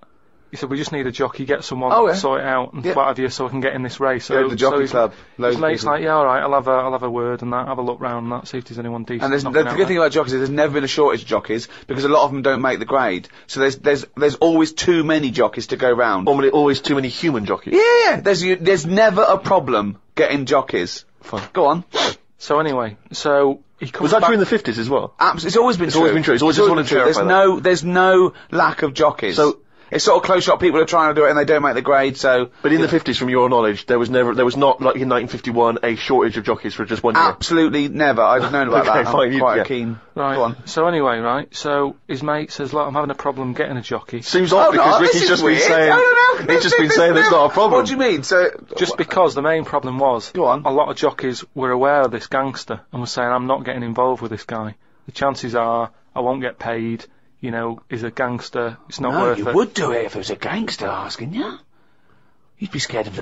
[SPEAKER 13] He said, "We just need a jockey, get someone
[SPEAKER 4] Oh, yeah.
[SPEAKER 13] to sort it out and
[SPEAKER 4] Yeah.
[SPEAKER 13] what have you, so I can get in this race." So
[SPEAKER 4] Yeah, the jockey
[SPEAKER 13] so his-
[SPEAKER 4] club. Loads
[SPEAKER 13] His
[SPEAKER 4] of
[SPEAKER 13] mate's
[SPEAKER 4] people.
[SPEAKER 13] like, "Yeah, all right, I'll have a, I'll have a word and that, have a look round and that, see if there's anyone decent."
[SPEAKER 4] And there's,
[SPEAKER 13] knocking
[SPEAKER 4] the
[SPEAKER 13] out
[SPEAKER 4] good thing
[SPEAKER 13] there."
[SPEAKER 4] about jockeys is there's never been a shortage of jockeys because a lot of them don't make the grade. So there's there's there's always too many jockeys to go round.
[SPEAKER 2] Normally, always too many human jockeys.
[SPEAKER 4] Yeah, yeah. There's you- there's never a problem getting jockeys. Go on.
[SPEAKER 13] So anyway, so he comes
[SPEAKER 2] Was that
[SPEAKER 13] back-
[SPEAKER 2] true in the 50s as well?
[SPEAKER 4] Abs- it's always been
[SPEAKER 2] It's
[SPEAKER 4] true.
[SPEAKER 2] always been true. It's always- just wanted to
[SPEAKER 4] There's
[SPEAKER 2] clarify
[SPEAKER 4] no there's no lack of jockeys. So it's sort of close shot. People are trying to do it and they don't make the grade. So
[SPEAKER 2] But in the 50s, from your knowledge, there was never, there was not like in 1951 a shortage of jockeys for just one
[SPEAKER 4] Ah.
[SPEAKER 2] year.
[SPEAKER 4] absolutely never. I've known about
[SPEAKER 2] Okay,
[SPEAKER 4] that.
[SPEAKER 2] fine,
[SPEAKER 4] I'm
[SPEAKER 2] you-
[SPEAKER 4] quite
[SPEAKER 2] yeah.
[SPEAKER 4] keen.
[SPEAKER 13] Right.
[SPEAKER 4] Go on.
[SPEAKER 13] So anyway, right. So his mate says, "Look, I'm having a problem getting a jockey."
[SPEAKER 2] Seems odd
[SPEAKER 4] Oh, no,
[SPEAKER 2] because
[SPEAKER 4] this
[SPEAKER 2] Ricky's
[SPEAKER 4] is
[SPEAKER 2] just
[SPEAKER 4] weird.
[SPEAKER 2] been saying,
[SPEAKER 4] I don't know.
[SPEAKER 2] he's just been
[SPEAKER 4] This
[SPEAKER 2] saying there's
[SPEAKER 4] never-
[SPEAKER 2] not a problem.
[SPEAKER 4] What do you mean? So
[SPEAKER 13] Just because the main problem was a lot of jockeys were aware of this gangster and were saying, I'm not getting involved with this guy. The chances are I won't get paid. You know, he's a gangster. It's not
[SPEAKER 14] No,
[SPEAKER 13] worth
[SPEAKER 14] you
[SPEAKER 13] it.
[SPEAKER 14] would do it if it was a gangster asking you. You'd be scared of the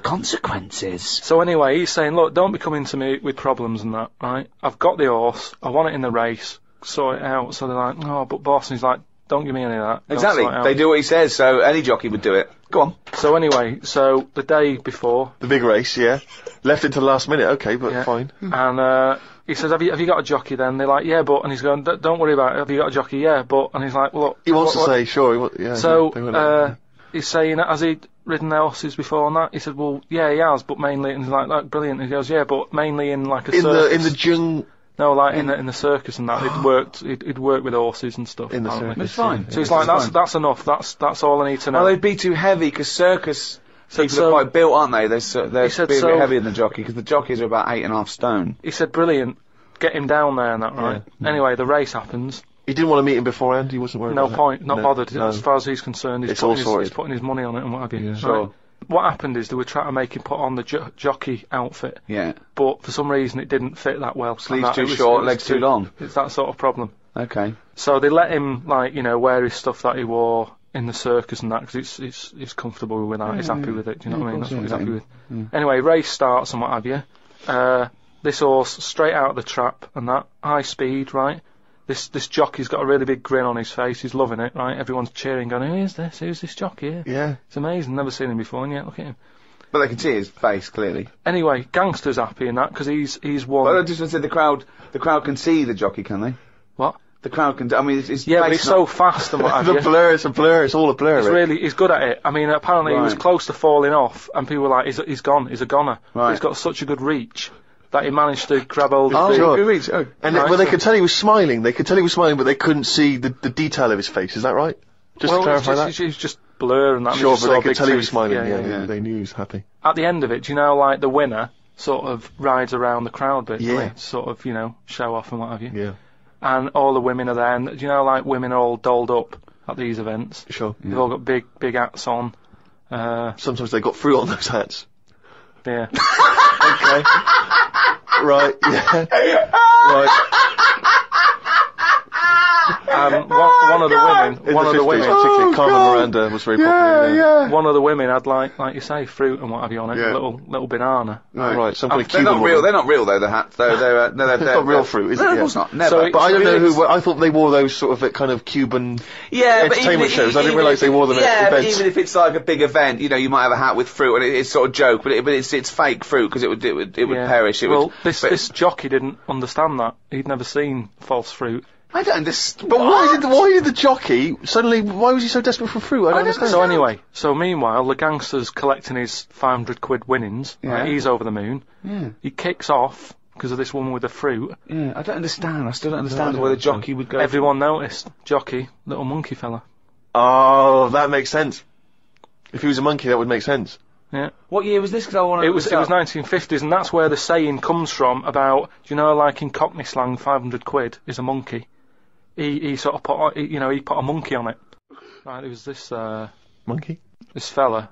[SPEAKER 14] consequences.
[SPEAKER 13] So anyway, he's saying, look, don't be coming to me with problems and that, right? I've got the horse. I want it in the race. Sort it out. So they're like, oh, but boss, and he's like, don't give me any of that. Don't
[SPEAKER 2] Exactly.
[SPEAKER 13] sort it out."
[SPEAKER 2] They do what he says, so any jockey would do it. Go on.
[SPEAKER 13] So anyway, so the day before,
[SPEAKER 2] The big race, yeah. Left it to the last minute, okay, but
[SPEAKER 13] Yeah.
[SPEAKER 2] fine.
[SPEAKER 13] and uh, he says, have you have you got a jockey? Then they're like, yeah, but, and he's going, "D- don't worry about it. Have you got a jockey? Yeah, but, and he's like, look,
[SPEAKER 2] He wants
[SPEAKER 13] what-
[SPEAKER 2] to
[SPEAKER 13] what-
[SPEAKER 2] say, sure, he wa- yeah.
[SPEAKER 13] So
[SPEAKER 2] they were
[SPEAKER 13] uh,
[SPEAKER 2] like-
[SPEAKER 13] he's saying, has he ridden their horses before and that? He said, well, yeah, he has, but mainly, and he's like, like brilliant. He goes, yeah, but mainly in like a
[SPEAKER 2] in the
[SPEAKER 13] circus.
[SPEAKER 2] in the jung
[SPEAKER 13] no, like in the in the circus and that. It worked. It, it worked with horses and stuff.
[SPEAKER 2] in the
[SPEAKER 13] apparently.
[SPEAKER 2] circus. That's
[SPEAKER 13] So he's like, that's that's enough. That's that's all I need to know.
[SPEAKER 4] Well, they'd be too heavy because circus people
[SPEAKER 13] so-
[SPEAKER 4] are quite built, aren't they? They're, so, they're
[SPEAKER 13] He said
[SPEAKER 4] being a
[SPEAKER 13] so-
[SPEAKER 4] bit heavier than the jockey because the jockeys are about eight and a half stone.
[SPEAKER 13] he said, brilliant. Get him down there and that, right?
[SPEAKER 2] Mm.
[SPEAKER 13] Anyway, the race happens.
[SPEAKER 2] He didn't want to meet him beforehand. He wasn't worried.
[SPEAKER 13] No
[SPEAKER 2] about it.
[SPEAKER 13] point. Not
[SPEAKER 2] Uh, No,
[SPEAKER 13] bothered.
[SPEAKER 2] no.
[SPEAKER 13] As far as he's concerned, he's,
[SPEAKER 2] It's all
[SPEAKER 13] putting his,
[SPEAKER 2] sorted.
[SPEAKER 13] he's putting his money on it and what have you. right?
[SPEAKER 2] Sure.
[SPEAKER 13] What happened is they were trying to make him put on the jo- jockey outfit.
[SPEAKER 4] Yeah.
[SPEAKER 13] but for some reason it didn't fit that well.
[SPEAKER 4] Sleeves
[SPEAKER 13] And that-
[SPEAKER 4] too
[SPEAKER 13] it was-
[SPEAKER 4] short,
[SPEAKER 13] it was
[SPEAKER 4] legs too long.
[SPEAKER 13] It's that sort of problem.
[SPEAKER 4] Okay.
[SPEAKER 13] So they let him like you know wear his stuff that he wore in the circus and that because it's it's it's comfortable with that. he's happy with it. Do you know what I mean? That's what he's happy with. Anyway, race starts and what have you. Uh, this horse straight out of the trap and that high speed right. This this jockey's got a really big grin on his face. He's loving it, right? Everyone's cheering, going, "Who is this? Who's this jockey?" Here?
[SPEAKER 2] Yeah,
[SPEAKER 13] It's amazing. Never seen him before, and yet look at him.
[SPEAKER 4] But they can see his face clearly.
[SPEAKER 13] Anyway, gangster's happy in that because he's he's won.
[SPEAKER 4] But I just want to say the crowd, the crowd can see the jockey, can they?
[SPEAKER 13] What?
[SPEAKER 4] The crowd can. I mean, it's, it's
[SPEAKER 13] Yeah, but
[SPEAKER 4] face
[SPEAKER 13] he's
[SPEAKER 4] not-
[SPEAKER 13] so fast and what have
[SPEAKER 2] the
[SPEAKER 13] you.
[SPEAKER 2] blur. It's a blur. It's all a blur.
[SPEAKER 13] He's
[SPEAKER 2] Rick.
[SPEAKER 13] really, he's good at it. I mean, apparently he was
[SPEAKER 4] Right.
[SPEAKER 13] close to falling off, and people were like, "He's, he's gone. He's a goner."
[SPEAKER 4] Right.
[SPEAKER 13] He's got such a good reach that he managed to grab hold of
[SPEAKER 2] Oh,
[SPEAKER 13] the.
[SPEAKER 2] sure.
[SPEAKER 4] Who is? Oh,
[SPEAKER 2] And it-
[SPEAKER 13] Right,
[SPEAKER 2] well, they
[SPEAKER 13] so-
[SPEAKER 2] could tell he was smiling. They could tell he was smiling, but they couldn't see the, the detail of his face. Is that right? Just
[SPEAKER 13] well,
[SPEAKER 2] to clarify
[SPEAKER 13] it's just,
[SPEAKER 2] that.
[SPEAKER 13] It's just blur and that. and
[SPEAKER 2] Sure,
[SPEAKER 13] it's
[SPEAKER 2] but they
[SPEAKER 13] just sort of
[SPEAKER 2] could
[SPEAKER 13] big
[SPEAKER 2] tell he was
[SPEAKER 13] teeth.
[SPEAKER 2] smiling. Yeah,
[SPEAKER 13] yeah,
[SPEAKER 2] yeah, they knew he was happy.
[SPEAKER 13] At the end of it, do you know, like the winner sort of rides around the crowd bit, doesn't
[SPEAKER 2] Yeah.
[SPEAKER 13] he? sort of, you know, show off and what have you.
[SPEAKER 2] Yeah,
[SPEAKER 13] And all the women are there, and do you know, like women are all dolled up at these events.
[SPEAKER 2] sure.
[SPEAKER 13] They've all got big, big hats on. Uh,
[SPEAKER 2] Sometimes they got fruit on those hats.
[SPEAKER 13] yeah.
[SPEAKER 2] Okay. right. Yeah. right.
[SPEAKER 13] Um, one, one of the women,
[SPEAKER 2] In
[SPEAKER 13] one
[SPEAKER 2] the
[SPEAKER 13] of the
[SPEAKER 2] 50s,
[SPEAKER 13] women,
[SPEAKER 2] particularly Carmen Miranda was very popular.
[SPEAKER 13] one of the women had like like you say fruit and what have you on it,
[SPEAKER 2] Yeah.
[SPEAKER 13] a little little banana.
[SPEAKER 2] Right. Oh, some
[SPEAKER 4] Um,
[SPEAKER 2] kind
[SPEAKER 4] they're
[SPEAKER 2] of Cuban
[SPEAKER 4] not real.
[SPEAKER 2] woman.
[SPEAKER 4] They're not real though. The hats. They're they're, uh, no, they're,
[SPEAKER 2] It's
[SPEAKER 4] they're
[SPEAKER 2] not real fruit, is
[SPEAKER 4] no,
[SPEAKER 2] it?
[SPEAKER 4] of
[SPEAKER 2] Yeah.
[SPEAKER 4] course not. Never.
[SPEAKER 13] So
[SPEAKER 2] But I don't know
[SPEAKER 13] It's-
[SPEAKER 2] who. I thought they wore those sort of uh, kind of Cuban.
[SPEAKER 4] Yeah,
[SPEAKER 2] entertainment
[SPEAKER 4] but even,
[SPEAKER 2] shows. I didn't
[SPEAKER 4] even
[SPEAKER 2] realise they
[SPEAKER 4] if-
[SPEAKER 2] wore them at
[SPEAKER 4] Yeah, but
[SPEAKER 2] events.
[SPEAKER 4] even if it's like a big event, you know, you might have a hat with fruit, and it, it's sort of joke, but it, but it's it's fake fruit because it would it would it would
[SPEAKER 13] Yeah.
[SPEAKER 4] perish. It
[SPEAKER 13] well,
[SPEAKER 4] would,
[SPEAKER 13] this
[SPEAKER 4] but-
[SPEAKER 13] this jockey didn't understand that. He'd never seen false fruit.
[SPEAKER 4] I don't understand.
[SPEAKER 2] But why did why did the jockey suddenly? Why was he so desperate for fruit? I don't understand.
[SPEAKER 13] So anyway, so meanwhile, the gangster's collecting his 500 quid winnings. right?
[SPEAKER 4] Yeah.
[SPEAKER 13] He's over the moon.
[SPEAKER 4] Yeah,
[SPEAKER 13] He kicks off because of this woman with the fruit.
[SPEAKER 4] yeah. I don't understand. I still don't understand where the jockey would go.
[SPEAKER 13] Everyone noticed. Jockey, little monkey fella.
[SPEAKER 2] Oh, that makes sense. If he was a monkey, that would make sense.
[SPEAKER 13] Yeah.
[SPEAKER 4] what year was this? Because I want to.
[SPEAKER 13] It was it was 1950s, and that's where the saying comes from about do you know like in Cockney slang, 500 quid is a monkey. He he sort of put a- he, you know he put a monkey on it. Right, there was this uh,
[SPEAKER 2] Monkey.
[SPEAKER 13] this fella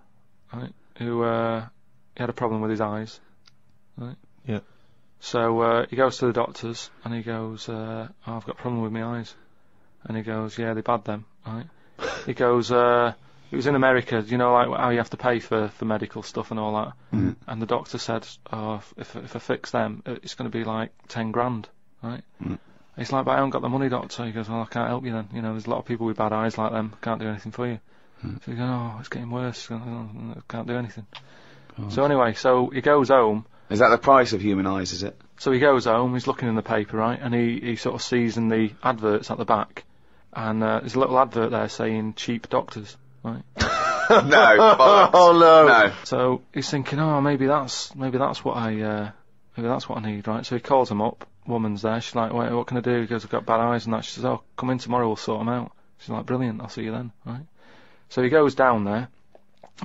[SPEAKER 13] right, who uh, he had a problem with his eyes. Right.
[SPEAKER 2] Yeah.
[SPEAKER 13] So uh, he goes to the doctors and he goes, uh, oh, "I've got a problem with my eyes," and he goes, "Yeah, they bad them." Right. he goes, uh, "It was in America, you know, like how you have to pay for for medical stuff and all that." and the doctor said, "Oh, if- if if I fix them, uh, it's going to be like ten grand, right?" He's like, "But I haven't got the money, doctor." He goes, "Well, I can't help you then. You know, there's a lot of people with bad eyes like them. Can't do anything for you." So he goes, "Oh, it's getting worse. He's going, "Oh, I Can't do anything."
[SPEAKER 2] Oh.
[SPEAKER 13] So anyway, so he goes home.
[SPEAKER 4] Is that the price of human eyes? Is it?
[SPEAKER 13] So he goes home. He's looking in the paper, right, and he he sort of sees in the adverts at the back, and uh, there's a little advert there saying cheap doctors, right?
[SPEAKER 4] no. bollocks.
[SPEAKER 2] Oh no.
[SPEAKER 4] No.
[SPEAKER 13] So he's thinking, oh, maybe that's maybe that's what I uh, maybe that's what I need, right? So he calls him up. Woman's there. She's like, wait, what can I do? He goes, I've got bad eyes and that. She says, oh, come in tomorrow. We'll sort 'em out. She's like, brilliant. I'll see you then, right? So he goes down there,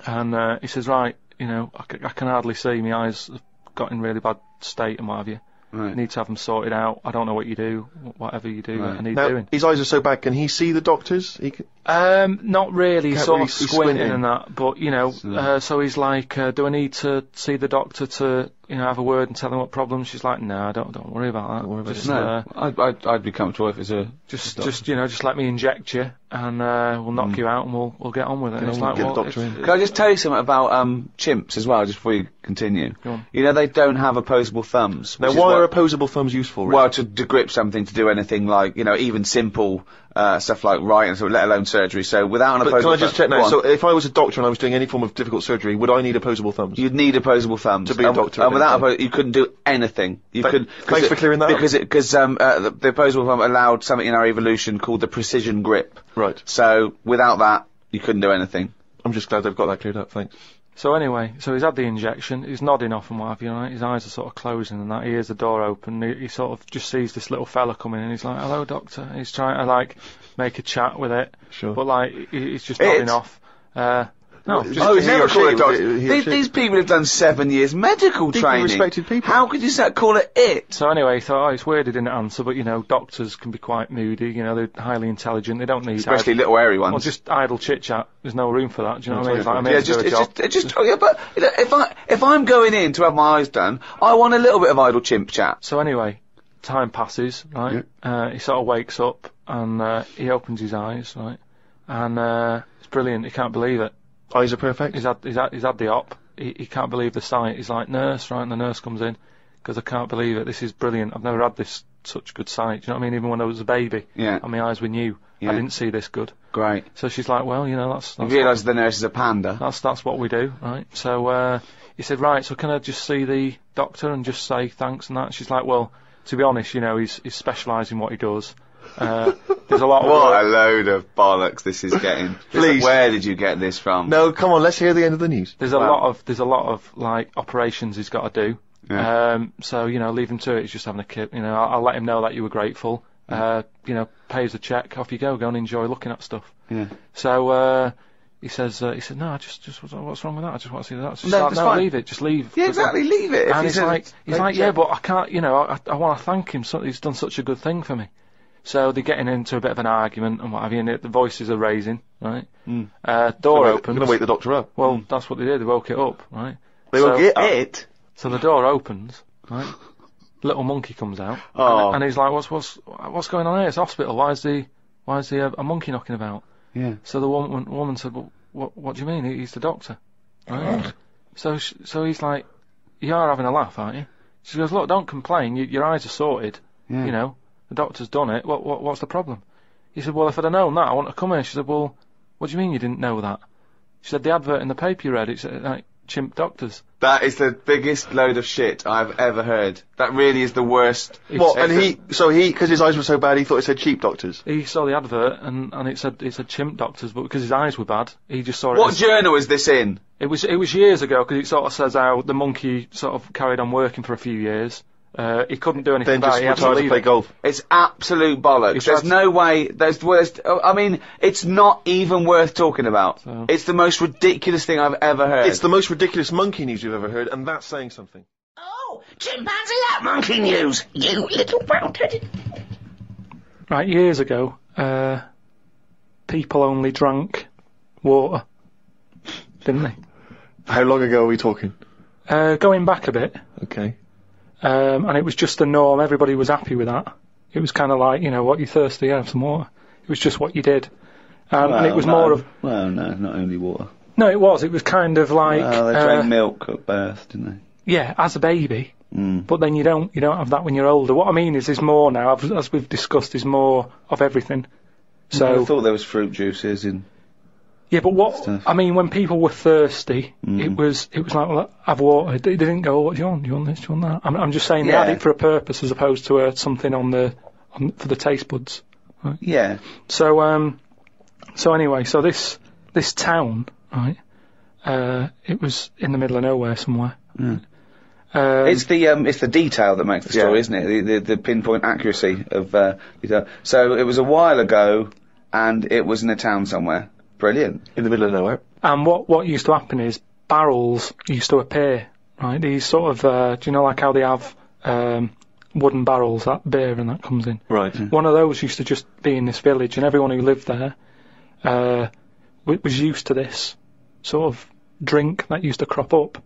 [SPEAKER 13] and uh, he says, right, you know, I, c- I can hardly see. My eyes have got in really bad state and what have you.
[SPEAKER 4] Right.
[SPEAKER 13] Need to have them sorted out. I don't know what you do. wh- Whatever you do, I need
[SPEAKER 2] Now,
[SPEAKER 13] doing.
[SPEAKER 2] his eyes are so bad. Can he see the doctors? He c
[SPEAKER 13] Um, not really.
[SPEAKER 2] Can't
[SPEAKER 13] He's sort
[SPEAKER 2] really
[SPEAKER 13] of
[SPEAKER 2] see
[SPEAKER 13] squinting,
[SPEAKER 2] squinting.
[SPEAKER 13] and that, but you know,
[SPEAKER 2] So-
[SPEAKER 13] uh, so he's like, uh, "Do I need to see the doctor to, you know, have a word and tell him what problem?" She's like, "No, I don't. Don't worry about that. just, uh,
[SPEAKER 4] no, I'd, I'd, I'd be comfortable if it's a
[SPEAKER 13] just,
[SPEAKER 4] doctor.
[SPEAKER 13] just, you know, just let me inject you, and uh, we'll
[SPEAKER 4] Mm.
[SPEAKER 13] knock you out, and we'll we'll get on with it." And it's like, well, it's-
[SPEAKER 4] Can I just tell you something about um, chimps as well, just before you continue?
[SPEAKER 13] Go on.
[SPEAKER 4] You know they don't have opposable thumbs.
[SPEAKER 2] Now,
[SPEAKER 4] which is
[SPEAKER 2] why
[SPEAKER 4] what-
[SPEAKER 2] are opposable thumbs useful? Rick?
[SPEAKER 4] well, to, to grip something, to do anything like you know, even simple uh, stuff like writing, so let alone surgery. So without an
[SPEAKER 2] but can
[SPEAKER 4] opposable
[SPEAKER 2] I just check
[SPEAKER 4] thumb-
[SPEAKER 2] now?
[SPEAKER 4] Go
[SPEAKER 2] So
[SPEAKER 4] on.
[SPEAKER 2] if I was a doctor and I was doing any form of difficult surgery, would I need opposable thumbs?
[SPEAKER 4] You'd need opposable thumbs
[SPEAKER 2] To be a
[SPEAKER 4] And-
[SPEAKER 2] doctor, I
[SPEAKER 4] And
[SPEAKER 2] think,
[SPEAKER 4] without
[SPEAKER 2] so.
[SPEAKER 4] oppo- you couldn't do anything. You
[SPEAKER 2] Thank-
[SPEAKER 4] could.
[SPEAKER 2] thanks for clearing that up.
[SPEAKER 4] Because because um, uh, the, the opposable thumb allowed something in our evolution called the precision grip.
[SPEAKER 2] Right.
[SPEAKER 4] So without that, you couldn't do anything.
[SPEAKER 2] I'm just glad they've got that cleared up. Thanks.
[SPEAKER 13] So anyway, so he's had the injection. He's nodding off and what have you. Right? His eyes are sort of closing and that. He hears the door open. He, he sort of just sees this little fella coming and he's like, "Hello, doctor." And he's trying to like make a chat with it,
[SPEAKER 2] Sure.
[SPEAKER 13] but like he, he's just
[SPEAKER 4] It?
[SPEAKER 13] nodding off. Uh, no,
[SPEAKER 2] Just
[SPEAKER 4] Oh,
[SPEAKER 2] he
[SPEAKER 4] it's never
[SPEAKER 2] or she,
[SPEAKER 4] called a
[SPEAKER 2] was
[SPEAKER 4] doctor.
[SPEAKER 2] it he or
[SPEAKER 4] These,
[SPEAKER 2] she?
[SPEAKER 4] these people have done seven years medical
[SPEAKER 2] Deeply
[SPEAKER 4] training.
[SPEAKER 2] respected people.
[SPEAKER 4] How could you sa- call it it?
[SPEAKER 13] So anyway, he thought, oh, it's weird he didn't answer, but you know, doctors can be quite moody. You know, they're highly intelligent. They don't need
[SPEAKER 4] Especially
[SPEAKER 13] idle-
[SPEAKER 4] little hairy ones.
[SPEAKER 13] well, just idle chit chat. There's no room for that. Do you know what I mean? It's like, I'm here
[SPEAKER 4] yeah,
[SPEAKER 13] to
[SPEAKER 4] just,
[SPEAKER 13] do a
[SPEAKER 4] it's
[SPEAKER 13] job.
[SPEAKER 4] just, it's just, oh, yeah, but you know, if I, if I'm going in to have my eyes done, I want a little bit of idle chimp chat.
[SPEAKER 13] So anyway, time passes, right? Uh, he sort of wakes up and uh, he opens his eyes, right? And uh, it's brilliant. He can't believe it.
[SPEAKER 2] Eyes are perfect.
[SPEAKER 13] He's had he's had, he's had the op. He, he can't believe the sight. He's like nurse, right? And the nurse comes in because I can't believe it. This is brilliant. I've never had this such good sight. Do you know what I mean? Even when I was a baby,
[SPEAKER 4] Yeah.
[SPEAKER 13] and my eyes were new,
[SPEAKER 4] Yeah.
[SPEAKER 13] I didn't see this good.
[SPEAKER 4] Great.
[SPEAKER 13] So she's like, well, you know, that's
[SPEAKER 4] You
[SPEAKER 13] that's,
[SPEAKER 4] realise the nurse is a panda.
[SPEAKER 13] that's that's what we do, right? So uh, he said, right, so can I just see the doctor and just say thanks and that? She's like, well, to be honest, you know, he's he's specialising what he does. Uh, there's a lot of
[SPEAKER 4] What
[SPEAKER 13] work.
[SPEAKER 4] a load of bollocks this is getting.
[SPEAKER 2] Please.
[SPEAKER 4] Where did you get this from?
[SPEAKER 2] No, come on. Let's hear the end of the news.
[SPEAKER 13] There's a
[SPEAKER 4] Wow.
[SPEAKER 13] lot of there's a lot of like operations he's got to do.
[SPEAKER 4] Yeah.
[SPEAKER 13] Um, so you know, leave him to it. He's just having a kip. You know, I'll, I'll let him know that you were grateful. Uh, you know, pays the check. Off you go. Go and enjoy looking at stuff.
[SPEAKER 4] Yeah.
[SPEAKER 13] So uh, he says, uh, he said, no, I just just what's- what's wrong with that? I just want to see that. She's
[SPEAKER 4] No,
[SPEAKER 13] like,
[SPEAKER 4] that's
[SPEAKER 13] no,
[SPEAKER 4] fine.
[SPEAKER 13] leave it. Just leave.
[SPEAKER 4] Yeah, exactly. Leave it. If
[SPEAKER 13] and
[SPEAKER 4] he
[SPEAKER 13] he's
[SPEAKER 4] says
[SPEAKER 13] like,
[SPEAKER 4] it's-
[SPEAKER 13] he's like, yeah, but I can't, you know, I, I want to thank him. So he's done such a good thing for me. So they're getting into a bit of an argument and what have you, and it, the voices are raising, right? Uh, door
[SPEAKER 2] We're
[SPEAKER 13] opens.
[SPEAKER 2] going to wake the doctor up.
[SPEAKER 13] Well, that's what they did. They woke it up, right?
[SPEAKER 2] They
[SPEAKER 13] so,
[SPEAKER 2] will get it.
[SPEAKER 13] So the door opens, right? Little monkey comes out,
[SPEAKER 2] Oh.
[SPEAKER 13] and, and he's like, "What's what's what's going on here? It's hospital. Why is the why is the uh, a monkey knocking about?"
[SPEAKER 4] Yeah.
[SPEAKER 13] So the woman woman said, well, "What what do you mean? He- He's the doctor." Right. so sh- so he's like, "You are having a laugh, aren't you?" She goes, "Look, don't complain. You, your eyes are sorted.
[SPEAKER 4] Yeah.
[SPEAKER 13] You know, the doctor's done it. What what what's the problem?" He said, "Well, if I'd have known that, I wouldn't have come here." She said, "Well, what do you mean you didn't know that?" She said, "The advert in the paper you read, it's uh, like chimp doctors."
[SPEAKER 4] That is the biggest load of shit I've ever heard. That really is the worst.
[SPEAKER 2] What? And he, so he, because his eyes were so bad, he thought it said cheap doctors.
[SPEAKER 13] He saw the advert and, and it said it said chimp doctors, but because his eyes were bad, he just saw it.
[SPEAKER 4] What
[SPEAKER 13] as-
[SPEAKER 4] journal is this in?
[SPEAKER 13] it was it was years ago because it sort of says how the monkey sort of carried on working for a few years. Uh, he couldn't do
[SPEAKER 2] Then
[SPEAKER 13] anything about
[SPEAKER 2] just
[SPEAKER 13] it. He had to
[SPEAKER 2] retired to
[SPEAKER 13] leave
[SPEAKER 2] play
[SPEAKER 13] it.
[SPEAKER 2] golf.
[SPEAKER 4] It's absolute bollocks.
[SPEAKER 13] It's
[SPEAKER 4] there's
[SPEAKER 13] abs-
[SPEAKER 4] no way. There's, well, there's. oh, I mean, it's not even worth talking about.
[SPEAKER 13] So-
[SPEAKER 4] It's the most ridiculous thing I've ever heard.
[SPEAKER 2] It's the most ridiculous monkey news you've ever heard, and that's saying something.
[SPEAKER 17] Oh, chimpanzee that monkey news, you little round-headed...
[SPEAKER 13] Right, years ago, uh, people only drank water, didn't they?
[SPEAKER 2] How long ago are we talking?
[SPEAKER 13] Uh, going back a bit,
[SPEAKER 2] Okay.
[SPEAKER 13] um, and it was just the norm. Everybody was happy with that. It was kind of like you know what you're thirsty, have some water. It was just what you did, um, and it was more of
[SPEAKER 6] Well, no, not only water.
[SPEAKER 13] no, it was. It was kind of like
[SPEAKER 6] they
[SPEAKER 13] uh,
[SPEAKER 6] drank milk at birth, didn't
[SPEAKER 13] yeah, as a baby.
[SPEAKER 6] Mm.
[SPEAKER 13] But then you don't you don't have that when you're older. What I mean is, there's more now. I've, as we've discussed, there's more of everything.
[SPEAKER 6] they?
[SPEAKER 13] So
[SPEAKER 6] I thought there was fruit juices in.
[SPEAKER 13] yeah, but what
[SPEAKER 6] Stuff. Mm.
[SPEAKER 13] I mean when people were thirsty, it was it was like well, have water. They they didn't go, oh, what do you want? Do you want this? Do you want that? I'm, I'm just saying they
[SPEAKER 6] Yeah.
[SPEAKER 13] had it for a purpose as opposed to uh, something on the on, for the taste buds.
[SPEAKER 6] Yeah.
[SPEAKER 13] So um, so anyway, so this this town, right? Uh, it was in the middle of nowhere somewhere.
[SPEAKER 6] Mm.
[SPEAKER 13] Um,
[SPEAKER 6] It's the um, it's the detail that makes the story,
[SPEAKER 2] Yeah.
[SPEAKER 6] isn't it? The, the the pinpoint accuracy of uh, detail. So it was a while ago, and it was in a town somewhere. Brilliant.
[SPEAKER 2] In the middle of nowhere.
[SPEAKER 13] And what, what used to happen is barrels used to appear, right? These sort of, uh, do you know, like how they have um, wooden barrels that beer and that comes in.
[SPEAKER 2] Right.
[SPEAKER 13] One of those used to just be in this village, and everyone who lived there uh, w- was used to this sort of drink that used to crop up,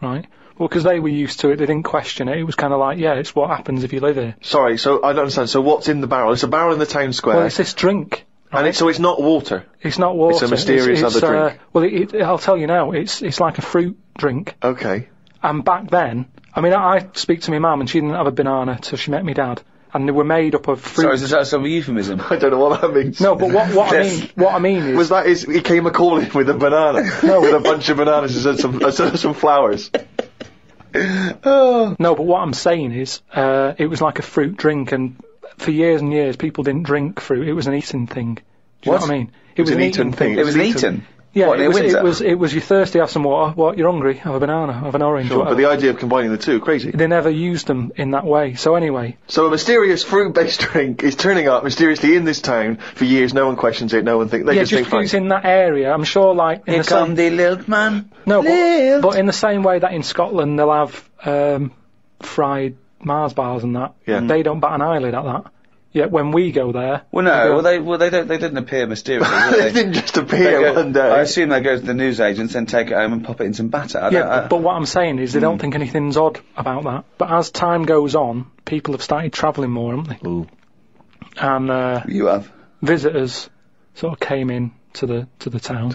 [SPEAKER 13] right? Well, because they were used to it, they didn't question it. It was kind of like, yeah, it's what happens if you live here.
[SPEAKER 2] Sorry, so I don't understand. So what's in the barrel? It's a barrel in the town square.
[SPEAKER 13] Well, it's this drink.
[SPEAKER 2] and it's, so it's not water.
[SPEAKER 13] It's not water.
[SPEAKER 2] mysterious
[SPEAKER 13] it's,
[SPEAKER 2] other
[SPEAKER 13] uh,
[SPEAKER 2] drink.
[SPEAKER 13] well, it, it, I'll tell you now. It's it's like a fruit drink.
[SPEAKER 2] Okay.
[SPEAKER 13] And back then, I mean, I, I speak to my mum, and she didn't have a banana till she met me dad, and they were made up of fruit.
[SPEAKER 6] Sorry, is that some euphemism?
[SPEAKER 2] I don't know what that means.
[SPEAKER 13] No, but what what I
[SPEAKER 2] Yes.
[SPEAKER 13] mean what I mean is
[SPEAKER 2] Was that his, he came a calling with a banana? with a bunch of bananas and said some, uh, some some flowers.
[SPEAKER 13] no, but what I'm saying is, uh, it was like a fruit drink, and for years and years, people didn't drink fruit. It was an eating thing. Do you know what I mean?
[SPEAKER 6] It was an eaten thing. It was an eaten?
[SPEAKER 13] Yeah,
[SPEAKER 6] What,
[SPEAKER 13] it,
[SPEAKER 6] near
[SPEAKER 13] was, it
[SPEAKER 6] Windsor?
[SPEAKER 13] was. It was. You're thirsty, have some water. What? You're hungry, have a banana, have an orange.
[SPEAKER 2] Sure, but
[SPEAKER 13] whatever.
[SPEAKER 2] the idea of combining the two, crazy.
[SPEAKER 13] They never used them in that way. So anyway,
[SPEAKER 2] So a mysterious fruit-based drink is turning up mysteriously in this town for years. No one questions it. No one thinks they
[SPEAKER 13] yeah,
[SPEAKER 2] just
[SPEAKER 13] just
[SPEAKER 2] think
[SPEAKER 13] because
[SPEAKER 2] fine.
[SPEAKER 13] it's in that area, I'm sure. Like in
[SPEAKER 2] Here
[SPEAKER 13] the
[SPEAKER 2] come
[SPEAKER 13] same... the little man. No, but, but in the same way that in Scotland they'll have um, fried Mars bars and that.
[SPEAKER 6] Yeah.
[SPEAKER 13] They don't bat an eyelid at that. Yet when we go there,
[SPEAKER 6] Well,
[SPEAKER 13] they
[SPEAKER 6] no.
[SPEAKER 13] go,
[SPEAKER 6] Well, they well they don't they didn't appear mysteriously. did they?
[SPEAKER 2] didn't just appear
[SPEAKER 6] They go-
[SPEAKER 2] one day.
[SPEAKER 6] I assume they go to the newsagents and take it home and pop it in some batter. I
[SPEAKER 13] yeah,
[SPEAKER 6] don't, I- Mm.
[SPEAKER 13] but what I'm saying is they don't think anything's odd about that. But as time goes on, people have started travelling more, haven't they? And uh,
[SPEAKER 6] you have
[SPEAKER 13] visitors sort of came in to the to the town,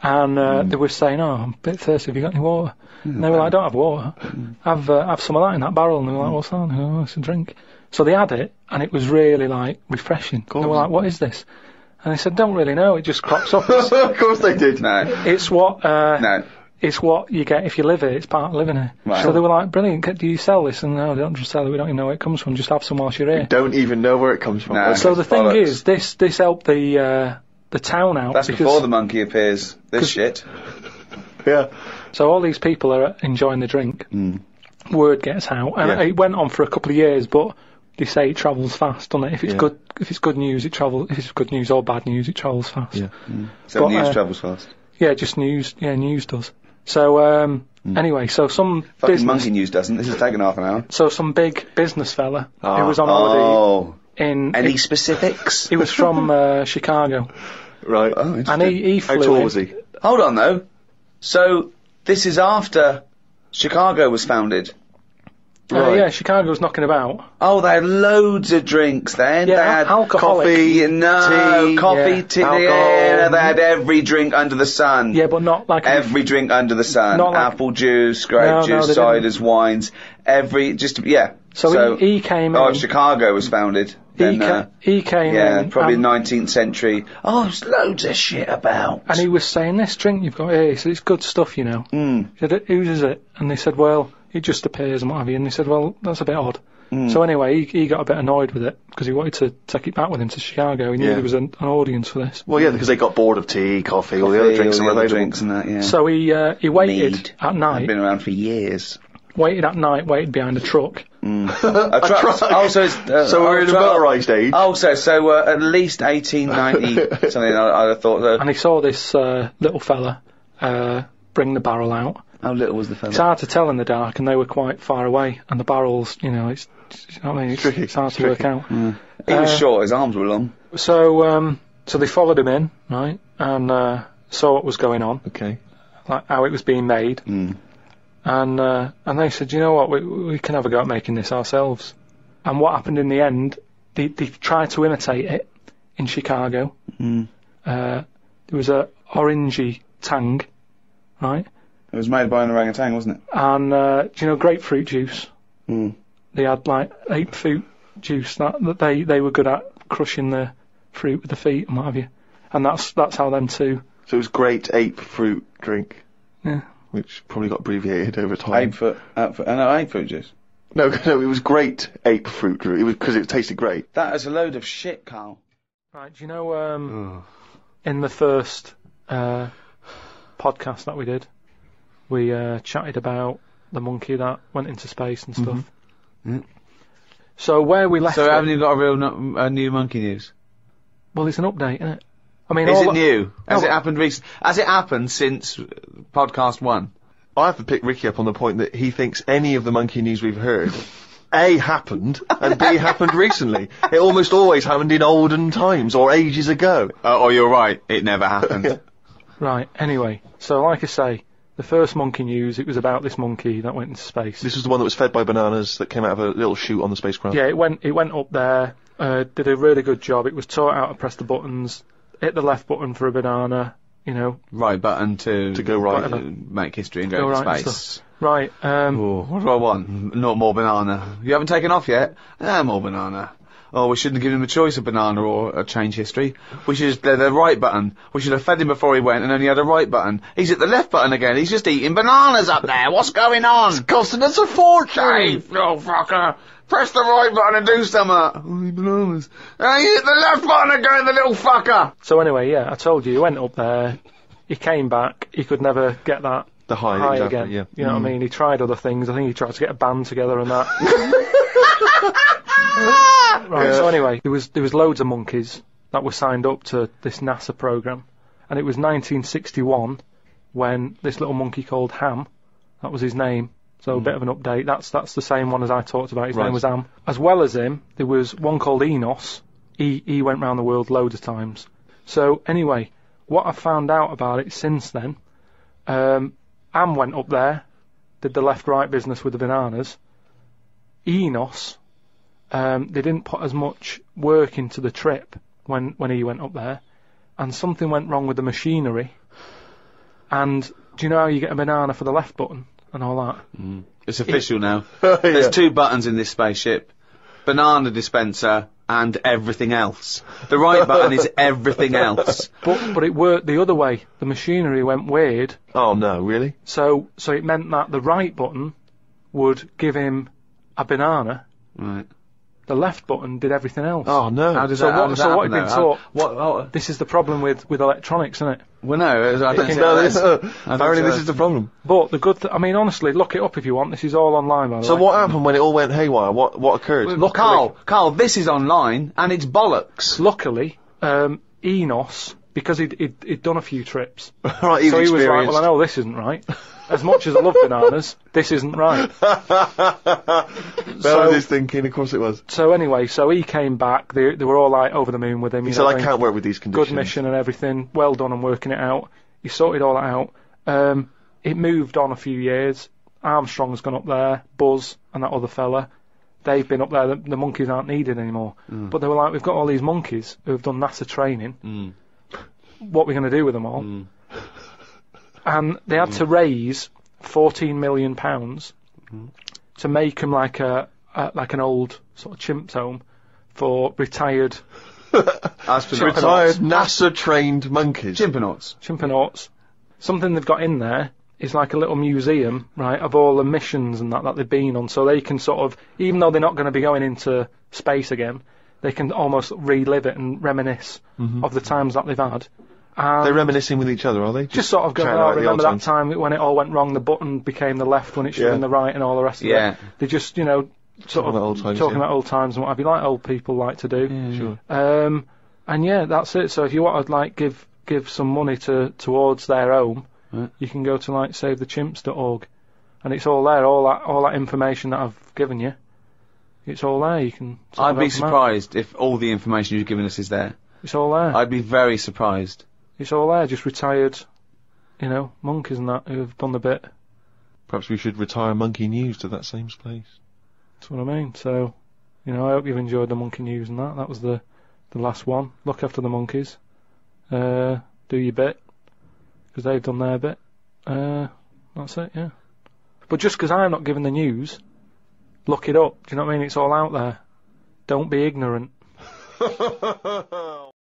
[SPEAKER 13] and uh,
[SPEAKER 2] Mm.
[SPEAKER 13] they were saying, "Oh, I'm a bit thirsty. Have you got any water?" and they were like, "I don't have water.
[SPEAKER 2] Mm.
[SPEAKER 13] Have uh, have some of that in that barrel." And they were like, "What's that?" And they were like, "Oh, it's a drink." So they had it, and it was really like refreshing. They were like, "What is this?" And they said, "Don't really know. It just crops up."
[SPEAKER 2] of course they did.
[SPEAKER 6] No.
[SPEAKER 13] It's what. Uh,
[SPEAKER 6] No.
[SPEAKER 13] It's what you get if you live here. It's part of living here.
[SPEAKER 2] Right.
[SPEAKER 13] So they were like, "Brilliant! c- Do you sell this?" And no, they don't just sell it. We don't even know where it comes from. Just have some whilst you're here.
[SPEAKER 2] Don't even know where it comes from. That's
[SPEAKER 13] so the thing
[SPEAKER 6] bollocks.
[SPEAKER 13] is, this this helped the uh, the town out.
[SPEAKER 6] That's
[SPEAKER 13] because,
[SPEAKER 6] before the monkey appears. This shit.
[SPEAKER 2] yeah.
[SPEAKER 13] So all these people are enjoying the drink. Word gets out, and
[SPEAKER 6] Hmm. Yeah.
[SPEAKER 13] it went on for a couple of years. But they say it travels fast, doesn't it? If it's
[SPEAKER 6] Yeah.
[SPEAKER 13] good, if it's good news, it travels. If it's good news or bad news, it travels fast. Yeah,
[SPEAKER 6] So
[SPEAKER 13] But,
[SPEAKER 6] news
[SPEAKER 13] uh,
[SPEAKER 6] travels fast.
[SPEAKER 13] just news. Yeah, news does. So um, anyway, so some
[SPEAKER 6] Hmm. Fucking
[SPEAKER 13] business,
[SPEAKER 6] monkey news doesn't. This is taking half an hour.
[SPEAKER 13] so some big business fella who was on holiday
[SPEAKER 6] oh.
[SPEAKER 13] in
[SPEAKER 6] Any
[SPEAKER 13] in-
[SPEAKER 6] specifics?
[SPEAKER 13] He was from uh, Chicago,
[SPEAKER 2] Right.
[SPEAKER 6] Oh,
[SPEAKER 13] and
[SPEAKER 6] interesting.
[SPEAKER 13] he he
[SPEAKER 2] How
[SPEAKER 13] flew
[SPEAKER 2] tall
[SPEAKER 13] in-
[SPEAKER 2] was he?
[SPEAKER 6] Hold on though. So this is after Chicago was founded.
[SPEAKER 13] Uh, Yeah, Chicago's knocking about.
[SPEAKER 6] Oh, they had loads of drinks then.
[SPEAKER 13] Yeah,
[SPEAKER 6] they had
[SPEAKER 13] alcoholic.
[SPEAKER 6] coffee, no,
[SPEAKER 13] Tea,
[SPEAKER 6] coffee,
[SPEAKER 13] yeah.
[SPEAKER 6] tea. Yeah,
[SPEAKER 13] Alcohol.
[SPEAKER 6] they had every drink under the sun.
[SPEAKER 13] Yeah, but not like
[SPEAKER 6] Every drink under the sun.
[SPEAKER 13] Not like-
[SPEAKER 6] Apple juice, grape
[SPEAKER 13] No, no,
[SPEAKER 6] juice,
[SPEAKER 13] they didn't.
[SPEAKER 6] ciders, wines. Every just yeah.
[SPEAKER 13] So, he, he came
[SPEAKER 6] oh,
[SPEAKER 13] in.
[SPEAKER 6] if Chicago was founded.
[SPEAKER 13] he,
[SPEAKER 6] Then,
[SPEAKER 13] ca-
[SPEAKER 6] uh,
[SPEAKER 13] he came
[SPEAKER 6] yeah,
[SPEAKER 13] in. um,
[SPEAKER 6] probably
[SPEAKER 13] and,
[SPEAKER 6] 19th century. Oh, there's loads of shit about.
[SPEAKER 13] and he was saying, "This drink you've got here, he said, it's good stuff, you know."
[SPEAKER 6] Hmm.
[SPEAKER 13] Mm. He said, "Whose is it?" And they said, "Well, it just appears and what have you." And they said, "Well, that's a bit odd."
[SPEAKER 6] Hmm.
[SPEAKER 13] So anyway, he, he got a bit annoyed with it because he wanted to take it back with him to Chicago. He knew
[SPEAKER 2] Yeah.
[SPEAKER 13] there was an, an audience for this.
[SPEAKER 2] Well, yeah, because they got bored of tea, coffee, all the
[SPEAKER 6] Coffee,
[SPEAKER 2] other drinks
[SPEAKER 6] all
[SPEAKER 2] that
[SPEAKER 6] the
[SPEAKER 2] were
[SPEAKER 6] other
[SPEAKER 2] available.
[SPEAKER 6] drinks and that, yeah.
[SPEAKER 13] So he uh, he waited at
[SPEAKER 6] I've
[SPEAKER 13] night,
[SPEAKER 6] been around for years.
[SPEAKER 13] waited at night, waited behind a truck.
[SPEAKER 6] A truck. Oh, so, it's, uh,
[SPEAKER 2] So we're
[SPEAKER 6] oh,
[SPEAKER 2] in the
[SPEAKER 6] truck.
[SPEAKER 2] motorised age.
[SPEAKER 6] Oh, so so uh, at least 1890 something. I, I thought. Uh,
[SPEAKER 13] and he saw this uh, little fella uh, bring the barrel out.
[SPEAKER 6] how little was the fella?
[SPEAKER 13] It's hard to tell in the dark, and they were quite far away. And the barrels, you know, it's, you know what I mean, it's, it's hard to work out.
[SPEAKER 6] he was
[SPEAKER 13] uh,
[SPEAKER 6] short. His arms were long.
[SPEAKER 13] So, um, so they followed him in, right, and uh, saw what was going on,
[SPEAKER 2] Okay.
[SPEAKER 13] like how it was being made,
[SPEAKER 6] Mm.
[SPEAKER 13] and uh, and they said, you know what, we we can have a go at making this ourselves. And what happened in the end, they they tried to imitate it in Chicago.
[SPEAKER 6] Mm.
[SPEAKER 13] Uh, there was a orangey tang, right,
[SPEAKER 6] It was made by an orangutan, wasn't it? Mm.
[SPEAKER 13] and uh, do you know grapefruit juice? They had like grapefruit juice that, that they they were good at crushing the fruit with the feet and what have you, and that's that's how them two.
[SPEAKER 2] So it was great ape fruit drink.
[SPEAKER 13] Yeah.
[SPEAKER 2] Which probably got abbreviated over time.
[SPEAKER 6] Ape foot. Ape foot. Uh, no, ape foot juice.
[SPEAKER 2] No, no, it was great ape fruit drink. It was because it tasted great.
[SPEAKER 6] That is a load of shit, Carl.
[SPEAKER 13] Right, do you know um, in the first uh, podcast that we did, we uh, chatted about the monkey that went into space and stuff. So where we left
[SPEAKER 6] Mm-hmm. Mm. So
[SPEAKER 13] it-
[SPEAKER 6] haven't you got a real no- a new monkey news?
[SPEAKER 13] well, it's an update, isn't it? I mean,
[SPEAKER 4] oh,
[SPEAKER 6] Is
[SPEAKER 13] all
[SPEAKER 6] it
[SPEAKER 13] that-
[SPEAKER 6] new? Has
[SPEAKER 13] No,
[SPEAKER 6] it happened recently? Has it happened since uh, podcast one?
[SPEAKER 2] I have to pick Ricky up on the point that he thinks any of the monkey news we've heard A happened and B happened recently. It almost always happened in olden times or ages ago.
[SPEAKER 4] Uh, oh, you're right. It never happened.
[SPEAKER 13] Right, anyway, so like I say, the first monkey news, it was about this monkey that went into space.
[SPEAKER 2] This was the one that was fed by bananas that came out of a little chute on the spacecraft.
[SPEAKER 13] Yeah, it went it went up there, uh, did a really good job. It was taught how to press the buttons, hit the left button for a banana, you know,
[SPEAKER 4] Right button to
[SPEAKER 2] To go right.
[SPEAKER 4] uh, make history and go,
[SPEAKER 13] go
[SPEAKER 4] to
[SPEAKER 13] right and
[SPEAKER 4] space.
[SPEAKER 13] stuff. Right, um,
[SPEAKER 4] Oh, what do I want? Not more banana. You haven't taken off yet? Ah, more banana. Oh, we shouldn't have given him a choice of banana or a change history. We should have fed the right button. We should have fed him before he went and only had a right button. He's at the left button again. He's just eating bananas up there. What's going on? It's costing us a fortune. Oh, fucker. Press the right button and do something. Only bananas. And he hit the left button again, the little fucker.
[SPEAKER 13] so anyway, yeah, I told you, he went up there, he came back, he could never get that
[SPEAKER 2] The high,
[SPEAKER 13] high
[SPEAKER 2] exactly,
[SPEAKER 13] again.
[SPEAKER 2] yeah. Mm.
[SPEAKER 13] You know what I mean? He tried other things. I think he tried to get a band together and that. right. So anyway, there was there was loads of monkeys that were signed up to this NASA program, and it was 1961 when this little monkey called Ham, that was his name. So a bit of an update. That's that's the same one as I talked about. His
[SPEAKER 2] Mm. Right.
[SPEAKER 13] name was Ham. As well as him, there was one called Enos. He he went round the world loads of times. So anyway, what I found out about it since then, um, Am went up there, did the left right business with the bananas. Enos, um, they didn't put as much work into the trip when when he went up there, and something went wrong with the machinery. And do you know how you get a banana for the left button and all that?
[SPEAKER 4] It's official now. There's two buttons in this spaceship. Banana dispenser and everything else. The right button is everything else.
[SPEAKER 13] But but it worked the other way. The machinery went weird,
[SPEAKER 2] Oh no, really?
[SPEAKER 13] so so it meant that the right button would give him a banana.
[SPEAKER 4] Right.
[SPEAKER 13] The left button did everything else.
[SPEAKER 2] Oh no.
[SPEAKER 4] How does
[SPEAKER 13] So
[SPEAKER 4] that, how
[SPEAKER 13] what,
[SPEAKER 4] does
[SPEAKER 13] so
[SPEAKER 4] that
[SPEAKER 13] what had
[SPEAKER 4] happen
[SPEAKER 13] been
[SPEAKER 4] though?
[SPEAKER 13] taught?
[SPEAKER 4] How- What, oh,
[SPEAKER 13] This is the problem with, with electronics, isn't it?
[SPEAKER 4] well, no, I don't think
[SPEAKER 2] No,
[SPEAKER 4] that
[SPEAKER 2] this,
[SPEAKER 4] is.
[SPEAKER 2] uh,
[SPEAKER 4] I
[SPEAKER 2] apparently
[SPEAKER 4] think
[SPEAKER 2] this
[SPEAKER 4] so.
[SPEAKER 2] is the problem.
[SPEAKER 13] But the good, th- I mean, honestly, look it up if you want. This is all online, by the
[SPEAKER 2] So
[SPEAKER 13] way.
[SPEAKER 2] what happened when it all went haywire? What what occurred?
[SPEAKER 4] Look, Carl, Carl, this is online and it's bollocks.
[SPEAKER 13] Luckily, um, Enos, because he'd, he'd, he'd done a few trips,
[SPEAKER 2] right, he's
[SPEAKER 13] so he was like,
[SPEAKER 2] experienced.
[SPEAKER 13] well, I know this isn't right. As much as I love bananas, this isn't right.
[SPEAKER 2] Bell
[SPEAKER 13] So-
[SPEAKER 2] was thinking, of course it was.
[SPEAKER 13] So anyway, so he came back. They, they were all like over the moon with him.
[SPEAKER 2] He
[SPEAKER 13] you
[SPEAKER 2] said,
[SPEAKER 13] know,
[SPEAKER 2] I
[SPEAKER 13] going,
[SPEAKER 2] can't work with these
[SPEAKER 13] Good
[SPEAKER 2] conditions.
[SPEAKER 13] mission and everything. Well done on working it out. He sorted all that out. Um, it moved on a few years. Armstrong's gone up there. Buzz and that other fella. They've been up there. The, the monkeys aren't needed anymore. But they were like, we've got all these monkeys who have done NASA training. What are we going to do with them all? And they had to raise 14 million pounds to make them like a, a like an old sort of chimps home for retired
[SPEAKER 4] Astronauts.
[SPEAKER 2] Retired NASA trained monkeys.
[SPEAKER 4] Chimpanauts.
[SPEAKER 13] chimpanauts. Something they've got in there is like a little museum, right, of all the missions and that that they've been on, so they can sort of, even though they're not going to be going into space again, they can almost relive it and reminisce
[SPEAKER 2] Mm-hmm.
[SPEAKER 13] of the times that they've had. And
[SPEAKER 2] They're reminiscing with each other, are they?
[SPEAKER 13] just sort of going,
[SPEAKER 2] chatting
[SPEAKER 13] oh,
[SPEAKER 2] about the old
[SPEAKER 13] remember that
[SPEAKER 2] times."
[SPEAKER 13] time when it all went wrong? The button became the left when it should
[SPEAKER 2] Yeah.
[SPEAKER 13] have been the right, and all the rest of
[SPEAKER 4] Yeah.
[SPEAKER 13] it. They just, you know, sort
[SPEAKER 2] Talking
[SPEAKER 13] of
[SPEAKER 2] about old times,
[SPEAKER 13] talking
[SPEAKER 2] yeah.
[SPEAKER 13] about old times and what have you, like old people like to do.
[SPEAKER 2] Sure.
[SPEAKER 13] Um, and yeah, that's it. So if you want to like give give some money to towards their home, you can go to like savethechimps.org, and it's all there. All that all that information that I've given you, it's all there. You can. sort
[SPEAKER 4] I'd
[SPEAKER 13] of
[SPEAKER 4] be
[SPEAKER 13] help them out.
[SPEAKER 4] surprised if all the information you've given us is there.
[SPEAKER 13] It's all there.
[SPEAKER 4] I'd be very surprised.
[SPEAKER 13] It's all there. Just retired, you know, monkeys and that who've done the bit.
[SPEAKER 2] Perhaps we should retire Monkey News to that same place.
[SPEAKER 13] That's what I mean. So, you know, I hope you've enjoyed the monkey news and that. That was the the last one. Look after the monkeys. Uh, do your bit because they've done their bit. Uh, that's it. Yeah. But just because I'm not giving the news, look it up. Do you know what I mean? It's all out there. Don't be ignorant.